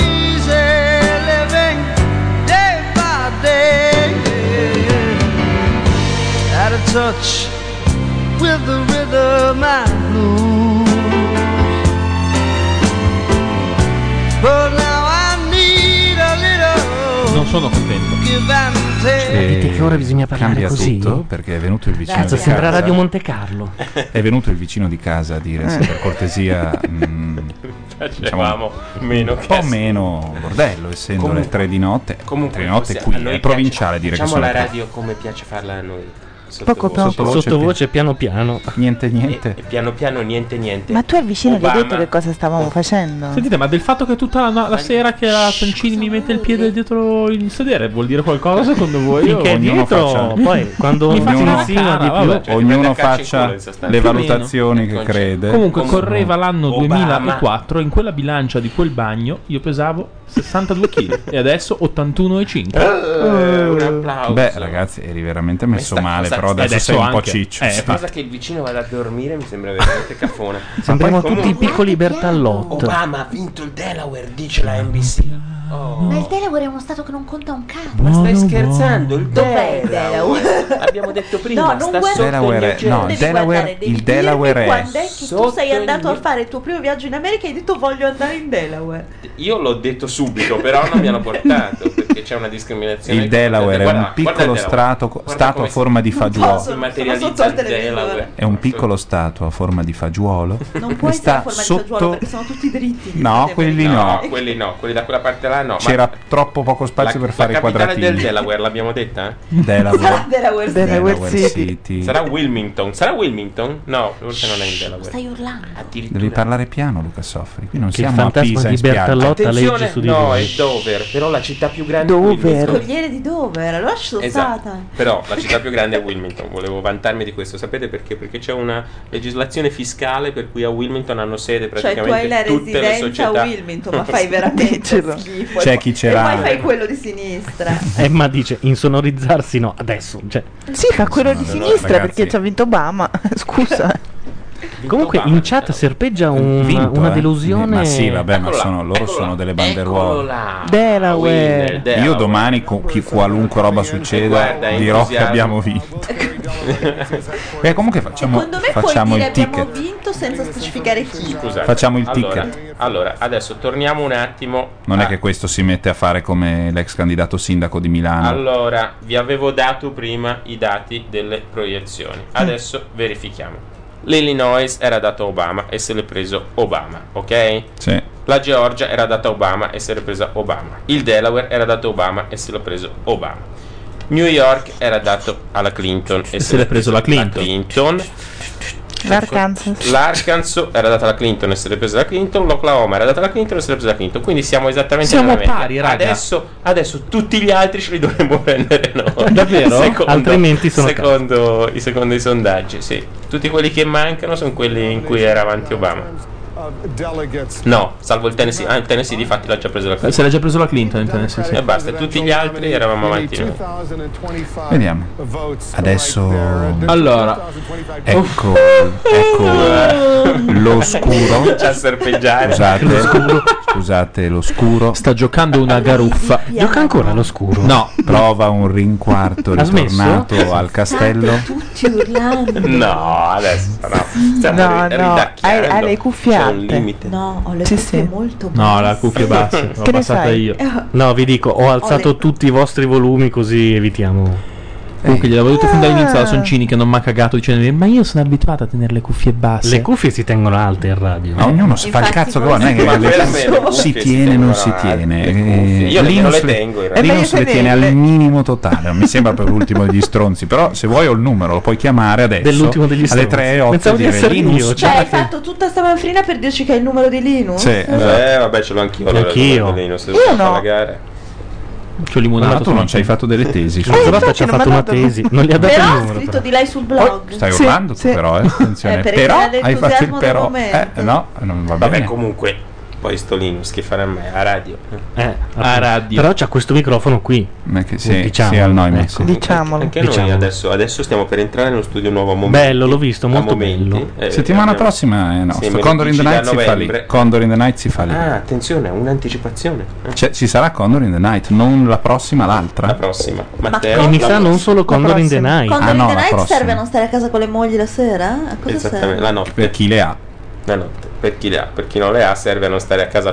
Speaker 8: easy living day by day. Out of touch with the rhythm and blues. But now I need a little
Speaker 6: Non sono contento.
Speaker 8: give and take.
Speaker 5: Capite che ora bisogna parlare
Speaker 1: cambia
Speaker 5: così?
Speaker 1: tutto perché è venuto il vicino
Speaker 5: Cazzo,
Speaker 1: di
Speaker 5: sembra
Speaker 1: casa.
Speaker 5: Radio Monte Carlo.
Speaker 1: È venuto il vicino di casa a dire se
Speaker 5: Eh.
Speaker 1: per cortesia mm, diciamo,
Speaker 3: Facevamo meno
Speaker 1: un po' meno bordello essendo
Speaker 3: Comunque-
Speaker 1: le tre di notte.
Speaker 3: Comunque,
Speaker 1: tre di notte
Speaker 3: possiamo- a
Speaker 1: qui
Speaker 3: noi
Speaker 1: è provinciale dire che
Speaker 3: Facciamo
Speaker 1: sono
Speaker 3: la
Speaker 1: le tre.
Speaker 3: radio come piace farla a noi.
Speaker 9: Poco poco.
Speaker 1: Sottovoce,
Speaker 5: Sottovoce, piano piano. Eh,
Speaker 1: Niente, niente.
Speaker 3: E piano piano niente niente.
Speaker 9: Ma tu al vicino gli
Speaker 3: Obama.
Speaker 9: hai detto che cosa stavamo facendo?
Speaker 6: Ah. Sentite, ma del fatto che tutta la, no- la sera che la Sancini mi mette il piede dietro il sedere vuol dire qualcosa secondo voi?
Speaker 5: Finché è
Speaker 6: Ognuno
Speaker 5: dietro,
Speaker 6: faccia-
Speaker 5: poi, quando
Speaker 6: Mi faccio
Speaker 5: ognuno-
Speaker 6: una cara,
Speaker 5: di più,
Speaker 6: vabbè.
Speaker 5: Cioè, ognuno
Speaker 1: Ognuno
Speaker 5: prende a calci in
Speaker 1: faccia
Speaker 6: culo, in sostanza.
Speaker 1: le
Speaker 6: Più o meno.
Speaker 1: valutazioni
Speaker 3: Ecco,
Speaker 1: che crede.
Speaker 6: Comunque correva l'anno
Speaker 1: Obama.
Speaker 6: 2004 e in quella bilancia di quel bagno io pesavo 62 kg e adesso 81,5.
Speaker 3: Eh, un applauso.
Speaker 1: Beh, ragazzi, eri veramente messo
Speaker 3: Questa
Speaker 1: male,
Speaker 3: cosa-
Speaker 1: però adesso,
Speaker 6: adesso
Speaker 1: sei un po'
Speaker 6: anche.
Speaker 1: ciccio.
Speaker 6: Eh,
Speaker 1: sì.
Speaker 3: Questa cosa che il vicino vada a dormire mi sembra veramente cafona.
Speaker 5: Sembriamo
Speaker 3: Ma poi
Speaker 5: tutti
Speaker 3: comunque-
Speaker 5: piccoli
Speaker 1: Oh,
Speaker 5: Bertallotto.
Speaker 3: Obama ha vinto il Delaware, dice la NBC. Oh.
Speaker 2: Ma il Delaware è uno stato che non conta un cazzo.
Speaker 3: Ma stai scherzando? Il
Speaker 2: Dov'è il
Speaker 3: Delaware? Abbiamo detto prima,
Speaker 2: No, non
Speaker 3: sta
Speaker 2: guarda-
Speaker 3: sotto il
Speaker 1: Delaware,
Speaker 3: mio
Speaker 1: no,
Speaker 3: genere.
Speaker 2: Devi
Speaker 1: Delaware,
Speaker 2: guardare, devi
Speaker 1: il Delaware è
Speaker 2: Quando è che tu
Speaker 3: Sotto
Speaker 2: sei
Speaker 3: il
Speaker 2: andato a
Speaker 3: mio-
Speaker 2: fare il tuo primo viaggio in America e hai detto voglio andare in Delaware?
Speaker 3: Io l'ho detto subito, però non mi hanno portato perché c'è una discriminazione.
Speaker 1: Il Delaware è
Speaker 3: Guarda-
Speaker 1: un
Speaker 3: guarda il
Speaker 1: piccolo
Speaker 3: Delaware.
Speaker 1: strato,
Speaker 3: Guarda
Speaker 1: stato
Speaker 3: come
Speaker 1: a
Speaker 3: si-
Speaker 1: forma di
Speaker 3: Non
Speaker 1: fagiolo.
Speaker 3: posso, Si materializza il Delaware.
Speaker 1: È un piccolo stato a forma di fagiolo.
Speaker 2: Non puoi
Speaker 1: che
Speaker 2: essere a
Speaker 1: sta
Speaker 2: forma di fagiolo
Speaker 1: sotto.
Speaker 2: perché sono tutti dritti.
Speaker 1: No, quelli no.
Speaker 3: No, quelli no, quelli da quella parte là no. ma
Speaker 1: C'era troppo poco
Speaker 3: la,
Speaker 1: spazio per
Speaker 3: la
Speaker 1: fare i
Speaker 3: capitale
Speaker 1: quadratini.
Speaker 3: del Delaware l'abbiamo detta? eh?
Speaker 1: Delaware.
Speaker 2: Delaware City.
Speaker 1: Delaware City.
Speaker 3: Sarà Wilmington. Sarà Wilmington? No, forse non è in Delaware.
Speaker 2: Stai urlando.
Speaker 1: Devi parlare piano, Luca Soffri. Qui non
Speaker 5: Che il
Speaker 1: siamo a
Speaker 5: fantasma
Speaker 1: Pisa
Speaker 5: di
Speaker 1: in spiaggia.
Speaker 5: Bertalotta
Speaker 3: Attenzione,
Speaker 5: legge su di
Speaker 3: no,
Speaker 5: lui.
Speaker 3: è Dover, però la città più grande è
Speaker 2: Il
Speaker 3: Wilmington.
Speaker 2: Corriere di Dover, allora ci sono
Speaker 3: Esatto.
Speaker 2: stata.
Speaker 3: Però la città più grande è Wilmington, volevo vantarmi di questo, sapete perché? Perché c'è una legislazione fiscale per cui a Wilmington hanno sede
Speaker 2: Cioè tu hai la
Speaker 3: praticamente tutte le
Speaker 2: residenza
Speaker 3: società.
Speaker 2: a Wilmington, ma fai veramente schifo.
Speaker 5: C'è chi ce
Speaker 2: E
Speaker 5: l'ha.
Speaker 2: poi fai quello di sinistra.
Speaker 5: Eh, ma dice insonorizzarsi no, adesso. Cioè.
Speaker 9: Sì, fa quello di
Speaker 5: Sono loro,
Speaker 9: sinistra
Speaker 5: ragazzi.
Speaker 9: perché ci ha vinto Obama. Scusa.
Speaker 5: Comunque in chat serpeggia un-
Speaker 1: Vinto,
Speaker 5: una
Speaker 1: eh.
Speaker 5: delusione.
Speaker 1: Ma sì, vabbè, ma
Speaker 5: Eccolo là,
Speaker 1: sono, loro sono delle banderuole.
Speaker 5: Delaware.
Speaker 1: Io domani, co- chi- qualunque roba succeda,
Speaker 3: Guarda, è
Speaker 1: dirò che
Speaker 3: entusiasmo.
Speaker 1: abbiamo vinto. Beh, comunque facciamo,
Speaker 2: Secondo me
Speaker 1: facciamo
Speaker 2: puoi dire
Speaker 1: il ticket.
Speaker 2: abbiamo vinto senza specificare chi.
Speaker 3: Scusate.
Speaker 1: Facciamo il
Speaker 3: allora,
Speaker 1: ticket.
Speaker 3: Allora, adesso torniamo un attimo.
Speaker 1: Non è che questo si mette a fare come l'ex candidato sindaco di
Speaker 3: Ah,
Speaker 1: Milano.
Speaker 3: Allora, vi avevo dato prima i dati delle proiezioni. Adesso verifichiamo. L'Illinois era data a Obama e se l'è preso Obama, ok?
Speaker 1: Sì.
Speaker 3: La Georgia era data a Obama e se l'è presa Obama. Il Delaware era dato a Obama e se l'ha preso Obama. New York era dato alla Clinton e se l'è preso la Clinton.
Speaker 9: L'Arkansas.
Speaker 3: L'Arkansas era data alla Clinton e se l'è presa la Clinton. L'Oklahoma era data alla Clinton e se l'è presa la Clinton. Quindi siamo esattamente
Speaker 6: Siamo
Speaker 3: nella media.
Speaker 6: pari, raga.
Speaker 3: Adesso, adesso tutti gli altri ce li dovremmo prendere noi.
Speaker 6: Davvero? Altrimenti sono
Speaker 3: secondo i secondo i sondaggi, sì. Tutti quelli che mancano sono quelli in cui era avanti Obama.
Speaker 11: of delegates.
Speaker 3: No, salvo il Tennessee. Ah, il Tennessee di l'ha già preso la Clinton.
Speaker 6: Eh, Se l'ha già preso la Clinton in Tennessee, sì.
Speaker 3: E basta, e tutti gli altri eravamo avanti noi.
Speaker 1: Vediamo. Adesso.
Speaker 3: Allora.
Speaker 1: Ecco.
Speaker 2: Oh.
Speaker 1: ecco. L'oscuro.
Speaker 3: Già serpeggiare.
Speaker 1: Scusate. L'oscuro. Scusate, l'oscuro. Sta giocando una garuffa. Gioca ancora all'oscuro. No. Prova un rinquarto
Speaker 6: Ha smesso?
Speaker 1: ritornato al castello.
Speaker 2: Tutti urlando.
Speaker 3: No, adesso no. Stiamo
Speaker 9: No,
Speaker 3: ri-
Speaker 9: no, hai,
Speaker 3: ridacchiando.
Speaker 9: hai le cuffie
Speaker 3: C'è un
Speaker 9: alte.
Speaker 3: limite.
Speaker 2: No, ho le
Speaker 9: Sì,
Speaker 2: cuffie
Speaker 9: sì.
Speaker 2: molto Eh,
Speaker 5: No, la cuffia bassa, l'ho
Speaker 9: Che ne
Speaker 5: abbassata
Speaker 9: sai? Ah,
Speaker 5: io.
Speaker 1: Eh.
Speaker 5: No, vi dico, ho alzato
Speaker 2: Ole.
Speaker 5: tutti i vostri volumi così evitiamo.
Speaker 6: Comunque gliel'avevo detto
Speaker 1: Eh.
Speaker 6: fin dall'inizio alla Soncini che non mi ha cagato dicendo ma io sono abituato a tenere le cuffie basse.
Speaker 5: Le cuffie si tengono alte in radio.
Speaker 1: Ma ognuno si fa il cazzo che vuole, non è che
Speaker 5: Ma
Speaker 1: le-
Speaker 5: veramente,
Speaker 1: si
Speaker 5: le cuffie
Speaker 1: tiene
Speaker 5: si
Speaker 1: o non
Speaker 5: tengono
Speaker 1: si
Speaker 5: alte,
Speaker 1: tiene.
Speaker 5: le
Speaker 1: Eh,
Speaker 5: cuffie. Io nemmeno
Speaker 1: Linus
Speaker 5: le tengo, in realtà.
Speaker 1: Linus
Speaker 5: Eh, ma io
Speaker 1: le
Speaker 5: se
Speaker 1: tiene
Speaker 5: le-
Speaker 1: al minimo totale, non mi sembra per l'ultimo degli stronzi, però se vuoi ho il numero, lo puoi chiamare adesso.
Speaker 5: Dell'ultimo degli
Speaker 1: alle
Speaker 5: stronzi.
Speaker 1: 3 e 8
Speaker 5: Pensavo di
Speaker 1: dire,
Speaker 5: essere
Speaker 1: Linus,
Speaker 5: io,
Speaker 2: Cioè, hai fatto tutta sta manfrina per dirci che hai il numero di Linux?
Speaker 1: Sì, esatto.
Speaker 3: Eh, vabbè, ce l'ho anch'io. allora,
Speaker 1: Anch'io.
Speaker 3: domani, non so
Speaker 2: Io
Speaker 3: se devo
Speaker 2: no.
Speaker 3: pagare.
Speaker 1: C'ho limonato. Ma tu non ci hai fatto delle tesi.
Speaker 2: Eh, infatti, non mi ha dato- Però ha scritto
Speaker 1: però.
Speaker 2: di lei sul blog.
Speaker 1: Stai urlando tu però, eh, attenzione.
Speaker 2: Eh, perché
Speaker 1: però
Speaker 2: era
Speaker 1: hai fatto il
Speaker 2: l'entusiasmo del
Speaker 1: però. Eh,
Speaker 2: momento.
Speaker 1: no, non va
Speaker 3: Vabbè,
Speaker 1: bene.
Speaker 3: comunque, poi sto Linux che farà a me, a radio.
Speaker 5: Eh, a radio. Però c'ha questo microfono qui.
Speaker 1: sì,
Speaker 5: diciamo,
Speaker 1: sì, al Neumann,
Speaker 5: ecco.
Speaker 9: Diciamolo.
Speaker 3: Anche noi adesso, adesso stiamo per entrare in uno studio nuovo a momenti. eh,
Speaker 5: Bello, l'ho visto, molto
Speaker 3: bello.
Speaker 1: Eh, Settimana prossima è nostro.
Speaker 3: Sì, me lo
Speaker 1: Condor in the
Speaker 3: dici
Speaker 1: Night
Speaker 3: da
Speaker 1: si fa lì.
Speaker 3: novembre.
Speaker 1: Condor in the Night si fa lì.
Speaker 3: Ah, attenzione, un'anticipazione.
Speaker 1: Cioè, ci sarà Condor in the Night, non la prossima, l'altra. La
Speaker 3: prossima.
Speaker 5: E mi sa non solo Condor in the
Speaker 1: prossima.
Speaker 5: Night.
Speaker 1: Ah,
Speaker 2: Quando
Speaker 1: no,
Speaker 2: in the
Speaker 1: la
Speaker 2: night
Speaker 1: prossima.
Speaker 2: serve a non stare a casa con le mogli la sera? A cosa serve?
Speaker 3: Esattamente, la notte. Per
Speaker 1: chi le ha.
Speaker 3: La notte, per chi le ha. Per chi non le ha serve a non stare a casa a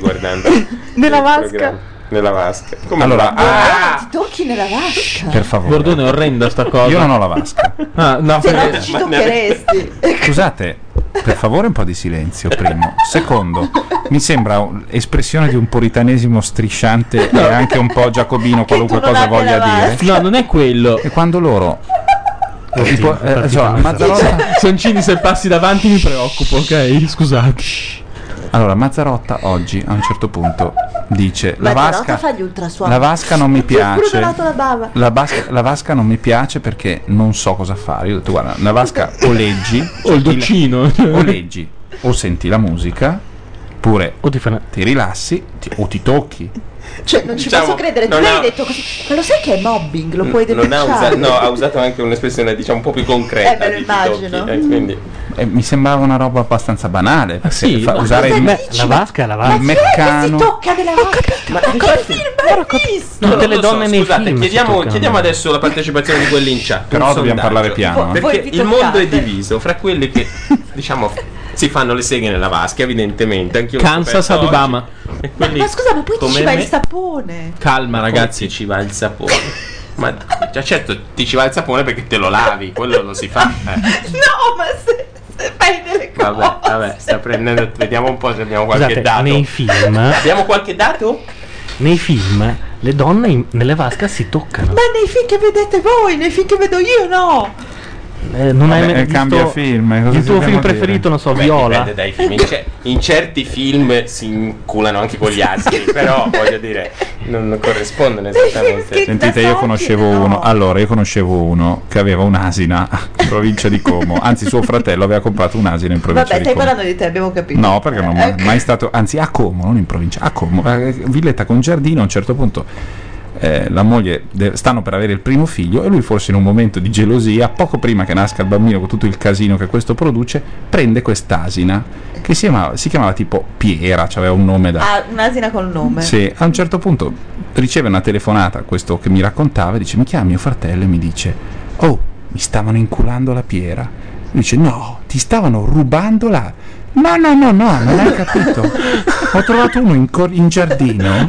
Speaker 3: guardando
Speaker 9: Nella
Speaker 3: programma.
Speaker 9: vasca.
Speaker 3: nella vasca. Come
Speaker 1: Allora,
Speaker 3: va? Ah,
Speaker 2: Ah, ti tocchi nella vasca.
Speaker 1: Per favore.
Speaker 6: Bordone è orrenda sta cosa.
Speaker 1: Io non ho la vasca.
Speaker 6: Ah, no,
Speaker 2: Se
Speaker 6: perché-
Speaker 2: no ci toccheresti.
Speaker 1: Scusate, per favore un po' di silenzio, primo. Secondo, mi sembra un- espressione di un puritanesimo strisciante e anche un po' giacobino, qualunque
Speaker 6: non
Speaker 1: cosa
Speaker 6: abbia
Speaker 1: voglia
Speaker 6: la
Speaker 1: dire.
Speaker 6: vasca. No, non è quello.
Speaker 1: E quando loro... Tipo, eh, insomma, Mazzarotta-
Speaker 6: Mazzarotta- Soncini, se passi davanti mi preoccupo, ok? Scusate.
Speaker 1: Allora, Mazzarotta oggi a un certo punto dice la
Speaker 2: Mazzarotta
Speaker 1: vasca,
Speaker 2: fa gli ultrasuoni.
Speaker 1: la vasca non mi
Speaker 2: Pure
Speaker 1: piace.
Speaker 2: donato la bava.
Speaker 1: La vasca, la vasca non mi piace perché non so cosa fare. Io ho detto, guarda, la vasca o leggi
Speaker 6: O il doccino.
Speaker 1: o leggi o senti la musica oppure
Speaker 5: ti,
Speaker 1: rilassi ti- o ti tocchi.
Speaker 2: Cioè, non ci
Speaker 3: Diciamo,
Speaker 2: posso credere. Tu
Speaker 3: non
Speaker 2: l'hai
Speaker 3: ha-
Speaker 2: detto così. Ma lo sai che è mobbing? Lo puoi
Speaker 3: non ha
Speaker 2: denunciare?
Speaker 3: usato, no, ha usato anche un'espressione diciamo un po' più
Speaker 2: Eh,
Speaker 3: concreta.
Speaker 2: me lo
Speaker 3: di Titochi,
Speaker 2: immagino.
Speaker 3: eh, quindi-
Speaker 1: Eh, mi sembrava una roba abbastanza banale. perché
Speaker 5: Ah, sì?
Speaker 1: fa-
Speaker 5: Ma
Speaker 1: usare
Speaker 5: cosa
Speaker 1: il,
Speaker 5: dici? Beh, la vasca è la vasca.
Speaker 1: Il
Speaker 5: Ma chi è
Speaker 1: meccano.
Speaker 2: Tocca della vasca. Ma come film?
Speaker 3: No,
Speaker 5: Tutte
Speaker 3: non
Speaker 5: le
Speaker 3: lo
Speaker 5: donne nei
Speaker 3: scusate,
Speaker 5: film si
Speaker 3: chiediamo,
Speaker 5: toccano.
Speaker 3: chiediamo adesso la partecipazione di quelli in chat.
Speaker 1: Però
Speaker 3: un
Speaker 1: dobbiamo
Speaker 3: sondaggio.
Speaker 1: parlare piano, eh.
Speaker 3: Perché
Speaker 1: Voi vi
Speaker 3: il mondo è
Speaker 1: toccate.
Speaker 3: diviso fra quelli che, diciamo, si fanno le seghe nella vasca, evidentemente. Anch'io l'ho
Speaker 6: Kansas
Speaker 3: scoperto
Speaker 6: ad Obama.
Speaker 3: oggi. E quelli-
Speaker 2: Ma scusa, ma poi ti
Speaker 3: come
Speaker 2: ci va
Speaker 3: me-
Speaker 2: il sapone.
Speaker 6: Calma,
Speaker 3: ragazzi, ci va il sapone. Ma cioè, certo, ti ci va il sapone perché te lo lavi, quello lo si fa. eh.
Speaker 2: No, ma se, se fai delle cose.
Speaker 3: Vabbè, vabbè, sta prendendo. Vediamo un po' se abbiamo qualche
Speaker 5: Scusate,
Speaker 3: dato.
Speaker 5: nei film,
Speaker 3: Abbiamo qualche dato?
Speaker 5: nei film le donne in- nelle vasche si toccano.
Speaker 2: Ma nei film che vedete voi, nei film che vedo io, no.
Speaker 5: Eh, non
Speaker 1: Vabbè,
Speaker 5: hai mai
Speaker 1: eh,
Speaker 5: visto
Speaker 1: cambia film, eh, cosa
Speaker 5: Il tuo
Speaker 1: dobbiamo
Speaker 5: film
Speaker 1: dire?
Speaker 5: preferito, non so,
Speaker 3: Beh,
Speaker 5: Viola.
Speaker 3: dipende dai film. In, cer- in certi film si inculano anche con gli asini, però voglio dire, non non corrispondono esattamente.
Speaker 1: Sentite, io conoscevo uno. Allora, io conoscevo uno che aveva un'asina in provincia di Como. Anzi, suo fratello aveva comprato un'asina in provincia
Speaker 2: Vabbè,
Speaker 1: di
Speaker 2: stai
Speaker 1: Como.
Speaker 2: parlando di te, abbiamo capito.
Speaker 1: No, perché non è
Speaker 2: Ecco.
Speaker 1: mai stato, anzi a Como, non in provincia, a Como, eh, villetta con giardino, a un certo punto eh, la moglie de- stanno per avere il primo figlio e lui forse in un momento di gelosia, poco prima che nasca il bambino con tutto il casino che questo produce, prende quest'asina che si chiamava, si chiamava tipo Piera, cioè aveva un nome da...
Speaker 2: Ha ah, un'asina col nome.
Speaker 1: Sì, a un certo punto riceve una telefonata, questo che mi raccontava, e dice mi chiama mio fratello e mi dice, oh, mi stavano inculando la piera. Lui dice, no, ti stavano rubando la... No, no, no, no, non hai capito. Ho trovato uno in, cor- in giardino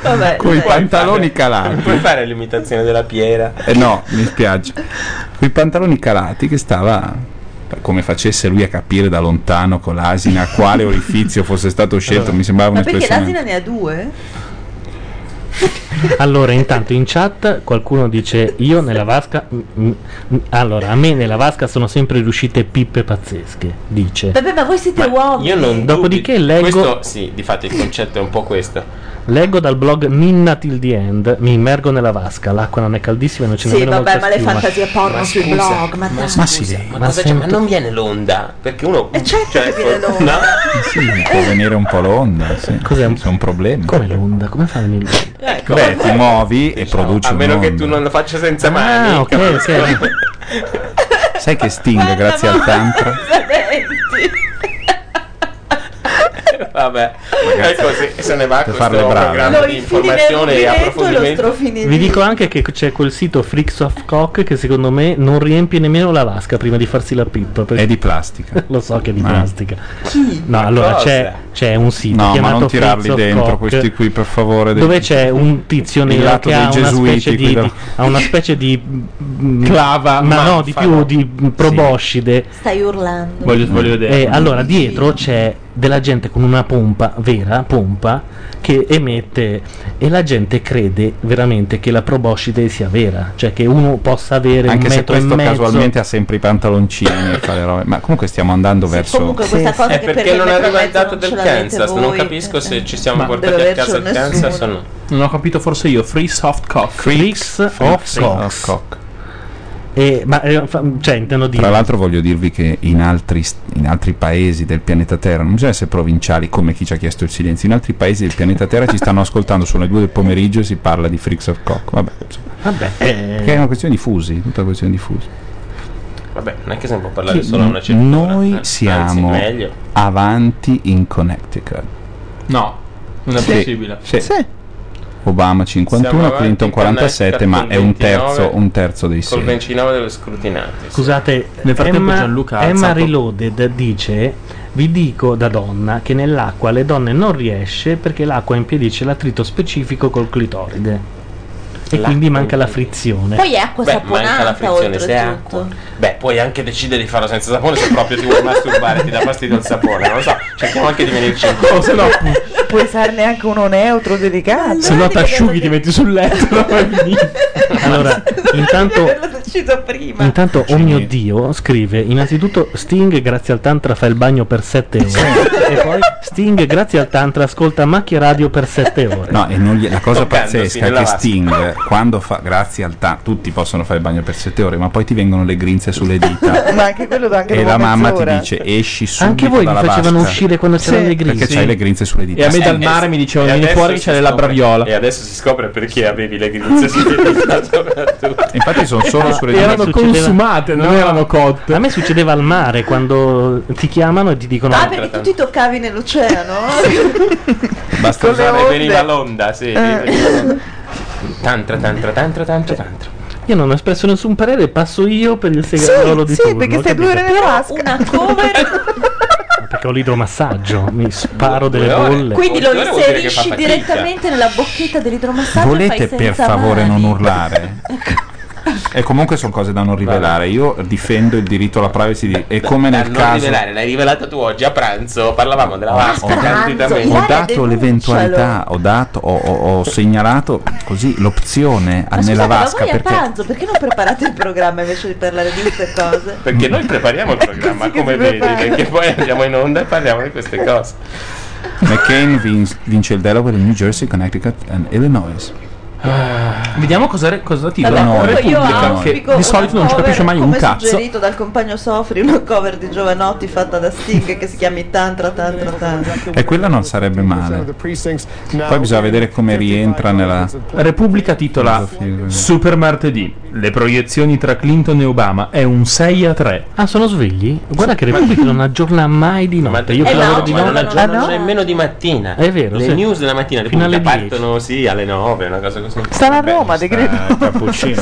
Speaker 23: Vabbè,
Speaker 1: con i pantaloni
Speaker 23: Non
Speaker 1: calati.
Speaker 23: puoi fare l'imitazione della Piera.
Speaker 1: Eh no, mi spiace. Con i pantaloni calati che stava come facesse lui a capire da lontano con l'asina quale orifizio fosse stato scelto, mi sembrava
Speaker 2: Ma perché
Speaker 1: un'espressione.
Speaker 2: l'asina ne ha due?
Speaker 5: Allora, intanto in chat qualcuno dice: Io nella vasca. m- m- m- allora, a me nella vasca sono sempre riuscite pippe pazzesche. Dice.
Speaker 2: Vabbè, ma voi siete uomini.
Speaker 5: io non Dopodiché leggo.
Speaker 3: Questo sì, di fatto il concetto è un po' questo.
Speaker 5: Leggo dal blog Ninna Till the End, mi immergo nella vasca, l'acqua non è caldissima e non ce n'è
Speaker 2: Sì,
Speaker 5: nemmeno
Speaker 2: vabbè,
Speaker 5: molta
Speaker 2: ma le
Speaker 5: schiuma.
Speaker 2: fantasie porno
Speaker 5: Ma
Speaker 2: sui
Speaker 5: scusa,
Speaker 2: blog, ma, dai.
Speaker 3: Ma,
Speaker 5: ma
Speaker 3: cosa c'è?
Speaker 5: sento-
Speaker 3: Ma non viene l'onda? Perché uno. cioè, ecco. E
Speaker 2: certo
Speaker 3: che viene l'onda.
Speaker 1: Sì, può
Speaker 2: Eh.
Speaker 1: venire un po' l'onda, sì. Cos'è un, problema.
Speaker 5: Come l'onda? Come fa a venire l'onda?
Speaker 2: Ecco.
Speaker 1: Beh, ti muovi e produci
Speaker 3: Diciamo, a meno
Speaker 1: un'onda.
Speaker 3: che tu non lo faccia senza mani.
Speaker 1: Ah, ok,
Speaker 3: capisco.
Speaker 1: Sai che Sting, grazie al tantra,
Speaker 3: Vabbè, è così. Se ne va
Speaker 1: Per
Speaker 3: questo
Speaker 1: farle brave.
Speaker 3: programma
Speaker 2: Lo
Speaker 3: di
Speaker 2: infili nel
Speaker 3: informazione e
Speaker 2: rubinetto e lo
Speaker 3: approfondimento.
Speaker 2: strofini
Speaker 5: Vi dico anche che c'è quel sito Freaks of Cock che secondo me non riempie nemmeno la vasca prima di farsi la pippa. È
Speaker 1: di plastica.
Speaker 5: Lo so che è di
Speaker 1: Ma-
Speaker 5: plastica. No, allora
Speaker 1: cosa?
Speaker 5: c'è, c'è un sito
Speaker 1: No, ma
Speaker 5: chiamato
Speaker 1: non tirarli
Speaker 5: Freaks of
Speaker 1: dentro
Speaker 5: Cock,
Speaker 1: questi qui, per favore. dei-
Speaker 5: Dove c'è un tizio
Speaker 1: Il
Speaker 5: nero
Speaker 1: lato
Speaker 5: che ha
Speaker 1: dei
Speaker 5: una,
Speaker 1: gesuiti
Speaker 5: specie di,
Speaker 1: qui da-
Speaker 5: di- ha una specie di mm,
Speaker 6: Clava,
Speaker 5: ma no,
Speaker 6: manfa,
Speaker 5: di più di mm, proboscide.
Speaker 2: Stai urlando.
Speaker 6: Voglio, voglio vedere.
Speaker 5: E allora dietro c'è della gente con una pompa, vera pompa, che emette e la gente crede veramente che la proboscide sia vera, cioè che uno possa avere
Speaker 1: Anche
Speaker 5: un
Speaker 1: se
Speaker 5: metro e
Speaker 1: questo
Speaker 5: mezzo.
Speaker 1: casualmente ha sempre i pantaloncini e fa le robe. Ma comunque stiamo andando verso.
Speaker 2: comunque questa cosa
Speaker 3: è
Speaker 2: che
Speaker 3: perché
Speaker 2: per
Speaker 3: non
Speaker 2: il
Speaker 3: arriva il
Speaker 2: mezzo
Speaker 3: dato
Speaker 2: non
Speaker 3: del
Speaker 2: ce l'avete
Speaker 3: Kansas.
Speaker 2: voi.
Speaker 3: Non capisco se ci siamo
Speaker 2: Ma-
Speaker 3: portati
Speaker 2: Deve
Speaker 3: a casa il
Speaker 2: avercelo
Speaker 3: Kansas o
Speaker 2: nessuno.
Speaker 3: no.
Speaker 6: Non ho capito, forse io. Free soft cock.
Speaker 1: Freaks
Speaker 5: of
Speaker 1: Cock.
Speaker 5: E, ma eh, fa- cioè, intendo dire.
Speaker 1: Tra l'altro voglio dirvi che in altri, st- in altri paesi del pianeta Terra, non bisogna essere provinciali come chi ci ha chiesto il silenzio, in altri paesi del pianeta Terra ci stanno ascoltando sono le due del pomeriggio e si parla di Freaks of Cock. Vabbè, eh, insomma.
Speaker 5: Vabbè,
Speaker 3: Eh,
Speaker 1: Perché è una questione di fusi, tutta una questione di fusi.
Speaker 3: Vabbè, non è che se ne può parlare
Speaker 1: Sì,
Speaker 3: solo a una certa
Speaker 1: Noi
Speaker 3: Anzi,
Speaker 1: siamo
Speaker 3: meglio.
Speaker 1: avanti in Connecticut.
Speaker 6: No, non è
Speaker 1: Sì,
Speaker 6: possibile.
Speaker 1: sì. Obama 51,
Speaker 3: Siamo
Speaker 1: Clinton
Speaker 3: avanti in
Speaker 1: 47, ma è un terzo,
Speaker 3: 29,
Speaker 1: un terzo dei
Speaker 3: Col
Speaker 1: seggi.
Speaker 3: 29 dello scrutinante.
Speaker 5: Scusate,
Speaker 3: Nel frattempo
Speaker 5: Emma,
Speaker 3: Gianluca ha
Speaker 5: Emma
Speaker 3: alzato-
Speaker 5: Reloaded dice: Vi dico da donna che nell'acqua le donne non riesce perché l'acqua impedisce l'attrito specifico col clitoride. E quindi manca la frizione.
Speaker 2: Poi è acqua
Speaker 3: Beh, manca la
Speaker 2: saponata
Speaker 3: frizione, se è
Speaker 2: oltretutto.
Speaker 3: Beh, puoi anche decidere di farlo senza sapone se proprio ti vuoi masturbare e ti dà fastidio il sapone. Non lo so, cerchiamo anche di venirci incontro. Se no,
Speaker 9: Puoi usarne anche uno neutro delicato.
Speaker 6: Se no, ti asciughi, ti metti sul letto.
Speaker 5: Allora, intanto,
Speaker 2: deciso prima.
Speaker 5: intanto, oh mio dio, scrive: Innanzitutto, Sting, grazie al Tantra, fa il bagno per 7 ore. e poi Sting, grazie al Tantra, ascolta macchia radio per 7 ore.
Speaker 1: No, e non gli- la cosa
Speaker 5: Toccandosi
Speaker 1: pazzesca è
Speaker 5: nella
Speaker 1: che
Speaker 5: vasca.
Speaker 1: Sting, quando fa, grazie al TAN, tutti possono fare il bagno per 7 ore, ma poi ti vengono le grinze sulle dita.
Speaker 9: Ma anche quello da anche
Speaker 1: e
Speaker 9: dopo
Speaker 1: la mamma ti
Speaker 9: mezz'ora.
Speaker 1: dice esci subito
Speaker 9: Anche voi vi
Speaker 1: dalla
Speaker 9: facevano
Speaker 1: vasca.
Speaker 9: uscire quando c'erano le
Speaker 1: Perché
Speaker 9: grinze?
Speaker 1: c'hai
Speaker 9: Sì.
Speaker 1: le grinze sulle dita.
Speaker 6: E a me
Speaker 1: Sì.
Speaker 6: dal mare mi dicevano: Vieni fuori, che c'è le labbra viola.
Speaker 3: E adesso si scopre perché avevi le grinze sulle dita.
Speaker 1: Infatti sono
Speaker 5: Ah,
Speaker 6: Erano
Speaker 5: succedeva-
Speaker 6: consumate, non
Speaker 5: no,
Speaker 6: erano cotte.
Speaker 5: A me succedeva al mare quando ti chiamano e ti dicono:
Speaker 2: Ah, perché tu ti toccavi nell'oceano?
Speaker 3: Basta
Speaker 2: Con le
Speaker 3: usare,
Speaker 2: onde.
Speaker 3: veniva l'onda, sì. veniva l'onda. Tantra, tantra, tantra, tantra, tantra.
Speaker 5: Io non ho espresso nessun parere, passo io per il
Speaker 9: Sì,
Speaker 5: segreto di
Speaker 9: sì,
Speaker 5: turno,
Speaker 9: perché stai due
Speaker 5: capito?
Speaker 9: ore nella vasca.
Speaker 5: Perché ho l'idromassaggio, mi sparo delle
Speaker 1: Due ore.
Speaker 5: bolle.
Speaker 2: Quindi lo
Speaker 1: Oltre vuol dire che fa
Speaker 2: inserisci
Speaker 1: fatica.
Speaker 2: direttamente nella bocchetta dell'idromassaggio
Speaker 1: Volete
Speaker 2: e fai
Speaker 1: per
Speaker 2: senza
Speaker 1: favore
Speaker 2: mani.
Speaker 1: non urlare? E comunque sono cose da non rivelare. Io difendo il diritto alla privacy di- e come
Speaker 3: Da
Speaker 1: nel
Speaker 3: non
Speaker 1: caso
Speaker 3: rivelare, l'hai rivelata tu oggi a pranzo. Parlavamo della vasca. candidamente.
Speaker 1: ho dato l'eventualità, ho, dato, ho, ho- ho segnalato così l'opzione
Speaker 2: Ma
Speaker 1: a- nella
Speaker 2: scusate, ma
Speaker 1: vasca
Speaker 2: voi a
Speaker 1: perché
Speaker 2: pranzo perché non preparate il programma invece di parlare di queste cose?
Speaker 3: Perché noi prepariamo il programma, come
Speaker 2: si
Speaker 3: vedi,
Speaker 2: prepara.
Speaker 3: perché poi andiamo in onda e parliamo di queste cose.
Speaker 1: McCain vin- vince il Delaware, New Jersey, Connecticut e Illinois.
Speaker 6: Vediamo cosa, re- cosa titola.
Speaker 1: Vabbè, comunque
Speaker 2: Io
Speaker 6: Repubblica, che
Speaker 2: auspico
Speaker 6: di solito
Speaker 2: una
Speaker 6: non ci
Speaker 2: cover,
Speaker 6: capisce mai un
Speaker 2: come
Speaker 6: cazzo.
Speaker 2: suggerito dal compagno Sofri, una cover di Giovanotti fatta da Sting che si chiami Tantra Tantra
Speaker 1: Eh,
Speaker 2: Tantra.
Speaker 1: E quella non sarebbe male. Poi bisogna vedere come rientra nella.
Speaker 6: Repubblica titola Super martedì. Le proiezioni tra Clinton e Obama è un 6 a 3.
Speaker 5: Ah, sono svegli? Guarda che Repubblica non aggiorna mai di notte. Io
Speaker 3: Eh
Speaker 5: che
Speaker 3: no,
Speaker 5: lavoro di
Speaker 3: ma non
Speaker 5: notte.
Speaker 3: aggiornano nemmeno di mattina.
Speaker 5: È vero,
Speaker 3: Le
Speaker 5: sì.
Speaker 3: news della mattina
Speaker 5: Fino alle
Speaker 3: Repubblica partono sì alle 9, una cosa così. Eh,
Speaker 9: Stava a Roma, ti credo.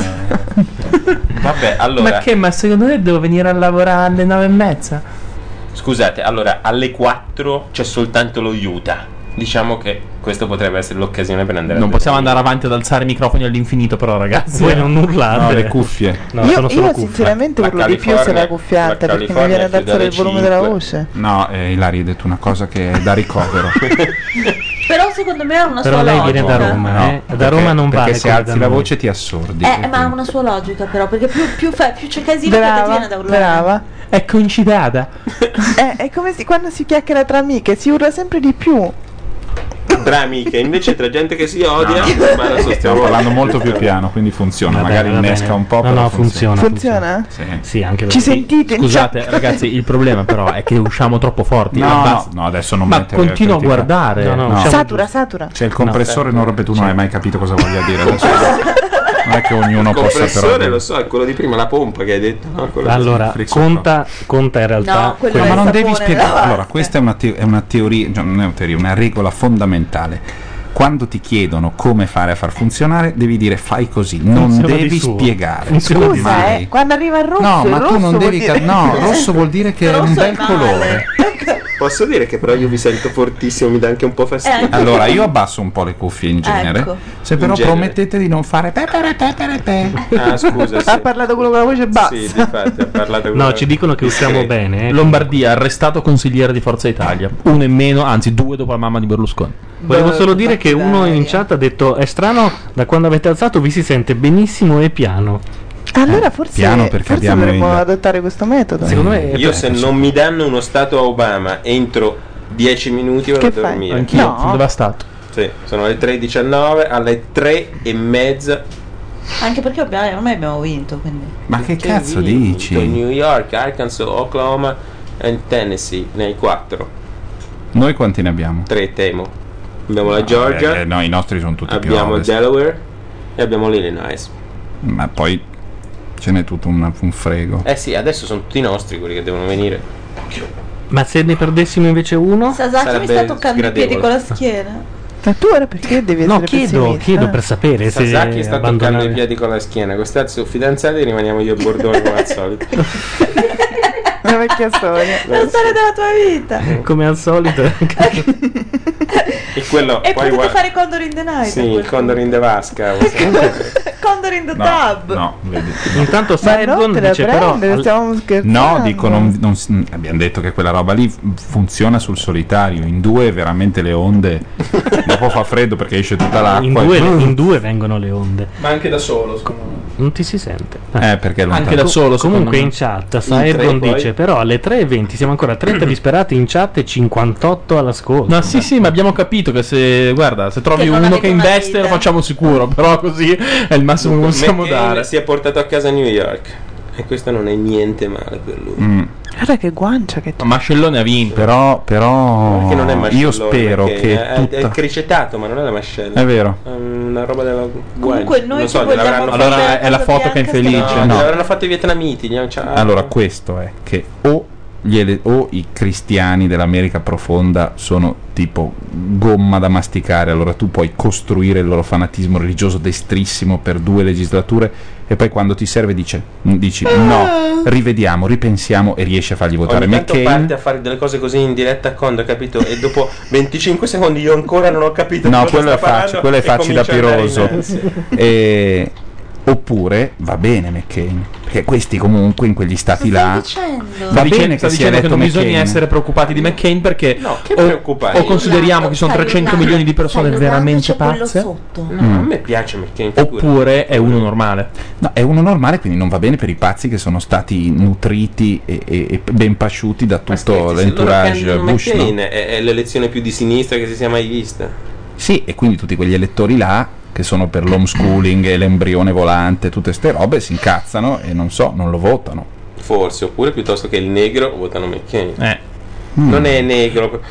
Speaker 3: Vabbè,
Speaker 6: Ma
Speaker 3: allora,
Speaker 6: che? Ma secondo te devo venire a lavorare alle nove e mezza?
Speaker 3: scusate, allora alle 4 c'è soltanto lo Utah. Diciamo che questo potrebbe essere l'occasione per andare a
Speaker 6: Non possiamo andare avanti ad alzare i microfoni all'infinito, però, ragazzi.
Speaker 3: Voi non urlare.
Speaker 6: No, le cuffie.
Speaker 3: No,
Speaker 9: io io sinceramente
Speaker 3: La
Speaker 9: urlo di più se
Speaker 3: California-
Speaker 9: la cuffia
Speaker 3: la
Speaker 9: alta perché mi
Speaker 3: California
Speaker 9: viene ad
Speaker 3: chiude
Speaker 9: alzare il
Speaker 3: alle
Speaker 9: volume della
Speaker 3: cinque.
Speaker 9: voce.
Speaker 1: No, eh, Ilaria ha detto una cosa che è da ricovero.
Speaker 2: Però secondo me ha una
Speaker 1: Però
Speaker 2: sua
Speaker 1: lei
Speaker 2: logica.
Speaker 1: viene da Roma,
Speaker 5: eh. Da Roma non
Speaker 1: perché
Speaker 5: vale
Speaker 1: se
Speaker 5: quella da
Speaker 1: alzi la
Speaker 5: noi.
Speaker 1: voce ti assordi.
Speaker 2: Eh, ma ha una sua logica, però, perché più, più, fa- più c'è casino, più ti viene da urlare.
Speaker 6: È concitata.
Speaker 9: Eh, è come si, quando si chiacchiera tra amiche, si urla sempre di più.
Speaker 3: Tra amiche, invece tra gente che si odia,
Speaker 1: No.
Speaker 3: ma la
Speaker 1: Stiamo
Speaker 3: sostiamo
Speaker 1: parlando molto più piano, quindi funziona.
Speaker 6: Va bene,
Speaker 1: Magari
Speaker 6: va bene.
Speaker 1: innesca un po'.
Speaker 6: No,
Speaker 1: però
Speaker 6: no, funziona,
Speaker 9: Funziona?
Speaker 1: Sì, anche
Speaker 9: Ci sentite? in
Speaker 6: Scusate,
Speaker 9: chat?
Speaker 6: ragazzi, il problema però è che usciamo troppo forti.
Speaker 1: No,
Speaker 6: ma
Speaker 1: no,
Speaker 6: basta.
Speaker 1: no, adesso non
Speaker 6: Ma
Speaker 1: mettere
Speaker 6: continuo a
Speaker 1: critica.
Speaker 6: guardare.
Speaker 1: No, no, No. siamo-
Speaker 9: Satura, satura.
Speaker 1: C'è il compressore, non robe tu non hai mai capito cosa voglia dire. Adesso non è che ognuno
Speaker 3: Il
Speaker 1: possa però.
Speaker 3: compressore lo so, è quello di prima, la pompa che hai detto. no? Quello di-
Speaker 5: Allora, conta, conta in realtà.
Speaker 3: No, quello è
Speaker 1: ma
Speaker 3: il
Speaker 1: non devi
Speaker 3: sapone
Speaker 1: spiegare.
Speaker 3: davanti.
Speaker 1: Allora, questa è una, teo- è una teoria, cioè, non è una teoria, una regola fondamentale. Quando ti chiedono come fare a far funzionare, devi dire fai così, non
Speaker 5: Funziona di
Speaker 1: devi
Speaker 5: suo.
Speaker 1: spiegare.
Speaker 5: Funziona di
Speaker 1: Mai.
Speaker 9: Scusa, eh, quando arriva il rosso,
Speaker 1: No,
Speaker 9: il
Speaker 1: ma tu
Speaker 9: rosso
Speaker 1: non
Speaker 9: vuol
Speaker 1: devi.
Speaker 9: dire-
Speaker 1: ca- no, rosso vuol dire che è un bel colore.
Speaker 3: Posso dire che però io vi sento fortissimo, mi dà anche
Speaker 9: Eh,
Speaker 3: un po' fastidio.
Speaker 1: Allora, io abbasso un po' le cuffie in genere.
Speaker 3: Ecco.
Speaker 1: Se
Speaker 3: In
Speaker 1: però
Speaker 3: genere.
Speaker 1: promettete di non fare pepere pepere pe.
Speaker 3: Ah, scusa, sì.
Speaker 9: Ha parlato quello con la voce bassa.
Speaker 3: Sì, infatti, ha parlato con-
Speaker 6: No, ci dicono che usciamo bene.
Speaker 5: eh.
Speaker 6: Lombardia, arrestato consigliere di Forza Italia. Uno in meno, anzi due dopo la mamma di Berlusconi.
Speaker 5: Volevo solo dire che uno in chat ha detto: È strano, da quando avete alzato vi si sente benissimo e piano.
Speaker 9: Allora forse,
Speaker 5: piano perché
Speaker 9: forse
Speaker 5: abbiamo
Speaker 9: dovremmo
Speaker 5: il-
Speaker 9: adottare questo metodo.
Speaker 3: io se non mi danno uno stato a Obama entro 10 minuti vado
Speaker 9: Che
Speaker 3: a
Speaker 9: fai?
Speaker 3: dormire.
Speaker 9: Anch'io, No. sono
Speaker 6: devastato.
Speaker 3: Sì, sono le 3.19, alle 3 e mezza.
Speaker 24: Anche perché abbiamo- ormai abbiamo vinto, quindi.
Speaker 1: Ma che
Speaker 3: Che
Speaker 1: cazzo
Speaker 3: vinto?
Speaker 1: dici?
Speaker 3: New York, Arkansas, Oklahoma e Tennessee, nei 4.
Speaker 1: Noi quanti ne abbiamo?
Speaker 3: 3 temo. Abbiamo la Georgia,
Speaker 1: Eh, eh, no, i nostri sono tutti più
Speaker 3: abbiamo il
Speaker 1: ovest.
Speaker 3: Delaware e abbiamo l'Illinois.
Speaker 1: Ma poi ce n'è tutto un, un frego.
Speaker 3: Eh sì, adesso sono tutti nostri quelli che devono venire.
Speaker 5: Ma se ne perdessimo invece uno?
Speaker 9: Esatto,
Speaker 2: Sasaki mi sta
Speaker 3: Sarebbe
Speaker 2: toccando i piedi
Speaker 3: sgradevole.
Speaker 2: con la schiena.
Speaker 9: Ma tu ora perché devi
Speaker 5: No,
Speaker 9: essere
Speaker 5: chiedo,
Speaker 9: pessimista?
Speaker 5: chiedo per
Speaker 1: Eh,
Speaker 5: sapere se
Speaker 3: Sasaki sta toccando
Speaker 5: abbandonare-
Speaker 3: i piedi con la schiena, quest'altro suo fidanzato e rimaniamo io a bordone come al solito.
Speaker 9: Una vecchia storia.
Speaker 2: La storia della tua vita.
Speaker 1: Eh,
Speaker 5: Come al solito.
Speaker 3: E quello
Speaker 2: E
Speaker 3: poi
Speaker 2: potete
Speaker 3: guarda-
Speaker 2: fare Condor in the Night.
Speaker 3: Sì, il Condor in the Vasca.
Speaker 2: Condor in the
Speaker 1: No,
Speaker 2: Tub.
Speaker 1: no, vedi.
Speaker 5: Intanto
Speaker 9: non te la prendere,
Speaker 1: al-
Speaker 9: stiamo scherzando.
Speaker 1: No, dico, non, non s- mm, abbiamo detto che quella roba lì f- funziona sul solitario. In due veramente le onde. Dopo fa freddo perché esce tutta l'acqua.
Speaker 5: In due, in due vengono le onde.
Speaker 3: Ma anche da solo, secondo me.
Speaker 5: Non ti si sente.
Speaker 1: Eh, perché è lontano.
Speaker 5: Com- Comunque in chat, Saebron dice: Però alle 3.20 siamo ancora 30 disperati in chat e 58 all'ascolto.
Speaker 6: No, sì, sì, ma abbiamo capito che se guarda, se trovi
Speaker 5: Che non
Speaker 6: uno
Speaker 5: avete
Speaker 6: che
Speaker 5: una
Speaker 6: investe lo
Speaker 5: vita.
Speaker 6: facciamo sicuro, però così è il massimo che possiamo
Speaker 3: McCain
Speaker 6: dare.
Speaker 3: Si è portato a casa New York. E questo non è niente male per lui.
Speaker 9: Guarda che guancia che
Speaker 6: Ma Mascellone ha vinto.
Speaker 1: Però, però
Speaker 3: Perché non è
Speaker 1: io
Speaker 3: mascellone,
Speaker 1: spero
Speaker 3: McCain,
Speaker 1: che
Speaker 3: è, eh,
Speaker 1: tutta...
Speaker 3: è cricetato, ma non è la mascella.
Speaker 1: È vero.
Speaker 3: È una roba della
Speaker 1: Comunque
Speaker 3: guai.
Speaker 1: noi
Speaker 3: Non
Speaker 1: ti
Speaker 3: so,
Speaker 1: vogliamo
Speaker 3: gliel'avranno
Speaker 1: Allora
Speaker 3: fatta-
Speaker 1: è la foto che è infelice,
Speaker 3: No,
Speaker 1: no.
Speaker 3: gliel'avranno fatto i vietnamiti. gli- cioè-
Speaker 1: Allora, questo è che o, gli ele- o i cristiani dell'America profonda sono tipo gomma da masticare, allora tu puoi costruire il loro fanatismo religioso destrissimo per due legislature e poi quando ti serve dice, mm, dici no, rivediamo, ripensiamo e riesci a fargli votare
Speaker 3: Ogni tanto
Speaker 1: McCain.
Speaker 3: parte a fare delle cose così in diretta a Condo, capito? E dopo 25 secondi io ancora non ho capito. di
Speaker 1: No,
Speaker 3: cosa sta
Speaker 1: quello è facile,
Speaker 3: parlando
Speaker 1: quello è
Speaker 3: e
Speaker 1: facile da
Speaker 3: comincia ad andare
Speaker 1: piroso.
Speaker 3: innanzi.
Speaker 1: E- Oppure va bene McCain, perché questi comunque in quegli stati là...
Speaker 6: Sta
Speaker 1: Va
Speaker 6: dicendo-
Speaker 1: bene
Speaker 6: sta
Speaker 1: che
Speaker 6: dicendo
Speaker 1: sia
Speaker 6: che
Speaker 1: eletto eh?
Speaker 6: non bisogna
Speaker 1: McCain.
Speaker 6: essere preoccupati di McCain perché
Speaker 3: che
Speaker 6: o,
Speaker 3: preoccupati?
Speaker 6: o consideriamo che ci sono
Speaker 3: Stai
Speaker 6: 300
Speaker 3: urlando,
Speaker 6: milioni di
Speaker 2: Cioè,
Speaker 6: persone
Speaker 3: stai urlando,
Speaker 6: veramente
Speaker 3: c'è quello
Speaker 6: pazze
Speaker 3: sotto. No,
Speaker 1: Mm.
Speaker 3: a me piace McCain. figurati.
Speaker 6: oppure è uno normale.
Speaker 1: No, è uno normale, quindi non va bene per i pazzi che sono stati nutriti e, e- e ben pasciuti da tutto
Speaker 3: Se loro
Speaker 1: l'entourage
Speaker 3: prendono
Speaker 1: Bush.
Speaker 3: McCain,
Speaker 1: no?
Speaker 3: è, è l'elezione più di sinistra che si sia mai vista.
Speaker 1: Sì, e quindi tutti quegli elettori là che sono per l'homeschooling e l'embrione volante, tutte ste robe, si incazzano e non so, non lo votano.
Speaker 3: Forse, oppure piuttosto che il negro votano McCain.
Speaker 1: Mm.
Speaker 3: Non è negro.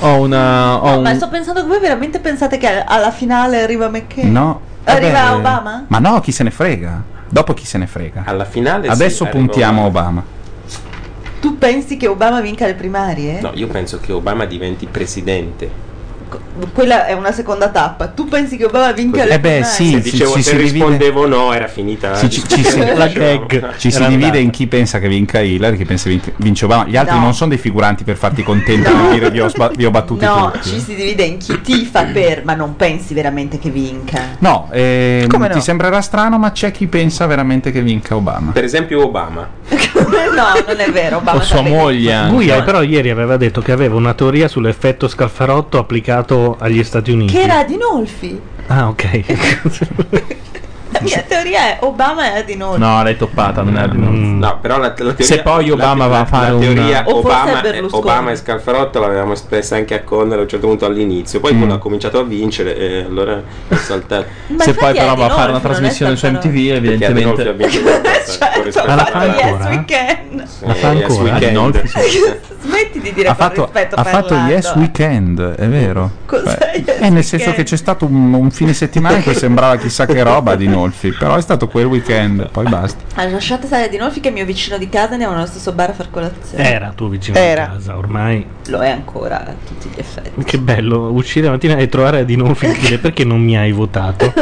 Speaker 6: Ho una. Ho
Speaker 2: Ma sto pensando che voi veramente pensate che alla finale arriva McCain?
Speaker 1: No.
Speaker 2: Arriva
Speaker 1: Vabbè,
Speaker 2: Obama?
Speaker 1: Ma no, chi se ne frega? Dopo chi se ne frega?
Speaker 3: Alla finale
Speaker 1: Adesso
Speaker 3: sì, arriva
Speaker 1: puntiamo a Obama.
Speaker 2: Tu pensi che Obama vinca le primarie?
Speaker 3: No, io penso che Obama diventi presidente.
Speaker 2: quella è una seconda tappa. Tu pensi che Obama vinca le
Speaker 1: Eh beh,
Speaker 2: primarie?
Speaker 1: sì,
Speaker 3: se
Speaker 1: ci-
Speaker 3: dicevo
Speaker 1: ci
Speaker 3: se
Speaker 1: si divide-
Speaker 3: rispondevo no, era finita. la
Speaker 1: Ci, ci- ci si,
Speaker 3: discussione, diciamo.
Speaker 1: ci si divide in chi pensa che vinca Hillary, chi pensa che vinca- vince Obama. Gli altri
Speaker 2: No.
Speaker 1: non sono dei figuranti per farti contenti di dire vi ho, sba- vi ho battuti
Speaker 2: No,
Speaker 1: tutti.
Speaker 2: ci si divide in chi tifa per, ma non pensi veramente che vinca.
Speaker 1: No, ehm,
Speaker 2: Come no?
Speaker 1: ti sembrerà strano, ma c'è chi pensa veramente che vinca Obama.
Speaker 3: Per esempio Obama.
Speaker 2: no, non è vero. Obama sapeva-
Speaker 5: Guia però ieri aveva detto che aveva una teoria sull'effetto scalfarotto applicato agli Stati Uniti.
Speaker 2: Che era Adinolfi.
Speaker 5: Ah, ok.
Speaker 2: La mia teoria è Obama è Adinolfi.
Speaker 6: No, l'hai toppata. Non
Speaker 5: Mm.
Speaker 6: è
Speaker 3: No, però la, la teoria,
Speaker 6: Se poi Obama
Speaker 3: la-
Speaker 6: va a
Speaker 3: la-
Speaker 6: fare
Speaker 3: la teoria
Speaker 6: una- O forse
Speaker 3: Obama,
Speaker 6: è Berlusconi.
Speaker 3: Obama e Scalfarotto l'avevamo espressa anche a Conner a un certo punto all'inizio,
Speaker 1: Mm.
Speaker 3: poi quando ha cominciato a vincere e allora è saltato.
Speaker 6: Ma Se poi infatti però è va a fare Adinolfi, una non è trasmissione su Scalfarotto. MTV,
Speaker 3: Perché Adinolfi
Speaker 6: evidentemente-
Speaker 3: ha
Speaker 9: Cioè,
Speaker 3: vinto
Speaker 2: Certo,
Speaker 6: Ma la fa
Speaker 2: yes,
Speaker 6: ancora?
Speaker 2: weekend.
Speaker 1: La fa
Speaker 3: Eh, Yes,
Speaker 1: ancora?
Speaker 3: Weekend.
Speaker 1: Adinolfi, sì.
Speaker 2: Smetti di dire
Speaker 1: ha
Speaker 2: con
Speaker 1: fatto,
Speaker 2: rispetto
Speaker 1: ha fatto
Speaker 2: parlando.
Speaker 1: Yes Weekend, è vero.
Speaker 2: Cos'è
Speaker 1: Cioè,
Speaker 2: Yes
Speaker 1: eh, nel senso
Speaker 2: Weekend?
Speaker 1: che c'è stato un, un fine settimana in cui sembrava chissà che roba di Nolfi, però è stato quel weekend, poi basta.
Speaker 2: Ah, lasciate stare Adinolfi che è mio vicino di casa andiamo nello stesso bar a far colazione.
Speaker 5: Era tuo vicino
Speaker 2: Era.
Speaker 5: di casa ormai.
Speaker 2: Lo è ancora a tutti gli effetti.
Speaker 5: Che bello uscire la mattina e trovare di nuovo e dire perché non mi hai votato.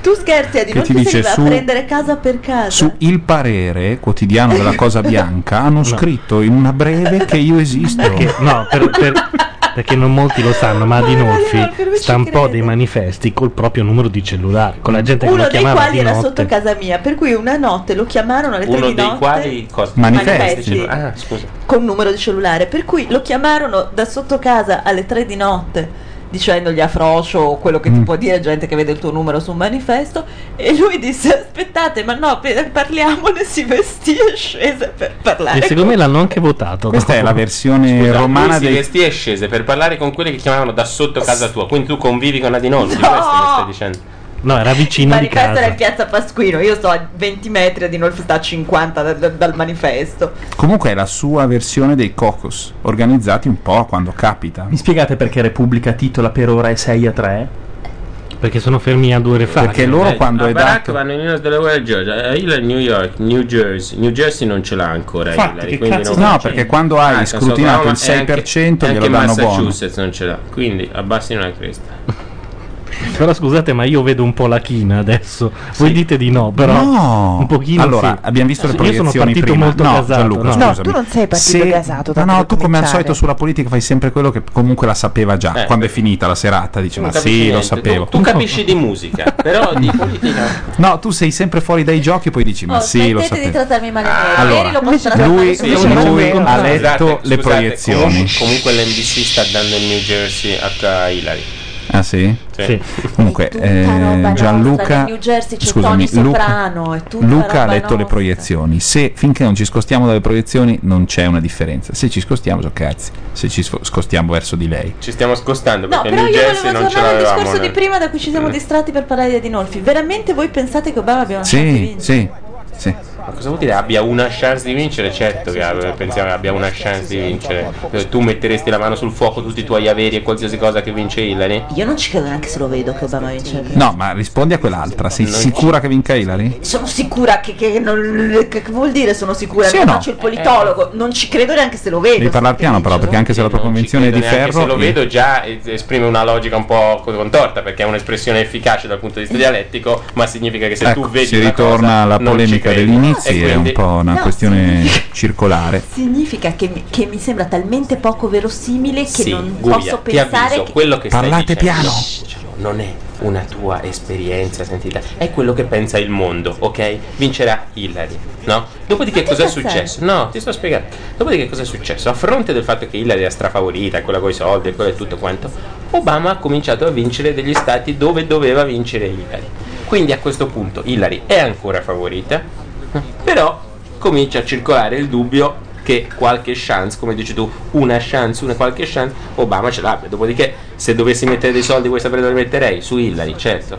Speaker 2: Tu scherzi
Speaker 1: Che ti
Speaker 2: Adinolfi
Speaker 1: dice
Speaker 2: sei va
Speaker 1: su-
Speaker 2: a prendere casa per casa.
Speaker 1: Su Il Parere, quotidiano della Cosa Bianca, hanno scritto in una breve che io esisto.
Speaker 5: Perché- no, per- per- perché non molti lo sanno, ma Adinolfi stampò dei manifesti col proprio numero di cellulare, con la gente che
Speaker 2: Uno
Speaker 5: lo
Speaker 2: dei
Speaker 5: chiamava
Speaker 2: quali
Speaker 5: di
Speaker 2: era
Speaker 5: notte.
Speaker 2: sotto casa mia, per cui una notte lo chiamarono alle tre
Speaker 3: Uno
Speaker 2: di
Speaker 3: dei
Speaker 2: notte
Speaker 3: quali cosa?
Speaker 2: Manifesti. Manifesti.
Speaker 3: Ah, scusa.
Speaker 2: con numero di cellulare, per cui lo chiamarono da sotto casa alle tre di notte dicendogli a Frocio o quello
Speaker 1: Mm.
Speaker 2: che ti può dire gente che vede il tuo numero su un manifesto e lui disse aspettate ma no pe- parliamone si vestì e scese per parlare
Speaker 5: E secondo me l'hanno anche votato.
Speaker 1: Questa è la versione
Speaker 3: Scusa, lui
Speaker 1: romana
Speaker 3: si
Speaker 1: dei
Speaker 3: vestì e scese per parlare con quelli che chiamavano da sotto casa tua, quindi tu convivi con Adinolfi,
Speaker 2: No!
Speaker 3: questo mi stai dicendo.
Speaker 5: No, era
Speaker 2: il
Speaker 5: vicino di
Speaker 2: manifesto era
Speaker 5: casa.
Speaker 2: in piazza Pasquino io sto a 20 metri Adinolfi sta a 50 da- da- dal manifesto
Speaker 1: Comunque è la sua versione dei cocos, organizzati un po' quando capita.
Speaker 6: Mi spiegate perché Repubblica titola per ora è 6 a 3?
Speaker 5: Perché sono fermi a due ore fa.
Speaker 1: Perché loro quando
Speaker 3: a
Speaker 1: è
Speaker 3: Barack
Speaker 1: dato
Speaker 3: vanno in Illinois, Delaware, Georgia. Eh, Hillary, New York, New Jersey. New Jersey non ce l'ha ancora
Speaker 1: Infatti,
Speaker 3: Hillary,
Speaker 1: che
Speaker 3: quindi
Speaker 1: cazzo
Speaker 3: non-
Speaker 1: no, perché quando hai scrutinato il 6%
Speaker 3: anche,
Speaker 1: glielo
Speaker 3: anche
Speaker 1: danno buono.
Speaker 3: Massachusetts non ce l'ha, quindi abbassino la cresta.
Speaker 5: Però scusate, ma io vedo un po' la china adesso. Voi dite di no, però
Speaker 1: No.
Speaker 5: un pochino
Speaker 1: Allora,
Speaker 5: sì.
Speaker 1: abbiamo visto le
Speaker 5: Io sono
Speaker 1: proiezioni
Speaker 5: partito
Speaker 1: prima.
Speaker 5: molto
Speaker 1: No,
Speaker 5: casato.
Speaker 1: Gianluca,
Speaker 5: no.
Speaker 1: scusa. Scusami.
Speaker 2: tu non sei partito
Speaker 1: Se-
Speaker 2: casato
Speaker 1: No,
Speaker 2: tanto
Speaker 1: no,
Speaker 2: per
Speaker 1: tu come al
Speaker 2: cominciare.
Speaker 1: solito sulla politica fai sempre quello che comunque la sapeva già.
Speaker 3: Eh.
Speaker 1: Quando è finita la serata dici,
Speaker 3: Tu non
Speaker 1: ma
Speaker 3: capisci
Speaker 1: sì, lo
Speaker 3: niente.
Speaker 1: sapevo.
Speaker 3: Tu, tu capisci di musica, però di
Speaker 1: Mm.
Speaker 3: politica.
Speaker 1: No, tu sei sempre fuori dai giochi e poi dici, ma
Speaker 25: Oh,
Speaker 1: sì, lo
Speaker 25: smettete di
Speaker 1: sapevo.
Speaker 25: trattarmi male.
Speaker 1: Allora,
Speaker 25: Ieri lo posso trattare
Speaker 1: lui, eh,
Speaker 25: solo
Speaker 1: lui
Speaker 25: male.
Speaker 1: ha letto
Speaker 3: Scusate,
Speaker 1: le
Speaker 3: scusate,
Speaker 1: proiezioni.
Speaker 3: Comunque, comunque l'NBC sta dando il New Jersey a Hillary.
Speaker 1: Ah sì?
Speaker 3: Sì.
Speaker 1: Comunque, eh,
Speaker 25: roba nostra,
Speaker 1: Gianluca...
Speaker 25: nel New Jersey c'è
Speaker 1: scusami,
Speaker 25: Tony
Speaker 1: Luca-
Speaker 25: Soprano, è tutta
Speaker 1: Luca
Speaker 25: roba
Speaker 1: ha letto le
Speaker 25: nostra.
Speaker 1: proiezioni. Se finché non ci scostiamo dalle proiezioni non c'è una differenza. Se ci scostiamo, so cazzi. Se ci sfo- scostiamo verso di lei.
Speaker 3: Ci stiamo scostando
Speaker 25: No,
Speaker 3: perché
Speaker 25: però
Speaker 3: New
Speaker 25: io
Speaker 3: Jersey
Speaker 25: volevo
Speaker 3: non ce
Speaker 25: tornare al
Speaker 3: l'avevamo.
Speaker 25: discorso di
Speaker 3: nel-
Speaker 25: prima da cui ci siamo distratti per parlare di Adinolfi. Veramente voi pensate che Obama abbia una chance di
Speaker 1: Sì,
Speaker 25: vincere?
Speaker 1: sì, sì.
Speaker 3: Ma cosa vuol dire abbia una chance di vincere? Certo che abbia- pensiamo che abbia una chance di vincere. Eh, Tu metteresti la mano sul fuoco tutti i tuoi averi e qualsiasi cosa che vince Hillary?
Speaker 25: Io non ci credo neanche se lo vedo che Obama vince.
Speaker 1: No, ma rispondi a quell'altra. Sei
Speaker 3: Non
Speaker 1: sicura che vinca Hillary?
Speaker 2: sono sicura che, che non- che vuol dire sono sicura
Speaker 1: Sì
Speaker 2: che
Speaker 1: o no?
Speaker 2: faccio il
Speaker 25: Eh,
Speaker 2: politologo non ci credo neanche se lo vedo
Speaker 1: Devi parlare piano, però, perché anche se la tua convinzione è di
Speaker 3: Credo neanche
Speaker 1: ferro. eh,
Speaker 3: Se lo
Speaker 1: il-
Speaker 3: vedo già es- esprime una logica un po' co- contorta perché è un'espressione efficace dal punto di vista dialettico, ma significa che se tu
Speaker 1: Ecco,
Speaker 3: vedi
Speaker 1: si
Speaker 3: una
Speaker 1: ritorna
Speaker 3: cosa,
Speaker 1: alla
Speaker 3: non ci
Speaker 1: polemica
Speaker 3: credi.
Speaker 1: degli inizi,
Speaker 3: E
Speaker 1: è un
Speaker 3: quindi-
Speaker 1: po' una
Speaker 25: No,
Speaker 1: questione circolare.
Speaker 25: Significa che mi, che mi sembra talmente poco verosimile che
Speaker 3: Sì,
Speaker 25: non
Speaker 3: Guia,
Speaker 25: posso
Speaker 3: ti
Speaker 25: pensare
Speaker 3: avviso,
Speaker 25: che...
Speaker 3: quello che
Speaker 1: Parlate
Speaker 3: stai dicendo,
Speaker 1: piano.
Speaker 3: shh, non è una tua esperienza sentita, è quello che pensa il mondo, ok? Vincerà Hillary, no? Dopodiché
Speaker 26: Fatti
Speaker 3: cosa è
Speaker 26: incazzare.
Speaker 3: successo? No, ti sto spiegando. Dopodiché cosa è successo? A fronte del fatto che Hillary era strafavorita, quella con i soldi, quella e tutto quanto, Obama ha cominciato a vincere degli stati dove doveva vincere Hillary. Quindi a questo punto Hillary è ancora favorita, però comincia a circolare il dubbio che qualche chance, come dici tu, una chance, una qualche chance, Obama ce l'abbia. Dopodiché, se dovessi mettere dei soldi, vuoi sapere dove li metterei? Su Hillary, certo.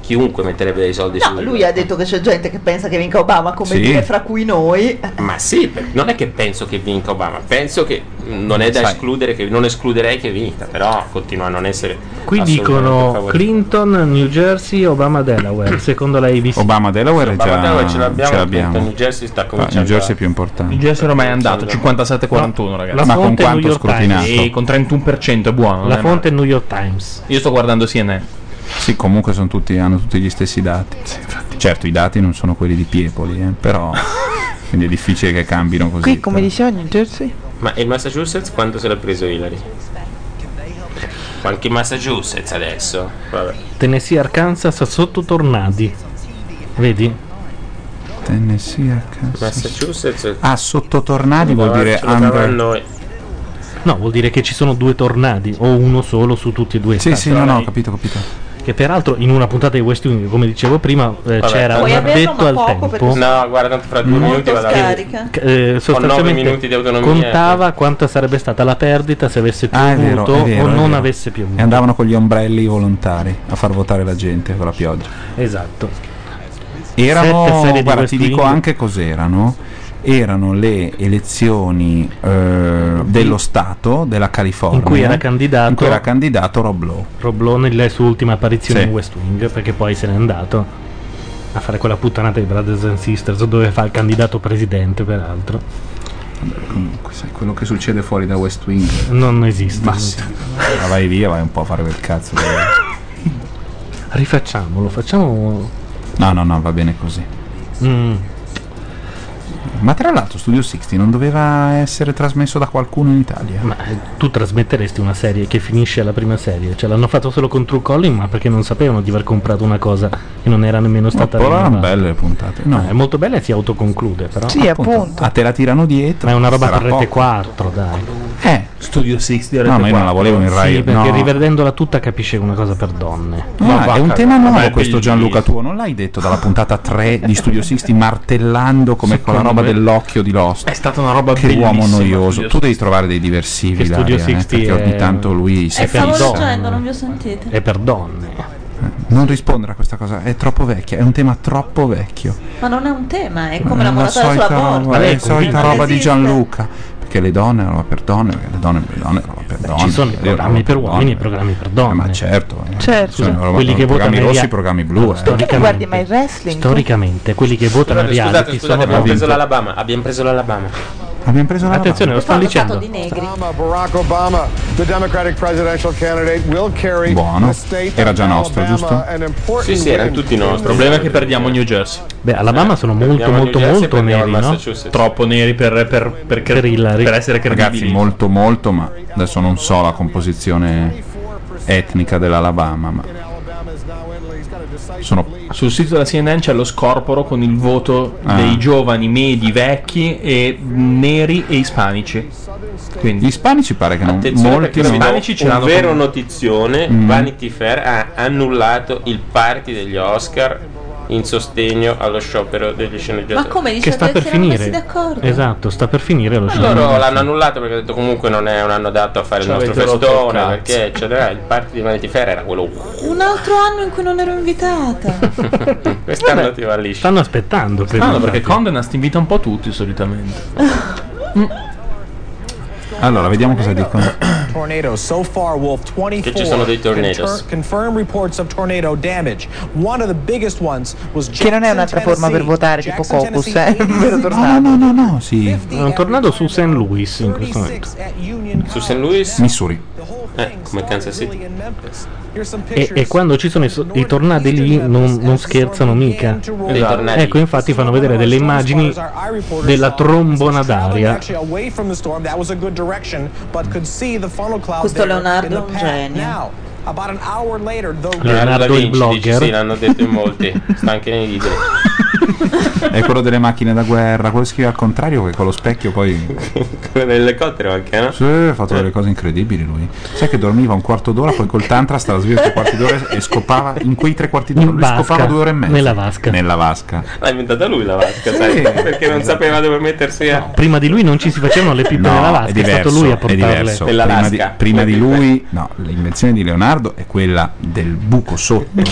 Speaker 3: chiunque metterebbe dei soldi su
Speaker 2: No, lui ha detto che c'è gente che pensa che vinca Obama, come
Speaker 3: Sì.
Speaker 2: dire, fra cui noi.
Speaker 3: Ma sì, per- non è che penso che vinca Obama, penso che non è da
Speaker 5: Sai.
Speaker 3: escludere, che, non escluderei che vinca, però continua a non essere...
Speaker 5: Qui
Speaker 3: assolutamente
Speaker 5: dicono
Speaker 3: favorito.
Speaker 5: Clinton, New Jersey, Obama, Delaware. Secondo la ABC.
Speaker 1: Obama Delaware è già
Speaker 3: Obama Delaware ce l'abbiamo,
Speaker 1: ce l'abbiamo.
Speaker 3: Clinton New Jersey sta
Speaker 1: Ah,
Speaker 3: cominciando
Speaker 1: New Jersey è
Speaker 3: a-
Speaker 1: più importante.
Speaker 6: Il GS ormai è andato, 57-41
Speaker 1: No,
Speaker 6: ragazzi.
Speaker 1: la Ma fonte con quanto New York scrutinato? Times.
Speaker 6: Sì, con 31% è buono. non
Speaker 1: La
Speaker 6: è male.
Speaker 1: fonte
Speaker 5: New York Times.
Speaker 6: Io sto guardando CNN.
Speaker 1: Sì, comunque sono tutti, hanno tutti gli stessi dati. certo, i dati non sono quelli di Piepoli, eh, però quindi è difficile che cambino così.
Speaker 9: Qui, come diceva New Jersey,
Speaker 3: Ma il Massachusetts quanto se l'ha preso Hillary? Ma anche il Massachusetts adesso? Vabbè.
Speaker 5: Tennessee, Arkansas sotto tornadi. Vedi?
Speaker 1: Tennessee, Arkansas.
Speaker 3: Massachusetts
Speaker 1: Ah, sotto tornadi vuol
Speaker 5: No,
Speaker 1: dire
Speaker 5: ce lo dava a
Speaker 1: under.
Speaker 5: noi. No, vuol dire che ci sono due tornadi o uno solo su tutti e due.
Speaker 1: Sì,
Speaker 5: stati.
Speaker 3: Ah,
Speaker 1: sì, no, no, ho capito, ho capito.
Speaker 5: Che peraltto in una puntata di West Wing, come dicevo prima, eh,
Speaker 3: Vabbè,
Speaker 5: c'era un
Speaker 3: puoi averlo,
Speaker 5: addetto
Speaker 3: ma
Speaker 5: al
Speaker 3: poco,
Speaker 5: tempo.
Speaker 1: Boh.
Speaker 3: perché- No, guarda, tanto fra due minuti vado a- scarica.
Speaker 5: Che, eh,
Speaker 3: Ho
Speaker 5: sostanzialmente
Speaker 3: nove minuti di autonomia. eh.
Speaker 5: contava quanto sarebbe stata la perdita se avesse
Speaker 1: Ah, è
Speaker 5: piovuto
Speaker 1: vero, è vero,
Speaker 5: o
Speaker 1: è
Speaker 5: non
Speaker 1: vero.
Speaker 5: avesse piovuto.
Speaker 1: E andavano con gli ombrelli volontari a far votare la gente con la pioggia.
Speaker 5: Esatto. Sette serie
Speaker 1: Erano,
Speaker 5: di
Speaker 1: guarda, ti
Speaker 5: West
Speaker 1: dico
Speaker 5: Wing.
Speaker 1: anche cos'erano. Erano le elezioni eh, dello Stato della California
Speaker 5: In cui era candidato,
Speaker 1: in cui era candidato Rob Lowe.
Speaker 5: Roblò nella sua ultima apparizione
Speaker 1: Sì.
Speaker 5: in West Wing, perché poi se n'è andato a fare quella puttanata di Brothers and Sisters dove fa il candidato presidente, peraltro.
Speaker 1: Comunque, sai quello che succede fuori da West Wing?
Speaker 5: Non esiste.
Speaker 1: Ma sì. Ma vai via, vai un po' a fare quel cazzo.
Speaker 5: Rifacciamolo, facciamo.
Speaker 1: No, no, no, va bene così.
Speaker 5: Mm.
Speaker 1: Ma tra l'altro, Studio 60 non doveva essere trasmesso da qualcuno in Italia.
Speaker 5: Ma eh, tu trasmetteresti una serie che finisce alla prima serie? Cioè l'hanno fatto solo con True Calling, ma perché non sapevano di aver comprato una cosa che non era nemmeno stata
Speaker 1: però erano
Speaker 5: rinnovata.
Speaker 1: belle le puntate. No.
Speaker 5: Eh, è molto bella e si autoconclude, però.
Speaker 1: Sì, appunto. Ah, te la tirano dietro.
Speaker 5: Ma è una roba
Speaker 1: sarà
Speaker 5: per rete
Speaker 1: poco.
Speaker 5: 4, dai.
Speaker 1: Eh,
Speaker 6: Studio 60
Speaker 1: No, ma io non la volevo in Rai.
Speaker 5: Sì, perché
Speaker 1: no.
Speaker 5: rivedendola tutta capisce una cosa per donne.
Speaker 1: Ah, è un tema nuovo questo Gianluca tuo, non l'hai detto dalla puntata 3 di Studio 60 martellando come quella
Speaker 5: Secondo
Speaker 1: roba
Speaker 5: me- Eh,
Speaker 1: dell'occhio di Lost. È
Speaker 6: stata una roba
Speaker 1: Che
Speaker 6: bellissima,
Speaker 1: uomo
Speaker 6: Studio
Speaker 1: noioso.
Speaker 6: 60.
Speaker 1: Tu devi trovare dei diversivi
Speaker 5: Che Studio
Speaker 1: Daria, eh,
Speaker 5: 60
Speaker 1: perché
Speaker 5: è-
Speaker 1: ogni tanto lui si
Speaker 5: è per
Speaker 1: fissa.
Speaker 5: donne.
Speaker 2: Leggendo, Eh, non vi ho sentite.
Speaker 1: Eh.
Speaker 5: È per donne.
Speaker 1: Non rispondere a questa cosa, è troppo vecchia, è un tema troppo vecchio.
Speaker 2: Ma non è un tema, è come la
Speaker 1: Eh, la
Speaker 2: moratoria
Speaker 1: solita
Speaker 2: sull'aborto.
Speaker 1: roba, è la solita
Speaker 2: Non
Speaker 1: roba di
Speaker 2: esiste.
Speaker 1: Gianluca. Perché le donne erano per donne, perché le donne per donne, roba per donne.
Speaker 5: Ci sono i
Speaker 1: Io
Speaker 5: programmi
Speaker 1: roba
Speaker 5: per uomini e i
Speaker 1: donne.
Speaker 5: programmi per donne.
Speaker 1: Ma certo, eh.
Speaker 9: Certo.
Speaker 1: Sono
Speaker 5: Scusa,
Speaker 1: roba-
Speaker 5: quelli che
Speaker 1: programmi
Speaker 5: votano i
Speaker 1: rossi,
Speaker 5: rea-
Speaker 1: programmi blu. eh.
Speaker 9: perché tu guardi mai il wrestling?
Speaker 5: Storicamente, quelli che votano
Speaker 3: Scusate,
Speaker 5: reality
Speaker 3: scusate,
Speaker 5: sono
Speaker 3: scusate, abbiamo
Speaker 5: proprio-
Speaker 3: preso l'Alabama. Abbiamo preso l'Alabama.
Speaker 1: Abbiamo preso
Speaker 5: la Attenzione, lo stanno dicendo.
Speaker 27: Obama, Barack Obama, the Democratic presidential candidate, will carry
Speaker 1: Buono.
Speaker 27: the state
Speaker 1: Era
Speaker 27: of
Speaker 1: già nostro,
Speaker 27: Alabama,
Speaker 1: giusto?
Speaker 27: an important
Speaker 3: Sì, sì, erano
Speaker 27: win.
Speaker 3: tutti nostri.
Speaker 6: Il problema è che perdiamo New Jersey.
Speaker 5: Beh, Alabama sono molto,
Speaker 6: Perdiamo
Speaker 5: molto,
Speaker 6: New Jersey,
Speaker 5: molto
Speaker 6: perdiamo
Speaker 5: neri, no?
Speaker 6: Massachusetts. Troppo neri per, per, per, cre- per essere
Speaker 1: Ragazzi,
Speaker 6: credibili.
Speaker 1: molto, molto, ma adesso non so la composizione etnica dell'Alabama, ma sono
Speaker 6: Sul sito della CNN c'è lo scorporo con il voto
Speaker 1: Ah.
Speaker 6: dei giovani, medi, vecchi, e neri e ispanici. Quindi.
Speaker 1: Gli ispanici pare che non
Speaker 6: Attenzione
Speaker 1: molti
Speaker 6: perché
Speaker 1: non
Speaker 6: i ispanici ce
Speaker 3: un
Speaker 6: l'hanno
Speaker 3: vero
Speaker 6: con-
Speaker 3: notizione,
Speaker 1: Mm.
Speaker 3: Vanity Fair ha annullato il party degli Oscar in sostegno allo sciopero degli sceneggiatori.
Speaker 2: Ma come dice
Speaker 5: Che sta per finire. Esatto, sta per finire lo show.
Speaker 3: Loro l'hanno annullato perché ho detto comunque non è un anno adatto a fare
Speaker 5: Ci
Speaker 3: il nostro
Speaker 5: avete rotto il
Speaker 3: festone
Speaker 5: cazzo.
Speaker 3: perché eccetera, il party di Vanity Fair era quello
Speaker 2: Un altro anno in cui non ero invitata.
Speaker 3: quest'anno ti va liscio
Speaker 5: Stanno aspettando. credo,
Speaker 6: Strano perché
Speaker 5: infatti.
Speaker 6: Condenast invita un po' tutti solitamente. Mm.
Speaker 1: Allora, vediamo cosa dicono.
Speaker 11: Tornadoes. So far, Wolf 24
Speaker 1: Che ci sono dei tornadoes.
Speaker 11: confir- confirmed reports of tornado damage. One of the biggest ones was
Speaker 9: Che non è un'altra forma per votare, tipo Cocus, eh? Vero
Speaker 1: No, no, no, no, sì.
Speaker 5: È un tornado su St. Louis in questo momento.
Speaker 3: Su St. Louis?
Speaker 1: Missouri.
Speaker 3: Eh, come Kansas City.
Speaker 5: E, e quando ci sono i, so- i tornadi lì non, non scherzano mica.
Speaker 3: tornadi.
Speaker 5: Ecco, infatti fanno vedere delle immagini della trombona d'aria.
Speaker 11: actually away from the storm. That was a good direction, but could see the funnel cloud
Speaker 2: Questo
Speaker 11: there
Speaker 2: Leonardo
Speaker 11: in the
Speaker 2: è un
Speaker 11: path.
Speaker 2: genio.
Speaker 11: Now, about an hour later, the
Speaker 5: Leonardo
Speaker 3: Da
Speaker 5: il
Speaker 3: Vinci, dici,
Speaker 5: blogger.
Speaker 3: Sì, l'hanno detto in molti. Sta anche nei libri.
Speaker 1: È quello delle macchine da guerra, quello che scrive al contrario che con lo specchio poi...
Speaker 3: Quello dell'elicottero anche, no?
Speaker 1: Sì, ha fatto delle cose incredibili lui. Sai che dormiva un quarto d'ora, poi col tantra stava sveglio tre quarti d'ora e scopava in quei tre quarti d'ora
Speaker 5: In
Speaker 1: lui
Speaker 5: vasca,
Speaker 1: scopava due ore e mezza.
Speaker 5: nella vasca.
Speaker 1: Nella vasca.
Speaker 3: L'ha inventata lui la vasca, sai? Perché non sapeva dove mettersi a...
Speaker 5: Prima di lui non ci si facevano le pippe
Speaker 1: No,
Speaker 5: nella vasca, è, stato lui a
Speaker 1: è
Speaker 5: portarle.
Speaker 1: diverso. Prima di, prima di lui, no, l'invenzione di Leonardo è quella del buco sotto.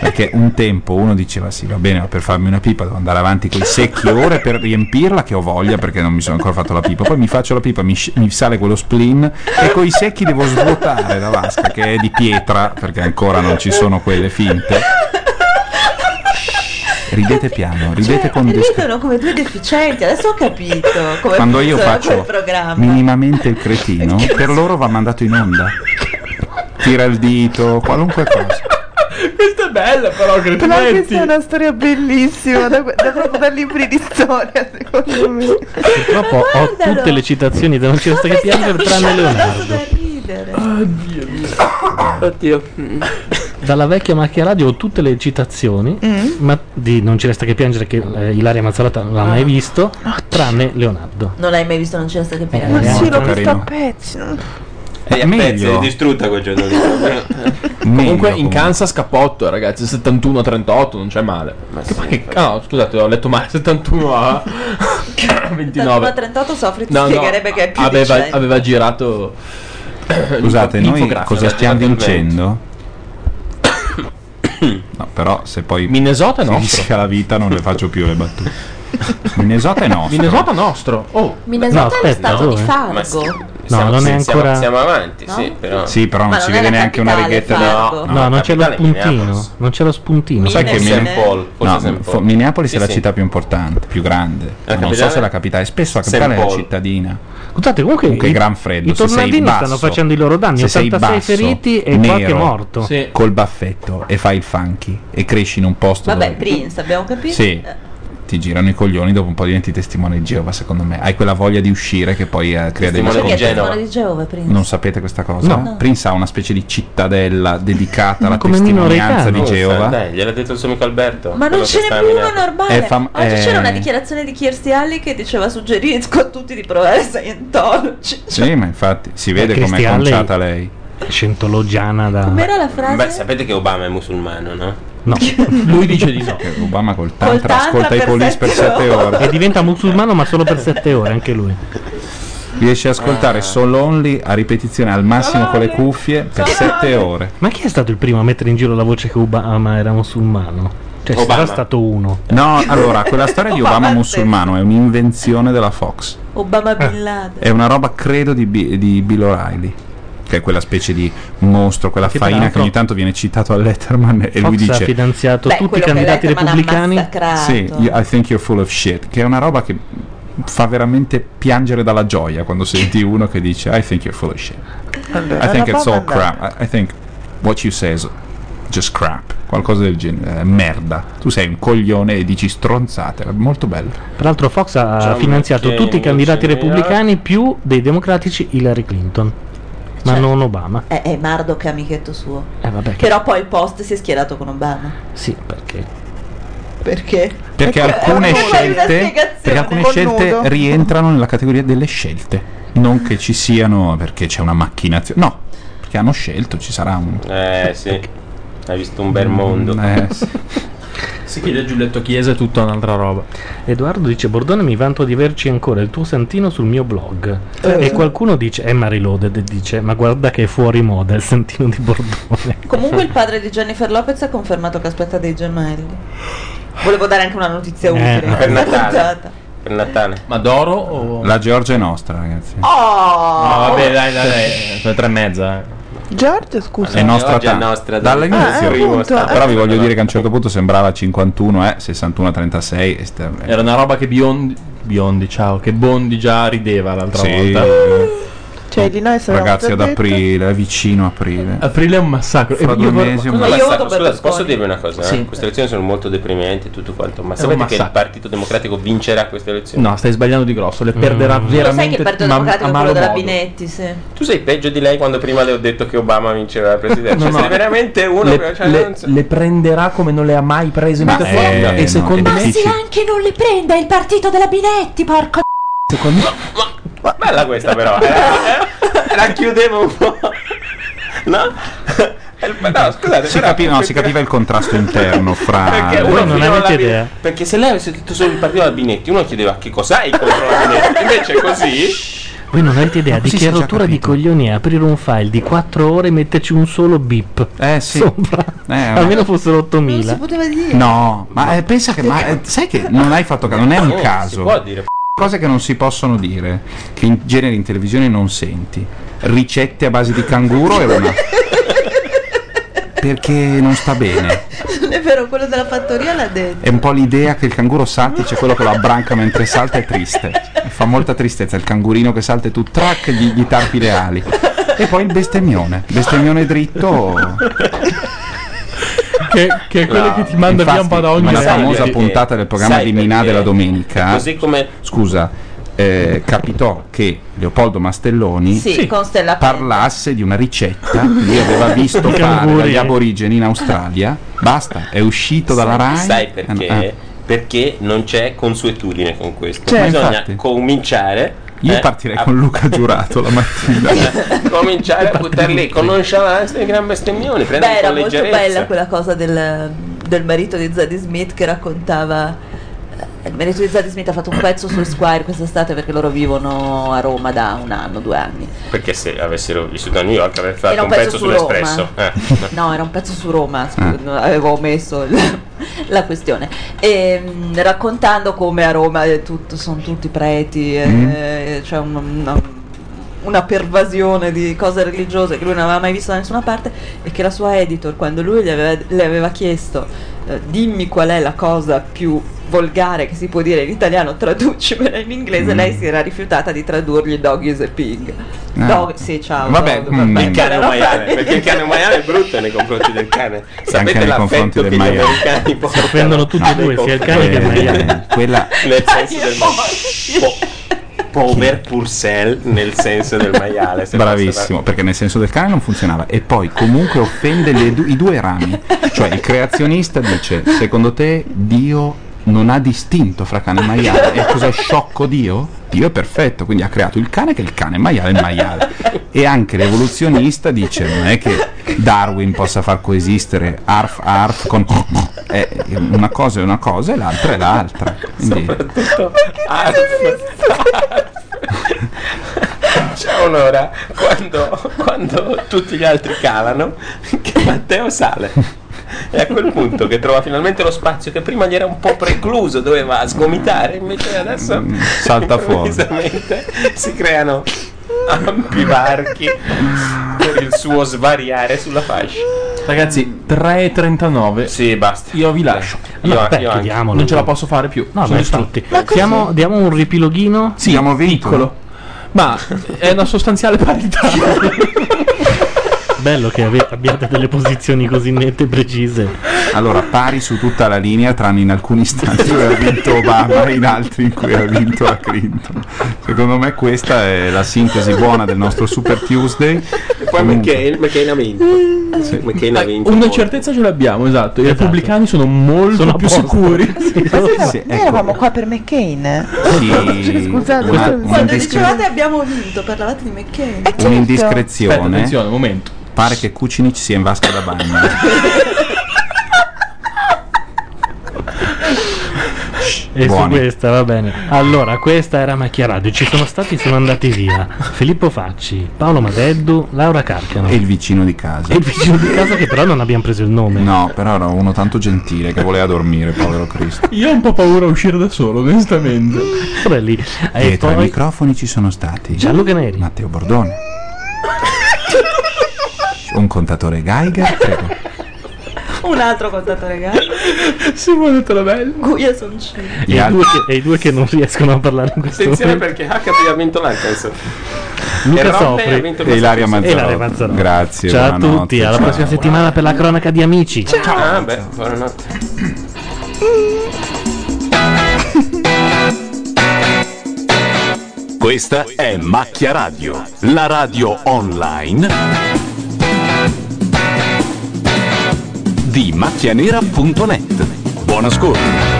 Speaker 1: Perché un tempo uno diceva sì, va bene, ma per farmi una pipa devo andare avanti con i secchi ore per riempirla che ho voglia perché non mi sono ancora fatto la pipa. Poi mi faccio la pipa, mi, sci- mi sale quello spleen e con i secchi devo svuotare la vasca che è di pietra perché ancora non ci sono quelle finte. Ridete piano, ridete
Speaker 2: Cioè,
Speaker 1: con descrizione.
Speaker 2: ridono come due deficienti, adesso ho capito come
Speaker 1: Quando io
Speaker 2: funziona
Speaker 1: faccio
Speaker 2: quel programma.
Speaker 1: minimamente il cretino, per loro va mandato in onda. Tira il dito, qualunque cosa.
Speaker 6: Questa è bella però, credo.
Speaker 9: Però questa è una storia bellissima, da, da proprio da libri di storia, secondo me.
Speaker 5: Purtroppo ho
Speaker 9: Guardalo.
Speaker 5: tutte le citazioni da non c'è sta che piangere tranne Leonardo.
Speaker 9: Oddio
Speaker 5: Oddio.
Speaker 6: Mm.
Speaker 5: Dalla vecchia macchia radio ho tutte le citazioni,
Speaker 9: Mm.
Speaker 5: ma di Non ci resta che piangere che eh, Ilaria Mazzolata non l'ha
Speaker 1: Ah.
Speaker 5: mai visto, tranne Leonardo.
Speaker 2: Non l'hai mai visto, non c'è sta che
Speaker 1: Eh,
Speaker 2: piano.
Speaker 5: Ma sì, l'ho
Speaker 2: visto
Speaker 5: visto a Carino.
Speaker 2: pezzi.
Speaker 3: E a
Speaker 1: Meglio.
Speaker 3: pezzi, è distrutta quel giorno lì.
Speaker 6: Comunque in Kansas capotto, eh, ragazzi, 71 a 38, non c'è male. Ma che, ma che- ah, no, scusate, ho letto male, 71 a 29.
Speaker 2: Ma 38 soffri ti
Speaker 6: No, no,
Speaker 2: spiegherebbe che è più
Speaker 6: aveva,
Speaker 2: di 100.
Speaker 6: aveva girato
Speaker 1: Scusate, noi
Speaker 6: Infografica, cioè,
Speaker 1: cosa
Speaker 6: aveva
Speaker 1: stiamo
Speaker 6: girato il
Speaker 1: dicendo? No, però se poi
Speaker 6: Minnesota è
Speaker 1: si
Speaker 6: nostro.
Speaker 1: rischia la vita non le faccio più le battute. Minnesota è nostro.
Speaker 6: Minnesota nostro. Oh,
Speaker 2: Minnesota è lo stato di
Speaker 3: Ma sì,
Speaker 2: Fargo.
Speaker 3: siamo-
Speaker 5: non è
Speaker 3: sì, siamo-
Speaker 5: ancora-
Speaker 3: Siamo, avanti, sì, però.
Speaker 1: Sì, però non
Speaker 3: Ma
Speaker 1: si
Speaker 3: non è
Speaker 1: vede
Speaker 3: la
Speaker 1: neanche una
Speaker 3: capitale,
Speaker 1: righetta
Speaker 3: Fargo.
Speaker 1: da...
Speaker 5: No, non c'è lo
Speaker 3: capitale è
Speaker 5: spuntino.
Speaker 3: Minneapolis.
Speaker 5: Non c'è lo spuntino.
Speaker 1: Sai che
Speaker 3: Minneapolis.
Speaker 1: Minne-
Speaker 3: Saint Paul, forse
Speaker 1: no,
Speaker 3: Saint Paul.
Speaker 1: fo- Minneapolis
Speaker 3: Sì,
Speaker 1: è la
Speaker 3: sì.
Speaker 1: città più importante, più grande.
Speaker 3: La
Speaker 1: non so
Speaker 3: capitale?
Speaker 1: se è la capitale, spesso la
Speaker 3: Saint
Speaker 1: capitale è la
Speaker 3: Paul.
Speaker 1: cittadina.
Speaker 5: Scusate, comunque
Speaker 1: Comunque è
Speaker 5: i-
Speaker 1: gran freddo.
Speaker 5: i
Speaker 1: se sei
Speaker 5: tornadini
Speaker 1: basso,
Speaker 5: stanno facendo i loro danni,
Speaker 1: se sei
Speaker 5: 86
Speaker 1: basso,
Speaker 5: feriti e
Speaker 1: nero,
Speaker 5: qualche morto. Sì.
Speaker 1: Col baffetto e fai il funky e cresci in un posto
Speaker 2: Vabbè,
Speaker 1: dove
Speaker 2: Prince, abbiamo capito. Eh,
Speaker 1: Sì. ti girano i coglioni, dopo un po' diventi testimone di Geova, secondo me. Hai quella voglia di uscire che poi eh, crea degli
Speaker 2: Perché è
Speaker 1: scontri.
Speaker 2: testimone di Geova, Prince.
Speaker 1: Non sapete questa cosa?
Speaker 2: No.
Speaker 1: Prince ha una specie di cittadella dedicata alla
Speaker 2: Come Nino
Speaker 1: testimonianza di
Speaker 3: Giusto,
Speaker 1: Geova.
Speaker 3: Oh, Dai, gliel'ha detto il suo amico Alberto.
Speaker 2: Ma non
Speaker 3: quello
Speaker 2: ce
Speaker 3: che
Speaker 2: n'è
Speaker 3: sta a
Speaker 2: più uno
Speaker 3: Minneapolis.
Speaker 2: normale.
Speaker 1: È fam- eh,
Speaker 2: Oggi
Speaker 1: è-
Speaker 2: c'era una dichiarazione di Kirstie Alley che diceva suggerisco a tutti di provare Scientology.
Speaker 1: Sì, ma infatti si vede
Speaker 5: Christy
Speaker 1: com'è
Speaker 5: Alley-
Speaker 1: conciata lei.
Speaker 5: Scientologiana da.
Speaker 2: Com'era la frase?
Speaker 3: Beh, sapete che Obama è musulmano, no?
Speaker 5: No.
Speaker 6: Lui dice di no.
Speaker 1: Obama col
Speaker 3: tantra Col tantra ascolta i per police per sette sette ore. Eh. ore.
Speaker 5: E diventa musulmano, ma solo per 7 ore, anche lui.
Speaker 1: Riesce a
Speaker 5: Eh.
Speaker 1: ascoltare solo Only a ripetizione al massimo con le cuffie per sette ore.
Speaker 5: Ma chi è stato il primo a mettere in giro la voce che Obama era musulmano? Cioè,
Speaker 1: Obama.
Speaker 5: sarà stato uno.
Speaker 1: No, allora, quella storia di Obama
Speaker 5: Obama
Speaker 1: musulmano è un'invenzione della Fox.
Speaker 2: Obama Bin Laden.
Speaker 1: È una roba, credo, di, Bi- di Bill O'Reilly. Che è quella specie di mostro, quella
Speaker 5: Che
Speaker 1: faina che
Speaker 5: peraltro-
Speaker 1: ogni tanto viene citato a Letterman e lui
Speaker 5: Fox ha
Speaker 1: dice:
Speaker 5: finanziato Beh, tutti i quello che candidati Letterman ha repubblicani. massacrato.
Speaker 1: Sì,
Speaker 2: Esatto.
Speaker 1: you- I think you're full of shit. Che è una roba che fa veramente piangere dalla gioia quando senti uno che dice: I think you're full of shit. I think it's all crap. I I think what you say is just crap. Qualcosa del genere. eh, merda. Tu sei un coglione e dici stronzate. È molto bello.
Speaker 5: Peraltro, Fox ha
Speaker 1: John
Speaker 5: finanziato
Speaker 1: McCain,
Speaker 5: tutti i candidati
Speaker 1: Wilson Miller.
Speaker 5: repubblicani più dei democratici Hillary Clinton, ma non Obama.
Speaker 2: È, Eh, è Mardoc, amichetto suo.
Speaker 5: Eh, vabbè, che-
Speaker 2: Però poi il post si è schierato con Obama.
Speaker 5: sì, perché?
Speaker 2: Perché?
Speaker 1: Perché
Speaker 2: Ecco,
Speaker 1: alcune
Speaker 2: ecco, hai una
Speaker 1: scelte,
Speaker 2: spiegazione.
Speaker 1: perché alcune
Speaker 2: Connudo.
Speaker 1: scelte rientrano nella categoria delle scelte. Non che ci siano perché c'è una macchinazione. No, perché hanno scelto, ci sarà un.
Speaker 3: Eh, sì. Hai visto un bel mondo.
Speaker 1: Eh,
Speaker 6: Si chiede Giulietto Chiesa è tutta un'altra roba.
Speaker 5: Edoardo dice: Bordone, mi vanto di averci ancora il tuo santino sul mio blog.
Speaker 2: Eh.
Speaker 5: E qualcuno dice: È Mariloaded. E dice: Ma guarda che è fuori moda il santino di Bordone.
Speaker 2: Comunque il padre di Jennifer Lopez ha confermato che aspetta dei gemelli. Volevo dare anche una notizia utile.
Speaker 3: Per Natale.
Speaker 2: Cazzata.
Speaker 3: Per Natale.
Speaker 6: Ma d'oro o.
Speaker 1: La Georgia è nostra, ragazzi.
Speaker 2: Oh!
Speaker 6: No, vabbè, dai, dai, dai. Sono tre e mezza.
Speaker 9: Giorgio, scusa.
Speaker 1: eh. È nostra,
Speaker 3: Georgia è
Speaker 1: tanto.
Speaker 3: nostra, dai.
Speaker 1: dall'inizio.
Speaker 3: Ah, eh, appunto, eh.
Speaker 1: Però vi voglio dire che a un certo punto sembrava 51, eh, 61, 36. e sta-
Speaker 6: Era una roba che Biondi. Biondi, ciao. Che Bondi già rideva l'altra
Speaker 1: Sì.
Speaker 6: volta.
Speaker 9: Cioè, di noi sarà
Speaker 1: Ragazzi, ad aprile, è vicino aprile.
Speaker 6: Aprile è un massacro.
Speaker 1: Fra
Speaker 6: E
Speaker 1: due
Speaker 6: io vorrei-
Speaker 1: mesi è un
Speaker 3: Cosa
Speaker 1: massacro.
Speaker 3: massacro? Scusate, posso dirvi una cosa? eh?
Speaker 6: Sì.
Speaker 3: Queste elezioni sono molto deprimenti e tutto quanto, ma
Speaker 6: È un
Speaker 3: sapete che il
Speaker 6: massacro.
Speaker 3: Partito Democratico vincerà queste elezioni?
Speaker 6: No, stai sbagliando di grosso. Le perderà
Speaker 2: Lo sai che
Speaker 6: veramente.
Speaker 2: il Partito
Speaker 6: ma-
Speaker 2: Democratico
Speaker 6: a
Speaker 2: è quello
Speaker 6: malo
Speaker 2: della
Speaker 6: modo.
Speaker 2: Binetti, sì.
Speaker 3: Tu sei peggio di lei quando prima le ho detto che Obama vincerà la presidenza.
Speaker 6: No,
Speaker 3: cioè,
Speaker 6: no.
Speaker 3: sei veramente uno
Speaker 6: le,
Speaker 3: che cioè,
Speaker 6: le-
Speaker 3: non so-
Speaker 6: le prenderà come non le ha mai prese in
Speaker 3: Ma
Speaker 6: vita
Speaker 3: eh,
Speaker 6: sua.
Speaker 3: no,
Speaker 6: e secondo
Speaker 3: è
Speaker 6: me
Speaker 3: difficile.
Speaker 28: Anche non le prenda il partito della Binetti, porco
Speaker 6: secondo me
Speaker 3: Bella questa però. eh. Eh, La chiudevo un po'. No? Eh, ma No, scusate,
Speaker 1: Si,
Speaker 3: però-
Speaker 1: capiva, no, si capiva il contrasto interno fra.
Speaker 6: Ah,
Speaker 3: Perché, uno chiedeva alla Bin- perché se lei avesse detto solo il partito della Binetti, uno chiedeva che cos'hai contro la Binetti. Invece così
Speaker 5: Voi non avete idea
Speaker 1: Ma
Speaker 5: di
Speaker 1: così
Speaker 5: che
Speaker 1: si è già
Speaker 5: rottura di coglioni è aprire un file di 4 ore e metterci un solo bip
Speaker 1: eh, sì.
Speaker 5: sopra.
Speaker 1: Eh,
Speaker 5: Almeno fossero 8000.
Speaker 9: poteva dire.
Speaker 1: No, ma eh, pensa che. Ma, eh, sai che non hai fatto caso, non è un
Speaker 3: Oh, si
Speaker 1: caso.
Speaker 3: può dire.
Speaker 1: Cose che non si possono dire, che in genere in televisione non senti. Ricette a base di canguro e una. Perché non sta bene.
Speaker 9: Non è vero, quello della fattoria l'ha detto.
Speaker 1: È un po' l'idea che il canguro salti, c'è quello che lo abbranca mentre salta è triste. Fa molta tristezza il cangurino che salta e tu track gli, gli tarpi le ali. E poi il bestemmione, bestemmione dritto.
Speaker 6: Che, che è quello
Speaker 1: No,
Speaker 6: che ti manda
Speaker 1: infatti,
Speaker 6: via un po' da ogni
Speaker 1: ma la
Speaker 6: serie.
Speaker 1: famosa
Speaker 6: Perché-
Speaker 1: puntata del programma
Speaker 6: sai
Speaker 1: di Minà
Speaker 6: perché?
Speaker 1: della domenica.
Speaker 3: Così come-
Speaker 1: Scusa, eh, capitò che Leopoldo Mastelloni
Speaker 2: Sì, Sì. con Stella
Speaker 1: parlasse di una ricetta che io aveva visto
Speaker 3: Di
Speaker 1: fare
Speaker 3: canguri.
Speaker 1: dagli aborigeni in Australia. Basta, è uscito dalla Rai.
Speaker 3: Sai
Speaker 1: Eh, no, eh.
Speaker 3: perché? Perché non c'è consuetudine con questo.
Speaker 1: Cioè,
Speaker 3: Bisogna
Speaker 1: infatti.
Speaker 3: cominciare.
Speaker 1: Io
Speaker 3: eh,
Speaker 1: partirei
Speaker 3: a
Speaker 1: con Luca Giurato la mattina.
Speaker 3: cominciare a buttare lì con nonchalance dei gran bestemmioni.
Speaker 2: Beh,
Speaker 3: Prendere
Speaker 2: era
Speaker 3: con
Speaker 2: molto
Speaker 3: leggerezza.
Speaker 2: bella quella cosa del, del marito di Zadie Smith che raccontava. eh, Il marito di Zadie Smith ha fatto un pezzo su Squire quest'estate perché loro vivono a Roma da un anno, due anni.
Speaker 3: Perché se avessero vissuto a New York avrei
Speaker 2: Era
Speaker 3: fatto
Speaker 2: un
Speaker 3: un pezzo
Speaker 2: pezzo su Roma.
Speaker 3: sull'espresso. Eh.
Speaker 2: No, era un pezzo su Roma,
Speaker 1: Eh.
Speaker 2: scusa, no, avevo omesso il- la questione. E, mm, raccontando come a Roma è tutto- sono tutti preti, e,
Speaker 8: Mm.
Speaker 2: eh, c'è un- una, una pervasione di cose religiose che lui non aveva mai visto da nessuna parte e che la sua editor, quando lui le aveva, le aveva chiesto eh, dimmi qual è la cosa più volgare che si può dire in italiano, traducimela in inglese,
Speaker 1: Mm.
Speaker 2: lei si era rifiutata di tradurgli dog is a pig.
Speaker 1: Ah.
Speaker 2: Dog, sì, ciao.
Speaker 1: Vabbè,
Speaker 2: dog,
Speaker 1: mm.
Speaker 3: Il cane è un
Speaker 2: No,
Speaker 3: maiale,
Speaker 2: fai-
Speaker 3: perché il cane è un maiale è brutto nei confronti del cane.
Speaker 1: anche
Speaker 3: Sapete
Speaker 1: nei
Speaker 3: l'affetto
Speaker 1: confronti
Speaker 3: che
Speaker 1: del
Speaker 3: gli
Speaker 1: maiale. Eh,
Speaker 3: americani portano.
Speaker 5: offendono tutti e
Speaker 3: nei
Speaker 5: due, sia il
Speaker 3: confronti-
Speaker 5: cane che il maiale.
Speaker 1: Quella
Speaker 3: Nel senso del Pover Purcell nel senso del maiale. Eh, se posso
Speaker 1: Bravissimo, perché nel senso del cane non funzionava. E poi comunque offende le du- i due rami. Cioè il creazionista dice, secondo te Dio non ha distinto fra cane e maiale? E cos'è sciocco Dio? Dio è perfetto, quindi ha creato il cane che è il cane, il maiale è il maiale. E anche l'evoluzionista dice, non è che Darwin possa far coesistere arf arf con... Eh, una cosa è una cosa e l'altra è l'altra. Quindi,
Speaker 3: fare. C'è un'ora quando, quando tutti gli altri calano che Matteo sale. E a quel punto che trova finalmente lo spazio che prima gli era un po' precluso, doveva sgomitare, invece adesso
Speaker 1: salta Mm, fuori.
Speaker 3: improvvisamente si creano ampi varchi per il suo svariare sulla fascia.
Speaker 6: Ragazzi, 3.39.
Speaker 3: Sì, basta.
Speaker 6: Io vi lascio.
Speaker 3: Io-
Speaker 6: Allora,
Speaker 3: io
Speaker 6: beh,
Speaker 3: anche.
Speaker 6: chiudiamolo. Non ce la posso fare più.
Speaker 5: No,
Speaker 6: Sono
Speaker 5: ma
Speaker 6: distrutti.
Speaker 5: infatti. Diamo, diamo un ripiloghino?
Speaker 1: Sì, abbiamo vinto.
Speaker 6: Piccolo. Ma è una sostanziale parità.
Speaker 5: Bello che ave- abbiate delle posizioni così nette e precise.
Speaker 1: Allora, pari su tutta la linea, tranne in alcuni istanti dove ha vinto Obama e in altri in cui ha vinto la Clinton. Secondo me questa è la sintesi buona del nostro Super Tuesday. E
Speaker 3: poi McCain, McCain ha vinto. McCain ha vinto.
Speaker 6: Una certezza ce l'abbiamo, esatto. I repubblicani sono molto più sicuri.
Speaker 9: Ma noi eravamo-
Speaker 1: ecco.
Speaker 9: noi
Speaker 6: ecco.
Speaker 9: eravamo qua per McCain. Cioè, scusate,
Speaker 1: Una-
Speaker 9: scusate.
Speaker 2: Quando
Speaker 1: un'indiscre-
Speaker 2: dicevate abbiamo vinto, parlavate di McCain.
Speaker 1: Certo. un'indiscrezione.
Speaker 6: certo. Aspetta, attenzione, un momento.
Speaker 1: Pare che Kucinic sia in vasca da bagno.
Speaker 5: E
Speaker 1: Buoni.
Speaker 5: su questa va bene. Allora, questa era Macchia Radio. Ci sono stati, sono andati via. Filippo Facci, Paolo Madeddu, Laura Carcano.
Speaker 1: E il vicino di casa.
Speaker 5: E il vicino di casa che però non abbiamo preso il nome.
Speaker 1: No, però era uno tanto gentile che voleva dormire, povero Cristo.
Speaker 6: Io ho un po' paura a uscire da solo, onestamente.
Speaker 5: Vabbè, lì. Eh,
Speaker 1: E tra i microfoni ci sono stati
Speaker 5: Gianluca Neri,
Speaker 1: Matteo Bordone, un contatore Geiger, prego.
Speaker 2: Un altro contatore Geiger.
Speaker 6: Simone Trabello.
Speaker 2: Guia Soncini.
Speaker 5: E, i due che, e i due che non riescono a parlare in questo
Speaker 3: Attenzione
Speaker 5: momento.
Speaker 3: perché HP ha vinto l'Arkansas.
Speaker 5: Luca
Speaker 3: E Romney ha
Speaker 5: Sofri
Speaker 3: vinto questo
Speaker 1: Manzarotto.
Speaker 5: E Ilaria Manzarotto.
Speaker 1: Grazie,
Speaker 5: Ciao a
Speaker 1: buonanotte,
Speaker 5: tutti, alla
Speaker 1: ciao.
Speaker 5: prossima settimana per la cronaca di amici.
Speaker 3: Ah, beh, buonanotte.
Speaker 29: Questa è Macchia Radio, la radio online di macchianera.net. Buon ascolto.